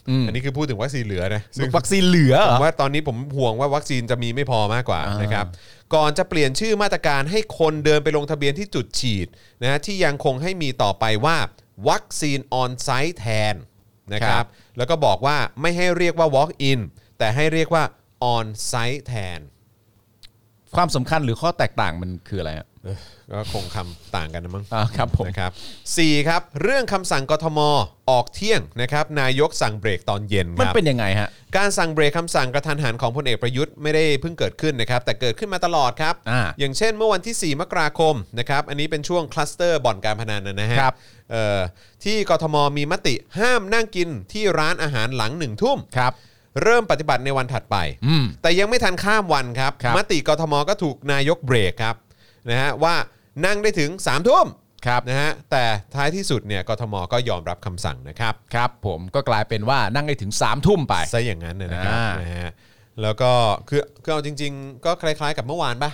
[SPEAKER 2] อ
[SPEAKER 5] ม
[SPEAKER 2] อันนี้คือพูดถึงวัคซีนเหลือนะซึ่ง
[SPEAKER 3] วัคซีนเหลือเหร
[SPEAKER 2] ผ
[SPEAKER 3] อ
[SPEAKER 2] มว่าตอนนี้ผมห่วงว่าวัคซีนจะมีไม่พอมากกว่า
[SPEAKER 3] อ่าน
[SPEAKER 2] นะครับ ก่อนจะเปลี่ยนชื่อมาตรการให้คนเดินไปลงทะเบียนที่จุดฉีดนะฮะที่ยังคงให้มีต่อไปว่า วัคซีนออนไซต์แทนนะครับ แล้วก็บอกว่าไม่ให้เรียกว่า Walk-in แต่ให้เรียกว่า on site แทน
[SPEAKER 5] ความสำคัญหรือข้อแตกต่างมันคืออะไรอะ
[SPEAKER 2] ก็คงคำต่างกันนะมั้ง
[SPEAKER 5] อ่าครับผม
[SPEAKER 2] นะครับสี่ครับเรื่องคำสั่งกทมออกเที่ยงนะครับนายกสั่งเบรกตอนเย็นค
[SPEAKER 5] มัน
[SPEAKER 2] รับ
[SPEAKER 5] เป็นยังไงฮะ
[SPEAKER 2] การสั่งเบรกคำสั่งกระทันหันของพลเอกประยุทธ์ไม่ได้เพิ่งเกิดขึ้นนะครับแต่เกิดขึ้นมาตลอดครับ
[SPEAKER 5] อ่า
[SPEAKER 2] ย่างเช่นเมื่อวันที่ 4 มกราคมนะครับอันนี้เป็นช่วงคลัสเตอร์บ่อนการพนันนะฮะ
[SPEAKER 5] ครับ
[SPEAKER 2] เอ่อที่กทมมีมติห้ามนั่งกินที่ร้านอาหารหลังหนึ่งทุ่ม
[SPEAKER 5] ครับ
[SPEAKER 2] เริ่มปฏิบัติในวันถัดไป
[SPEAKER 5] อืม
[SPEAKER 2] แต่ยังไม่ทันข้ามวันครับ
[SPEAKER 5] ครับ
[SPEAKER 2] มติกทมก็ถูกนายกเบรกครับนะฮะว่านั่งได้ถึง3ามทุ่ม
[SPEAKER 5] ครับ
[SPEAKER 2] นะฮะแต่ท้ายที่สุดเนี่ยกทมก็ยอมรับคำสั่งนะครับ
[SPEAKER 5] ครับผมก็กลายเป็นว่านั่งได้ถึง3ามทุ่มไป
[SPEAKER 2] ซะอย่างนั้นนะนะครับ
[SPEAKER 5] อ่าน
[SPEAKER 2] นะฮะแล้วก็คือคือเอาจริง ๆ ก็คล้ายๆ กับเมื่อวานปะ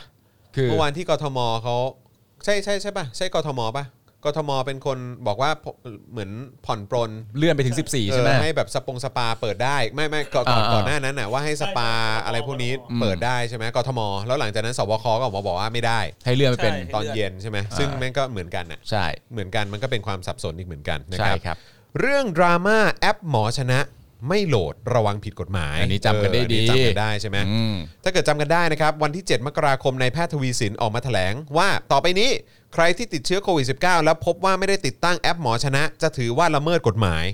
[SPEAKER 5] คือ
[SPEAKER 2] เมื่อวานที่กทมเขาใช่ใช่ใช่ปะใช่กทมปะกทมเป็นคนบอกว่าเหมือนผ่อนปรน
[SPEAKER 5] เลื่อนไปถึง 14 ใช่ไหม
[SPEAKER 2] เออให้แบบสปงสปาเปิดได้ไม่ไม่ก่อนก่อน
[SPEAKER 5] อ่า
[SPEAKER 2] ก่อนหน้านั้นน่ะว่าให้สปา
[SPEAKER 4] ใช่ใช่
[SPEAKER 2] อะไรพวกนี้
[SPEAKER 4] อืม
[SPEAKER 2] เปิดได้ใช่ไหมกทม แล้วหลังจากนั้นสบคก็ออกมาบอกว่าไม่ได้
[SPEAKER 5] ให้เลื่อนไปเป็น
[SPEAKER 4] ใช่
[SPEAKER 2] ตอนเย็นใช่ไหม
[SPEAKER 5] อ่า
[SPEAKER 2] ซึ่งแม่งก็เหมือนกันน่ะ
[SPEAKER 5] ใช่
[SPEAKER 2] เหมือนกันมันก็เป็นความสับสนอีกเหมือนกันนะ
[SPEAKER 5] ใช่
[SPEAKER 2] ครับ
[SPEAKER 5] ครับ
[SPEAKER 2] เรื่องดราม่าแอปหมอชนะไม่โหลดระวังผิดกฎหมาย
[SPEAKER 5] อันนี้จำกันได้
[SPEAKER 2] เอออั
[SPEAKER 5] ดี
[SPEAKER 2] จำกันได้ใช่ไหม
[SPEAKER 5] อืม
[SPEAKER 2] ถ้าเกิดจำกันได้นะครับ วันที่ 7 มกราคมในแพทย์ทวีสินออกมาแถลงว่าต่อไปนี้ใครที่ติดเชื้อโควิด -19 แล้วพบว่าไม่ได้ติดตั้งแอปหมอชนะ จะถือว่าละเมิดกฎหมาย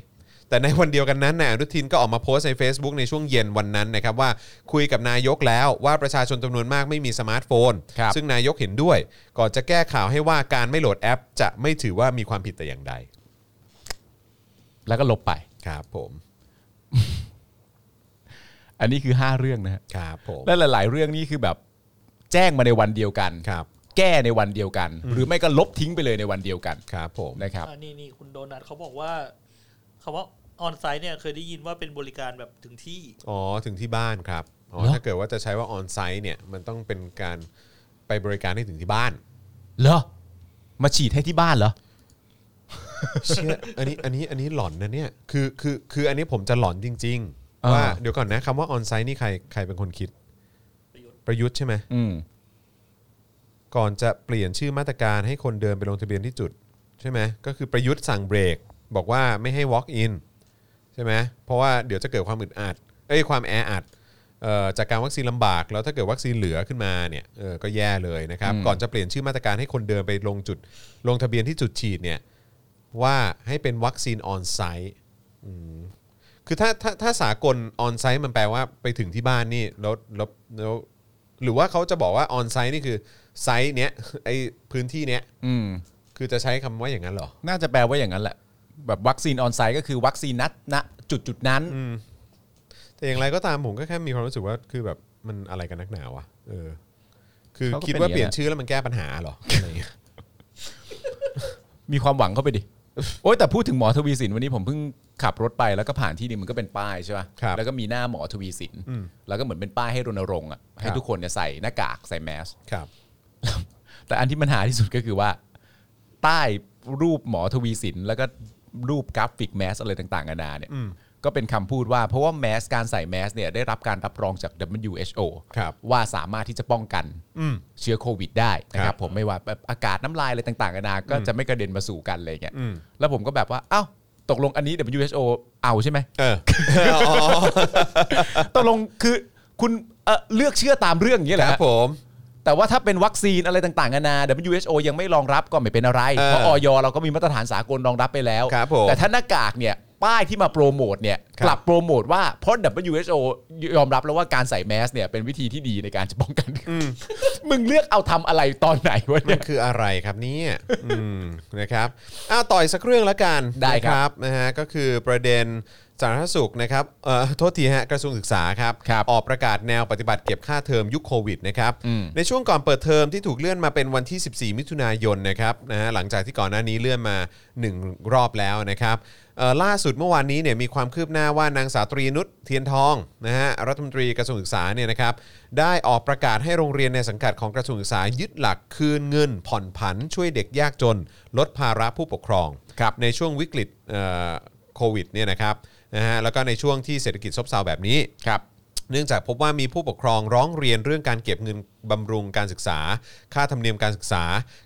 [SPEAKER 2] แต่ในวันเดียวกันนั้นนายอนุทินก็ออกมาโพสต์ใน Facebook ในช่วงเย็นวันนั้นนะครับว่าคุยกับนายกแล้วว่าประชาชนจำนวนมากไม่มีสมาร์ทโฟน
[SPEAKER 5] ครับ
[SPEAKER 2] ซึ่งนายกเห็นด้วย ก่อนจะแก้ข่าวให้ว่าการไม่โหลดแอป จะไม่ถือว่ามีความผิดแต่อย่างใด
[SPEAKER 5] แล้วก็ลบไป
[SPEAKER 2] ครับผม
[SPEAKER 5] อันนี้คือ 5 เรื่องนะฮะ
[SPEAKER 2] ครับผม
[SPEAKER 5] และหลาย ๆ เรื่องนี่คือแบบแจ้งมาในวันเดียวกัน
[SPEAKER 2] ครับ
[SPEAKER 5] แก้ในวันเดียวกัน หรือไม่ก็ลบทิ้งไปเลยในวันเดียวกัน
[SPEAKER 2] ครับผม
[SPEAKER 5] นะครับ
[SPEAKER 4] อ่านี่นี่คุณโดนัทเขาบอกว่าคำว่าออนไซต์เนี่ยเคยได้ยินว่าเป็นบริการแบบถึงที่
[SPEAKER 2] อ๋อถึงที่บ้านครับอ๋อ
[SPEAKER 5] เหรอ
[SPEAKER 2] ถ้าเกิดว่าจะใช้ว่าออนไซต์เนี่ยมันต้องเป็นการไปบริการให้ถึงที่บ้าน
[SPEAKER 5] เหรอ มาฉีดให้ที่บ้านเหรอ
[SPEAKER 2] เชี่ยอันนี้อันนี้อันนี้หลอนนะเนี่ยคือคือคืออันนี้ผมจะหลอนจริง
[SPEAKER 5] อ่า
[SPEAKER 2] ๆ ว่าเดี๋ยวก่อนนะคำว่าออนไซต์นี่ใครใครเป็นคนคิด
[SPEAKER 4] ประยุทธ์
[SPEAKER 2] ประยุทธ์ใช่ไหม
[SPEAKER 5] อืม
[SPEAKER 2] ก่อนจะเปลี่ยนชื่อมาตรการให้คนเดินไปลงทะเบียนที่จุด ใช่ไหมก็คือประยุทธ์สั่งเบรก บอกว่าไม่ให้ walk in ใช่ไหมเพราะว่าเดี๋ยวจะเกิดความอึดอัดเอ้ยความแออัดเอ่อจากการวัคซีนลำบาก แล้วถ้าเกิดวัคซีนเหลือขึ้นมาเนี่ยเออก็แย่เลยนะครับ
[SPEAKER 5] อืม
[SPEAKER 2] ก่อนจะเปลี่ยนชื่อมาตรการให้คนเดินไปลงจุด ลงทะเบียนที่จุดฉีดเนี่ยว่าให้เป็นวัคซีนออนไซต์อืมคือถ้าถ้าถ้าสากลออนไซต์มันแปลว่าไปถึงที่บ้านนี่แล้วแล้วแล้วหรือว่าเขาจะบอกว่าออนไซต์นี่คือไซต์เนี้ยไอพื้นที่เนี้ย
[SPEAKER 5] อืม
[SPEAKER 2] คือจะใช้คำว่าอย่างนั้นเหรอ
[SPEAKER 5] น่าจะแปลว่าอย่างนั้นแหละ แบบวัคซีนออนไซต์ก็คือวัคซีนนัดณจุดจุดๆนั้น
[SPEAKER 2] แต่อย่างไรก็ตามผมก็แค่มีความรู้สึกว่าคือแบบมันอะไรกันนักหนาวะเออ คือ
[SPEAKER 5] เขาก็
[SPEAKER 2] คิด
[SPEAKER 5] เป็น
[SPEAKER 2] ว่า
[SPEAKER 5] อย่างนั้น
[SPEAKER 2] เปลี่ยนชื่อแล้วมันแก้ปัญหาเหรออะไรอย่างเงี้ย
[SPEAKER 5] มีความหวังเข้าไปดิ โอ้ยแต่พูดถึงหมอทวีสินวันนี้ผมเพิ่งขับรถไปแล้วก็ผ่านที่นี่มันก็เป็นป้ายใช่ป่ะ แล้วก็มีหน้าหมอทวีสิน แล้วก็เหมือนเป็นป้ายให้รณรงค์อ่ะให้ทุกคนเนี่ยใส่หน้ากากใส่แมส
[SPEAKER 2] ครับ
[SPEAKER 5] แต่อันที่มันหาที่สุดก็คือว่า ใต้รูปหมอทวีสิน แล้วก็รูปกราฟิกแมสอะไรต่างๆกันานาเนี่ยก็เป็นคำพูดว่าเพราะว่าแมสการใส่แมสเนี่ยได้รับการรับรองจาก WHO
[SPEAKER 2] ครับ
[SPEAKER 5] ว่าสามารถที่จะป้องกันเชื้อโควิดได้นะค
[SPEAKER 2] ครั
[SPEAKER 5] รับบ ผมไม่ว่าแบบอากาศน้ำลายอะไรต่างๆกันานาก็จะไม่กระเด็นมาสู่กันอะไรเงี้ยแล้วผมก็แบบว่าเอ้าตกลงอันนี้ WHO เอาใช่ไหม
[SPEAKER 2] เออ
[SPEAKER 5] ตกลงคือคุณเอ่อเลือกเชื่อตามเรื่องอย่างเงี้ยเหรอ
[SPEAKER 2] ค
[SPEAKER 5] ฮะ
[SPEAKER 2] รับผม
[SPEAKER 5] แต่ว่าถ้าเป็นวัคซีนอะไรต่างๆนานา WHO ยังไม่รองรับก็ไม่เป็นอะไร
[SPEAKER 2] เออ
[SPEAKER 5] เพราะออยเราก็มีมาตรฐานสากลรองรับไปแล้ว
[SPEAKER 2] ครับผม
[SPEAKER 5] แต่ถ้าหน้ากากเนี่ย ป้ายที่มาโปรโมทเนี่ย
[SPEAKER 2] ครับ
[SPEAKER 5] กลับโปรโมทว่าเพราะ WHO ยอมรับแล้วว่าการใส่แมสเนี่ยเป็นวิธีที่ดีในการจะป้องกัน มึงเลือกเอาทำอะไรตอนไหนวะ
[SPEAKER 2] มั
[SPEAKER 5] เนี่
[SPEAKER 2] น
[SPEAKER 5] ย
[SPEAKER 2] คืออะไรครับเนี่ยอืมนะครับอ้าวต่อยสักเรื่องละกัน
[SPEAKER 5] ได้ครับ
[SPEAKER 2] นะนะฮะก็คือประเด็นสาธารณสุขนะครับเอ่อโทษทีฮะกระทรวงศึกษาครับ
[SPEAKER 5] ครับ
[SPEAKER 2] ออกประกาศแนวปฏิบัติเก็บค่าเทอมยุคโควิดนะครับ
[SPEAKER 5] อืม
[SPEAKER 2] ในช่วงก่อนเปิดเทอมที่ถูกเลื่อนมาเป็นวันที่ 14 มิถุนายนนะครับนะฮะหลังจากที่ก่อนหน้านี้เลื่อนมา 1 รอบแล้วนะครับเอ่อล่าสุดเมื่อวานนี้เนี่ยมีความคืบหน้าว่านางสาวตรีนุชเทียนทองนะฮะรัฐมนตรีกระทรวงศึกษาเนี่ยนะครับได้ออกประกาศให้โรงเรียนในสังกัดของกระทรวงศึกษายึดหลักคืนเงิน ผ่อนผันช่วยเด็กยากจน ลดภาระผู้ปกครอง
[SPEAKER 5] ครับ
[SPEAKER 2] ในช่วงวิกฤตเอ่อโควิดเนี่ยนะครับนะฮะแล้วก็ในช่วงที่เศรษฐกิจซบเซาแบบนี้
[SPEAKER 5] ครับ
[SPEAKER 2] เนื่องจากพบว่ามีผู้ปกครองร้องเรียนเรื่องการเก็บเงินบำรุงการศึกษา ค่าธรรมเนียมการศึกษา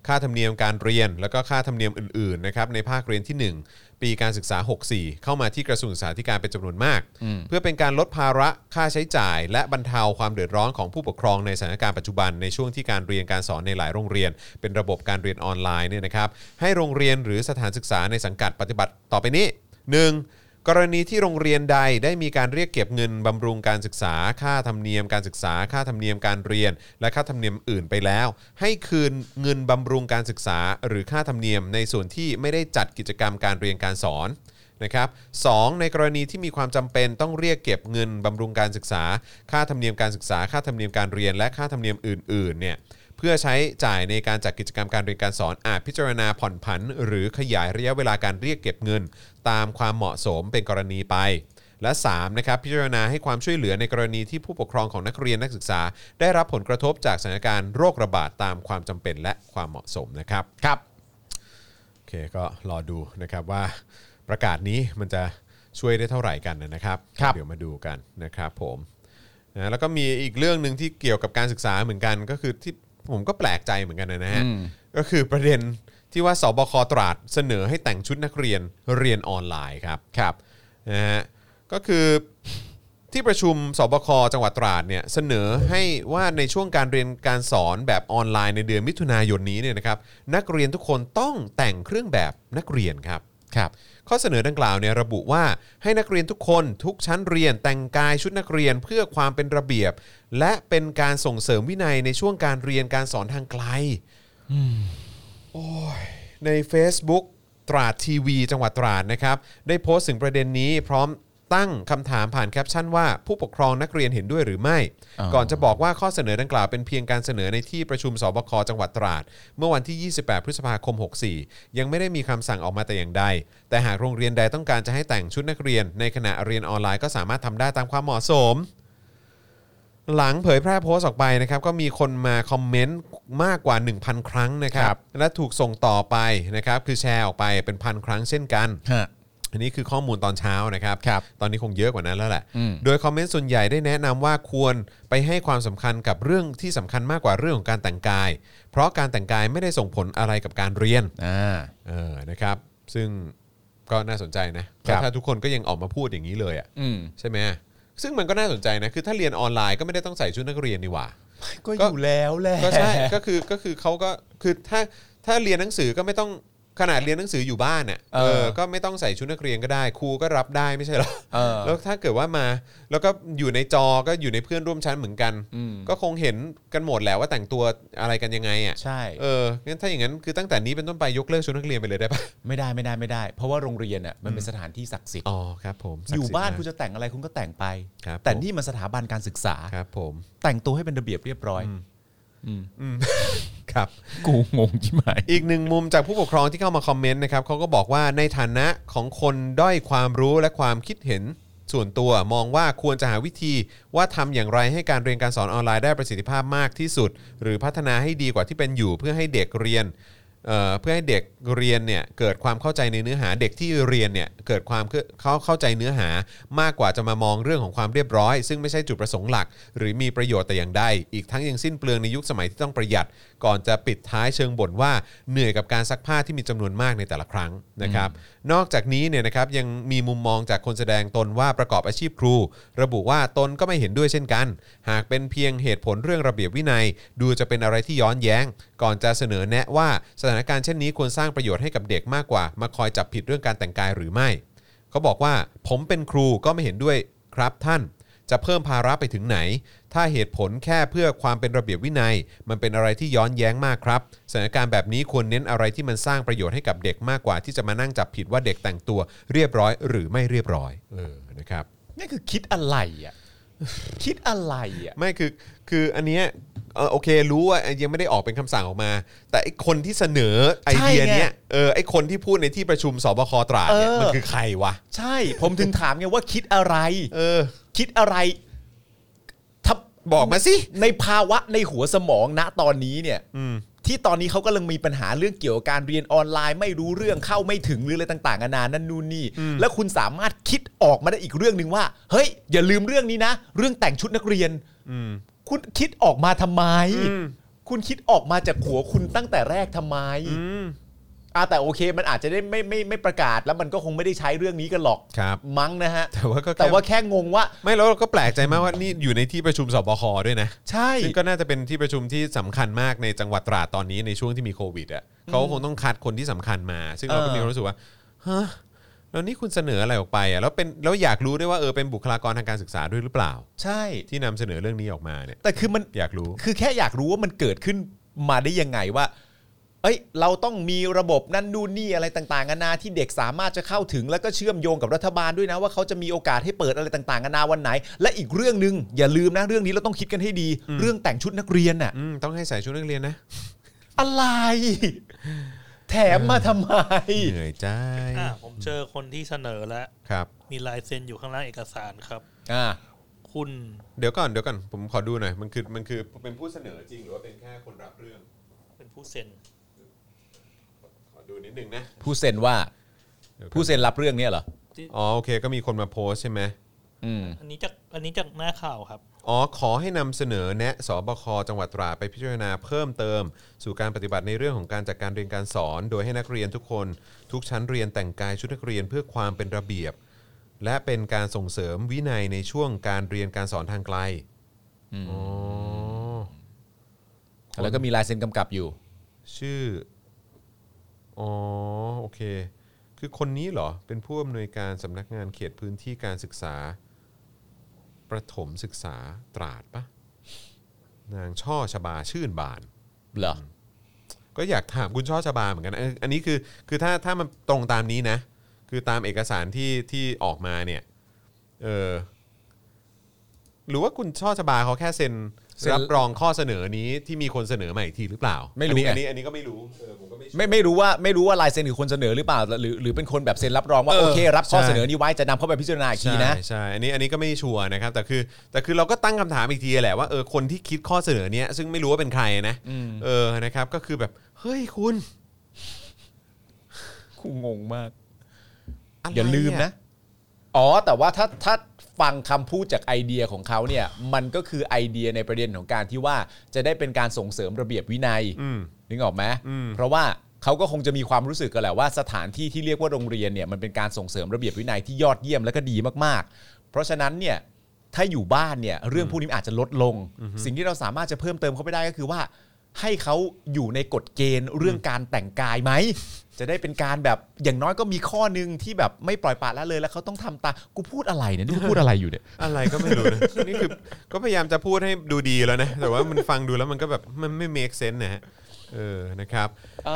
[SPEAKER 2] ค่าธรรมเนียมการเรียน แล้วก็ค่าธรรมเนียมอื่นๆนะครับในภาคเรียนที่ 1 ปีการศึกษา 64 เข้ามาที่กระทรวงศึกษาธิการเป็นจำนวนมาก เพื่อเป็นการลดภาระค่าใช้จ่าย และบรรเทาความเดือดร้อนของผู้ปกครองในสถานการณ์ปัจจุบันในช่วงที่การเรียนการสอนในหลายโรงเรียน เป็นระบบการเรียนออนไลน์เนี่ยนะครับให้โรงเรียนหรือสถานศึกษาในสังกัดปฏิบัติต่อไปนี้ 1. กรณีที่โรงเรียนใดได้มีการเรียกเก็บเงินบำรุงการศึกษา ค่าธรรมเนียมการศึกษา ค่าธรรมเนียมการเรียน และค่าธรรมเนียมอื่นไปแล้ว ให้คืนเงินบำรุงการศึกษา หรือค่าธรรมเนียมในส่วนที่ไม่ได้จัดกิจกรรมการเรียนการสอน นะครับสองในกรณีที่มีความจำเป็นต้องเรียกเก็บเงินบำรุงการศึกษา ค่าธรรมเนียมการศึกษา ค่าธรรมเนียมการเรียน และค่าธรรมเนียมอื่นๆ เนี่ยเพื่อใช้จ่ายในการจัดกิจกรรมการเรียนการสอนอาจพิจารณาผ่อนผัน หรือขยายระยะเวลาการเรียกเก็บเงิน ตามความเหมาะสมเป็นกรณีไป และ3นะครับพิจารณาให้ความช่วยเหลือในกรณีที่ผู้ปกครองของนักเรียนนักศึกษา ได้รับผลกระทบจากสถานการณ์โรคระบาดตามความจำเป็นและความเหมาะสมนะครับครับ โอเคก็รอดูนะครับว่าประกาศนี้มันจะช่วยได้เท่าไหร่กันนะครับ
[SPEAKER 3] ครับ
[SPEAKER 2] เดี๋ยวมาดูกันนะครับผมนะแล้วก็มีอีกเรื่องหนึ่งที่เกี่ยวกับการศึกษาเหมือนกันก็คือที่ผมก็แปลกใจเหมือนกันนะฮะก็คือประเด็นที่ว่าสบคตราดเสนอให้แต่งชุดนักเรียนเรียนออนไลน์ครับครับนะฮะก็คือ ที่ประชุมสบคจังหวัดตราดเนี่ยเสนอให้ว่าในช่วงการเรียนการสอนแบบออนไลน์ในเดือนมิถุนายนนี้เนี่ยนะครับนักเรียนทุกคนต้องแต่งเครื่องแบบนักเรียนครับครับ ข้อเสนอดังกล่าวเนี่ยระบุว่าให้นักเรียนทุกคนทุกชั้นเรียนแต่งกายชุดนักเรียนเพื่อความเป็นระเบียบ และเป็นการส่งเสริมวินัยในช่วงการเรียนการสอนทางไกล ใน Facebook ตราดทีวี จังหวัดตราดนะครับ ได้โพสต์ถึงประเด็นนี้ พร้อมตั้งคำถามผ่านแคปชั่นว่าผู้ปกครองนักเรียนเห็นด้วยหรือไม่ ก่อนจะบอกว่าข้อเสนอดังกล่าวเป็นเพียงการเสนอในที่ประชุมสบคจังหวัดตราด เมื่อวันที่ 28 พฤษภาคม 64 ยังไม่ได้มีคำสั่งออกมาแต่อย่างใด แต่หากโรงเรียนใดต้องการจะให้แต่งชุดนักเรียน ในขณะเรียนออนไลน์ก็สามารถทำได้ตามความเหมาะสม หลังเผยแพร่โพสต์ออกไปนะครับก็มีคนมาคอมเมนต์มากกว่า 1,000 ครั้งนะครับ และถูกส่งต่อไปนะครับ คือแชร์ออกไปเป็นพันครั้งเช่นกัน
[SPEAKER 5] ฮะ
[SPEAKER 2] อันนี้คือข้อมูลตอนเช้านะครับ
[SPEAKER 5] ครับ
[SPEAKER 2] ตอนนี้คงเยอะกว่านั้นแล้วแหละ
[SPEAKER 5] อืม
[SPEAKER 2] โดยคอมเมนต์ส่วนใหญ่ได้แนะนำว่าควรไปให้ความสำคัญกับเรื่องที่สำคัญมากกว่าเรื่องของการแต่งกาย เพราะการแต่งกายไม่ได้ส่งผลอะไรกับการเรียน
[SPEAKER 5] อ่า
[SPEAKER 2] เออ นะครับ ซึ่งก็น่าสนใจนะครับ ถ้าทุกคนก็ยังออกมาพูดอย่างนี้เลยอะ
[SPEAKER 5] อืม
[SPEAKER 2] ใช่ไหมซึ่งมันก็น่าสนใจนะ คือถ้าเรียนออนไลน์ก็ไม่ได้ต้องใส่ชุดนักเรียนนี่หว่า
[SPEAKER 3] ก็อยู่แล้วแหละ
[SPEAKER 2] ก็ ใช่ ก็คือก็คือเขาก็คือถ้าถ้าเรียนหนังสือก็ไม่ต้องขนาดเรียนหนังสืออยู่บ้านเนี่ย
[SPEAKER 3] เออ
[SPEAKER 2] ก็ไม่ต้องใส่ชุดนักเรียนก็ได้ครูก็รับได้ไม่ใช่หร อ
[SPEAKER 3] เออ
[SPEAKER 2] แล้วถ้าเกิดว่ามาแล้วก็อยู่ในจอก็อยู่ในเพื่อนร่วมชั้นเหมือนกัน
[SPEAKER 3] อืม
[SPEAKER 2] ก็คงเห็นกันหมดแหล้วว่าแต่งตัวอะไรกันยังไงอ่ะ
[SPEAKER 3] ใช่
[SPEAKER 2] เอองั้นถ้าอย่างนั้นคือตั้งแต่นี้เป็นต้นไปยกเลิกชุดนักเรียนไปเลยได้ปะ
[SPEAKER 3] ไม่ได้ไม่ได้ไม่ได้ เพราะว่าโรงเรียนอ่ะมันเป็นสถานที่ศักดิ์สิทธิ์
[SPEAKER 2] อ๋อครับผมศักดิ์
[SPEAKER 3] อยู่
[SPEAKER 2] สิทธิ์
[SPEAKER 3] บ้าน
[SPEAKER 2] มก
[SPEAKER 3] คุณจะแต่งอะไรคุณก็แต่งไป
[SPEAKER 2] ครับ
[SPEAKER 3] แต่
[SPEAKER 2] ผม
[SPEAKER 3] นี่มันสถาบันการศึกษา
[SPEAKER 2] ครับผม
[SPEAKER 3] แต่งตัวให้เป็นระเบียบเรียบร้อย
[SPEAKER 2] ครับ
[SPEAKER 5] กูงงชิบหาย
[SPEAKER 2] อีกหนึ่งมุมจากผู้ปกครองที่เข้ามาคอมเมนต์นะครับเขาก็บอกว่าในฐานะของคนด้อยความรู้และความคิดเห็นส่วนตัว มองว่าควรจะหาวิธีว่าทำอย่างไรให้การเรียนการสอนออนไลน์ได้ประสิทธิภาพมากที่สุด หรือพัฒนาให้ดีกว่าที่เป็นอยู่ เพื่อให้เด็กเรียนเอ่อเพื่อให้เด็กเรียนเนี่ยเกิดความเข้าใจในเนื้อหาเด็กที่เรียนเนี่ยเกิดความเข้าเขาเข้าใจเนื้อหามากกว่าจะมามองเรื่องของความเรียบร้อย ซึ่งไม่ใช่จุดประสงค์หลัก หรือมีประโยชน์แต่อย่างใดอีกทั้งยังสิ้นเปลืองในยุคสมัยที่ต้องประหยัด ก่อนจะปิดท้ายเชิงบ่นว่าเหนื่อยกับการซักผ้าที่มีจำนวนมากในแต่ละครั้งนะครับ นอกจากนี้เนี่ยนะครับยังมีมุมมองจากคนแสดงตนว่าประกอบอาชีพครู ระบุว่าตนก็ไม่เห็นด้วยเช่นกัน หากเป็นเพียงเหตุผลเรื่องระเบียบวินัย ดูจะเป็นอะไรที่ย้อนแย้ง ก่อนจะเสนอแนะว่าสถานการณ์เช่นนี้ควรสร้างประโยชน์ให้กับเด็กมากกว่า มาคอยจับผิดเรื่องการแต่งกายหรือไม่ เขาบอกว่าผมเป็นครูก็ไม่เห็นด้วยครับท่าน จะเพิ่มภาระไปถึงไหน ถ้าเหตุผลแค่เพื่อความเป็นระเบียบวินัย มันเป็นอะไรที่ย้อนแย้งมากครับสถานการณ์แบบนี้ควรเน้นอะไรที่มันสร้างประโยชน์ให้กับเด็กมากกว่าที่จะมานั่งจับผิดว่าเด็กแต่งตัวเรียบร้อยหรือไม่เรียบร้อยเออนะครับ
[SPEAKER 3] นี่คือคิดอะไรอ่ะ คิดอะไรอ่ะ
[SPEAKER 2] ไม่คือคืออันเนี้ยเออโอเครู้ว่ายังไม่ได้ออกเป็นคำสั่งออกมา แต่ไอคนที่เสนอไอเดียเนี้ยเออไอคนที่พูดในที่ประชุมสบคตราดเนี่ย
[SPEAKER 3] เออ
[SPEAKER 2] มันคือใครวะ
[SPEAKER 3] ใช่ ผมถึงถามไงว่าคิดอะไร
[SPEAKER 2] เออ
[SPEAKER 3] คิดอะไรถ้า
[SPEAKER 2] บอกมาสิ
[SPEAKER 3] ในภาวะในหัวสมองณตอนนี้เนี่ย ที่ตอนนี้เขากำลังมีปัญหาเรื่องเกี่ยวกับการเรียนออนไลน์ไม่รู้เรื่องเข้าไม่ถึงหรืออะไรต่างๆนานานั่นนู่นนี่ แล้วคุณสามารถคิดออกมาได้อีกเรื่องหนึ่งว่า เฮ้ย อย่าลืมเรื่องนี้นะ เรื่องแต่งชุดนักเรียน คุณคิดออกมาทำไม คุณคิดออกมาจากหัวคุณตั้งแต่แรกทำไม อ่าแต่โอเค มันอาจจะได้ไม่ไม่ไม่ประกาศแล้วมันก็คงไม่ได้ใช้เรื่องนี้กันหรอก
[SPEAKER 2] ครับ
[SPEAKER 3] มั้งนะฮะ
[SPEAKER 2] แต่ว่าก็ค่
[SPEAKER 3] แต่ว่าแค่งงว่า
[SPEAKER 2] ไม่แล้วเราก็แปลกใจมากว่านี่อยู่ในที่ประชุมสบคด้วยนะ
[SPEAKER 3] ใช่
[SPEAKER 2] ซึ่งก็น่าจะเป็นที่ประชุมที่สำคัญมากในจังหวัดตราดตอนนี้ในช่วงที่มีโควิดอ่ะเขาคงต้องคัดคนที่สำคัญมา ซึ่งเราก็
[SPEAKER 3] เออ
[SPEAKER 2] มีความรู้สึกว่าฮะแล้วนี่คุณเสนออะไรออกไปอ่ะแล้วเป็นแล้วอยากรู้ด้วยว่าเออเป็นบุคลากรทางการศึกษาด้วยหรือเปล่า
[SPEAKER 3] ใช่
[SPEAKER 2] ที่นำเสนอเรื่องนี้ออกมาเนี่ย
[SPEAKER 3] แต่คือมัน
[SPEAKER 2] อยากรู้
[SPEAKER 3] คือแค่อยากรู้ว่ามันเกิดขึ้นมาได้ยังไงว่า เอ้ย เราต้องมีระบบนั่นนู่นนี่อะไรต่างๆนานาที่เด็กสามารถจะเข้าถึงแล้วก็เชื่อมโยงกับรัฐบาลด้วยนะว่าเขาจะมีโอกาสให้เปิดอะไรต่างๆนานาวันไหน และอีกเรื่องหนึ่งอย่าลืมนะเรื่องนี้เราต้องคิดกันให้ดี เรื่องแต่งชุดนักเรียนน่ะ
[SPEAKER 2] อืมต้องให้ใส่ชุดนักเรียนนะ
[SPEAKER 3] อะไร แถมมาทำไม
[SPEAKER 2] เหนื่อยใจ
[SPEAKER 4] อ่ะผมเจอคนที่เสนอแล้ว
[SPEAKER 2] ครับ
[SPEAKER 4] มีลายเซ็นอยู่ข้างล่างเอกสารครับ
[SPEAKER 3] อ่า
[SPEAKER 4] คุณ
[SPEAKER 2] เดี๋ยวก่อนเดี๋ยวก่อนผมขอดูหน่อยมันคือมันคือเป็นผู้เสนอจริงหรือว่าเป็นแค่คนรับเรื่อง
[SPEAKER 4] เป็นผู้เซ็น
[SPEAKER 2] ขอดูนิดนึงนะ
[SPEAKER 3] ผู้เซ็นว่า
[SPEAKER 2] เดี๋ยวก่อน
[SPEAKER 3] ผู้เซ็นรับเรื่องเนี้ยเหรอ
[SPEAKER 2] อ๋อโอเคก็มีคนมาโพสต์ใช่ไหม
[SPEAKER 3] อืม
[SPEAKER 4] อันนี้จากอันนี้จากหน้าข่าวครับ
[SPEAKER 2] อ๋อขอให้นำเสนอแนะสบคจังหวัดตราดไปพิจารณาเพิ่มเติม สู่การปฏิบัติในเรื่องของการจัดการเรียนการสอน โดยให้นักเรียนทุกคน ทุกชั้นเรียนแต่งกายชุดนักเรียนเพื่อความเป็นระเบียบ และเป็นการส่งเสริมวินัยในช่วงการเรียนการสอนทางไกลอ๋อ
[SPEAKER 3] แล้วก็มีลายเซ็นกำกับอยู่
[SPEAKER 2] ชื่ออ๋อโอเค คือคนนี้เหรอ เป็นผู้อำนวยการสำนักงานเขตพื้นที่การศึกษา ประถมศึกษาตราดปะนางช่อชบาชื่นบาน
[SPEAKER 3] เหรอ
[SPEAKER 2] ก็อยากถามคุณช่อชบาเหมือนกันนะเอออันนี้คือคือถ้าถ้ามันตรงตามนี้นะ คือตามเอกสารที่ที่ออกมาเนี่ยเออหรือว่าคุณช่อชบาเขาแค่เซ็น
[SPEAKER 3] เซ็น
[SPEAKER 2] รับรองข้อเสนอนี้ที่มีคนเสนอใหม่ทีหรือเปล่า
[SPEAKER 3] ไม่รู้
[SPEAKER 2] อัน
[SPEAKER 3] ไง
[SPEAKER 2] นี้อันนี้อันนี้ก็ไม่รู้เออผมก็ไม่ชัวร์
[SPEAKER 3] ไม่ไม่รู้ว่าไม่รู้ว่าลายเซ็นคือคนเสนอหรือเปล่าหรือหรือเป็นคนแบบเซ็นรับรองว่า
[SPEAKER 2] เออ
[SPEAKER 3] โอเครับข้อ
[SPEAKER 2] ใช่
[SPEAKER 3] เสนอนี้ไว้จะนำเข้าไปพิจารณาอีกทีนะ
[SPEAKER 2] ใช่ใช่อันนี้อันนี้ก็ไม่ชัวร์นะครับ แต่คือแต่คือเราก็ตั้งคำถามอีกทีแหละว่าเออคนที่คิดข้อเสนอเนี้ยซึ่งไม่รู้ว่าเป็นใครนะเออนะครับก็คือแบบเฮ้ยคุณ
[SPEAKER 3] กูงงมาก
[SPEAKER 2] ะไร
[SPEAKER 3] อย่าลืมนะ อ๋อ แต่ว่าถ้าถ้าฟังคำพูดจากไอเดียของเขาเนี่ย มันก็คือไอเดียในประเด็นของการที่ว่าจะได้เป็นการส่งเสริมระเบียบวินัย
[SPEAKER 2] อืม
[SPEAKER 3] นึกออกไหม
[SPEAKER 2] อืม
[SPEAKER 3] เพราะว่าเขาก็คงจะมีความรู้สึกกันแหละว่าสถานที่ที่เรียกว่าโรงเรียนเนี่ยมันเป็นการส่งเสริมระเบียบวินัยที่ยอดเยี่ยมและก็ดีมากๆ เพราะฉะนั้นเนี่ยถ้าอยู่บ้านเนี่ยเรื่องพวกนี้อาจจะลดลง สิ่งที่เราสามารถจะเพิ่มเติมเข้าไปได้ก็คือว่า ให้เขาอยู่ในกฎเกณฑ์เรื่องการแต่งกายไหม จะได้เป็นการแบบอย่างน้อยก็มีข้อหนึงที่แบบไม่ปล่อยปละละเลยแล้วเขาต้องทำตามกูพูดอะไรเนี่ยนี่กูพูดอะไรอยู่เนี่ย
[SPEAKER 2] อะไรก็ไม่รู้นะ นี่คือก็พยายามจะพูดให้ดูดีแล้วนะ แต่ว่ามันฟังดูแล้วมันก็แบบมันไม่ make sense นะฮะเออนะครับ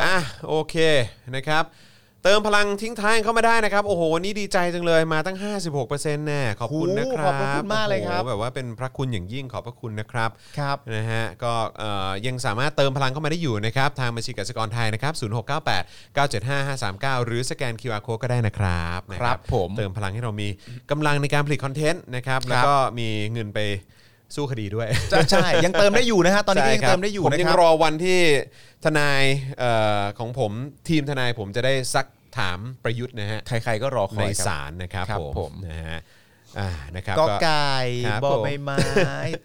[SPEAKER 2] อ่ะโอเคนะครับ เติมพลังทิ้งท้ายเข้ามาได้นะครับ โอ้โหวันนี้ดีใจจังเลยมาตั้ง 56%แน่ขอบคุณนะค
[SPEAKER 3] โอ้
[SPEAKER 2] รับ
[SPEAKER 3] โหขอบพระคุณมากเลยครับ
[SPEAKER 2] โอ้โหแบบว่าเป็นพระคุณอย่างยิ่งขอบพระคุณนะครับ
[SPEAKER 3] ครับ
[SPEAKER 2] นะฮะก็เอ่อยังสามารถเติมพลังเข้ามาได้อยู่นะครับ ทางบัญชีกสิกรไทยนะครับ 0698 975 539 หรือสแกน QR Code ก็ได้นะครับนะครับ
[SPEAKER 3] ผม
[SPEAKER 2] เติมพลังให้เรามีกำลังในการผลิตคอนเทนต์นะครับ
[SPEAKER 3] ครับ
[SPEAKER 2] แล้วก็มีเงินไปสู้คดีด้วย
[SPEAKER 3] ใช่ใช่ยังเติมได้อยู่นะฮะตอนนี้ก็ยัง
[SPEAKER 2] ใช่ครับ
[SPEAKER 3] เติมได้อยู่
[SPEAKER 2] ผม
[SPEAKER 3] นะ
[SPEAKER 2] ยั
[SPEAKER 3] ค
[SPEAKER 2] ง
[SPEAKER 3] รับ
[SPEAKER 2] รอวันที่ทนายเอ่อของผมทีมทนายผมจะได้ซักถามประยุทธ์นะฮะ
[SPEAKER 3] ใครๆก็รอค
[SPEAKER 2] ใน
[SPEAKER 3] อยครับ
[SPEAKER 2] ศาลนะครับ
[SPEAKER 3] ครับ
[SPEAKER 2] ผม
[SPEAKER 3] ผม
[SPEAKER 2] นะฮะอ่านะครับ
[SPEAKER 3] กอไก่
[SPEAKER 2] ครับ
[SPEAKER 3] บอ
[SPEAKER 2] ผม
[SPEAKER 3] ใบไม้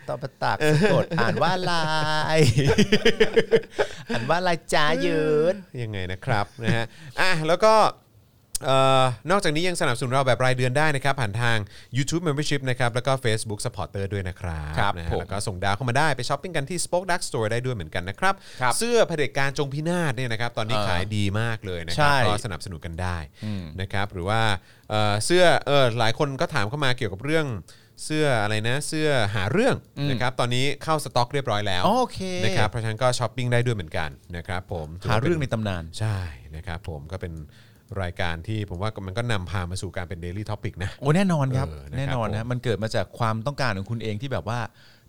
[SPEAKER 3] ตอประตักสะกดอ่านว่าลาย อ่านว่าลายจ้าเยืด
[SPEAKER 2] ยังไงนะครับ นะฮะอ่ะแล้วก็เอ่อนอกจากนี้ยังสนับสนุนเราแบบรายเดือนได้นะครับ ผ่านทาง YouTube Membership นะครับ แล้วก็ Facebook Supporter ด้วยนะครับ
[SPEAKER 3] ครับ
[SPEAKER 2] นะฮะ
[SPEAKER 3] ผม
[SPEAKER 2] แล้วก็ส่งดาวเข้ามาได้ไปช้อปปิ้งกันที่ Spoke Dark Store ได้ด้วยเหมือนกันนะครับ
[SPEAKER 3] ครับ
[SPEAKER 2] เสื้อเผด็จการจงพินาศเนี่ยนะครับ ตอนนี้
[SPEAKER 3] เออ
[SPEAKER 2] ขายดีมากเลยนะค
[SPEAKER 3] ใช่
[SPEAKER 2] รัก็สนับสนุนกันได้นะครับ หรือว่าเอ่อเสื้อเออหลายคนก็ถามเข้ามาเกี่ยวกับเรื่องเสื้ออะไรนะ เสื้อหาเรื่อง
[SPEAKER 3] อืม
[SPEAKER 2] นะครับ ตอนนี้เข้าสต็อกเรียบร้อยแล้ว
[SPEAKER 3] โอเค
[SPEAKER 2] นะครับ เพราะฉะนั้นก็ช้อปปิ้งได้ด้วยเหมือนกันนะครับผม
[SPEAKER 3] หาเรื่องในตำนาน
[SPEAKER 2] ใช่นะครับผมก็เป็นรายการที่ผมว่ามันก็นำพามาสู่การเป็น Daily Topic นะ
[SPEAKER 3] โอ้แน่นอนครับ
[SPEAKER 2] เออนะครับ
[SPEAKER 3] แน่นอนนะ
[SPEAKER 2] ผม
[SPEAKER 3] มันเกิดมาจากความต้องการของคุณเองที่แบบว่า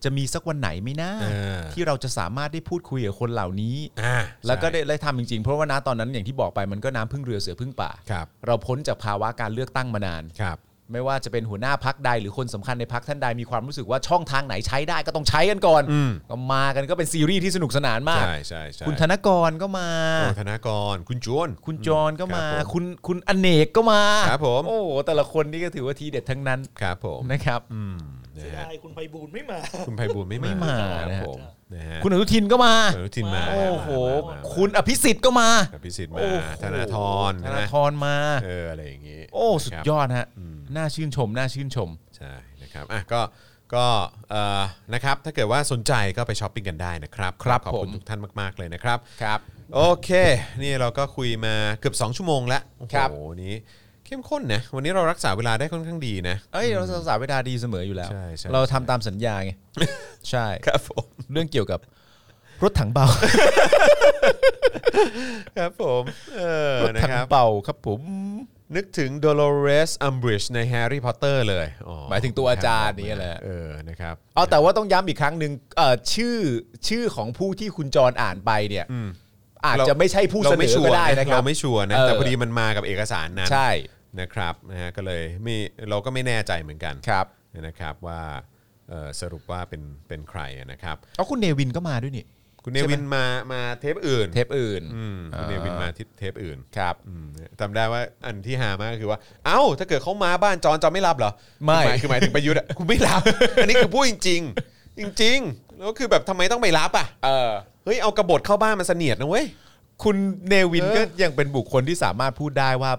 [SPEAKER 3] จะมีสักวันไหนไหม่น่า
[SPEAKER 2] เออ
[SPEAKER 3] ที่เราจะสามารถได้พูดคุยกับคนเหล่านี้
[SPEAKER 2] อ่า
[SPEAKER 3] แล้วก็
[SPEAKER 2] ใช่
[SPEAKER 3] ได้ได้ทำจริงๆ เพราะว่านะตอนนั้นอย่างที่บอกไปมันก็น้ำพึ่งเรือเสือพึ่งป่า
[SPEAKER 2] ครับ
[SPEAKER 3] เราพ้นจากภาวะการเลือกตั้งมานาน
[SPEAKER 2] ครับ
[SPEAKER 3] ไม่ว่าจะเป็นหัวหน้าพักใด หรือคนสำคัญในพักท่านใดมีความรู้สึกว่าช่องทางไหนใช้ได้ก็ต้องใช้กันก่อน
[SPEAKER 2] อืม
[SPEAKER 3] ก็มากันก็เป็นซีรีส์ที่สนุกสนานมาก
[SPEAKER 2] ใช่ใช่ใช่
[SPEAKER 3] คุณธนกรก็มา
[SPEAKER 2] โอ้ธนากร คุณจวน
[SPEAKER 3] คุณจรก็มา
[SPEAKER 2] ครับผม
[SPEAKER 3] คุณคุณอเนกก็มา
[SPEAKER 2] ครับผม
[SPEAKER 3] โอ้โหแต่ละคนนี่ก็ถือว่าทีเด็ดทั้งนั้น
[SPEAKER 2] ครับผม
[SPEAKER 3] นะครับ
[SPEAKER 2] อืมนะ
[SPEAKER 4] เสีย
[SPEAKER 2] ฮะ
[SPEAKER 4] ดายคุณไพบูลย์ไม่มา
[SPEAKER 2] คุณไพบูลย์ไม่
[SPEAKER 3] ไม่
[SPEAKER 2] มา
[SPEAKER 3] มา
[SPEAKER 2] ครับ
[SPEAKER 3] นะฮะ
[SPEAKER 2] ผมนะฮะ
[SPEAKER 3] คุณอนุทินก็มา
[SPEAKER 2] อนุทินมา
[SPEAKER 3] โอ้โห
[SPEAKER 2] มามามา
[SPEAKER 3] คุณอภิสิทธิ์ก็มา
[SPEAKER 2] อภิสิทธิ์มา
[SPEAKER 3] โอ้โห
[SPEAKER 2] ธนาธร
[SPEAKER 3] ธ
[SPEAKER 2] นะ
[SPEAKER 3] นา
[SPEAKER 2] ฮะ
[SPEAKER 3] ธรมา
[SPEAKER 2] เอออะไรอย่างงี้
[SPEAKER 3] โอ้ สุดยอดฮะ
[SPEAKER 2] อืม
[SPEAKER 3] น่าชื่นชม น่าชื่นชม
[SPEAKER 2] ใช่นะครับอ่ะก็ก็เอ่อนะครับถ้าเกิดว่าสนใจก็ไปช้อปปิ้งกันได้นะครับ
[SPEAKER 3] ครับ
[SPEAKER 2] ขอบคุณ
[SPEAKER 3] ผม
[SPEAKER 2] ทุกท่านมาก ๆ เลยนะครับ
[SPEAKER 3] ครับ
[SPEAKER 2] โอเค นี่เราก็คุยมาเกือบ 2 ชั่วโมงแล้วโอ้โห
[SPEAKER 3] ครับ
[SPEAKER 2] วันนี้เข้มข้นนะวันนี้เรารักษาเวลาได้ค่อนข้างดีนะ
[SPEAKER 3] เอ้ย เราสาวเวลาดีเสมออยู่แล้ว
[SPEAKER 2] ใช่ใช่
[SPEAKER 3] เราทำตามสัญญาไง ใช่
[SPEAKER 2] ครับผม
[SPEAKER 3] เรื่องเกี่ยวกับรถถังเบา
[SPEAKER 2] ครับผมเออ
[SPEAKER 3] รถ
[SPEAKER 2] นะ
[SPEAKER 3] ถัง
[SPEAKER 2] ครับ
[SPEAKER 3] เบาครับผม
[SPEAKER 2] นึกถึง Dolores Umbridge ใน Harry Potter เลยอ๋อ
[SPEAKER 3] หมายถึงตัวอาจารย์นี่แหละ
[SPEAKER 2] เออนะครับ
[SPEAKER 3] เอาแต่ว่าต้องย้ำอีกครั้งหนึ่งเอ่อชื่อชื่อของผู้ที่คุณจรอ่านไปเนี่ย อาจจะไม่ใช่ผู้เสน
[SPEAKER 2] ราม่
[SPEAKER 3] อ
[SPEAKER 2] ชัว
[SPEAKER 3] ก็ได้นะครั
[SPEAKER 2] เรา
[SPEAKER 3] บ
[SPEAKER 2] ไม่ชัวร์นะ
[SPEAKER 3] เออ
[SPEAKER 2] แต่พอดีมันมากับเอกสารนั้น
[SPEAKER 3] ใช่
[SPEAKER 2] นะครับนะฮะก็เลยมีเราก็ไม่แน่ใจเหมือนกัน
[SPEAKER 3] ครับ
[SPEAKER 2] นะครับว่าเอ่อสรุปว่าเป็นเป็นใครอะนะครับ
[SPEAKER 3] เอาคุณเนวินก็มาด้วยนี่
[SPEAKER 2] คุณเนวินมามาเทปอื่น
[SPEAKER 3] เทปอื่น
[SPEAKER 2] อืมคุณเนวินมาที่เทปอื่น
[SPEAKER 3] ครับ
[SPEAKER 2] อืมจำได้ว่าอันที่หามากก็คือว่า เอ้า ถ้าเกิดเขามาบ้านจอนจอนไม่รับเหรอ
[SPEAKER 3] ไม่
[SPEAKER 2] คือหายคือหมายถึงประยุท ธ์อะคุณไม่รับ อันนี้คือพูดจริง ๆ จริง ๆ แล้วคือแบบทำไมต้องไปรับอ่ะ
[SPEAKER 3] เออ
[SPEAKER 2] เฮ้ยเอากระบฏเข้าบ้านมันเสนียดนะเว้ย
[SPEAKER 3] คุณเนวิน
[SPEAKER 2] เออ
[SPEAKER 3] ก็ยังเป็นบุคคลที่สามารถพูดได้ว่า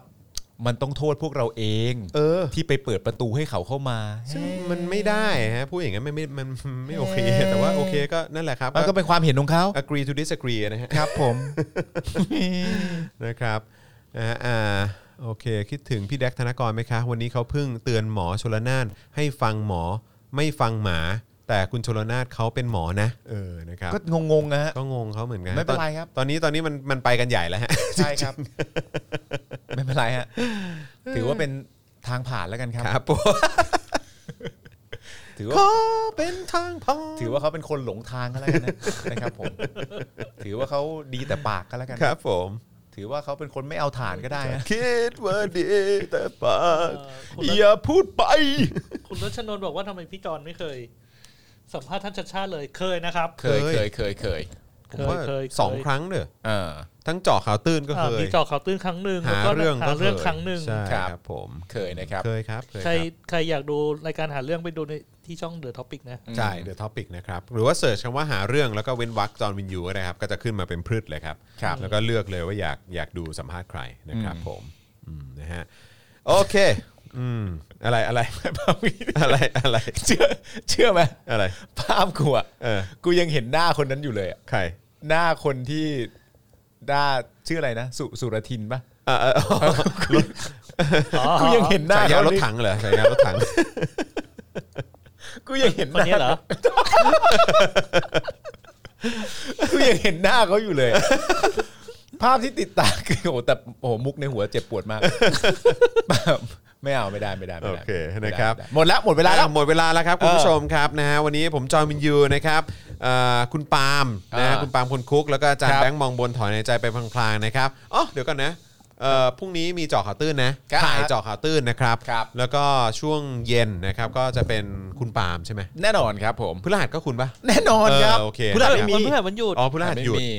[SPEAKER 3] มันต้องโทษพวกเราเอง
[SPEAKER 2] เออ
[SPEAKER 3] ที่ไปเปิดประตูให้เขาเข้ามา
[SPEAKER 2] ซึ่งมันไม่ได้ฮะพูดอย่างนั้นมันไม่มันมันไม่โอเคแต่ว่าโอเคก็นั่นแหละครับ
[SPEAKER 3] มันก็เป็นความเห็นของเขา
[SPEAKER 2] agree to disagree นะฮ ะ
[SPEAKER 3] ครับผม
[SPEAKER 2] นะครับนะฮะอ่าโอเค คิดถึงพี่แดกธนกรไหมคะ วันนี้เขาเพิ่งเตือนหมอชลนานให้ฟังหมอไม่ฟังหมา แต่คุณชลนานเขาเป็นหมอนะ เออนะครับ
[SPEAKER 3] ก็งงๆนะฮะ
[SPEAKER 2] ก็งงเขาเหมือนกัน
[SPEAKER 3] ไม่เป็นไร
[SPEAKER 2] ตอ
[SPEAKER 3] ครับ
[SPEAKER 2] ตอนนี้ตอนนี้มันมันไปกันใหญ่แล้วฮะ
[SPEAKER 3] ใช่ครับ ไม่เป็นไรฮะ ถือว่าเป็นทางผ่านแล้วกันครับ
[SPEAKER 2] ครับผม
[SPEAKER 3] ถือว่า
[SPEAKER 2] ก็เป็นทางพอ
[SPEAKER 3] ถือว่าเขาเป็นคนหลงทางก็แล้วกันนะ นะครับผม ถือว่าเขาดีแต่ปากก็แล้วกัน
[SPEAKER 2] ครับผม
[SPEAKER 3] ถือว่าเขาเป็นคนไม่เอาฐานก็ได้นะ
[SPEAKER 2] คิดว่าดีแต่ปาก
[SPEAKER 4] เออคุณรั
[SPEAKER 2] อ
[SPEAKER 4] ช
[SPEAKER 2] ย่าพูดไป
[SPEAKER 4] คุณรัชนนท์บอกว่าทำไมพี่จอนไม่เคย สัมภาษณ์ท่านชัดชาติเลยเคยนะครับ
[SPEAKER 5] เคยเคยเคยเคย
[SPEAKER 2] ผมว่า
[SPEAKER 4] เคยเคย
[SPEAKER 2] สองครั้งเด้อ
[SPEAKER 5] อ่า
[SPEAKER 2] ทั้งเจาะข่าวตื้นก็เค
[SPEAKER 4] อ่าย มีจอข่าวตื้นครั้งหนึ่ง
[SPEAKER 2] หา
[SPEAKER 4] แล้วก็
[SPEAKER 2] เรื่อง
[SPEAKER 4] หา
[SPEAKER 2] ก็
[SPEAKER 4] เรื่อง
[SPEAKER 2] ย
[SPEAKER 4] ครั้งหนึ่ง
[SPEAKER 2] ใช่ครับผม
[SPEAKER 5] เคยนะครับ
[SPEAKER 2] เคยครับเคย
[SPEAKER 4] ใค
[SPEAKER 2] ค
[SPEAKER 4] ร
[SPEAKER 2] รับ
[SPEAKER 4] ใครอยากดูรายการหาเรื่องไปดูในที่ช่องเดอะท็อปิกนะ
[SPEAKER 2] ใช่เดอะท็อปิกนะครับ หรือว่าเสิร์ชคำว่าหาเรื่องแล้วก็เว้นวรรคจอห์นวินยูก็ได้ครับ ก็จะขึ้นมาเป็นพืชเลยครับ
[SPEAKER 5] ครับ
[SPEAKER 2] แล้วก็เลือกเลยว่าอยากอยากดูสัมภาษณ์ใครนะครับผมอืมนะฮะโอเคอืมอะไรอะไร อะไรอะไร
[SPEAKER 3] เชื่อเชื่อไหม
[SPEAKER 2] อะไร
[SPEAKER 3] ภาพกูอะ
[SPEAKER 2] เออ
[SPEAKER 3] กูยังเห็นหน้าคนนั้นอยู่เลยอะ
[SPEAKER 2] ใคร
[SPEAKER 3] หน้าคนที่หน้าชื่ออะไรนะสุสุรทินปะ
[SPEAKER 2] อ่าเออ
[SPEAKER 3] กูยังเห็นหน้า
[SPEAKER 2] สายยา
[SPEAKER 3] เขา
[SPEAKER 2] วรถ
[SPEAKER 3] นี่
[SPEAKER 2] ถังเหรอสายยาวรถถัง
[SPEAKER 3] กูยังเห็น
[SPEAKER 4] คนนี้เหรอ
[SPEAKER 3] กูยังเห็นหน้าเขาอยู่เลย ภาพที่ติดตาคือโอ้โหแต่โอ้โหมุกในหัวเจ็บปวดมาก ไม่เอาไม่ได้ไม่ได้ไม่ได้
[SPEAKER 2] โอเคนะครับ
[SPEAKER 3] ไม่ได้หมดแล้วหมดเวลาแล้ว
[SPEAKER 2] อ่ะหมดเวลาแล้วครับคุณผู้
[SPEAKER 3] เออ
[SPEAKER 2] ชมครับนะฮะวันนี้ผมจอห์นวินยูนะครับเอ่อคุณปาล์มนะฮะ
[SPEAKER 5] อ่า
[SPEAKER 2] คุณปาล์มคนคุก แล้วก็อาจาร
[SPEAKER 3] ค
[SPEAKER 2] ย์
[SPEAKER 3] รับ
[SPEAKER 2] แบงค์มองบนถอนในใจไปพลางๆนะครับอ๋อเดี๋ยวก่อนนะเอ่อพรุ่งนี้มีเจาะข่าวตื้นนะครับ ถ่ายเจาะข่าวตื้นนะครับ
[SPEAKER 3] ครับ
[SPEAKER 2] แล้วก็ช่วงเย็นนะครับก็จะเป็นคุณปาล์มใช่ไหม
[SPEAKER 3] แน่นอนครับผม
[SPEAKER 2] พฤหัสก็คุณปะ
[SPEAKER 3] แน่นอนครับ
[SPEAKER 2] เออโอเค
[SPEAKER 3] ผู้หลักไม่มี
[SPEAKER 4] วันพฤหัสวันหยุด
[SPEAKER 2] อ๋อพฤหัส
[SPEAKER 3] ไม่
[SPEAKER 2] หยุด
[SPEAKER 3] มี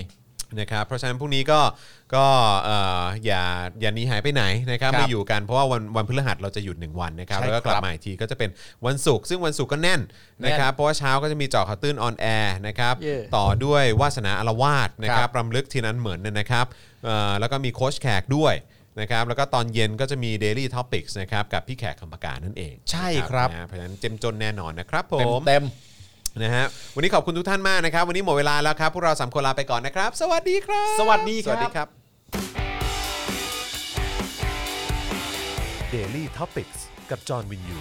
[SPEAKER 2] นะครับเพราะฉะนั้นพรุ่งนี้ก็ก็เอ่ออย่าอย่าหนีหายไปไหนนะครับ
[SPEAKER 3] ครับ
[SPEAKER 2] มาอยู่กันเพราะว่าวันวันพฤหัสเราจะหยุด 1 วันนะครับ
[SPEAKER 3] ใช่
[SPEAKER 2] แล้วก็กลับมาอีกทีก็จะเป็นวันศุกร์ซึ่งวันศุกร์ก็แน่น
[SPEAKER 3] แน่น
[SPEAKER 2] นะครับเพราะว่าเช้าก็จะมีเจาะข่าวตื้นออนแอร์นะครับ
[SPEAKER 4] เย่
[SPEAKER 2] ต่อด้วยวาสนาอารวาสนะค
[SPEAKER 3] ค
[SPEAKER 2] รั
[SPEAKER 3] รั
[SPEAKER 2] บบ รำลึกทีนั้นเหมือนเนี่ยนะครับเอ่อแล้วก็มีโค้ชแขกด้วยนะครับแล้วก็ตอนเย็นก็จะมี Daily Topics นะครับกับพี่แขกคำปากานั่นเอง
[SPEAKER 3] ใช่ครับ
[SPEAKER 2] นะเพราะฉะนั้นเจ้มจนแน่นอนนะครับผม
[SPEAKER 3] เต็ม
[SPEAKER 2] นะฮะวันนี้ขอบคุณทุกท่านมากนะครับ วันนี้หมดเวลาแล้วครับ พวกเราสามคนลาไปก่อนนะครับ สวัสดีครับ
[SPEAKER 3] สวัสดีครับ
[SPEAKER 2] สวัสดีครับ
[SPEAKER 1] Daily t o p i c กกับจอห์นวินยู